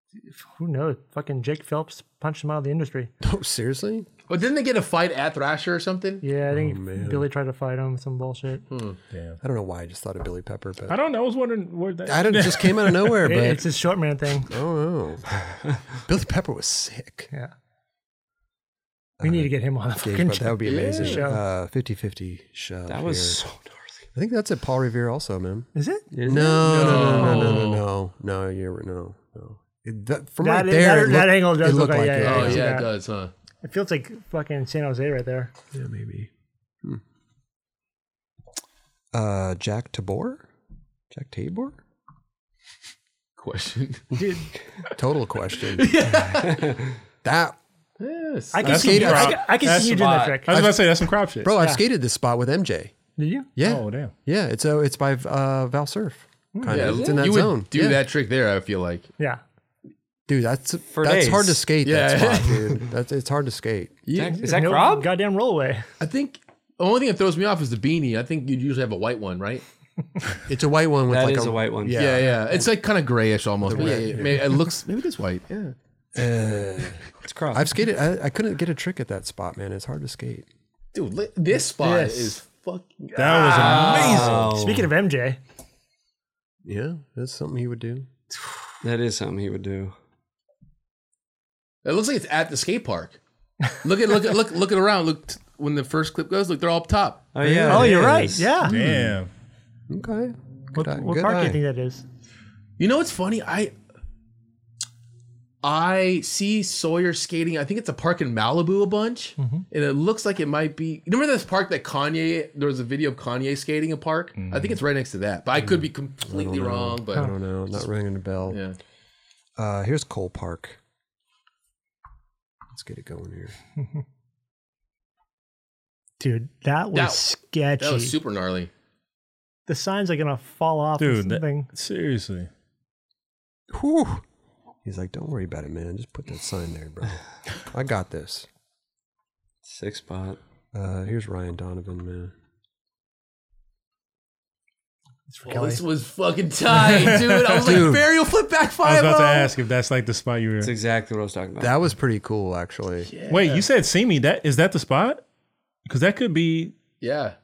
[SPEAKER 1] [laughs]
[SPEAKER 6] Who knows? Fucking Jake Phelps punched him out of the industry.
[SPEAKER 1] Oh, seriously?
[SPEAKER 2] But didn't they get a fight at Thrasher or something?
[SPEAKER 6] Yeah, I think
[SPEAKER 1] Oh, man.
[SPEAKER 6] Billy tried to fight him, some bullshit.
[SPEAKER 1] I don't know why I just thought of Billy Pepper, but
[SPEAKER 3] I
[SPEAKER 1] I,
[SPEAKER 3] don't know. [laughs] I was wondering where that.
[SPEAKER 1] don't it just came
[SPEAKER 6] [laughs]
[SPEAKER 1] out of nowhere,
[SPEAKER 6] It-
[SPEAKER 1] but
[SPEAKER 6] it's his short man thing.
[SPEAKER 1] I don't know.
[SPEAKER 6] [laughs]
[SPEAKER 1] Billy Pepper was sick.
[SPEAKER 6] Yeah. We need to get him on the
[SPEAKER 1] Gage
[SPEAKER 6] fucking
[SPEAKER 1] Boyle, that would be amazing.
[SPEAKER 6] Show.
[SPEAKER 1] Uh, 50-50 shove.
[SPEAKER 5] That was
[SPEAKER 1] here.
[SPEAKER 5] so
[SPEAKER 1] I think that's at Paul Revere also, man.
[SPEAKER 6] Is it?
[SPEAKER 1] No, no, no, no, no, no, no, no. You're no, no. It, that, from
[SPEAKER 6] That-
[SPEAKER 1] right there,
[SPEAKER 6] that-
[SPEAKER 1] it
[SPEAKER 6] that
[SPEAKER 1] looked-
[SPEAKER 6] angle does
[SPEAKER 1] it
[SPEAKER 6] look
[SPEAKER 1] looked
[SPEAKER 6] like-
[SPEAKER 1] like
[SPEAKER 6] yeah,
[SPEAKER 1] it.
[SPEAKER 2] Oh, yeah,
[SPEAKER 6] Yeah.
[SPEAKER 2] it does, huh?
[SPEAKER 6] It feels like fucking San Jose right there.
[SPEAKER 1] Yeah, maybe. Uh, Jack Tabor? Jack Tabor?
[SPEAKER 2] Question.
[SPEAKER 6] Dude,
[SPEAKER 1] Total question. [laughs] That
[SPEAKER 2] yes.
[SPEAKER 6] I can
[SPEAKER 3] That's
[SPEAKER 6] see you,
[SPEAKER 3] some
[SPEAKER 6] I
[SPEAKER 3] crop.
[SPEAKER 6] can, I can
[SPEAKER 3] That's
[SPEAKER 6] see you doing that
[SPEAKER 5] spot.
[SPEAKER 6] trick.
[SPEAKER 3] I was about to say that's some crop shit.
[SPEAKER 1] bro, I've skated this spot with MJ.
[SPEAKER 6] Did you?
[SPEAKER 1] Yeah,
[SPEAKER 3] Oh damn.
[SPEAKER 1] yeah. It's uh, it's by uh, Val Surf. Kind
[SPEAKER 2] yeah,
[SPEAKER 1] of. It's in that
[SPEAKER 2] you
[SPEAKER 1] zone.
[SPEAKER 2] would do
[SPEAKER 1] Yeah.
[SPEAKER 2] that trick there, I feel like.
[SPEAKER 6] Yeah.
[SPEAKER 1] dude. That's that's
[SPEAKER 5] days.
[SPEAKER 1] hard to skate.
[SPEAKER 2] Yeah.
[SPEAKER 1] That spot, dude. That's it's hard to skate.
[SPEAKER 5] gnarly. Is that
[SPEAKER 6] No
[SPEAKER 5] Rob?
[SPEAKER 6] Goddamn rollaway.
[SPEAKER 2] I think the only thing that throws me off is the beanie. I think you'd usually have a white one, right?
[SPEAKER 1] It's a white one with
[SPEAKER 5] That
[SPEAKER 1] like
[SPEAKER 5] is a white one.
[SPEAKER 1] Yeah.
[SPEAKER 2] Yeah, yeah. It's like kind of grayish almost. Yeah, yeah, yeah. Maybe It looks, maybe it is white. Yeah.
[SPEAKER 5] It's cross.
[SPEAKER 1] I've skated. I, I couldn't get a trick at that spot, man. It's hard to skate.
[SPEAKER 2] Dude, li- this spot
[SPEAKER 6] Yes.
[SPEAKER 2] is fucking.
[SPEAKER 3] That was amazing.
[SPEAKER 6] Ah.
[SPEAKER 5] Oh.
[SPEAKER 6] Speaking of MJ,
[SPEAKER 1] Yeah, that's something he would do.
[SPEAKER 5] that is something he would do.
[SPEAKER 2] It looks like it's at the skate park. Look at look at look look it around. Look t- when the first clip goes. Look, they're all up top.
[SPEAKER 5] Oh yeah.
[SPEAKER 6] Oh,
[SPEAKER 5] it
[SPEAKER 6] you're
[SPEAKER 5] is.
[SPEAKER 6] right. Yeah.
[SPEAKER 3] Damn.
[SPEAKER 1] Okay. Good
[SPEAKER 6] What,
[SPEAKER 1] eye-
[SPEAKER 6] what
[SPEAKER 1] good
[SPEAKER 6] park do
[SPEAKER 1] eye.
[SPEAKER 6] you think that is?
[SPEAKER 2] You know what's funny? I I see Sawyer skating. I think it's a park in Malibu a bunch,
[SPEAKER 3] Mm-hmm.
[SPEAKER 2] and it looks like it might be. Remember this park that Kanye? There was a video of Kanye skating a park. I think
[SPEAKER 3] Mm.
[SPEAKER 2] it's right next to that, but I could be completely wrong. But
[SPEAKER 1] I don't know. Not ringing a bell.
[SPEAKER 2] yeah,
[SPEAKER 1] Uh, here's Cole Park. Let's get it going here.
[SPEAKER 6] Dude, that was
[SPEAKER 2] That-
[SPEAKER 6] sketchy.
[SPEAKER 2] That was super gnarly.
[SPEAKER 6] the signs are gonna fall off. Dude,
[SPEAKER 3] dude. that-
[SPEAKER 6] something.
[SPEAKER 3] seriously,
[SPEAKER 1] Whew. He's like, don't worry about it, man. Just put that sign there, [laughs] bro. I got this.
[SPEAKER 5] Six spot.
[SPEAKER 1] Uh, here's Ryan Donovan, man.
[SPEAKER 2] Oh, this was fucking
[SPEAKER 3] [laughs]
[SPEAKER 2] tight, dude. I was
[SPEAKER 1] Dude.
[SPEAKER 2] like, burial flip back
[SPEAKER 3] I was
[SPEAKER 2] five.
[SPEAKER 3] about to ask if that's like the spot you were.
[SPEAKER 5] That's exactly what I was talking about.
[SPEAKER 1] That was pretty cool, actually.
[SPEAKER 3] Wait, you said see me? That is that the spot? Because that could be.
[SPEAKER 2] Yeah.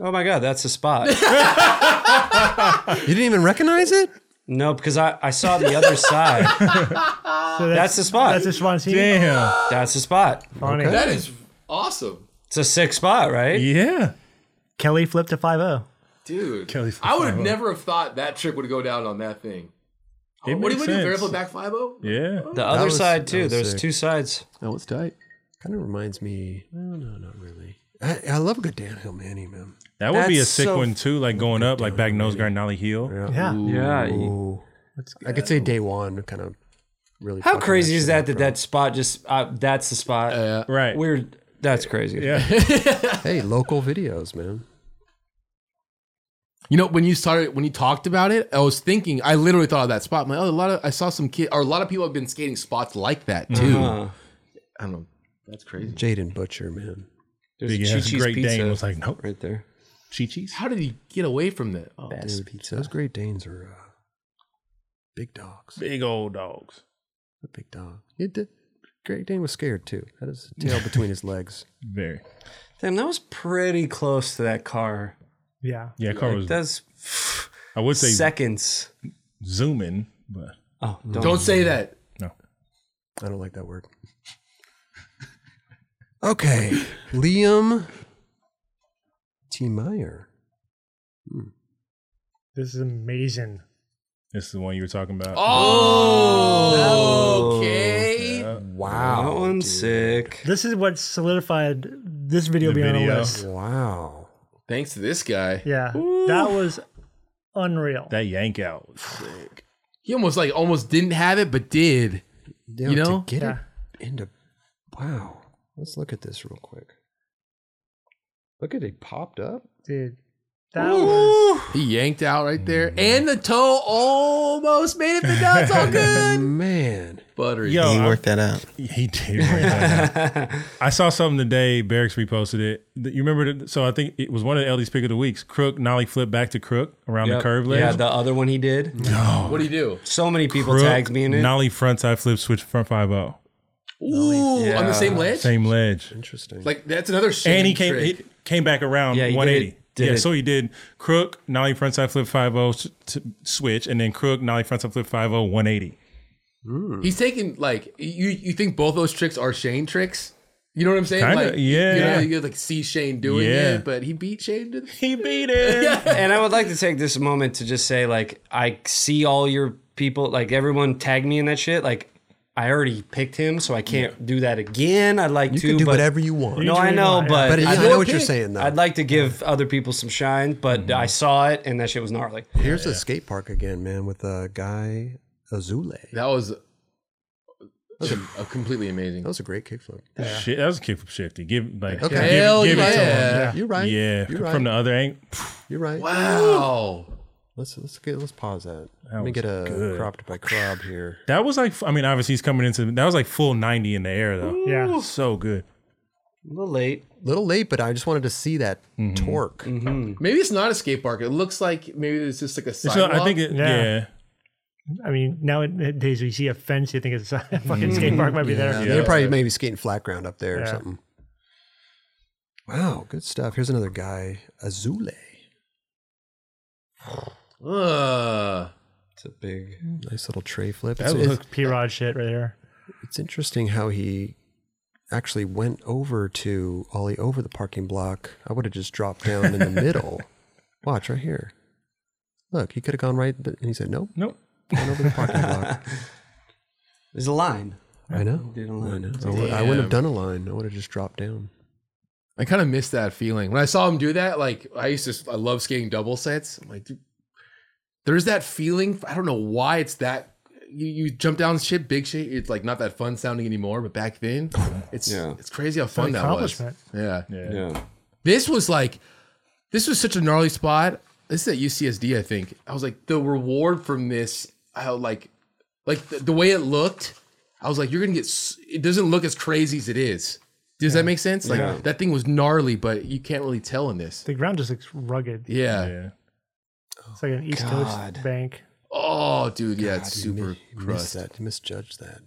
[SPEAKER 5] oh my god, that's the spot. [laughs]
[SPEAKER 1] You didn't even recognize it?
[SPEAKER 5] no, because I, I saw the other side.
[SPEAKER 6] So
[SPEAKER 5] That's the spot.
[SPEAKER 6] That's just one scene.
[SPEAKER 3] Damn.
[SPEAKER 5] That's the spot.
[SPEAKER 6] Funny.
[SPEAKER 2] That is awesome.
[SPEAKER 5] It's a six spot, right?
[SPEAKER 3] Yeah.
[SPEAKER 6] Kelly flipped to five oh. zero.
[SPEAKER 2] Dude.
[SPEAKER 3] Kelly for
[SPEAKER 2] I would have
[SPEAKER 3] 5-0.
[SPEAKER 2] never have thought that trick would go down on that thing.
[SPEAKER 3] It
[SPEAKER 2] what do
[SPEAKER 3] makes
[SPEAKER 2] we do? Burial
[SPEAKER 3] sense.
[SPEAKER 2] flip back five zero.
[SPEAKER 3] Yeah.
[SPEAKER 5] The other
[SPEAKER 1] was-
[SPEAKER 5] side
[SPEAKER 1] that
[SPEAKER 5] too.
[SPEAKER 1] was
[SPEAKER 5] There's
[SPEAKER 1] sick.
[SPEAKER 5] two sides.
[SPEAKER 2] That was tight.
[SPEAKER 1] Kind of reminds me. No, no, not really. I, I love a good downhill Manny, man.
[SPEAKER 3] That would be a
[SPEAKER 5] That's
[SPEAKER 3] sick
[SPEAKER 5] so-
[SPEAKER 3] one too. Like going up, like back nose guard, nollie heel.
[SPEAKER 6] Yeah.
[SPEAKER 5] Yeah.
[SPEAKER 1] Ooh. I could say day one kind of really.
[SPEAKER 5] How
[SPEAKER 1] fucking
[SPEAKER 5] crazy is
[SPEAKER 1] shit
[SPEAKER 5] that?
[SPEAKER 1] up,
[SPEAKER 5] That
[SPEAKER 1] bro.
[SPEAKER 5] that spot just uh, that's the spot.
[SPEAKER 3] Right.
[SPEAKER 5] Weird. That's crazy.
[SPEAKER 3] Yeah.
[SPEAKER 1] Hey, local videos, man.
[SPEAKER 2] [laughs] You know, when you started, when you talked about it, I was thinking. I literally thought of that spot. My oh, a lot of I saw some kid or a lot of people have been skating spots like that too.
[SPEAKER 5] Uh,
[SPEAKER 2] I don't know. That's crazy.
[SPEAKER 1] Jaden Butcher, man.
[SPEAKER 5] there's
[SPEAKER 3] Big
[SPEAKER 5] Chi
[SPEAKER 3] ass
[SPEAKER 5] Chi's
[SPEAKER 3] Great
[SPEAKER 5] pizza
[SPEAKER 3] Dane was like, nope.
[SPEAKER 5] right there.
[SPEAKER 3] Chi Chi's.
[SPEAKER 2] How did he get away from that? Oh,
[SPEAKER 5] Best
[SPEAKER 1] Dude,
[SPEAKER 5] pizza.
[SPEAKER 1] Those Great Danes are uh, big dogs.
[SPEAKER 3] Big old dogs.
[SPEAKER 1] A big dog. It did. Great Dane was scared too. Had his tail between his legs.
[SPEAKER 3] Very.
[SPEAKER 5] Damn, that was pretty close to that car.
[SPEAKER 6] Yeah.
[SPEAKER 3] Yeah, car was.
[SPEAKER 5] That's
[SPEAKER 3] I would say
[SPEAKER 5] seconds.
[SPEAKER 3] zoom in, but
[SPEAKER 5] Oh, don't.
[SPEAKER 2] don't say that.
[SPEAKER 3] no.
[SPEAKER 1] I don't like that word. Okay, Liam T. Meyer.
[SPEAKER 6] This is amazing.
[SPEAKER 3] This is the one you were talking about.
[SPEAKER 2] Oh, okay.
[SPEAKER 5] Wow, that one's sick.
[SPEAKER 6] This is what solidified this video
[SPEAKER 3] The
[SPEAKER 6] being on
[SPEAKER 3] video.
[SPEAKER 6] the list.
[SPEAKER 1] Wow.
[SPEAKER 2] Thanks to this guy,
[SPEAKER 6] Yeah. That was unreal.
[SPEAKER 3] That yank out was sick.
[SPEAKER 2] he almost like almost didn't have it, but did.
[SPEAKER 1] Damn,
[SPEAKER 2] You know?
[SPEAKER 1] to get
[SPEAKER 6] Yeah.
[SPEAKER 1] it into wow. Let's look at this real quick. Look at it popped up.
[SPEAKER 6] Dude. That was
[SPEAKER 2] He yanked out right there, and the toe almost made it, but now it's [laughs] all good.
[SPEAKER 1] Man,
[SPEAKER 2] Buttery.
[SPEAKER 3] Yo,
[SPEAKER 2] Yo,
[SPEAKER 3] He
[SPEAKER 10] He
[SPEAKER 3] I-
[SPEAKER 10] worked that out.
[SPEAKER 3] [laughs] He did. work [laughs] that
[SPEAKER 5] [laughs]
[SPEAKER 3] out. I saw something today. Barracks reposted it. That- You remember? The, so I think it was one of the LD's pick of the weeks. Crook nollie flip back to crook around
[SPEAKER 5] Yep.
[SPEAKER 3] the curve ledge.
[SPEAKER 5] Yeah, the other one he did.
[SPEAKER 2] what do you do?
[SPEAKER 5] So many people
[SPEAKER 3] Crook,
[SPEAKER 5] tagged me in it.
[SPEAKER 3] Nollie front side flip switch front five zero.
[SPEAKER 2] Ooh, on
[SPEAKER 5] Yeah.
[SPEAKER 2] the same ledge.
[SPEAKER 3] Same ledge.
[SPEAKER 1] interesting.
[SPEAKER 2] Like that's another. Shame
[SPEAKER 3] and he came
[SPEAKER 2] trick.
[SPEAKER 3] he came back around
[SPEAKER 5] Yeah, he did
[SPEAKER 3] 180.
[SPEAKER 5] it- did
[SPEAKER 3] yeah,
[SPEAKER 5] it.
[SPEAKER 3] so he did crook nollie frontside flip 50 to switch, and then crook nollie frontside flip oh, 50 180.
[SPEAKER 2] He's taking like you. You think both those tricks are Shane tricks? You know what I'm saying?
[SPEAKER 3] Kinda,
[SPEAKER 2] like,
[SPEAKER 3] yeah.
[SPEAKER 2] You, know, you could, like see Shane doing
[SPEAKER 3] Yeah.
[SPEAKER 2] it, but he beat Shane to the
[SPEAKER 3] He beat it.
[SPEAKER 5] and I would like to take this moment to just say, like, I see all your people, like, everyone tagged me in that shit. Like, I already picked him, so I can't do that again. I'd like
[SPEAKER 1] you
[SPEAKER 5] to
[SPEAKER 1] can do
[SPEAKER 5] but,
[SPEAKER 1] whatever you want.
[SPEAKER 5] No, I know, but,
[SPEAKER 1] but yeah, I
[SPEAKER 5] I'd,
[SPEAKER 1] know
[SPEAKER 5] like,
[SPEAKER 1] what you're saying though.
[SPEAKER 5] I'd like to give other people some shine, but I saw it and that shit was gnarly.
[SPEAKER 1] Here's a skate park again, man, with a guy Azule. That
[SPEAKER 2] That was a completely amazing.
[SPEAKER 1] was a great kickflip.
[SPEAKER 3] Shit, that was a kickflip shifty. Give like
[SPEAKER 1] Okay.
[SPEAKER 3] give,
[SPEAKER 2] Hell
[SPEAKER 3] give it to him.
[SPEAKER 2] yeah!
[SPEAKER 1] You're right.
[SPEAKER 3] Yeah,
[SPEAKER 1] you're
[SPEAKER 3] from
[SPEAKER 1] right.
[SPEAKER 3] the other angle.
[SPEAKER 1] you're right.
[SPEAKER 2] Wow.
[SPEAKER 1] Let's let's get let's pause that. Let me
[SPEAKER 3] was
[SPEAKER 1] get a
[SPEAKER 3] good.
[SPEAKER 1] cropped by crop here.
[SPEAKER 3] That was like, I mean, obviously he's coming into that was like full ninety in the air though.
[SPEAKER 6] yeah.
[SPEAKER 3] So good.
[SPEAKER 5] A little late.
[SPEAKER 1] little late, but I just wanted to see that
[SPEAKER 3] Mm-hmm.
[SPEAKER 1] torque.
[SPEAKER 2] Maybe it's not a skate park. It looks like maybe it's just like a
[SPEAKER 3] So
[SPEAKER 2] sidewalk.
[SPEAKER 3] I think it, yeah.
[SPEAKER 6] Yeah. I mean, nowadays you see a fence, you think it's a [laughs] fucking
[SPEAKER 3] Mm.
[SPEAKER 6] skate park might be there.
[SPEAKER 1] They're probably maybe skating flat ground up there or
[SPEAKER 6] Yeah.
[SPEAKER 1] something. Wow, good stuff. Here's another guy, Azule.
[SPEAKER 2] Ugh.
[SPEAKER 5] It's a big.
[SPEAKER 1] Nice little tray flip.
[SPEAKER 3] that
[SPEAKER 1] It's, it's-
[SPEAKER 3] looked
[SPEAKER 6] P Rod shit right there.
[SPEAKER 1] it's interesting how he actually went over to Ollie over the parking block. I would have just dropped down in the middle. Watch right here. Look, he could have gone right, but and he said nope.
[SPEAKER 3] nope.
[SPEAKER 1] Went over the parking block.
[SPEAKER 5] There's a line.
[SPEAKER 1] I know.
[SPEAKER 5] Did a
[SPEAKER 1] I
[SPEAKER 5] line.
[SPEAKER 1] know. I, would, I wouldn't have done a line. I would have just dropped down.
[SPEAKER 2] I kind of miss that feeling when I saw him do that. Like I used to, I love skating double sets. I'm like, dude, there's that feeling. I don't know why it's that. You, you jump down shit, big shit. It's like not that
[SPEAKER 6] [laughs]
[SPEAKER 2] fun sounding anymore, but back then, it's
[SPEAKER 5] Yeah.
[SPEAKER 2] it's crazy how
[SPEAKER 6] An
[SPEAKER 2] fun that was.
[SPEAKER 6] accomplishment.
[SPEAKER 2] Yeah,
[SPEAKER 3] Yeah.
[SPEAKER 5] Yeah.
[SPEAKER 2] This was like, this was such a gnarly spot. This is at UCSD, I think. I was like, the reward from this, how like, like the, the way it looked, I was like, you're gonna get. s- It doesn't look as crazy as it is. Does that make sense? Like that thing was gnarly, but you can't really tell in this.
[SPEAKER 6] The ground just looks rugged.
[SPEAKER 2] Yeah.
[SPEAKER 3] Yeah.
[SPEAKER 6] It's like an East
[SPEAKER 5] God.
[SPEAKER 6] Coast bank,
[SPEAKER 2] Oh, dude. Yeah, it's
[SPEAKER 1] You mi-
[SPEAKER 2] super
[SPEAKER 1] you missed
[SPEAKER 2] crust.
[SPEAKER 1] that. You misjudged that.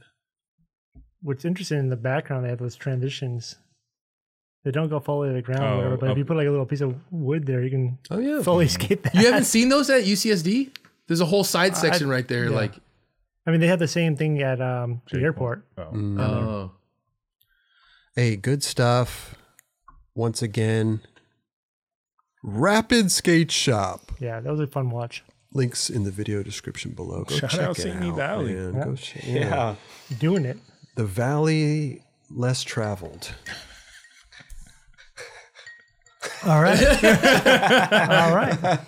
[SPEAKER 6] what's interesting in the background they have those transitions they don't go fully to the ground
[SPEAKER 3] Oh,
[SPEAKER 6] or whatever but
[SPEAKER 3] up.
[SPEAKER 6] if you put like a little piece of wood there you can
[SPEAKER 1] Oh yeah.
[SPEAKER 6] fully [laughs] escape that
[SPEAKER 2] You haven't seen those at UCSD? There's a whole side
[SPEAKER 6] I-
[SPEAKER 2] section right there.
[SPEAKER 6] yeah.
[SPEAKER 2] Like,
[SPEAKER 6] i mean they had the same thing at um, the airport
[SPEAKER 3] Oh.
[SPEAKER 1] Mm.
[SPEAKER 2] oh, [laughs]
[SPEAKER 1] Hey, good stuff. Once again, Rapid Skate Shop.
[SPEAKER 6] yeah that was a fun watch
[SPEAKER 1] Links in the video description below. Go
[SPEAKER 3] Shout
[SPEAKER 1] check
[SPEAKER 3] out
[SPEAKER 1] it
[SPEAKER 3] Sydney
[SPEAKER 1] out,
[SPEAKER 3] Valley.
[SPEAKER 1] man.
[SPEAKER 6] Yeah.
[SPEAKER 1] Go check- yeah.
[SPEAKER 5] Yeah.
[SPEAKER 6] doing it
[SPEAKER 1] The valley less traveled.
[SPEAKER 6] all [laughs] right all right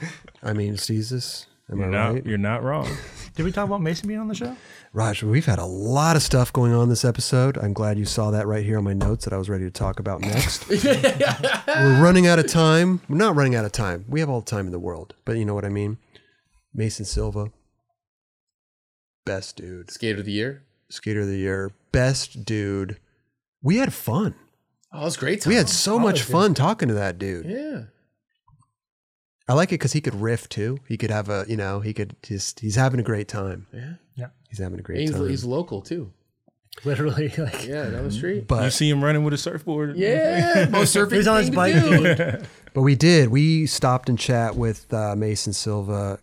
[SPEAKER 1] I mean, Jesus. Am
[SPEAKER 3] You're
[SPEAKER 1] I
[SPEAKER 3] not,
[SPEAKER 1] right?
[SPEAKER 3] you're not wrong.
[SPEAKER 6] did we talk about mason being on the show
[SPEAKER 1] Raj, we've had a lot of stuff going on this episode. I'm glad you saw that right here on my notes that I was ready to talk about
[SPEAKER 2] [laughs]
[SPEAKER 1] next. We're running out of time. We're not running out of time. We have all the time in the world, but you know what I mean. Mason Silva, best dude.
[SPEAKER 2] skater of the year.
[SPEAKER 1] Skater of the year, best dude. We had fun.
[SPEAKER 2] Oh, it was a great. Time.
[SPEAKER 1] We had so much fun talking to that dude.
[SPEAKER 2] yeah.
[SPEAKER 1] I like it because he could riff too. He could have a, you know, he could just, he's having a great time.
[SPEAKER 2] Yeah.
[SPEAKER 1] He's having a great
[SPEAKER 2] He's,
[SPEAKER 1] time.
[SPEAKER 2] he's local too.
[SPEAKER 6] literally like
[SPEAKER 2] Yeah, down the street.
[SPEAKER 1] but
[SPEAKER 3] you see him running with a surfboard.
[SPEAKER 2] Yeah, most surfing
[SPEAKER 6] He's on his
[SPEAKER 2] thing to
[SPEAKER 6] bike.
[SPEAKER 2] do.
[SPEAKER 1] But we did. We stopped and chat with uh, Mason Silva.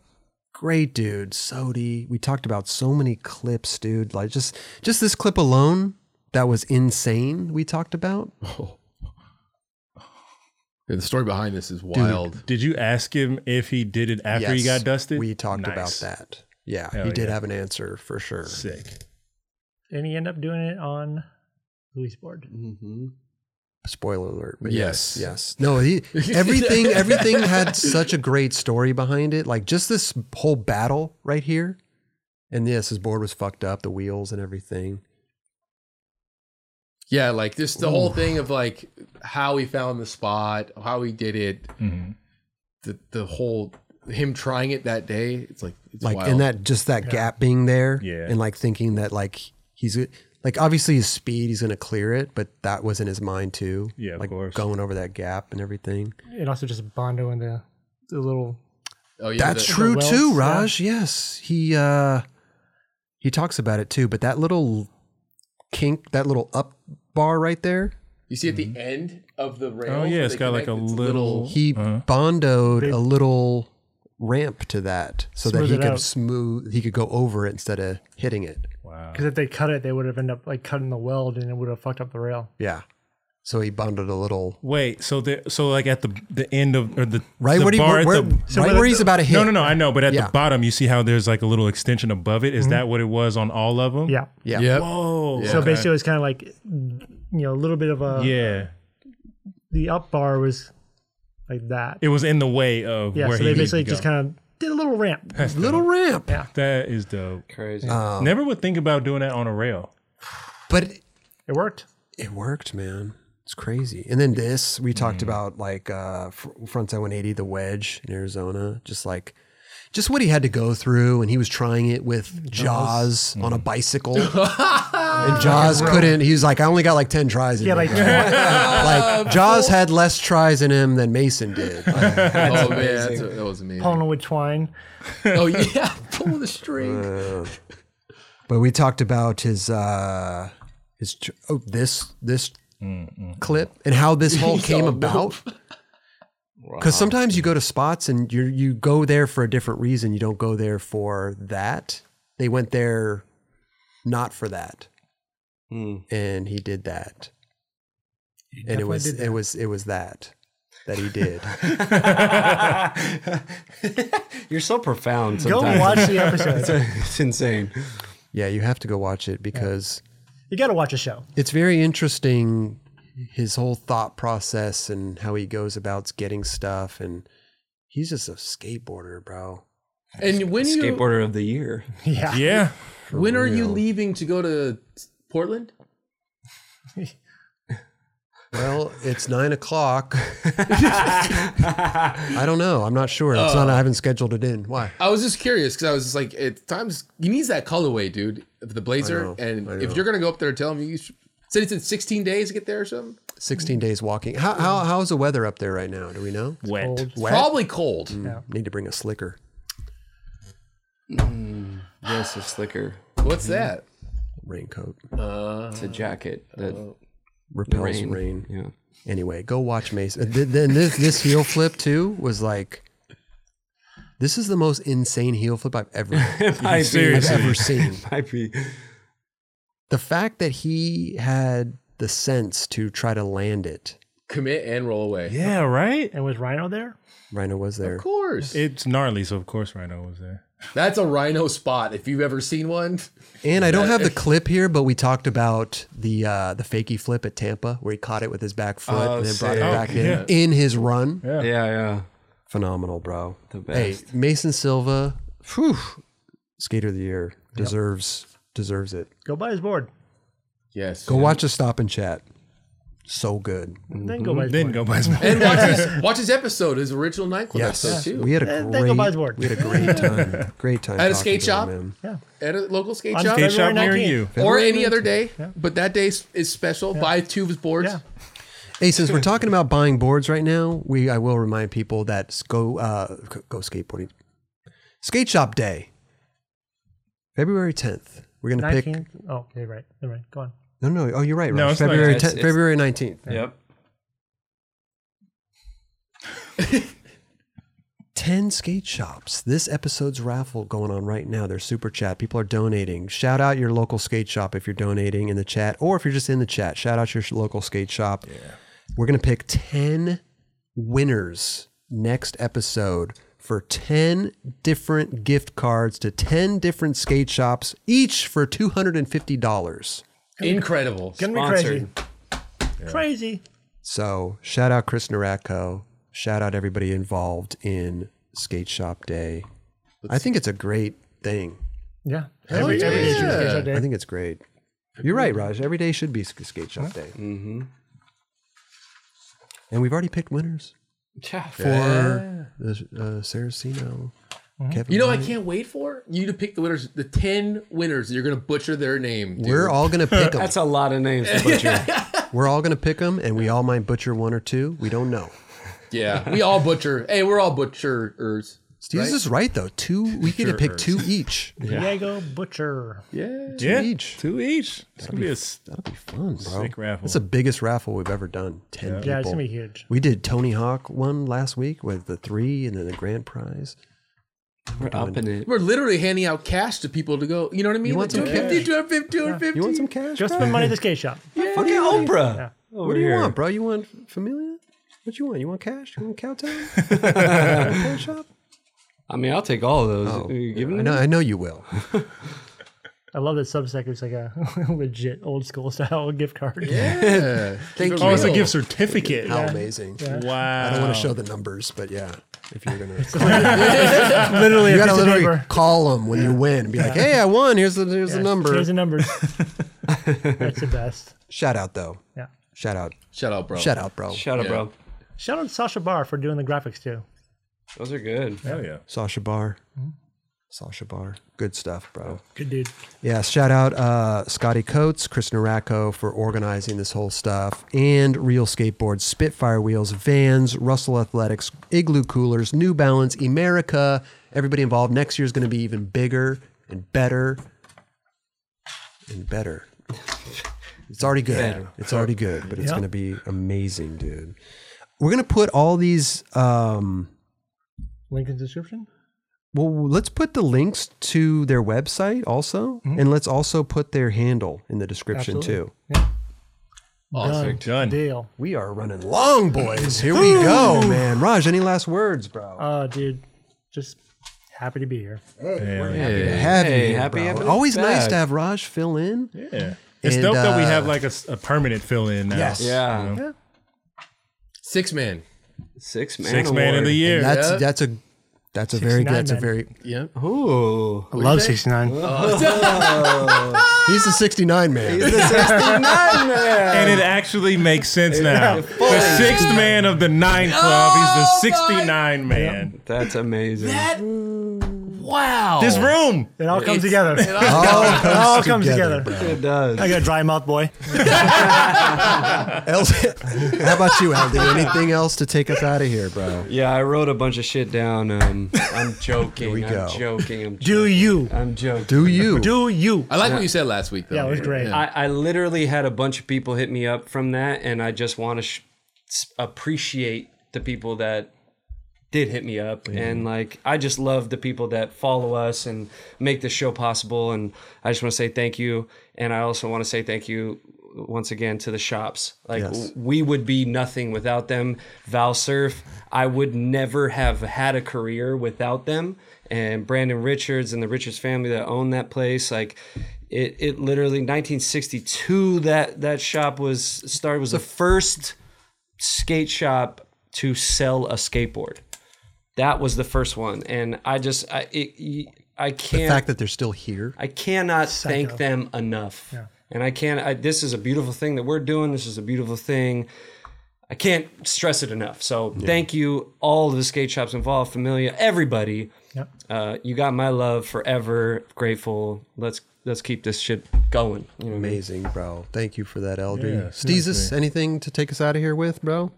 [SPEAKER 1] Great dude, Sodi. We talked about so many clips, dude. Like just just this clip alone that was insane. We talked about.
[SPEAKER 3] [laughs]
[SPEAKER 2] Yeah, the story behind this is
[SPEAKER 3] Dude,
[SPEAKER 2] wild.
[SPEAKER 3] Did you ask him if he did it after he
[SPEAKER 1] Yes,
[SPEAKER 3] got dusted?
[SPEAKER 1] we talked
[SPEAKER 3] Nice.
[SPEAKER 1] about that. Yeah,
[SPEAKER 3] Hell
[SPEAKER 1] he did
[SPEAKER 3] yeah.
[SPEAKER 1] have an answer for sure.
[SPEAKER 3] Sick.
[SPEAKER 6] and he ended up doing it on louis board
[SPEAKER 3] Mm-hmm.
[SPEAKER 1] Spoiler alert. But
[SPEAKER 2] Yes.
[SPEAKER 1] yes, yes.
[SPEAKER 3] [laughs]
[SPEAKER 1] No, he, everything everything had such a great story behind it. Like just this whole battle right here. And yes, his board was fucked up, the wheels and everything.
[SPEAKER 2] Yeah, like just the whole thing of like how he found the spot, how he did it,
[SPEAKER 3] Mhm.
[SPEAKER 2] the the whole him trying it that day. It's like it's
[SPEAKER 1] like
[SPEAKER 2] wild.
[SPEAKER 1] and that just that gap being there
[SPEAKER 3] Yeah.
[SPEAKER 1] and like thinking that like he's like obviously his speed he's gonna clear it but that was in his mind too
[SPEAKER 3] Yeah, of
[SPEAKER 1] like
[SPEAKER 3] course.
[SPEAKER 1] going over that gap and everything
[SPEAKER 6] and also just bondo in the, the little
[SPEAKER 2] oh yeah,
[SPEAKER 1] that's
[SPEAKER 2] the-
[SPEAKER 1] true
[SPEAKER 6] welts,
[SPEAKER 1] too
[SPEAKER 6] yeah.
[SPEAKER 1] raj yes he uh he talks about it too but that little kink that little up bar right there
[SPEAKER 2] You see at the end of the rail.
[SPEAKER 3] Oh, yeah, it's got like a little.
[SPEAKER 1] he
[SPEAKER 3] Uh-huh.
[SPEAKER 1] bondoed
[SPEAKER 6] They-
[SPEAKER 1] a little ramp to that so that
[SPEAKER 6] Smooth
[SPEAKER 1] he
[SPEAKER 6] it
[SPEAKER 1] could
[SPEAKER 6] out.
[SPEAKER 1] smooth he could go over it instead of hitting it
[SPEAKER 3] Wow.
[SPEAKER 6] because if they cut it they would have ended up like cutting the weld and it would have fucked up the rail
[SPEAKER 1] yeah so he bonded a little
[SPEAKER 3] Wait, so the so like at the the end of or the
[SPEAKER 1] Right
[SPEAKER 3] the
[SPEAKER 1] where, he,
[SPEAKER 3] bar
[SPEAKER 1] where,
[SPEAKER 3] at
[SPEAKER 1] where,
[SPEAKER 3] the-
[SPEAKER 1] right where he's about to hit.
[SPEAKER 3] no no no I know, but at
[SPEAKER 1] Yeah. Mm-hmm.
[SPEAKER 3] the bottom you see how there's like a little extension above it. Is that what it was on all of them?
[SPEAKER 6] yeah
[SPEAKER 1] Yeah.
[SPEAKER 2] [laughs] Yep. Oh,
[SPEAKER 3] Whoa.
[SPEAKER 2] Yeah.
[SPEAKER 6] So
[SPEAKER 3] okay.
[SPEAKER 6] basically, uh, it was kind of like, you know, a little bit of a.
[SPEAKER 3] yeah,
[SPEAKER 6] The up bar was like that.
[SPEAKER 3] it was in the way of
[SPEAKER 6] yeah,
[SPEAKER 3] where
[SPEAKER 6] so
[SPEAKER 3] he
[SPEAKER 6] they basically
[SPEAKER 3] needed to
[SPEAKER 6] just
[SPEAKER 3] go.
[SPEAKER 6] kind of did a little ramp.
[SPEAKER 1] Little ramp.
[SPEAKER 3] That is dope.
[SPEAKER 5] Crazy.
[SPEAKER 1] Um,
[SPEAKER 3] Never would think about doing that on a rail.
[SPEAKER 1] But it,
[SPEAKER 6] It worked.
[SPEAKER 1] it worked, man. It's crazy. And then this, we talked
[SPEAKER 6] Mm-hmm.
[SPEAKER 1] about like uh, fr- frontside 180, the wedge in Arizona, just like, just what he had to go through. And he was trying it with Jaws on a
[SPEAKER 6] Mm. [laughs]
[SPEAKER 1] bicycle. and Jaws couldn't. He was like, I only got like 10 tries. In
[SPEAKER 6] Yeah,
[SPEAKER 1] yeah, [laughs]
[SPEAKER 6] like
[SPEAKER 1] like,
[SPEAKER 6] [laughs]
[SPEAKER 1] like Jaws had less tries in him than Mason
[SPEAKER 6] [laughs]
[SPEAKER 1] did. Like,
[SPEAKER 2] Oh man, that's a, that was amazing.
[SPEAKER 6] pulling with twine.
[SPEAKER 2] Oh yeah, [laughs] pulling the string.
[SPEAKER 1] But we talked about his uh his tr- oh this this clip and how this all came about. Because sometimes you go to spots and you you go there for a different reason. You don't go there for that. They went there not for that,
[SPEAKER 5] Mm.
[SPEAKER 1] [laughs] and he did that. and it was it was it was that that he did.
[SPEAKER 5] You're so profound.
[SPEAKER 6] Go
[SPEAKER 5] Sometimes.
[SPEAKER 6] watch the episode.
[SPEAKER 5] [laughs] it's insane.
[SPEAKER 1] yeah, you have to go watch it because.
[SPEAKER 6] You got to watch a show.
[SPEAKER 1] it's very interesting his whole thought process and how he goes about getting stuff and he's just a skateboarder bro
[SPEAKER 2] And when you
[SPEAKER 5] Skateboarder of the year.
[SPEAKER 6] Yeah.
[SPEAKER 3] Yeah,
[SPEAKER 2] when are you leaving to go to Portland?
[SPEAKER 1] Well, it's nine o'clock. I don't know. I'm not sure. It's not. I haven't scheduled it in. Why?
[SPEAKER 2] I was just curious because I was just like, at times he needs that colorway, dude, of the blazer.
[SPEAKER 1] know,
[SPEAKER 2] and
[SPEAKER 1] I know.
[SPEAKER 2] if you're gonna go up there and tell him, you should, said it's in 16 days to get there or something.
[SPEAKER 1] Sixteen days walking. How, how how's the weather up there right now? Do we know?
[SPEAKER 3] Wet.
[SPEAKER 1] Wet. Mm.
[SPEAKER 2] Probably cold.
[SPEAKER 1] Need to bring a slicker.
[SPEAKER 5] Yes, a slicker.
[SPEAKER 2] What's that?
[SPEAKER 1] Raincoat
[SPEAKER 5] It's a jacket that
[SPEAKER 1] repels
[SPEAKER 5] rain.
[SPEAKER 1] rain.
[SPEAKER 5] Yeah.
[SPEAKER 1] Anyway, go watch Mason. Th- Then this this heel flip too was like. This is the most insane heel flip I've ever
[SPEAKER 5] [laughs] Might be.
[SPEAKER 1] I've
[SPEAKER 3] Seriously.
[SPEAKER 1] ever seen.
[SPEAKER 5] Might be.
[SPEAKER 1] [laughs] The fact that he had the sense to try to land it.
[SPEAKER 2] Commit and roll away.
[SPEAKER 3] Yeah, right?
[SPEAKER 6] And was Rhino there?
[SPEAKER 1] Rhino was there.
[SPEAKER 2] Of course.
[SPEAKER 3] It's gnarly, so of course Rhino was there.
[SPEAKER 2] That's a rhino spot if you've ever seen one. [laughs]
[SPEAKER 1] And I don't have the clip here, but we talked about the uh, the fakey flip at Tampa where he caught it with his back foot
[SPEAKER 5] Oh,
[SPEAKER 1] and then brought it
[SPEAKER 5] sick.
[SPEAKER 1] back in
[SPEAKER 3] Yeah.
[SPEAKER 1] in his run.
[SPEAKER 5] Yeah, yeah.
[SPEAKER 1] Phenomenal, bro.
[SPEAKER 5] The
[SPEAKER 1] Hey,
[SPEAKER 5] best.
[SPEAKER 1] Mason Silva, whew, skater of the year deserves deserves it.
[SPEAKER 6] Go buy his board.
[SPEAKER 2] Yes.
[SPEAKER 1] Go watch a stop and chat. So good.
[SPEAKER 6] Then go buy his
[SPEAKER 3] Didn't
[SPEAKER 6] board.
[SPEAKER 3] go by his
[SPEAKER 2] [laughs] And watch
[SPEAKER 1] [laughs]
[SPEAKER 2] his, watch his episode, his original nightclub
[SPEAKER 1] Yes,
[SPEAKER 2] episode too.
[SPEAKER 1] we had a
[SPEAKER 6] Then then go buy his
[SPEAKER 1] great,
[SPEAKER 6] board.
[SPEAKER 1] we had a great time. Great time
[SPEAKER 2] At a
[SPEAKER 1] talking
[SPEAKER 2] skate
[SPEAKER 1] to
[SPEAKER 2] shop?
[SPEAKER 1] him, man.
[SPEAKER 2] At a local skate
[SPEAKER 6] On
[SPEAKER 2] shop.
[SPEAKER 1] [laughs]
[SPEAKER 3] Skate shop near
[SPEAKER 6] February
[SPEAKER 3] you.
[SPEAKER 6] 19th.
[SPEAKER 2] or any other day, but that day is- is special. Buy two of his boards.
[SPEAKER 6] Yeah.
[SPEAKER 1] Hey, since we're talking about buying boards right now, we I will remind people that s- go uh, c- go skateboarding, skate shop day, February tenth. We're gonna pick.
[SPEAKER 6] Nineteenth. Oh, okay, right. Never mind. Go on.
[SPEAKER 1] No, no. Oh, you're right.
[SPEAKER 3] No,
[SPEAKER 1] Raj.
[SPEAKER 3] it's not-
[SPEAKER 1] February
[SPEAKER 5] yeah, it's-
[SPEAKER 1] tenth,
[SPEAKER 5] it's-
[SPEAKER 1] February nineteenth.
[SPEAKER 5] Yep.
[SPEAKER 1] Ten skate shops. This episode's raffle going on right now. They're super chat. People are donating. Shout out your local skate shop if you're donating in the chat, or if you're just in the chat. Shout out your sh- local skate shop. Yeah. We're gonna pick ten winners next episode for 10 different gift cards to 10 different skate shops, each for $250.
[SPEAKER 2] Incredible.
[SPEAKER 6] Gonna be crazy. Crazy.
[SPEAKER 1] So, shout out Chris Naracco. Shout out everybody involved in Skate Shop Day. I think it's a great thing.
[SPEAKER 6] Yeah. Every, every day should be skate shop day.
[SPEAKER 1] I think it's great. You're right, Raj. Every day should be sk- Skate Shop Day. Mm-hmm. And we've already picked winners
[SPEAKER 5] Yeah.
[SPEAKER 1] for the uh, Saraceno. Kevin
[SPEAKER 2] You know, what I
[SPEAKER 1] White.
[SPEAKER 2] can't wait for you to pick the winners, the 10 winners. You're going to butcher their name. Dude.
[SPEAKER 1] We're all going to pick them.
[SPEAKER 5] That's a lot of names
[SPEAKER 1] [laughs]
[SPEAKER 5] to [laughs] butcher.
[SPEAKER 1] We're all going to pick them, and we all might butcher one or two. We don't know.
[SPEAKER 2] [laughs] yeah, we all butcher. Hey, we're all butcherers.
[SPEAKER 1] Steve's
[SPEAKER 2] Right?
[SPEAKER 1] is right though. Two, we get to pick two each.
[SPEAKER 6] Diego Butcher.
[SPEAKER 2] Yeah.
[SPEAKER 3] yeah.
[SPEAKER 1] each.
[SPEAKER 3] Two each. It's going to be a s-
[SPEAKER 1] That'll be fun, bro.
[SPEAKER 3] sick raffle.
[SPEAKER 1] That's the biggest raffle we've ever done. Ten people.
[SPEAKER 6] Yeah, it's gonna be huge.
[SPEAKER 1] We did Tony Hawk one last week with the three, and then the grand prize.
[SPEAKER 5] We're upping it.
[SPEAKER 2] We're literally handing out cash to people to go. You know what I mean?
[SPEAKER 1] want some
[SPEAKER 2] 250, 250, 250.
[SPEAKER 1] You want some cash?
[SPEAKER 6] Go spend money at the skate shop.
[SPEAKER 5] Fucking Oprah.
[SPEAKER 1] what do you want, bro? You want Familia? What you want? You want cash? You want
[SPEAKER 6] [laughs]
[SPEAKER 1] Cowtown? You want Pawn shop?
[SPEAKER 5] I mean, I'll take all of those.
[SPEAKER 1] Oh,
[SPEAKER 5] Are you giving
[SPEAKER 1] I know. I know you will.
[SPEAKER 6] I love that Subsec is like a [laughs] legit old school style [laughs] gift card.
[SPEAKER 2] Yeah. Thank
[SPEAKER 3] oh, it's a gift certificate.
[SPEAKER 1] How amazing!
[SPEAKER 3] Wow.
[SPEAKER 1] I don't want to show the numbers, but yeah, if you're
[SPEAKER 6] [laughs]
[SPEAKER 1] gonna.
[SPEAKER 6] Literally,
[SPEAKER 1] You
[SPEAKER 6] a
[SPEAKER 1] gotta
[SPEAKER 6] piece of
[SPEAKER 1] literally
[SPEAKER 6] paper.
[SPEAKER 1] call them when you win and be like, "Hey, I won. Here's the here's the
[SPEAKER 6] Yeah,
[SPEAKER 1] number."
[SPEAKER 6] Here's the numbers. That's the best.
[SPEAKER 1] Shout out though.
[SPEAKER 6] Yeah.
[SPEAKER 1] Shout out.
[SPEAKER 2] Shut up, bro.
[SPEAKER 1] Shout out, bro.
[SPEAKER 5] Shut up, bro.
[SPEAKER 6] Shout out to Sasha Barr for doing the graphics too.
[SPEAKER 5] Those are good.
[SPEAKER 3] Hell yeah.
[SPEAKER 1] Sasha Barr. Sasha Barr. Good stuff, bro.
[SPEAKER 6] Good dude.
[SPEAKER 1] Yeah. Shout out uh, Scotty Coates, Chris Naracco for organizing this whole stuff, and Real Skateboards, Spitfire Wheels, Vans, Russell Athletics, Igloo Coolers, New Balance, America. Everybody involved. Next year's going to be even bigger and better and better. It's already good. It's already good, but it's going to be amazing, dude. We're going to put all these. Um,
[SPEAKER 6] Link in the description.
[SPEAKER 1] well, let's put the links to their website also, and let's also put their handle in the description too.
[SPEAKER 2] Awesome.
[SPEAKER 3] Done.
[SPEAKER 6] Deal.
[SPEAKER 1] We are running long, boys. Here we go, man. Raj, any last words, bro?
[SPEAKER 6] Oh, dude. Just happy to be here.
[SPEAKER 1] Have you
[SPEAKER 5] Hey,
[SPEAKER 1] here,
[SPEAKER 5] happy
[SPEAKER 1] bro.
[SPEAKER 5] Evidence
[SPEAKER 1] Always nice
[SPEAKER 5] back.
[SPEAKER 1] to have Raj fill in.
[SPEAKER 3] Yeah. It's
[SPEAKER 1] And,
[SPEAKER 3] dope that we
[SPEAKER 1] uh,
[SPEAKER 3] have like a, s- a permanent fill in now.
[SPEAKER 1] Yes.
[SPEAKER 5] Yeah.
[SPEAKER 2] Six man.
[SPEAKER 5] Six man.
[SPEAKER 3] Six man of
[SPEAKER 5] award.
[SPEAKER 3] the year.
[SPEAKER 1] That's
[SPEAKER 2] Yeah.
[SPEAKER 1] that's a That's a very good.
[SPEAKER 6] 69
[SPEAKER 1] That's a
[SPEAKER 6] men.
[SPEAKER 1] very.
[SPEAKER 2] Yep.
[SPEAKER 5] Ooh.
[SPEAKER 4] I love 69.
[SPEAKER 1] He's a '69 [laughs] man.
[SPEAKER 3] And it actually makes sense now. The sixth man of the nine club. He's the 69 man.
[SPEAKER 5] [laughs] That's amazing.
[SPEAKER 2] Wow.
[SPEAKER 3] This room.
[SPEAKER 6] It all comes together. It all, comes together.
[SPEAKER 5] it does.
[SPEAKER 6] I got a dry mouth, boy.
[SPEAKER 1] LD, how about you, LD? Anything else to take us out of here, bro?
[SPEAKER 5] Yeah, I wrote a bunch of shit down. Um,
[SPEAKER 1] [laughs]
[SPEAKER 5] I'm joking.
[SPEAKER 1] we
[SPEAKER 5] I'm
[SPEAKER 1] go.
[SPEAKER 5] joking. I'm
[SPEAKER 6] Do
[SPEAKER 5] joking.
[SPEAKER 6] you?
[SPEAKER 5] I'm joking.
[SPEAKER 1] Do you?
[SPEAKER 6] Do you?
[SPEAKER 2] I like what you said last week, though.
[SPEAKER 6] Yeah, it was great.
[SPEAKER 5] I, I literally had a bunch of people hit me up from that, and I just want to sh- s- appreciate the people that did hit me up, and like I just love the people that follow us and make this show possible, and I just want to say thank you, and I also want to say thank you once again to the shops. Like
[SPEAKER 1] Yes.
[SPEAKER 5] w- we would be nothing without them. Val Surf, I would never have had a career without them. And Brandon Richards and the Richards family that own that place, like it, it literally 1962 that that shop was started was the first skate shop to sell a skateboard. That was the first one, and I just I it, I
[SPEAKER 1] the
[SPEAKER 5] can't
[SPEAKER 1] fact that they're still here.
[SPEAKER 5] I cannot thank them enough. And I can't, I, this is a beautiful thing that we're doing. This is a beautiful thing. I can't stress it enough. So thank you, all of the skate shops involved, Familia, everybody.
[SPEAKER 6] Yep.
[SPEAKER 5] Uh, you got my love forever. Grateful. Let's let's keep this shit going. You know what I mean?
[SPEAKER 1] Amazing, bro. Thank you for that, LD.
[SPEAKER 3] Yeah,
[SPEAKER 1] Steezus, anything to take us out of here with, bro?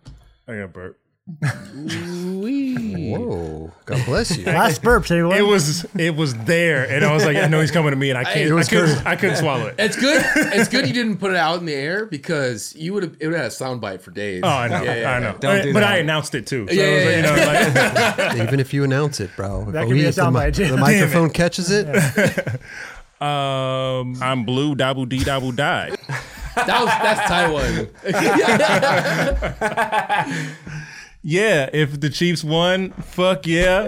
[SPEAKER 3] I got burp.
[SPEAKER 1] Whoa. God bless
[SPEAKER 6] [laughs]
[SPEAKER 1] you.
[SPEAKER 6] Last burps, everyone.
[SPEAKER 3] It was it was there, and I was like, I know he's coming to me, and I can't. I,
[SPEAKER 1] was
[SPEAKER 3] couldn't, I couldn't swallow it.
[SPEAKER 2] It's good. It's good you didn't put it out in the air because you would have it would have had a soundbite for days.
[SPEAKER 3] Oh, I know,
[SPEAKER 2] Yeah, yeah,
[SPEAKER 3] I know.
[SPEAKER 5] Don't do
[SPEAKER 3] but
[SPEAKER 5] that.
[SPEAKER 3] I announced it too. So
[SPEAKER 2] Yeah,
[SPEAKER 3] it was
[SPEAKER 2] yeah,
[SPEAKER 3] like, you know, like,
[SPEAKER 1] Even if you announce it, bro.
[SPEAKER 6] That
[SPEAKER 1] If
[SPEAKER 6] could be a
[SPEAKER 1] if the, mi-
[SPEAKER 6] soundbite, yeah.
[SPEAKER 1] the
[SPEAKER 6] [laughs] Damn
[SPEAKER 1] microphone catches it. [laughs]
[SPEAKER 3] um, I'm blue, dabu dee, dabu die.
[SPEAKER 2] yeah. That was that's Taiwan.
[SPEAKER 3] Yeah, if the Chiefs won,
[SPEAKER 2] [laughs]
[SPEAKER 3] fuck yeah.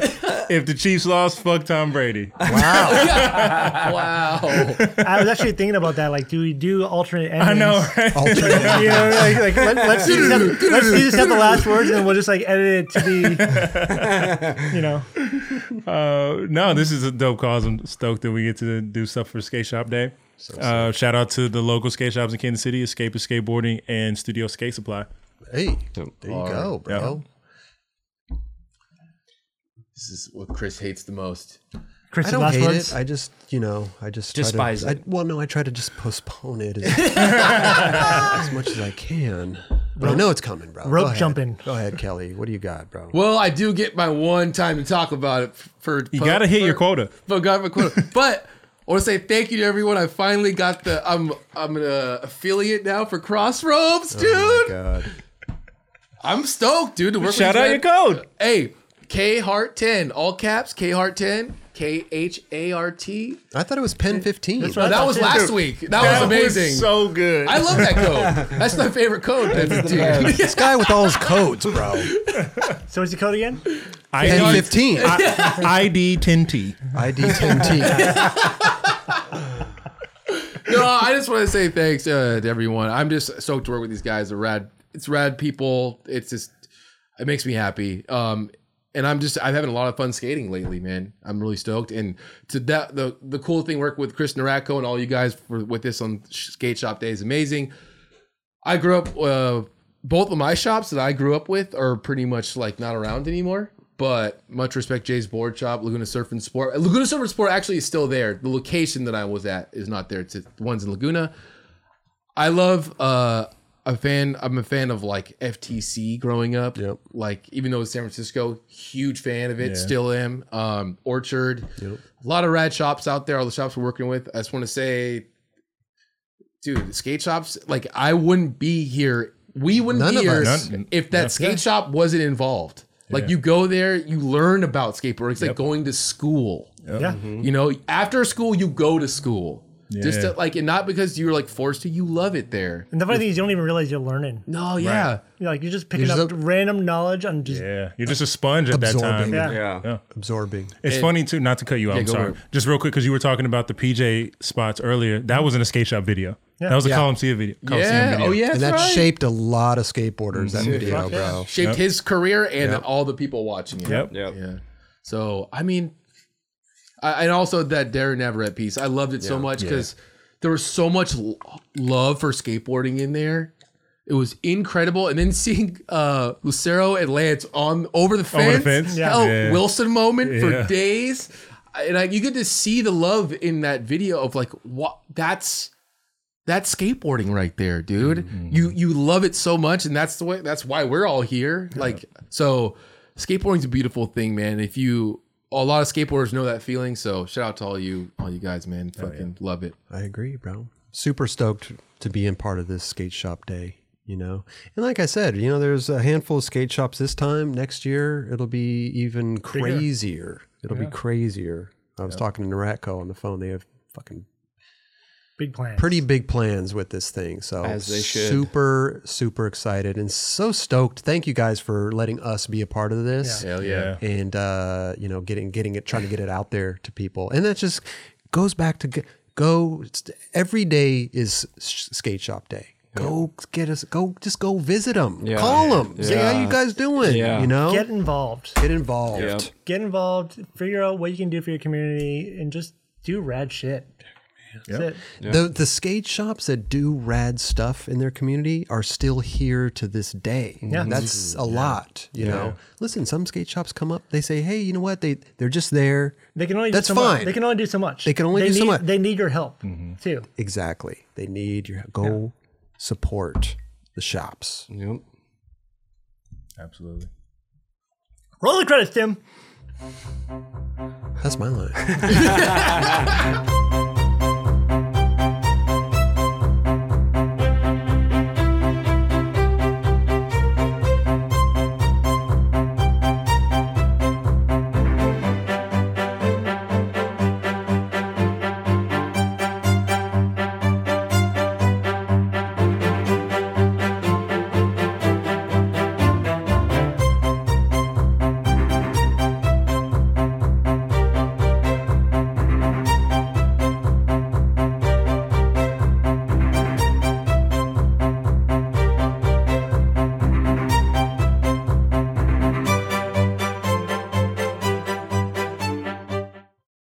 [SPEAKER 3] if the Chiefs lost, fuck Tom Brady.
[SPEAKER 2] wow.
[SPEAKER 6] I was actually thinking about that. Like, do we do alternate endings?
[SPEAKER 3] I know.
[SPEAKER 6] [laughs]
[SPEAKER 3] Right?
[SPEAKER 1] Alternate-
[SPEAKER 6] You know, like, like let, let's do just have, let's just have the last words, and we'll just like edit it to be, you know,
[SPEAKER 3] Uh, no, this is a dope cause. I'm stoked that we get to do stuff for Skate Shop Day. Uh, shout out to the local skate shops in Kansas City, Escape is Skateboarding and Studio Skate Supply.
[SPEAKER 1] Hey, there you go, bro.
[SPEAKER 2] This is what Chris hates the most.
[SPEAKER 1] I
[SPEAKER 6] Chris's
[SPEAKER 1] don't
[SPEAKER 6] last
[SPEAKER 1] hate
[SPEAKER 6] words.
[SPEAKER 1] it. I just, you know, I just try
[SPEAKER 5] Despise
[SPEAKER 1] to,
[SPEAKER 5] it.
[SPEAKER 1] I, well, no, I try to just postpone
[SPEAKER 6] [laughs]
[SPEAKER 1] it as, as much as I can. But I know it's coming, bro. Go
[SPEAKER 6] rope
[SPEAKER 1] ahead.
[SPEAKER 6] jumping.
[SPEAKER 1] Go ahead, Kelly. What do you got, bro?
[SPEAKER 2] Well, I do get my one time to talk about it f- for
[SPEAKER 3] You got to hit your
[SPEAKER 2] for-
[SPEAKER 3] quota.
[SPEAKER 2] But got my
[SPEAKER 3] [laughs]
[SPEAKER 2] quota. But I want to say thank you to everyone. I finally got the I'm I'm an uh, affiliate now for Crossroads, dude.
[SPEAKER 1] Oh God.
[SPEAKER 2] I'm stoked, dude. To work
[SPEAKER 3] Shout
[SPEAKER 2] with
[SPEAKER 3] out
[SPEAKER 2] these
[SPEAKER 3] your
[SPEAKER 2] guys.
[SPEAKER 3] code.
[SPEAKER 2] Hey, K Heart ten, all caps. K Heart ten, K H A R T.
[SPEAKER 1] I thought it was Pen 15.
[SPEAKER 2] No, that was last
[SPEAKER 3] Dude,
[SPEAKER 2] week. That, was amazing.
[SPEAKER 3] so good.
[SPEAKER 2] I love that code. That's my favorite code. That's dude.
[SPEAKER 1] this guy with all his codes,
[SPEAKER 6] [laughs]
[SPEAKER 1] bro.
[SPEAKER 6] So what's the code again?
[SPEAKER 1] Oh, Pen
[SPEAKER 3] ID,
[SPEAKER 1] 15.
[SPEAKER 3] I, ID 10T.
[SPEAKER 1] ID
[SPEAKER 6] [laughs]
[SPEAKER 1] 10T.
[SPEAKER 2] no, I just want to say thanks uh, to everyone. I'm just stoked to work with these guys. They're rad. It's rad people. It's just it makes me happy. Um, and I'm just I'm having a lot of fun skating lately, man. I'm really stoked. And to that the the cool thing working with Chris Naracco and all you guys for, with this on Sh- Skate Shop Day is amazing. I grew up. Uh, both of my shops that I grew up with are pretty much like not around anymore. But much respect, Jay's board shop, Laguna Surf and Sport. Laguna Surf and Sport actually is still there. The location that I was at is not there. It's the ones in Laguna. I love uh a fan I'm a fan of like FTC growing up.
[SPEAKER 1] Yep.
[SPEAKER 2] Like even though it's San Francisco, huge fan of it, still am. Um Orchard. A lot of rad shops out there, all the shops we're working with. I just want to say dude, skate shops, like I wouldn't be here. We wouldn't
[SPEAKER 1] None
[SPEAKER 2] be
[SPEAKER 1] of
[SPEAKER 2] here
[SPEAKER 1] us.
[SPEAKER 3] None-
[SPEAKER 2] if that
[SPEAKER 3] yeah.
[SPEAKER 2] skate shop wasn't involved. Like
[SPEAKER 3] Yeah.
[SPEAKER 2] you go there, you learn about skateboarding. It's like going to school.
[SPEAKER 6] Yeah.
[SPEAKER 1] mm-hmm.
[SPEAKER 2] You know, after school, you go to school. Just
[SPEAKER 3] Yeah.
[SPEAKER 2] to, like, and not because you're like forced to, you love it there.
[SPEAKER 6] And the funny thing is, you don't even realize you're learning.
[SPEAKER 2] No, yeah.
[SPEAKER 6] You're like you're just picking
[SPEAKER 1] You're
[SPEAKER 6] up
[SPEAKER 1] just
[SPEAKER 6] random knowledge on just
[SPEAKER 3] Yeah, you're just a sponge at that
[SPEAKER 1] Absorbing.
[SPEAKER 3] time.
[SPEAKER 6] yeah.
[SPEAKER 5] Yeah.
[SPEAKER 1] Absorbing.
[SPEAKER 3] It's funny too, not to cut you off. I'm
[SPEAKER 2] go
[SPEAKER 3] sorry.
[SPEAKER 2] for
[SPEAKER 3] Just real quick, because you were talking about the PJ spots earlier. That was an escape shop video. That was a
[SPEAKER 1] Yeah.
[SPEAKER 3] Coliseum video. Coliseum
[SPEAKER 2] Yeah.
[SPEAKER 3] video.
[SPEAKER 2] Oh, yeah.
[SPEAKER 1] And
[SPEAKER 2] That's
[SPEAKER 1] that
[SPEAKER 2] right.
[SPEAKER 1] shaped a lot of skateboarders, that video, bro.
[SPEAKER 2] Shaped his career and all the people watching it.
[SPEAKER 3] Yep.
[SPEAKER 5] Yep.
[SPEAKER 2] Yeah. So I mean, I, and also that Darren Navarrete piece, I loved it so much because there was so much lo- love for skateboarding in there. It was incredible, and then seeing uh, Lucero and Lance on over the fence,
[SPEAKER 3] fence? Yeah.
[SPEAKER 2] hell,
[SPEAKER 3] Yeah.
[SPEAKER 2] Wilson moment for
[SPEAKER 3] Yeah.
[SPEAKER 2] days, and like you get to see the love in that video of like what that's that's skateboarding right there, dude. You you love it so much, and that's the way. That's why we're all here. Like so, skateboarding's a beautiful thing, man. If you a lot of skateboarders know that feeling, so shout out to all you all you guys, man. Fucking love it.
[SPEAKER 1] I agree, bro. Super stoked to be in part of this skate shop day, you know. And like I said, you know, there's a handful of skate shops this time. Next year, it'll be even crazier. It'll be crazier. I was talking to Ratco on the phone. They have fucking
[SPEAKER 6] Big plan.
[SPEAKER 1] pretty big plans with this thing. So
[SPEAKER 5] As they should.
[SPEAKER 1] super, super excited and so stoked. Thank you guys for letting us be a part of this
[SPEAKER 2] Hell
[SPEAKER 3] Yeah.
[SPEAKER 1] and uh, you know getting getting it trying to get it out there to people and that just goes back to g- go it's- every day is sh- skate shop day go get us go just go visit them
[SPEAKER 5] Yeah.
[SPEAKER 1] call them see how
[SPEAKER 5] Yeah.
[SPEAKER 1] you guys doing
[SPEAKER 5] Yeah.
[SPEAKER 1] you know
[SPEAKER 6] Get
[SPEAKER 1] get,
[SPEAKER 6] involved.
[SPEAKER 1] involved
[SPEAKER 5] Yep.
[SPEAKER 6] Get involved. Figure out what you can do for your community, and just do rad shit. That's it.
[SPEAKER 1] the the skate shops that do rad stuff in their community are still here to this day
[SPEAKER 6] Yeah.
[SPEAKER 1] that's
[SPEAKER 5] Mm-hmm.
[SPEAKER 1] a lot you know listen some skate shops come up they say hey you know what they they're just there
[SPEAKER 6] They can only
[SPEAKER 1] That's
[SPEAKER 6] do so
[SPEAKER 1] fine.
[SPEAKER 6] Much. They can only do so much.
[SPEAKER 1] They can only do
[SPEAKER 6] need,
[SPEAKER 1] so much. Mm-hmm.
[SPEAKER 6] They need your help too.
[SPEAKER 1] Exactly. They need your go support the shops.
[SPEAKER 5] Yep.
[SPEAKER 3] Absolutely.
[SPEAKER 6] Roll the credits, Tim.
[SPEAKER 1] That's my line.